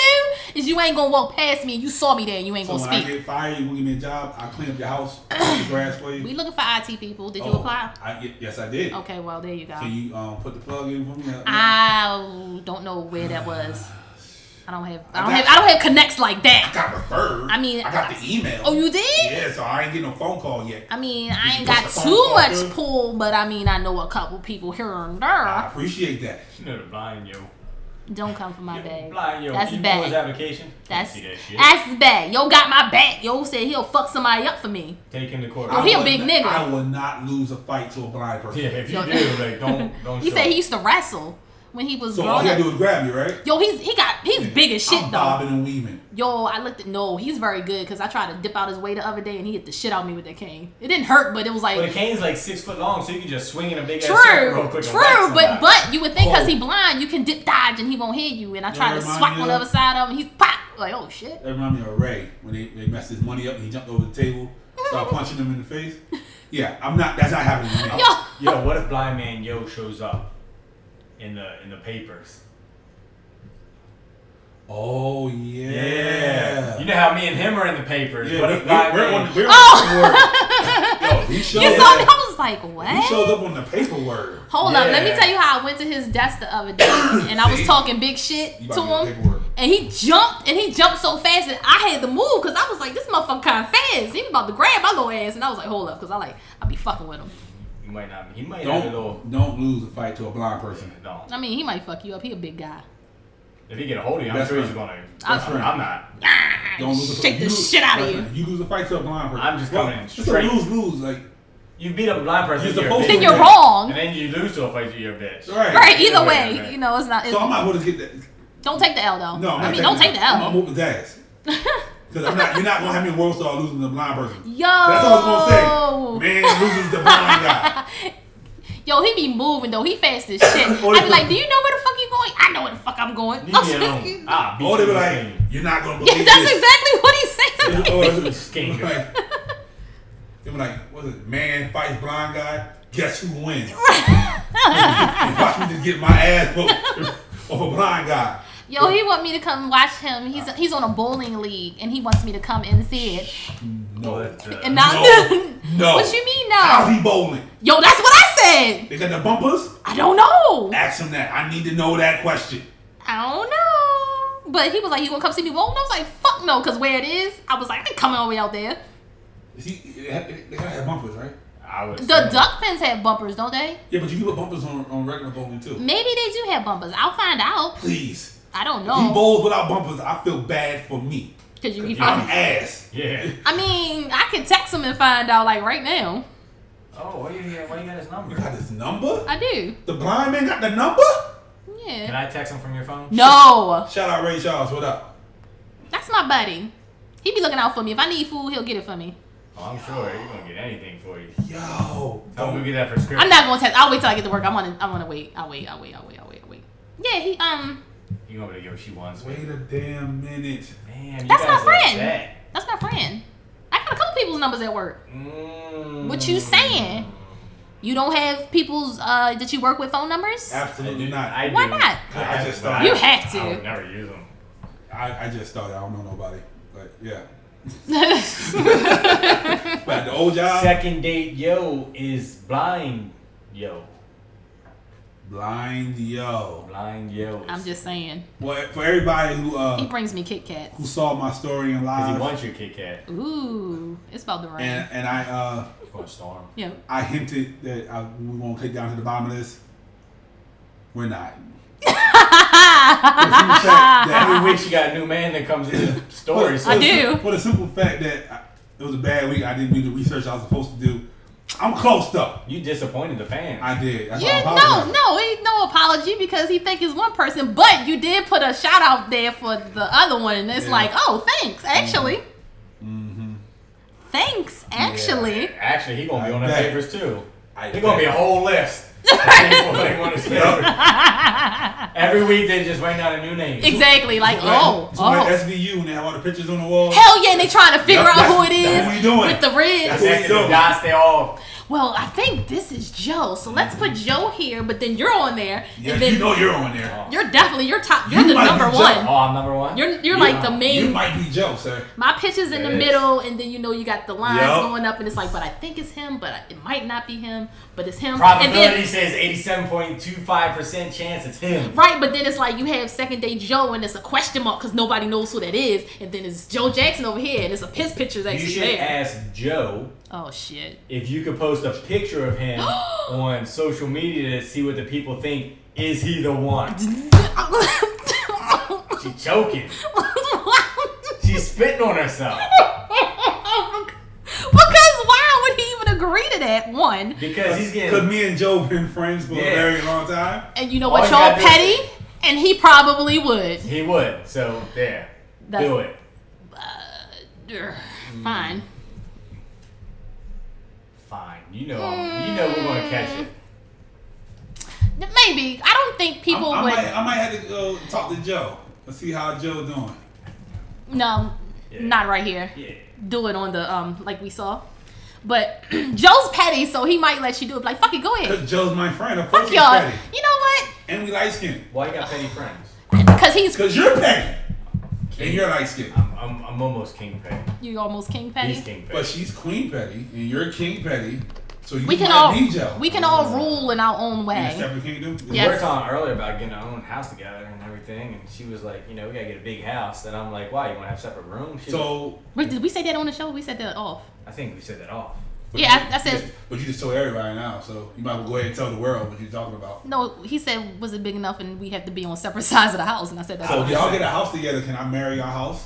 [SPEAKER 3] do is you ain't gonna walk past me and you saw me there and you ain't
[SPEAKER 2] so when
[SPEAKER 3] gonna
[SPEAKER 2] I
[SPEAKER 3] speak.
[SPEAKER 2] get fired, you gonna give me a job. I clean up your
[SPEAKER 3] [COUGHS]
[SPEAKER 2] house, cut the grass for you.
[SPEAKER 3] We looking for IT people. Did you
[SPEAKER 2] Oh,
[SPEAKER 3] apply?
[SPEAKER 2] I, y- yes, I did.
[SPEAKER 3] Okay, well there you go.
[SPEAKER 2] Can you um, put the plug in for me? I,
[SPEAKER 3] I don't know where that
[SPEAKER 2] [SIGHS]
[SPEAKER 3] was. I don't have I don't
[SPEAKER 2] got-
[SPEAKER 3] have I don't have connects like that.
[SPEAKER 2] got referred.
[SPEAKER 3] I mean-
[SPEAKER 2] I got the email.
[SPEAKER 3] Oh, you did? Uh,
[SPEAKER 2] Yeah, so I ain't getting no phone call yet.
[SPEAKER 3] I mean, I ain't
[SPEAKER 2] What's
[SPEAKER 3] got
[SPEAKER 2] the
[SPEAKER 3] too
[SPEAKER 2] phone
[SPEAKER 3] much
[SPEAKER 2] call, dude?
[SPEAKER 3] pull, but I mean, I know a couple people here and
[SPEAKER 2] I
[SPEAKER 3] there.
[SPEAKER 2] appreciate that.
[SPEAKER 4] You know the blind yo.
[SPEAKER 3] Don't come for my
[SPEAKER 4] Yeah,
[SPEAKER 3] bag.
[SPEAKER 4] blind yo.
[SPEAKER 3] That's
[SPEAKER 4] you know his
[SPEAKER 3] bad.
[SPEAKER 4] application.
[SPEAKER 3] That's
[SPEAKER 4] you see that shit.
[SPEAKER 3] that's bad. Yo got my back. Yo said he'll fuck somebody up for me.
[SPEAKER 4] Take him to court.
[SPEAKER 3] Oh, he a
[SPEAKER 2] I would
[SPEAKER 3] big
[SPEAKER 2] not-
[SPEAKER 3] nigga.
[SPEAKER 2] I will not lose a fight to a blind person.
[SPEAKER 4] yeah, if you
[SPEAKER 3] Yo-
[SPEAKER 4] do,
[SPEAKER 3] [LAUGHS]
[SPEAKER 4] like don't don't.
[SPEAKER 3] He
[SPEAKER 4] show
[SPEAKER 3] said he
[SPEAKER 4] it.
[SPEAKER 3] used to wrestle when he was
[SPEAKER 2] So all
[SPEAKER 3] growing
[SPEAKER 2] you gotta
[SPEAKER 3] up.
[SPEAKER 2] do is grab you, right?
[SPEAKER 3] Yo, he's he got he's big as shit
[SPEAKER 2] I'm
[SPEAKER 3] though.
[SPEAKER 2] bobbing and weaving.
[SPEAKER 3] Yo, I looked at no, he's very good because I tried to dip out his way the other day and he hit the shit out of me with that cane. It didn't hurt, but it was like
[SPEAKER 4] But a cane's like six foot long, so you can just swing in a big ass circle real
[SPEAKER 3] true,
[SPEAKER 4] quick. and whack
[SPEAKER 3] true. But
[SPEAKER 4] somebody.
[SPEAKER 3] but you would think because
[SPEAKER 2] Oh.
[SPEAKER 3] he blind, you can dip dodge and he won't hit you. And I tried to
[SPEAKER 2] remind
[SPEAKER 3] swat
[SPEAKER 2] you
[SPEAKER 3] on the
[SPEAKER 2] of-
[SPEAKER 3] other side of him. He's pop like oh shit.
[SPEAKER 2] That reminded me of Ray when they, they messed his money up and he jumped over the table,
[SPEAKER 3] [LAUGHS]
[SPEAKER 2] started punching him in the face. Yeah, I'm not. That's not happening to me.
[SPEAKER 3] Yo,
[SPEAKER 4] Yo, what if blind man yo shows up in the in the papers?
[SPEAKER 2] Oh yeah.
[SPEAKER 4] You know how me and him are in the papers.
[SPEAKER 2] Yeah,
[SPEAKER 4] what
[SPEAKER 2] we,
[SPEAKER 4] if blind
[SPEAKER 2] are
[SPEAKER 4] man?
[SPEAKER 2] on, we're on
[SPEAKER 3] [LAUGHS]
[SPEAKER 2] the paperwork. Yo, he shows,
[SPEAKER 3] Oh. you saw me.
[SPEAKER 2] up,
[SPEAKER 3] I was like
[SPEAKER 2] he
[SPEAKER 3] what?
[SPEAKER 2] shows up on the paperwork.
[SPEAKER 3] Hold up, let me
[SPEAKER 4] Yeah.
[SPEAKER 3] tell you how I went to his desk the other day
[SPEAKER 2] [COUGHS]
[SPEAKER 3] and I was
[SPEAKER 2] See?
[SPEAKER 3] talking big shit
[SPEAKER 2] You
[SPEAKER 3] to
[SPEAKER 2] about to
[SPEAKER 3] him.
[SPEAKER 2] get paperwork.
[SPEAKER 3] And he jumped and he jumped so fast that I had to move because I was like, this motherfucker kind of fast. He was about to grab my little ass. And I was like, hold up, because I like, I'll be fucking with him.
[SPEAKER 4] You might not. He might have a little.
[SPEAKER 2] Don't don't lose a fight to a blind person.
[SPEAKER 4] No.
[SPEAKER 3] I mean, he might fuck you up. He a big guy.
[SPEAKER 4] If he get a hold of you, I'm
[SPEAKER 2] Best
[SPEAKER 4] sure he's
[SPEAKER 2] friend.
[SPEAKER 4] gonna.
[SPEAKER 2] Best friend.
[SPEAKER 4] I'm not.
[SPEAKER 2] Don't lose a
[SPEAKER 3] Ah, Shake the
[SPEAKER 2] you lose-
[SPEAKER 3] shit out of
[SPEAKER 2] right,
[SPEAKER 3] you.
[SPEAKER 2] right. You lose a fight to a blind person.
[SPEAKER 4] I'm just
[SPEAKER 2] Well,
[SPEAKER 4] coming in
[SPEAKER 2] It's a
[SPEAKER 4] straight.
[SPEAKER 2] lose lose. Like
[SPEAKER 4] You beat up a blind person.
[SPEAKER 2] You're
[SPEAKER 4] You're,
[SPEAKER 2] supposed
[SPEAKER 4] a
[SPEAKER 2] to
[SPEAKER 4] bitch.
[SPEAKER 3] Then you're
[SPEAKER 2] Yeah.
[SPEAKER 3] wrong.
[SPEAKER 4] And then you lose to a fight. You're a bitch.
[SPEAKER 2] right.
[SPEAKER 3] Right, either
[SPEAKER 4] Yeah,
[SPEAKER 3] way,
[SPEAKER 4] right.
[SPEAKER 3] you know, it's not. It's,
[SPEAKER 2] So I might want to get that.
[SPEAKER 3] don't take the L though.
[SPEAKER 2] No, I'm
[SPEAKER 3] I
[SPEAKER 2] not
[SPEAKER 3] mean, don't take the
[SPEAKER 2] that. I'm
[SPEAKER 3] L.
[SPEAKER 2] gonna whoop his
[SPEAKER 3] [LAUGHS]
[SPEAKER 2] ass. Because I'm not. You're not gonna have me in World Star losing to a blind person.
[SPEAKER 3] Yo,
[SPEAKER 2] That's all I was gonna say. Man loses the blind [LAUGHS] guy.
[SPEAKER 3] [LAUGHS] yo, he be moving though. He
[SPEAKER 2] [COUGHS]
[SPEAKER 3] fast as shit.
[SPEAKER 2] Or
[SPEAKER 3] I
[SPEAKER 2] the-
[SPEAKER 3] be like, do you know where the fuck you going? I know where the fuck [LAUGHS] I'm going.
[SPEAKER 4] Leave me alone. Ah, beat
[SPEAKER 2] Or they
[SPEAKER 4] you
[SPEAKER 2] be
[SPEAKER 4] to the
[SPEAKER 2] like,
[SPEAKER 4] scene.
[SPEAKER 2] you're not gonna
[SPEAKER 3] yeah,
[SPEAKER 2] believe
[SPEAKER 3] that's
[SPEAKER 2] this.
[SPEAKER 3] exactly what he said.
[SPEAKER 2] Or it's-
[SPEAKER 4] This
[SPEAKER 2] [LAUGHS]
[SPEAKER 4] game.
[SPEAKER 2] like, they were like, what is it? Man fights blind guy. Guess who wins?
[SPEAKER 3] [LAUGHS]
[SPEAKER 2] Watch me just get my ass whooped
[SPEAKER 3] [LAUGHS]
[SPEAKER 2] off a blind guy.
[SPEAKER 3] Yo, he want me to come watch him. He's he's on a bowling league and he wants me to come and see it.
[SPEAKER 2] No.
[SPEAKER 4] But, uh,
[SPEAKER 3] And not
[SPEAKER 2] No. No.
[SPEAKER 3] What you mean
[SPEAKER 2] How's
[SPEAKER 3] no?
[SPEAKER 2] he bowling?
[SPEAKER 3] [LAUGHS] Yo, that's what I said.
[SPEAKER 2] They got the bumpers?
[SPEAKER 3] I don't know.
[SPEAKER 2] Ask him that. I need to know that question.
[SPEAKER 3] I don't know. But he was like, you gonna come see me bowling? I was like, fuck no, cause where it is, I was like, I ain't coming all the way out there.
[SPEAKER 2] Is he, they gotta have bumpers, right?
[SPEAKER 4] I would.
[SPEAKER 3] The
[SPEAKER 4] say-
[SPEAKER 3] duck pins have bumpers, don't they?
[SPEAKER 2] Yeah, but you can put bumpers on, on regular bowling too.
[SPEAKER 3] Maybe they do have bumpers. I'll find out.
[SPEAKER 2] Please.
[SPEAKER 3] I don't
[SPEAKER 2] He
[SPEAKER 3] know.
[SPEAKER 2] bowls without bumpers. I feel bad for me.
[SPEAKER 3] Cause you be
[SPEAKER 2] I'm
[SPEAKER 3] fucking.
[SPEAKER 2] ass.
[SPEAKER 4] Yeah.
[SPEAKER 3] I mean, I can text him and find out like right now.
[SPEAKER 4] Oh, why you, why you got his
[SPEAKER 2] You
[SPEAKER 4] number?
[SPEAKER 2] got his number?
[SPEAKER 3] I do.
[SPEAKER 2] The blind man got the number?
[SPEAKER 3] Yeah.
[SPEAKER 4] Can I text him from your phone?
[SPEAKER 3] no.
[SPEAKER 2] Shout out Ray Charles. What up?
[SPEAKER 3] That's my buddy. He be looking out for me. If I need food, he'll get it for me.
[SPEAKER 4] Oh, I'm sure you're gonna get anything for you.
[SPEAKER 2] Yo,
[SPEAKER 4] Tell me we get that prescription.
[SPEAKER 3] I'm not gonna text. I'll wait till I get to work. I wanna I wanna wait. I'll wait, I'll wait, I'll wait, I'll wait, I'll wait. Yeah, he um
[SPEAKER 4] You gonna be like, yo, she wants me.
[SPEAKER 2] wait a damn minute.
[SPEAKER 4] Man, you
[SPEAKER 3] That's my
[SPEAKER 4] guys like
[SPEAKER 3] friend.
[SPEAKER 4] that.
[SPEAKER 3] that's my friend. I got a couple people's numbers at work.
[SPEAKER 4] Mm.
[SPEAKER 3] What you saying? You don't have people's uh that you work with phone numbers?
[SPEAKER 2] [LAUGHS] Absolutely not.
[SPEAKER 4] I
[SPEAKER 3] Why
[SPEAKER 4] do.
[SPEAKER 3] not?
[SPEAKER 2] I
[SPEAKER 4] have
[SPEAKER 2] just
[SPEAKER 4] them,
[SPEAKER 2] thought-
[SPEAKER 4] but
[SPEAKER 3] You
[SPEAKER 4] I-
[SPEAKER 3] have to.
[SPEAKER 4] I would never use them.
[SPEAKER 2] I, I just started. I don't know nobody. But yeah,
[SPEAKER 3] That's
[SPEAKER 2] but at the old job,
[SPEAKER 4] Second date, yo, is blind, yo.
[SPEAKER 2] blind yo.
[SPEAKER 4] Blind, yo. is-
[SPEAKER 3] [LAUGHS] I'm just saying.
[SPEAKER 2] Well, for everybody who
[SPEAKER 3] He
[SPEAKER 2] uh
[SPEAKER 3] brings me Kit
[SPEAKER 2] who
[SPEAKER 3] Kats.
[SPEAKER 2] saw my story in
[SPEAKER 4] 'Cause he
[SPEAKER 2] live,
[SPEAKER 4] wants your Kit Kat.
[SPEAKER 3] Ooh, it's about the rain.
[SPEAKER 2] and and I uh
[SPEAKER 4] He's going storm.
[SPEAKER 3] Yeah. [LAUGHS]
[SPEAKER 2] I hinted that I, we won't get down to the bottom of this. We're
[SPEAKER 3] [LAUGHS]
[SPEAKER 2] not. For the simple fact that
[SPEAKER 3] [LAUGHS]
[SPEAKER 4] Every [LAUGHS] week she got a new man that comes in [LAUGHS] the
[SPEAKER 2] for
[SPEAKER 4] store.
[SPEAKER 2] the-
[SPEAKER 4] So
[SPEAKER 3] I
[SPEAKER 2] for the
[SPEAKER 3] do.
[SPEAKER 2] sim- For the simple fact that I, it was a bad week, I didn't do the research I was supposed to do. I'm close though.
[SPEAKER 4] You disappointed the fans.
[SPEAKER 2] I did. That's why I
[SPEAKER 3] Yeah, no,
[SPEAKER 2] apologize.
[SPEAKER 3] no, ain't no apology because he think it's one person, but you did put a shout out there for the other one, and
[SPEAKER 2] Yeah.
[SPEAKER 3] it's
[SPEAKER 2] Mm-hmm.
[SPEAKER 3] like, oh, thanks, actually,
[SPEAKER 2] Mhm.
[SPEAKER 3] thanks, actually.
[SPEAKER 4] Actually, he gonna be
[SPEAKER 2] I
[SPEAKER 4] on the
[SPEAKER 2] bet.
[SPEAKER 4] papers too.
[SPEAKER 2] I
[SPEAKER 4] There's gonna be a
[SPEAKER 2] did.
[SPEAKER 4] whole
[SPEAKER 3] [LAUGHS]
[SPEAKER 4] list. of people they wanna spend.
[SPEAKER 3] [LAUGHS]
[SPEAKER 4] Every week they just write out a new name.
[SPEAKER 3] Exactly, like,
[SPEAKER 2] Like,
[SPEAKER 3] oh,
[SPEAKER 2] it's like
[SPEAKER 3] oh,
[SPEAKER 2] SVU and they have all the pictures on the wall.
[SPEAKER 3] hell yeah, and they trying to figure
[SPEAKER 2] Yep,
[SPEAKER 3] out who
[SPEAKER 2] that's-
[SPEAKER 3] it
[SPEAKER 2] that's what we
[SPEAKER 3] is
[SPEAKER 2] doing.
[SPEAKER 3] with the
[SPEAKER 2] That's
[SPEAKER 3] red.
[SPEAKER 4] Exactly. The dots they all.
[SPEAKER 3] Well, I think this is Joe, so let's put Joe here, but then you're on there,
[SPEAKER 2] Mm-hmm. Yeah,
[SPEAKER 3] and then
[SPEAKER 2] you know you're on there.
[SPEAKER 3] you're definitely your top, you're
[SPEAKER 2] You
[SPEAKER 3] the
[SPEAKER 2] might be
[SPEAKER 3] number
[SPEAKER 2] Joe.
[SPEAKER 3] one.
[SPEAKER 4] Oh, I'm number one.
[SPEAKER 3] You're you're like the
[SPEAKER 2] You
[SPEAKER 3] main
[SPEAKER 2] might be Joe, sir.
[SPEAKER 3] My pitch is in the
[SPEAKER 4] Yes.
[SPEAKER 3] middle, and then you know you got the lines
[SPEAKER 2] Yup.
[SPEAKER 3] going up, and it's like, but I think it's him, but I- it might not be him, but it's him. And
[SPEAKER 4] Probability
[SPEAKER 3] then,
[SPEAKER 4] says 87.25% chance it's him.
[SPEAKER 3] right, but then it's like you have second day Joe, and it's a question mark because nobody knows who that is, and then it's Joe Jackson over here, and it's a his picture's
[SPEAKER 4] You
[SPEAKER 3] actually
[SPEAKER 4] should
[SPEAKER 3] there.
[SPEAKER 4] ask Joe
[SPEAKER 3] oh shit!
[SPEAKER 4] if you could post a picture of
[SPEAKER 3] [GASPS]
[SPEAKER 4] him on social media to see what the people think. Is he the one? She choking. She's spitting on herself
[SPEAKER 3] because why would he even agree to that one?
[SPEAKER 4] because he's
[SPEAKER 2] Cause
[SPEAKER 4] getting.
[SPEAKER 2] me and Joe been friends for a
[SPEAKER 4] Yeah.
[SPEAKER 2] very long time.
[SPEAKER 3] And you know
[SPEAKER 4] All
[SPEAKER 3] what,
[SPEAKER 4] you
[SPEAKER 3] y'all
[SPEAKER 4] gotta do is-
[SPEAKER 3] petty, and he probably would.
[SPEAKER 4] He would. So there.
[SPEAKER 3] That's-
[SPEAKER 4] Do it.
[SPEAKER 3] Ugh, er, Fine.
[SPEAKER 4] Fine. You know. I'm- You know we're gonna catch
[SPEAKER 3] Mm.
[SPEAKER 4] it.
[SPEAKER 3] Maybe I don't think
[SPEAKER 2] I,
[SPEAKER 3] people
[SPEAKER 2] I
[SPEAKER 3] would.
[SPEAKER 2] might, I might have to go talk to Joe and see how Joe doing.
[SPEAKER 3] No,
[SPEAKER 4] Yeah.
[SPEAKER 3] not right here.
[SPEAKER 4] Yeah.
[SPEAKER 3] Do it on the um, like we saw. But [CLEARS THROAT] Joe's petty, so he might let you do it. Like, fuck it, go ahead.
[SPEAKER 2] Cause Joe's my friend. Of course
[SPEAKER 3] Fuck
[SPEAKER 2] he's
[SPEAKER 3] y'all.
[SPEAKER 2] petty,
[SPEAKER 3] You know
[SPEAKER 2] and we light skinned.
[SPEAKER 4] Why you got petty friends?
[SPEAKER 3] what? Cause he's
[SPEAKER 2] Cause you're petty, and you're light skinned.
[SPEAKER 4] I'm, I'm, I'm almost king petty.
[SPEAKER 3] you almost king petty.
[SPEAKER 4] He's king petty.
[SPEAKER 2] But she's queen petty, and you're king petty. So you
[SPEAKER 3] we can
[SPEAKER 2] might
[SPEAKER 3] all
[SPEAKER 2] be Joe.
[SPEAKER 3] we can all rule in our own
[SPEAKER 2] You
[SPEAKER 3] way.
[SPEAKER 2] understand what we can't do?
[SPEAKER 4] We were
[SPEAKER 3] Yes.
[SPEAKER 4] talking earlier about getting our own house together and everything, and she was like, you know, we gotta get a big house, and I'm like, why? You wanna have separate rooms? She was-
[SPEAKER 2] So
[SPEAKER 3] Wait, did we say that on the show? We said that off.
[SPEAKER 4] I think we said that off.
[SPEAKER 2] but
[SPEAKER 3] Yeah,
[SPEAKER 2] you-
[SPEAKER 3] I- I said-
[SPEAKER 2] But you just told everybody now, so you might as well go ahead and tell the world what you're talking about.
[SPEAKER 3] No, he said was it big enough, and we have to be on separate [LAUGHS] sides of the house. And I said that's
[SPEAKER 2] So if
[SPEAKER 3] fine.
[SPEAKER 2] y'all get a house together, can I marry your house?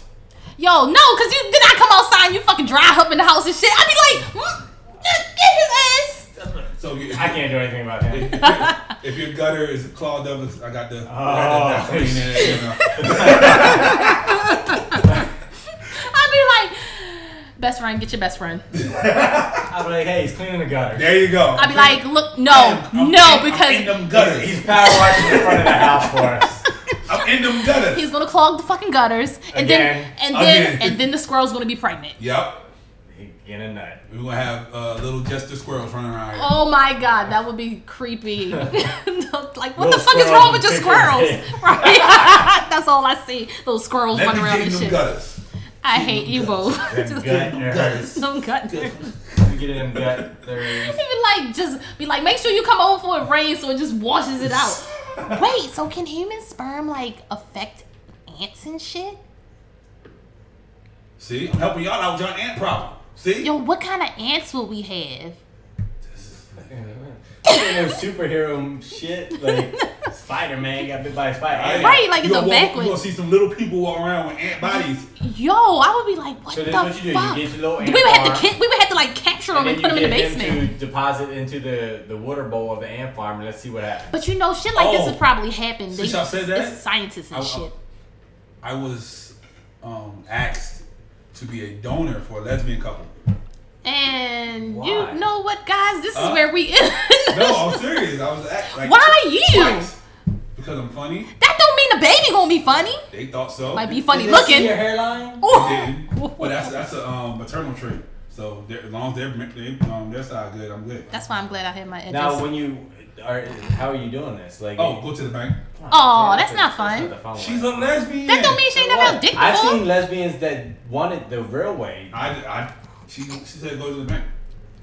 [SPEAKER 3] Yo, no, cause you did I come outside and you fucking dry up in the house and shit. I'd be like, mm, get his ass.
[SPEAKER 2] So you,
[SPEAKER 4] I can't do anything
[SPEAKER 2] [LAUGHS]
[SPEAKER 4] about
[SPEAKER 2] If,
[SPEAKER 4] that.
[SPEAKER 2] if, if your gutter is clogged up, it's- I got the. I got the
[SPEAKER 4] Oh,
[SPEAKER 2] Vaseline in it, you know.
[SPEAKER 3] [LAUGHS] I'd be like, best friend, get your best friend.
[SPEAKER 4] I'd be like, hey, he's cleaning the gutter.
[SPEAKER 2] There you go.
[SPEAKER 3] I'd be like, look,
[SPEAKER 2] I'm-
[SPEAKER 3] no,
[SPEAKER 2] I'm
[SPEAKER 3] no,
[SPEAKER 2] in- I'm in
[SPEAKER 3] because
[SPEAKER 2] them gutters.
[SPEAKER 4] He's power washing the front of the house
[SPEAKER 2] [LAUGHS]
[SPEAKER 4] for us.
[SPEAKER 2] I'm in them gutters.
[SPEAKER 3] he's gonna clog the fucking gutters, and
[SPEAKER 4] Again.
[SPEAKER 3] then and then
[SPEAKER 2] Again.
[SPEAKER 3] and then the squirrel's gonna be pregnant.
[SPEAKER 2] yep.
[SPEAKER 4] He getting a
[SPEAKER 3] [LAUGHS]
[SPEAKER 4] nut.
[SPEAKER 2] We're gonna have uh, little Jester squirrels running around. Here.
[SPEAKER 3] Oh my god, that would be
[SPEAKER 2] [LAUGHS]
[SPEAKER 3] creepy. [LAUGHS] like, what the
[SPEAKER 4] Little
[SPEAKER 3] fuck is wrong
[SPEAKER 4] squirrels
[SPEAKER 3] with your
[SPEAKER 4] with
[SPEAKER 3] squirrels?
[SPEAKER 4] pictures,
[SPEAKER 3] [LAUGHS] Right? That's all I see. Those squirrels
[SPEAKER 2] Let
[SPEAKER 3] running
[SPEAKER 2] me
[SPEAKER 3] around
[SPEAKER 2] get in
[SPEAKER 3] and
[SPEAKER 2] them
[SPEAKER 3] shit.
[SPEAKER 2] gutters.
[SPEAKER 3] I hate you, boo. [LAUGHS]
[SPEAKER 4] Them
[SPEAKER 3] Just-
[SPEAKER 4] gut nerves.
[SPEAKER 3] Some gut. nerves.
[SPEAKER 4] You get in them
[SPEAKER 3] [LAUGHS]
[SPEAKER 4] gut nerves.
[SPEAKER 3] Even like just be like, make sure you come over for it rains so it just washes
[SPEAKER 2] [LAUGHS]
[SPEAKER 3] it out. Wait, so can human sperm like affect ants and shit?
[SPEAKER 2] See, I'm helping y'all out with your ant problem. See,
[SPEAKER 3] Yo, what kind of ants would we have?
[SPEAKER 4] Doing superhero shit like Spider Man got bit by a spider.
[SPEAKER 2] Hey,
[SPEAKER 3] Right, like
[SPEAKER 2] you
[SPEAKER 3] it's a
[SPEAKER 2] gonna walk-
[SPEAKER 3] backward.
[SPEAKER 2] You gonna see some little people walking around with ant bodies.
[SPEAKER 3] Yo, I would be like, what
[SPEAKER 4] So
[SPEAKER 3] the
[SPEAKER 4] this is what you do. You
[SPEAKER 3] fuck?
[SPEAKER 4] get your little
[SPEAKER 3] we
[SPEAKER 4] ant
[SPEAKER 3] would have
[SPEAKER 4] farm.
[SPEAKER 3] to ki- we would have to like capture them
[SPEAKER 4] And
[SPEAKER 3] and,
[SPEAKER 4] then
[SPEAKER 3] put them in
[SPEAKER 4] you
[SPEAKER 3] the
[SPEAKER 4] get
[SPEAKER 3] basement.
[SPEAKER 4] to deposit into the, the water bowl of the ant farm and let's see what happens.
[SPEAKER 3] But you know, shit like this
[SPEAKER 2] Oh.
[SPEAKER 3] has probably happened.
[SPEAKER 4] Oh,
[SPEAKER 2] Since y'all said that,
[SPEAKER 3] it's scientists and
[SPEAKER 2] I- I-
[SPEAKER 3] shit.
[SPEAKER 2] I was um, asked to be a donor for a lesbian couple.
[SPEAKER 3] And
[SPEAKER 4] Why? Uh,
[SPEAKER 3] you know what, guys? This is
[SPEAKER 2] Huh?
[SPEAKER 3] where we end.
[SPEAKER 2] No, I'm serious. I was asked. Like,
[SPEAKER 3] Why you?
[SPEAKER 2] twice. Because I'm funny.
[SPEAKER 3] [LAUGHS] That don't mean the baby gonna be funny.
[SPEAKER 2] They thought so.
[SPEAKER 3] Might be
[SPEAKER 4] Did
[SPEAKER 3] funny
[SPEAKER 4] they see
[SPEAKER 3] looking.
[SPEAKER 4] your hairline?
[SPEAKER 2] They
[SPEAKER 3] Ooh.
[SPEAKER 2] didn't. But
[SPEAKER 3] [LAUGHS]
[SPEAKER 2] that's that's a um, maternal trait. So they're- as long as they're they, um, their side good, I'm good.
[SPEAKER 3] That's why I'm glad I hit my edges.
[SPEAKER 4] Now, when you are, how are you doing this? Like,
[SPEAKER 2] Oh, go to the bank.
[SPEAKER 3] Aw, that's not fun.
[SPEAKER 4] the fun
[SPEAKER 2] She's
[SPEAKER 4] way.
[SPEAKER 2] a lesbian.
[SPEAKER 3] that don't mean she ain't never had a dick before.
[SPEAKER 4] I've seen lesbians that want it the real way.
[SPEAKER 2] I, I she she said go to the bank.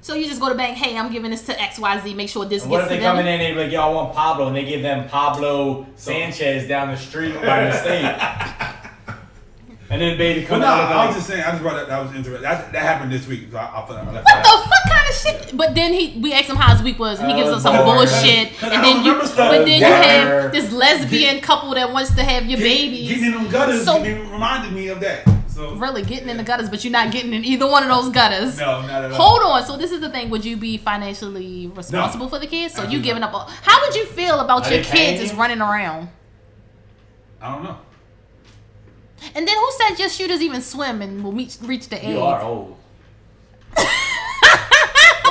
[SPEAKER 3] so you just go to bank. Hey, I'm giving this to X Y Z. Make sure this
[SPEAKER 4] And what
[SPEAKER 3] gets
[SPEAKER 4] if they
[SPEAKER 3] to
[SPEAKER 4] come in
[SPEAKER 3] them.
[SPEAKER 4] and they be like, y'all want Pablo, and they give them Pablo Sanchez down the street by mistake. and then baby
[SPEAKER 2] But
[SPEAKER 4] come
[SPEAKER 2] no,
[SPEAKER 4] out
[SPEAKER 2] I was
[SPEAKER 4] and be
[SPEAKER 2] just saying. I just brought that. That was interesting. That, that happened this week. So I, I felt like I left
[SPEAKER 3] What
[SPEAKER 2] that out.
[SPEAKER 3] the fuck kind of shit? But then he, we asked him how his week was, and he gives us some
[SPEAKER 4] Oh, Lord.
[SPEAKER 3] bullshit.
[SPEAKER 2] Cause [LAUGHS] I
[SPEAKER 3] And then
[SPEAKER 2] don't
[SPEAKER 3] you,
[SPEAKER 2] remember stuff.
[SPEAKER 3] but then you
[SPEAKER 4] Whatever.
[SPEAKER 3] have this lesbian couple that wants to have your
[SPEAKER 2] Get- Getting in
[SPEAKER 3] babies.
[SPEAKER 2] them gutters
[SPEAKER 3] So-
[SPEAKER 2] it reminded me of that. So
[SPEAKER 3] Really getting in the gutters, but you're not getting in either one of those gutters.
[SPEAKER 2] no, not at all.
[SPEAKER 3] Hold on. So this is the thing. Would you be financially responsible for the kids? So you
[SPEAKER 2] Absolutely
[SPEAKER 3] giving up? All, how would you feel about
[SPEAKER 4] Are
[SPEAKER 3] your
[SPEAKER 4] they paying
[SPEAKER 3] kids just
[SPEAKER 4] you?
[SPEAKER 3] running around?
[SPEAKER 2] I don't know.
[SPEAKER 3] And then who said your shooters even swim and will meet, reach the
[SPEAKER 4] like,
[SPEAKER 3] age?
[SPEAKER 4] you are old.
[SPEAKER 3] [LAUGHS] I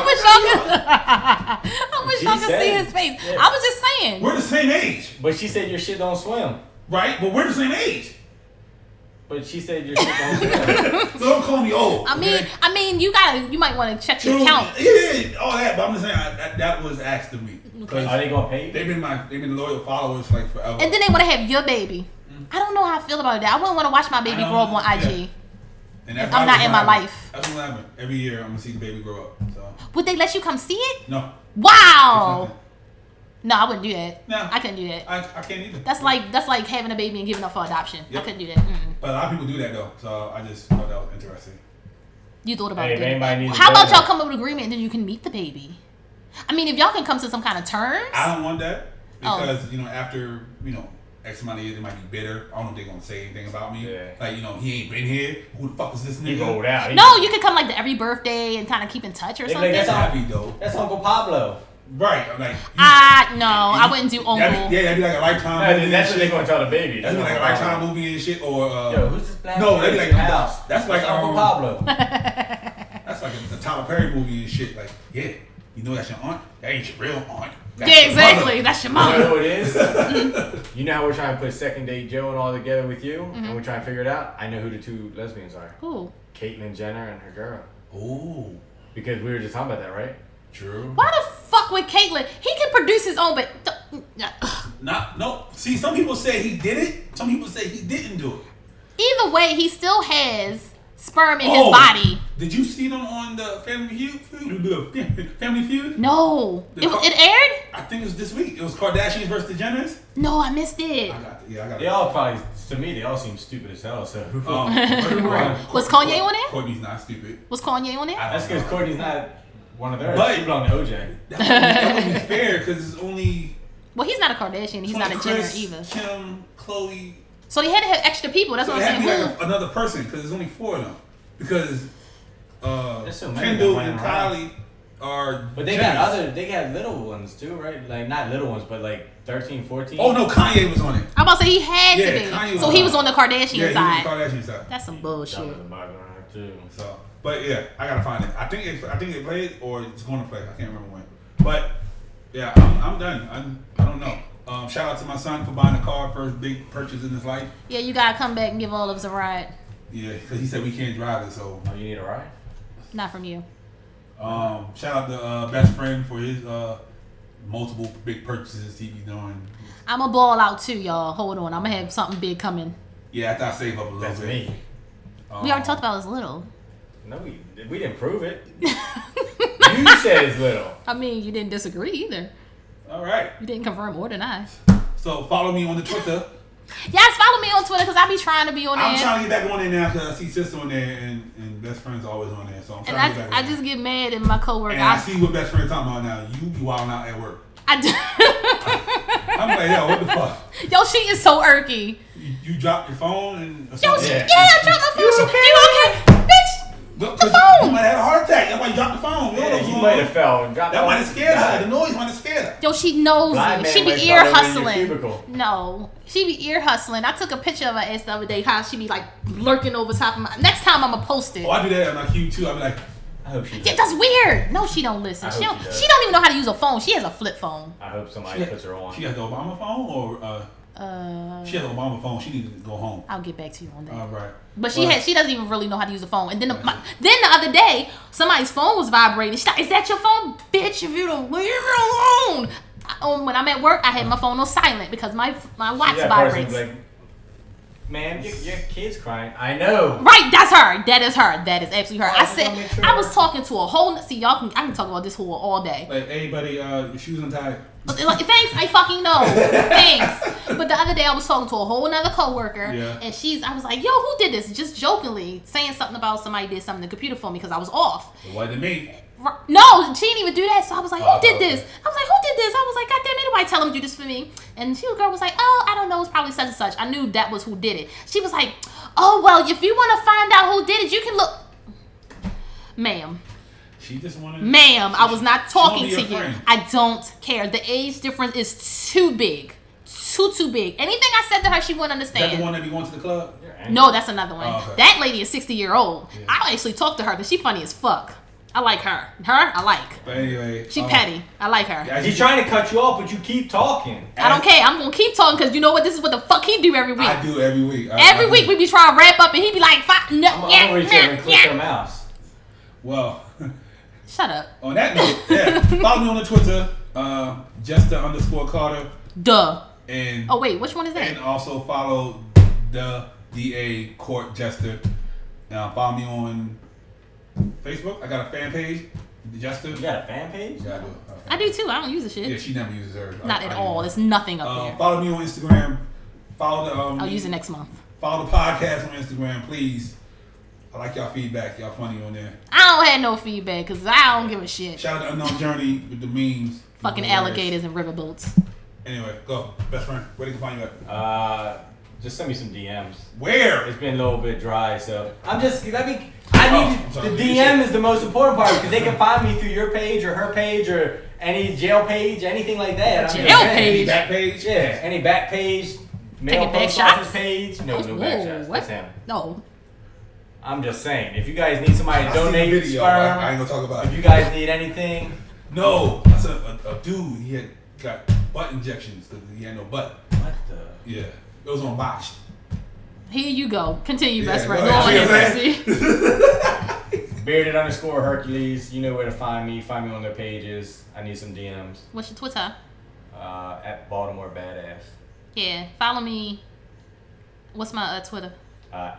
[SPEAKER 3] wish y'all could. [LAUGHS] I wish
[SPEAKER 4] She
[SPEAKER 3] y'all could see
[SPEAKER 4] said.
[SPEAKER 3] his face.
[SPEAKER 4] Yeah.
[SPEAKER 3] I was just saying.
[SPEAKER 2] We're the same age,
[SPEAKER 4] But she said your shit don't swim.
[SPEAKER 2] right? But we're the same
[SPEAKER 3] [LAUGHS]
[SPEAKER 2] age.
[SPEAKER 4] But she said your shit don't swim.
[SPEAKER 2] So don't call me old.
[SPEAKER 3] I mean,
[SPEAKER 2] okay?
[SPEAKER 3] I mean, you gotta, you might want to check your
[SPEAKER 2] Dude,
[SPEAKER 3] account.
[SPEAKER 2] Yeah, all that. But I'm just saying I, that, that was asked of me because
[SPEAKER 4] Are they gonna pay you?
[SPEAKER 2] they've been my they've been loyal followers like forever.
[SPEAKER 3] And then they want to have your baby. I don't know how I feel about that. I wouldn't want to watch my baby
[SPEAKER 2] Mm. don't-
[SPEAKER 3] grow up on IG.
[SPEAKER 2] yeah. And that's
[SPEAKER 3] I'm
[SPEAKER 2] why
[SPEAKER 3] not
[SPEAKER 2] I
[SPEAKER 3] in my
[SPEAKER 2] remember-
[SPEAKER 3] life.
[SPEAKER 2] That's what happened. Every year I'm gonna see the baby grow up. So
[SPEAKER 3] Would they let you come see it?
[SPEAKER 2] no,
[SPEAKER 3] Wow. No, I wouldn't do that.
[SPEAKER 2] No.
[SPEAKER 3] I couldn't do that.
[SPEAKER 2] I, I can't either.
[SPEAKER 3] That's like that's like having a baby and giving up for adoption.
[SPEAKER 2] Yep.
[SPEAKER 3] I couldn't do that. Mm-mm.
[SPEAKER 2] But a lot of people do that though. So I just thought that was interesting.
[SPEAKER 3] You thought about
[SPEAKER 4] Hey,
[SPEAKER 3] it.
[SPEAKER 4] if
[SPEAKER 3] didn't you?
[SPEAKER 4] anybody needs a
[SPEAKER 3] How about
[SPEAKER 4] donor.
[SPEAKER 3] y'all come up with an agreement and then you can meet the baby? I mean, if y'all can come to some kind of terms.
[SPEAKER 2] I don't want that
[SPEAKER 3] Oh.
[SPEAKER 2] because you know after you know X amount of years they might be bitter. I don't know if they're gonna say anything about me.
[SPEAKER 4] Yeah.
[SPEAKER 2] Like you know he ain't been here. Who the fuck is this
[SPEAKER 4] He
[SPEAKER 2] nigga?
[SPEAKER 4] old out. He-
[SPEAKER 3] No, you could come like to every birthday and kind of keep in touch or
[SPEAKER 4] They
[SPEAKER 3] something.
[SPEAKER 4] like,
[SPEAKER 2] That's
[SPEAKER 4] That's
[SPEAKER 2] happy though,
[SPEAKER 4] That's Uncle Pablo.
[SPEAKER 2] right? I'm like you-
[SPEAKER 3] I no, I wouldn't do uncle.
[SPEAKER 2] That'd be, yeah, that'd be like a lifetime. movie and shit.
[SPEAKER 4] gonna tell the baby.
[SPEAKER 2] That'd be like a lifetime movie and shit, or uh,
[SPEAKER 4] Yo, who's this black
[SPEAKER 2] No,
[SPEAKER 4] kid
[SPEAKER 2] that'd be
[SPEAKER 4] in
[SPEAKER 2] like
[SPEAKER 4] your house?
[SPEAKER 2] That's like
[SPEAKER 4] Uncle
[SPEAKER 2] um,
[SPEAKER 4] Pablo.
[SPEAKER 2] That's like a, a Tyler Perry movie and shit. Like, yeah, you know that's your aunt. That ain't your real aunt. That's
[SPEAKER 3] yeah,
[SPEAKER 2] your
[SPEAKER 3] exactly.
[SPEAKER 2] mother.
[SPEAKER 3] That's your
[SPEAKER 4] [LAUGHS] You know
[SPEAKER 3] mom.
[SPEAKER 4] who it is? [LAUGHS] Mm-hmm. you know how we're trying to put second date Joe and all together with you, and we're trying to figure it out. I know who the two lesbians are:
[SPEAKER 3] Who?
[SPEAKER 4] Caitlyn Jenner and her girl.
[SPEAKER 2] Ooh,
[SPEAKER 4] Because we were just talking about that, right?
[SPEAKER 2] true.
[SPEAKER 3] Why the fuck with Caitlyn? He can produce his own, but
[SPEAKER 2] Not no. See, some people say he did it. Some people say he didn't do it.
[SPEAKER 3] either way, he still has sperm in
[SPEAKER 2] Oh,
[SPEAKER 3] his body.
[SPEAKER 2] Did you see them on the Family Feud? [LAUGHS] Feud? Family Feud?
[SPEAKER 3] No,
[SPEAKER 2] The
[SPEAKER 3] it,
[SPEAKER 2] co-
[SPEAKER 3] it aired.
[SPEAKER 2] I think it was this week. It was Kardashians versus the Jenners.
[SPEAKER 3] No, I missed it.
[SPEAKER 2] I got it. Yeah, I got
[SPEAKER 4] They
[SPEAKER 2] it.
[SPEAKER 4] all probably, to me, they all seem stupid as hell. So
[SPEAKER 2] Um,
[SPEAKER 3] Was Kanye on there?
[SPEAKER 2] Courtney's not stupid.
[SPEAKER 3] Was Kanye on
[SPEAKER 2] I
[SPEAKER 3] it?
[SPEAKER 2] don't
[SPEAKER 4] that's
[SPEAKER 2] know.
[SPEAKER 4] because Courtney's not one of theirs.
[SPEAKER 2] But-
[SPEAKER 4] But, she belong to OJ.
[SPEAKER 2] That wouldn't- that wouldn't be fair because it's only
[SPEAKER 3] Well, he's not a Kardashian. He's not a Jenner
[SPEAKER 2] Chris,
[SPEAKER 3] either.
[SPEAKER 2] Kim, Chloe.
[SPEAKER 3] So he had to have extra people. That's
[SPEAKER 2] So
[SPEAKER 3] what
[SPEAKER 2] it had
[SPEAKER 3] I'm
[SPEAKER 2] to
[SPEAKER 3] saying.
[SPEAKER 2] be
[SPEAKER 3] Who?
[SPEAKER 2] like a, another person because there's only four of them. Because uh,
[SPEAKER 4] There's so many
[SPEAKER 2] Kendall
[SPEAKER 4] going
[SPEAKER 2] and
[SPEAKER 4] around.
[SPEAKER 2] Kylie are.
[SPEAKER 4] But they
[SPEAKER 2] Jenners.
[SPEAKER 4] got other, they got little ones too, right? Like not little ones, but like 13, 14.
[SPEAKER 2] Oh no, Kanye was on it.
[SPEAKER 3] I'm about to say he had
[SPEAKER 2] Yeah,
[SPEAKER 3] to
[SPEAKER 2] Kanye
[SPEAKER 3] be.
[SPEAKER 2] was
[SPEAKER 3] So
[SPEAKER 2] on
[SPEAKER 3] he
[SPEAKER 2] it.
[SPEAKER 3] was on the Kardashian
[SPEAKER 2] Yeah, he was
[SPEAKER 3] side.
[SPEAKER 2] on the Kardashian side.
[SPEAKER 3] That's some bullshit.
[SPEAKER 4] That was in the background too.
[SPEAKER 2] So, but yeah, I gotta find it. I think it, I think it played or it's going to play. I can't remember when. But yeah, I'm, I'm done. I'm, I don't know. Um, shout out to my son for buying a car, first big purchase in his life.
[SPEAKER 3] Yeah, you gotta come back and give all of us a ride.
[SPEAKER 2] Yeah, because he said we can't drive it. So,
[SPEAKER 4] Oh, you need a ride?
[SPEAKER 3] Not from you.
[SPEAKER 2] um, shout out to uh, best friend for his uh, multiple big purchases he be doing.
[SPEAKER 3] I'm gonna ball out too, y'all. Hold on, I'm gonna have something big coming.
[SPEAKER 2] Yeah, after I save up a little
[SPEAKER 4] That's
[SPEAKER 2] bit.
[SPEAKER 4] me.
[SPEAKER 2] Um,
[SPEAKER 3] We already talked about his little.
[SPEAKER 4] No, we we didn't prove it. you said
[SPEAKER 2] [LAUGHS]
[SPEAKER 4] it's little.
[SPEAKER 3] I mean, you didn't disagree either.
[SPEAKER 2] All right.
[SPEAKER 3] You didn't confirm or deny.
[SPEAKER 2] So follow me on the Twitter.
[SPEAKER 3] Yes, follow me on Twitter because I be trying to be on
[SPEAKER 2] I'm
[SPEAKER 3] there.
[SPEAKER 2] trying to get back on there now because I see sister on there and, and best friends always on there. So I'm
[SPEAKER 3] and
[SPEAKER 2] trying to get
[SPEAKER 3] I,
[SPEAKER 2] back
[SPEAKER 3] I
[SPEAKER 2] on there.
[SPEAKER 3] just get mad at my coworker.
[SPEAKER 2] And I
[SPEAKER 3] I,
[SPEAKER 2] see what best friend talking about now. You be wilding out at work.
[SPEAKER 3] I do.
[SPEAKER 2] I'm like, yo, what the fuck?
[SPEAKER 3] [LAUGHS] Yo, she is so irky.
[SPEAKER 2] You, you dropped your phone and
[SPEAKER 3] Yo, she, yeah,
[SPEAKER 4] Yeah.
[SPEAKER 3] I dropped my phone. You okay? You okay? Bitch,
[SPEAKER 2] Look, 'cause
[SPEAKER 3] phone!
[SPEAKER 2] You might have a heart attack. That might drop the phone. We don't know
[SPEAKER 4] Yeah,
[SPEAKER 2] what's
[SPEAKER 4] you
[SPEAKER 2] going
[SPEAKER 4] might
[SPEAKER 2] on.
[SPEAKER 4] have fell and dropped.
[SPEAKER 2] That might
[SPEAKER 4] off.
[SPEAKER 2] have scared her. The noise might have scared her.
[SPEAKER 3] Yo, she knows
[SPEAKER 4] Blind
[SPEAKER 3] it.
[SPEAKER 4] man
[SPEAKER 3] She
[SPEAKER 4] might
[SPEAKER 3] be ear
[SPEAKER 4] start over in your
[SPEAKER 3] hustling.
[SPEAKER 4] cubicle.
[SPEAKER 3] No, she be ear hustling. I took a picture of her ass the other day. How she be like lurking over top of my. Next time I'ma post it.
[SPEAKER 2] Oh, I do that in my queue too. I'll be like,
[SPEAKER 4] I hope she.
[SPEAKER 3] Yeah, that's weird. No, she don't listen.
[SPEAKER 4] I
[SPEAKER 3] She
[SPEAKER 4] hope
[SPEAKER 3] don't.
[SPEAKER 4] she does.
[SPEAKER 3] She don't even know how to use a phone. She has a flip phone.
[SPEAKER 4] I hope somebody
[SPEAKER 2] she
[SPEAKER 4] puts her on.
[SPEAKER 2] got, she got the Obama phone or uh,
[SPEAKER 3] Uh,
[SPEAKER 2] she has the Obama phone. She needs to go home.
[SPEAKER 3] I'll get back to you on that.
[SPEAKER 2] All right.
[SPEAKER 3] Uh, But she had she doesn't even really know how to use a phone. And then the, my, then the other day, somebody's phone was vibrating. She's like, "Is that your phone, bitch? If you don't leave it alone." I, um, when I'm at work, I had
[SPEAKER 4] Uh-huh.
[SPEAKER 3] my phone on silent because my my watch
[SPEAKER 4] Yeah,
[SPEAKER 3] vibrates.
[SPEAKER 4] person's like, man, your, your kid's crying. I know.
[SPEAKER 3] Right, that's her. That is her. That is absolutely her. I
[SPEAKER 4] just wanna
[SPEAKER 3] said
[SPEAKER 4] make sure.
[SPEAKER 3] I was talking to a whole. See, y'all can I can talk about this whore all day.
[SPEAKER 2] Like, hey, buddy, uh, your shoes untied.
[SPEAKER 3] But they're like, Thanks, I fucking
[SPEAKER 4] [LAUGHS]
[SPEAKER 3] know. Thanks. But the other day I was talking to a whole nother coworker
[SPEAKER 2] Yeah.
[SPEAKER 3] and she's I was like, yo, who did this? Just jokingly saying something about somebody did something to the computer for me because I was off.
[SPEAKER 2] What did me?
[SPEAKER 3] R- No, she didn't even do that. So I was like,
[SPEAKER 2] Oh,
[SPEAKER 3] who did
[SPEAKER 2] okay.
[SPEAKER 3] this? I was like, who did this? I was like, God damn, anybody tell him do this for me? And she girl was like, oh, I don't know, it's probably such and such. I knew that was who did it. She was like, oh well, if you want to find out who did it, you can look. Ma'am,
[SPEAKER 2] She just wanted.
[SPEAKER 3] ma'am, I was not talking
[SPEAKER 2] She
[SPEAKER 3] to
[SPEAKER 2] wanna be
[SPEAKER 3] you.
[SPEAKER 2] your friend.
[SPEAKER 3] I don't care. The age difference is too big, too too big. Anything I said to her, she wouldn't
[SPEAKER 2] Is that the
[SPEAKER 3] understand.
[SPEAKER 2] one that be going to the club?
[SPEAKER 3] No, that's another one.
[SPEAKER 2] Oh, okay.
[SPEAKER 3] That lady is sixty year old.
[SPEAKER 2] Yeah.
[SPEAKER 3] I actually talked to her, but she funny as fuck. I like her. Her, I like.
[SPEAKER 2] But anyway,
[SPEAKER 3] She
[SPEAKER 2] um,
[SPEAKER 3] petty. I like her.
[SPEAKER 2] yeah, I
[SPEAKER 4] He's
[SPEAKER 2] just-
[SPEAKER 4] trying to cut you off, but you keep talking.
[SPEAKER 3] I don't care. I'm gonna keep talking because you know what? This is what the fuck he do every week.
[SPEAKER 2] I do every week. I-
[SPEAKER 3] Every
[SPEAKER 2] I
[SPEAKER 3] week
[SPEAKER 2] do.
[SPEAKER 3] we be trying to wrap up and he be like, Fuck, no,
[SPEAKER 4] I'm,
[SPEAKER 3] yeah,
[SPEAKER 4] I'm gonna reach
[SPEAKER 3] nah,
[SPEAKER 4] over and click
[SPEAKER 3] yeah."
[SPEAKER 4] her mouse.
[SPEAKER 2] Well, [LAUGHS]
[SPEAKER 3] Shut up.
[SPEAKER 2] on that note, yeah, follow me on the Twitter, uh, Jester underscore Carter,
[SPEAKER 3] Duh.
[SPEAKER 2] and
[SPEAKER 3] Oh wait, which one is
[SPEAKER 2] and
[SPEAKER 3] that?
[SPEAKER 2] also follow the DA Court Jester. Now follow me on Facebook. I got a fan page, the Jester.
[SPEAKER 4] You got a fan page?
[SPEAKER 2] Yeah, I do. Uh,
[SPEAKER 3] I do too. I don't use the shit.
[SPEAKER 2] Yeah, she never uses her. uh,
[SPEAKER 3] Not
[SPEAKER 2] I-
[SPEAKER 3] at
[SPEAKER 2] I do.
[SPEAKER 3] all. There's nothing up
[SPEAKER 2] Uh,
[SPEAKER 3] there.
[SPEAKER 2] follow me on Instagram. Follow the um,
[SPEAKER 3] I'll use it next month.
[SPEAKER 2] follow the podcast on Instagram, please. I like y'all feedback. Y'all funny on there.
[SPEAKER 3] I don't have no feedback because I don't give a shit.
[SPEAKER 2] Shout out to Unknown Journey with the memes.
[SPEAKER 3] Fucking
[SPEAKER 2] Hilarious.
[SPEAKER 3] alligators and riverboats.
[SPEAKER 2] Anyway, go. Best friend. Where they can find you at?
[SPEAKER 4] Uh, just send me some DMs.
[SPEAKER 2] Where?
[SPEAKER 4] It's been a little bit dry, so I'm just. I mean, I
[SPEAKER 2] Oh,
[SPEAKER 4] need
[SPEAKER 2] I'm sorry.
[SPEAKER 4] the DM is the most important part because they can find me through your page or her page or any jail page, anything like that. I mean,
[SPEAKER 3] Jail
[SPEAKER 4] yeah,
[SPEAKER 3] page?
[SPEAKER 4] any back-
[SPEAKER 2] Back page.
[SPEAKER 4] Yeah, any back page, mail
[SPEAKER 3] Taking back
[SPEAKER 4] post office
[SPEAKER 3] shots?
[SPEAKER 4] page. No, no back
[SPEAKER 3] Whoa,
[SPEAKER 4] shots.
[SPEAKER 3] what?
[SPEAKER 4] That's him.
[SPEAKER 3] No.
[SPEAKER 4] I'm just saying, if you guys need somebody to
[SPEAKER 2] I seen the
[SPEAKER 4] donate
[SPEAKER 2] video.
[SPEAKER 4] sperm,
[SPEAKER 2] I, I ain't gonna talk about
[SPEAKER 4] if
[SPEAKER 2] it.
[SPEAKER 4] you guys need anything,
[SPEAKER 2] No, that's a, a, a dude. He had got butt injections because he had no butt.
[SPEAKER 4] what the?
[SPEAKER 2] Yeah, it was on botched.
[SPEAKER 3] Here you go. Continue, best
[SPEAKER 2] Yeah,
[SPEAKER 3] friend.
[SPEAKER 2] [LAUGHS] go
[SPEAKER 3] Go on
[SPEAKER 2] ahead.
[SPEAKER 3] ahead,
[SPEAKER 2] Yeah,
[SPEAKER 3] Percy.
[SPEAKER 2] [LAUGHS]
[SPEAKER 4] Bearded underscore Hercules, you know where to find me. Find me on their pages. I need some DMs.
[SPEAKER 3] What's your Twitter?
[SPEAKER 4] Uh, at Baltimore Badass.
[SPEAKER 3] Yeah. Follow me. What's my uh, Twitter?
[SPEAKER 4] uh,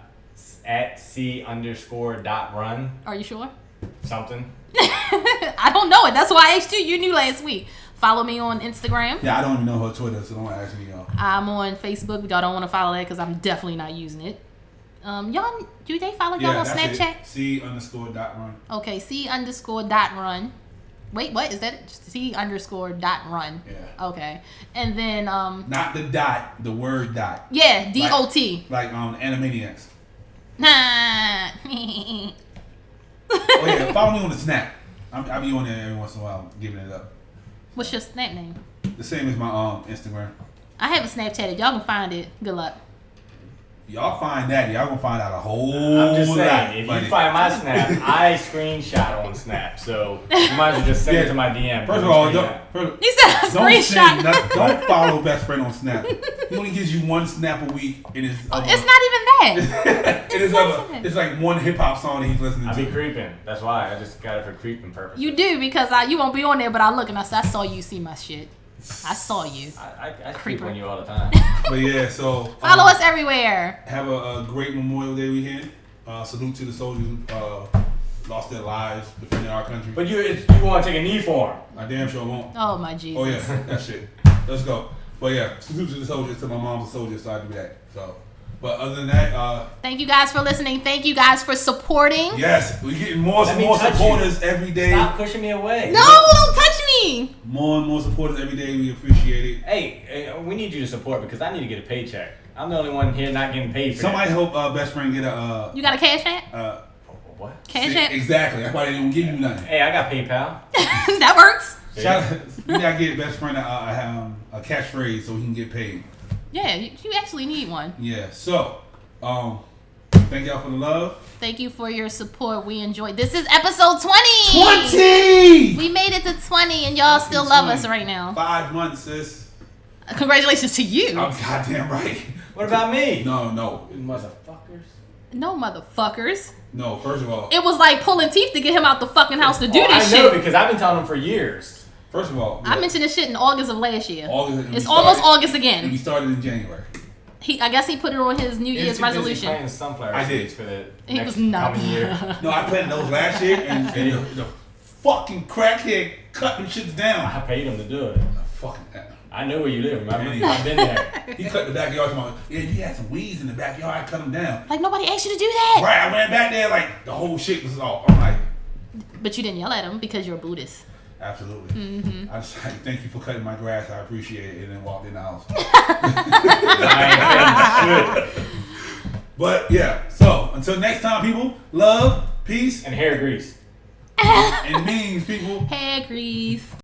[SPEAKER 4] at c underscore dot run
[SPEAKER 3] Are you sure?
[SPEAKER 4] something.
[SPEAKER 3] I don't know it. That's why I asked you. You knew last week. Follow me on Instagram.
[SPEAKER 2] Yeah, I don't even know her Twitter, so don't ask me y'all.
[SPEAKER 3] I'm on Facebook. Y'all don't want to follow that because I'm definitely not using it. Um, y'all, do they follow y'all
[SPEAKER 2] Yeah,
[SPEAKER 3] on
[SPEAKER 2] that's
[SPEAKER 3] Snapchat?
[SPEAKER 2] it. C underscore dot run.
[SPEAKER 3] Okay, C underscore dot run. Wait, what is that? C underscore dot run.
[SPEAKER 2] Yeah.
[SPEAKER 3] Okay, and then um,
[SPEAKER 2] Not the dot, the word dot.
[SPEAKER 3] yeah, D O T. [LAUGHS]
[SPEAKER 2] Like um Animaniacs.
[SPEAKER 3] Nah.
[SPEAKER 2] Oh
[SPEAKER 3] [LAUGHS]
[SPEAKER 2] yeah, follow me on the snap. I'm, I'll be on there every once in a while, giving it up.
[SPEAKER 3] What's your snap name?
[SPEAKER 2] The same as my um Instagram.
[SPEAKER 3] I haven't Snapchatted. Y'all can find it. Good luck.
[SPEAKER 2] Y'all find that, y'all gonna find out a whole
[SPEAKER 4] I'm just
[SPEAKER 2] lot.
[SPEAKER 4] saying, if
[SPEAKER 2] buddy.
[SPEAKER 4] you find my snap, I screenshot on snap, so you might as well just send it to my DM.
[SPEAKER 2] first of all,
[SPEAKER 4] Screen
[SPEAKER 2] don't,
[SPEAKER 4] that.
[SPEAKER 2] first,
[SPEAKER 3] He said a
[SPEAKER 2] don't, send
[SPEAKER 3] screenshot.
[SPEAKER 2] nothing- don't follow best friend on Snap. He only gives you one snap a week, and it's of a-
[SPEAKER 3] [LAUGHS] Oh, It's not even that.
[SPEAKER 2] [LAUGHS] and it's,
[SPEAKER 3] not
[SPEAKER 2] of a-
[SPEAKER 3] that.
[SPEAKER 2] it's like one hip hop song that he's listening
[SPEAKER 4] I
[SPEAKER 2] to.
[SPEAKER 4] be creeping. That's why I just got it for creeping purposes.
[SPEAKER 3] You do because I you won't be on there, but I look and I said I saw you see my shit. I saw you.
[SPEAKER 4] I, I, I creep
[SPEAKER 3] Creeper.
[SPEAKER 4] on you all
[SPEAKER 3] [LAUGHS]
[SPEAKER 4] the time.
[SPEAKER 2] But yeah, so um,
[SPEAKER 3] Follow us everywhere.
[SPEAKER 2] Have a, a great Memorial Day weekend. Uh, salute to the soldiers who uh, lost their lives defending our country.
[SPEAKER 4] But you it's, you want to take a knee for him.
[SPEAKER 2] I damn sure won't.
[SPEAKER 3] Oh my Jesus.
[SPEAKER 2] Oh yeah, [LAUGHS] that shit. Let's go. But yeah, salute to the soldiers. To my mom's a soldier, so I do that. So, but other than that, uh,
[SPEAKER 3] Thank you guys for listening. Thank you guys for supporting.
[SPEAKER 2] yes, we're getting more
[SPEAKER 4] Let
[SPEAKER 2] and
[SPEAKER 4] me
[SPEAKER 2] more
[SPEAKER 4] touch you.
[SPEAKER 2] supporters every day.
[SPEAKER 4] Stop pushing me away.
[SPEAKER 3] No, don't touch me.
[SPEAKER 2] More and more supporters every day. We appreciate it.
[SPEAKER 4] Hey, uh, we need you to support because I need to get a paycheck. I'm the only one here not getting paid for
[SPEAKER 2] Somebody
[SPEAKER 4] that.
[SPEAKER 2] help uh, best friend get a uh,
[SPEAKER 3] You got a cash app?
[SPEAKER 2] uh,
[SPEAKER 4] what?
[SPEAKER 3] Cash
[SPEAKER 2] See,
[SPEAKER 3] App.
[SPEAKER 2] Exactly. That's why they don't give you nothing.
[SPEAKER 4] Hey, I got PayPal.
[SPEAKER 3] [LAUGHS] that works.
[SPEAKER 2] [LAUGHS] Shout out, you gotta get best friend a, a, um, a catchphrase so he can get paid.
[SPEAKER 3] Yeah, you, you actually need one.
[SPEAKER 2] Yeah. So, um, thank y'all for the love.
[SPEAKER 3] Thank you for your support. We enjoyed. This is episode 20.
[SPEAKER 2] Twenty.
[SPEAKER 3] We made it to 20 and y'all still love us right now.
[SPEAKER 2] Five months, sis.
[SPEAKER 3] Congratulations to you.
[SPEAKER 2] I'm goddamn right.
[SPEAKER 4] What about me?
[SPEAKER 2] No, no,
[SPEAKER 4] You Motherfuckers.
[SPEAKER 3] No motherfuckers.
[SPEAKER 2] no. First of all,
[SPEAKER 3] It was like pulling teeth to get him out the fucking house to do
[SPEAKER 4] Oh,
[SPEAKER 3] this
[SPEAKER 4] I know
[SPEAKER 3] shit.
[SPEAKER 4] because I've been telling them for years.
[SPEAKER 2] first of all,
[SPEAKER 3] I mentioned this shit in August of last year.
[SPEAKER 2] August, and
[SPEAKER 3] It's
[SPEAKER 2] we
[SPEAKER 3] almost
[SPEAKER 2] started-
[SPEAKER 3] August
[SPEAKER 2] And we
[SPEAKER 3] again.
[SPEAKER 2] started in January.
[SPEAKER 3] He, I guess he put it on his New
[SPEAKER 4] He
[SPEAKER 3] Year's
[SPEAKER 4] was too busy
[SPEAKER 3] resolution.
[SPEAKER 4] planting sunflower
[SPEAKER 2] I did.
[SPEAKER 4] seeds for the
[SPEAKER 3] He
[SPEAKER 4] next
[SPEAKER 3] was not. [LAUGHS]
[SPEAKER 4] coming year.
[SPEAKER 2] No, I planted those last year, and, and the, the fucking crackhead cut them shits down.
[SPEAKER 4] I paid him to do it.
[SPEAKER 2] Fucking.
[SPEAKER 4] I know where you live. Remember,
[SPEAKER 2] Yeah.
[SPEAKER 4] I've been
[SPEAKER 3] [LAUGHS]
[SPEAKER 4] there.
[SPEAKER 2] He cut the backyard. Tomorrow. Yeah, you had some weeds in the backyard. I cut them down.
[SPEAKER 3] Like nobody asked you to do that.
[SPEAKER 2] Right, I went back there like the whole shit was off. I'm like,
[SPEAKER 3] But you didn't yell at him because you're a Buddhist.
[SPEAKER 2] absolutely. I just [LAUGHS] like, thank you for cutting my grass. I appreciate it. And then walked in the house.
[SPEAKER 4] I ain't
[SPEAKER 2] but yeah, so until next time, people, love, peace,
[SPEAKER 4] and hair grease.
[SPEAKER 2] and means, people.
[SPEAKER 3] Hey, Grease.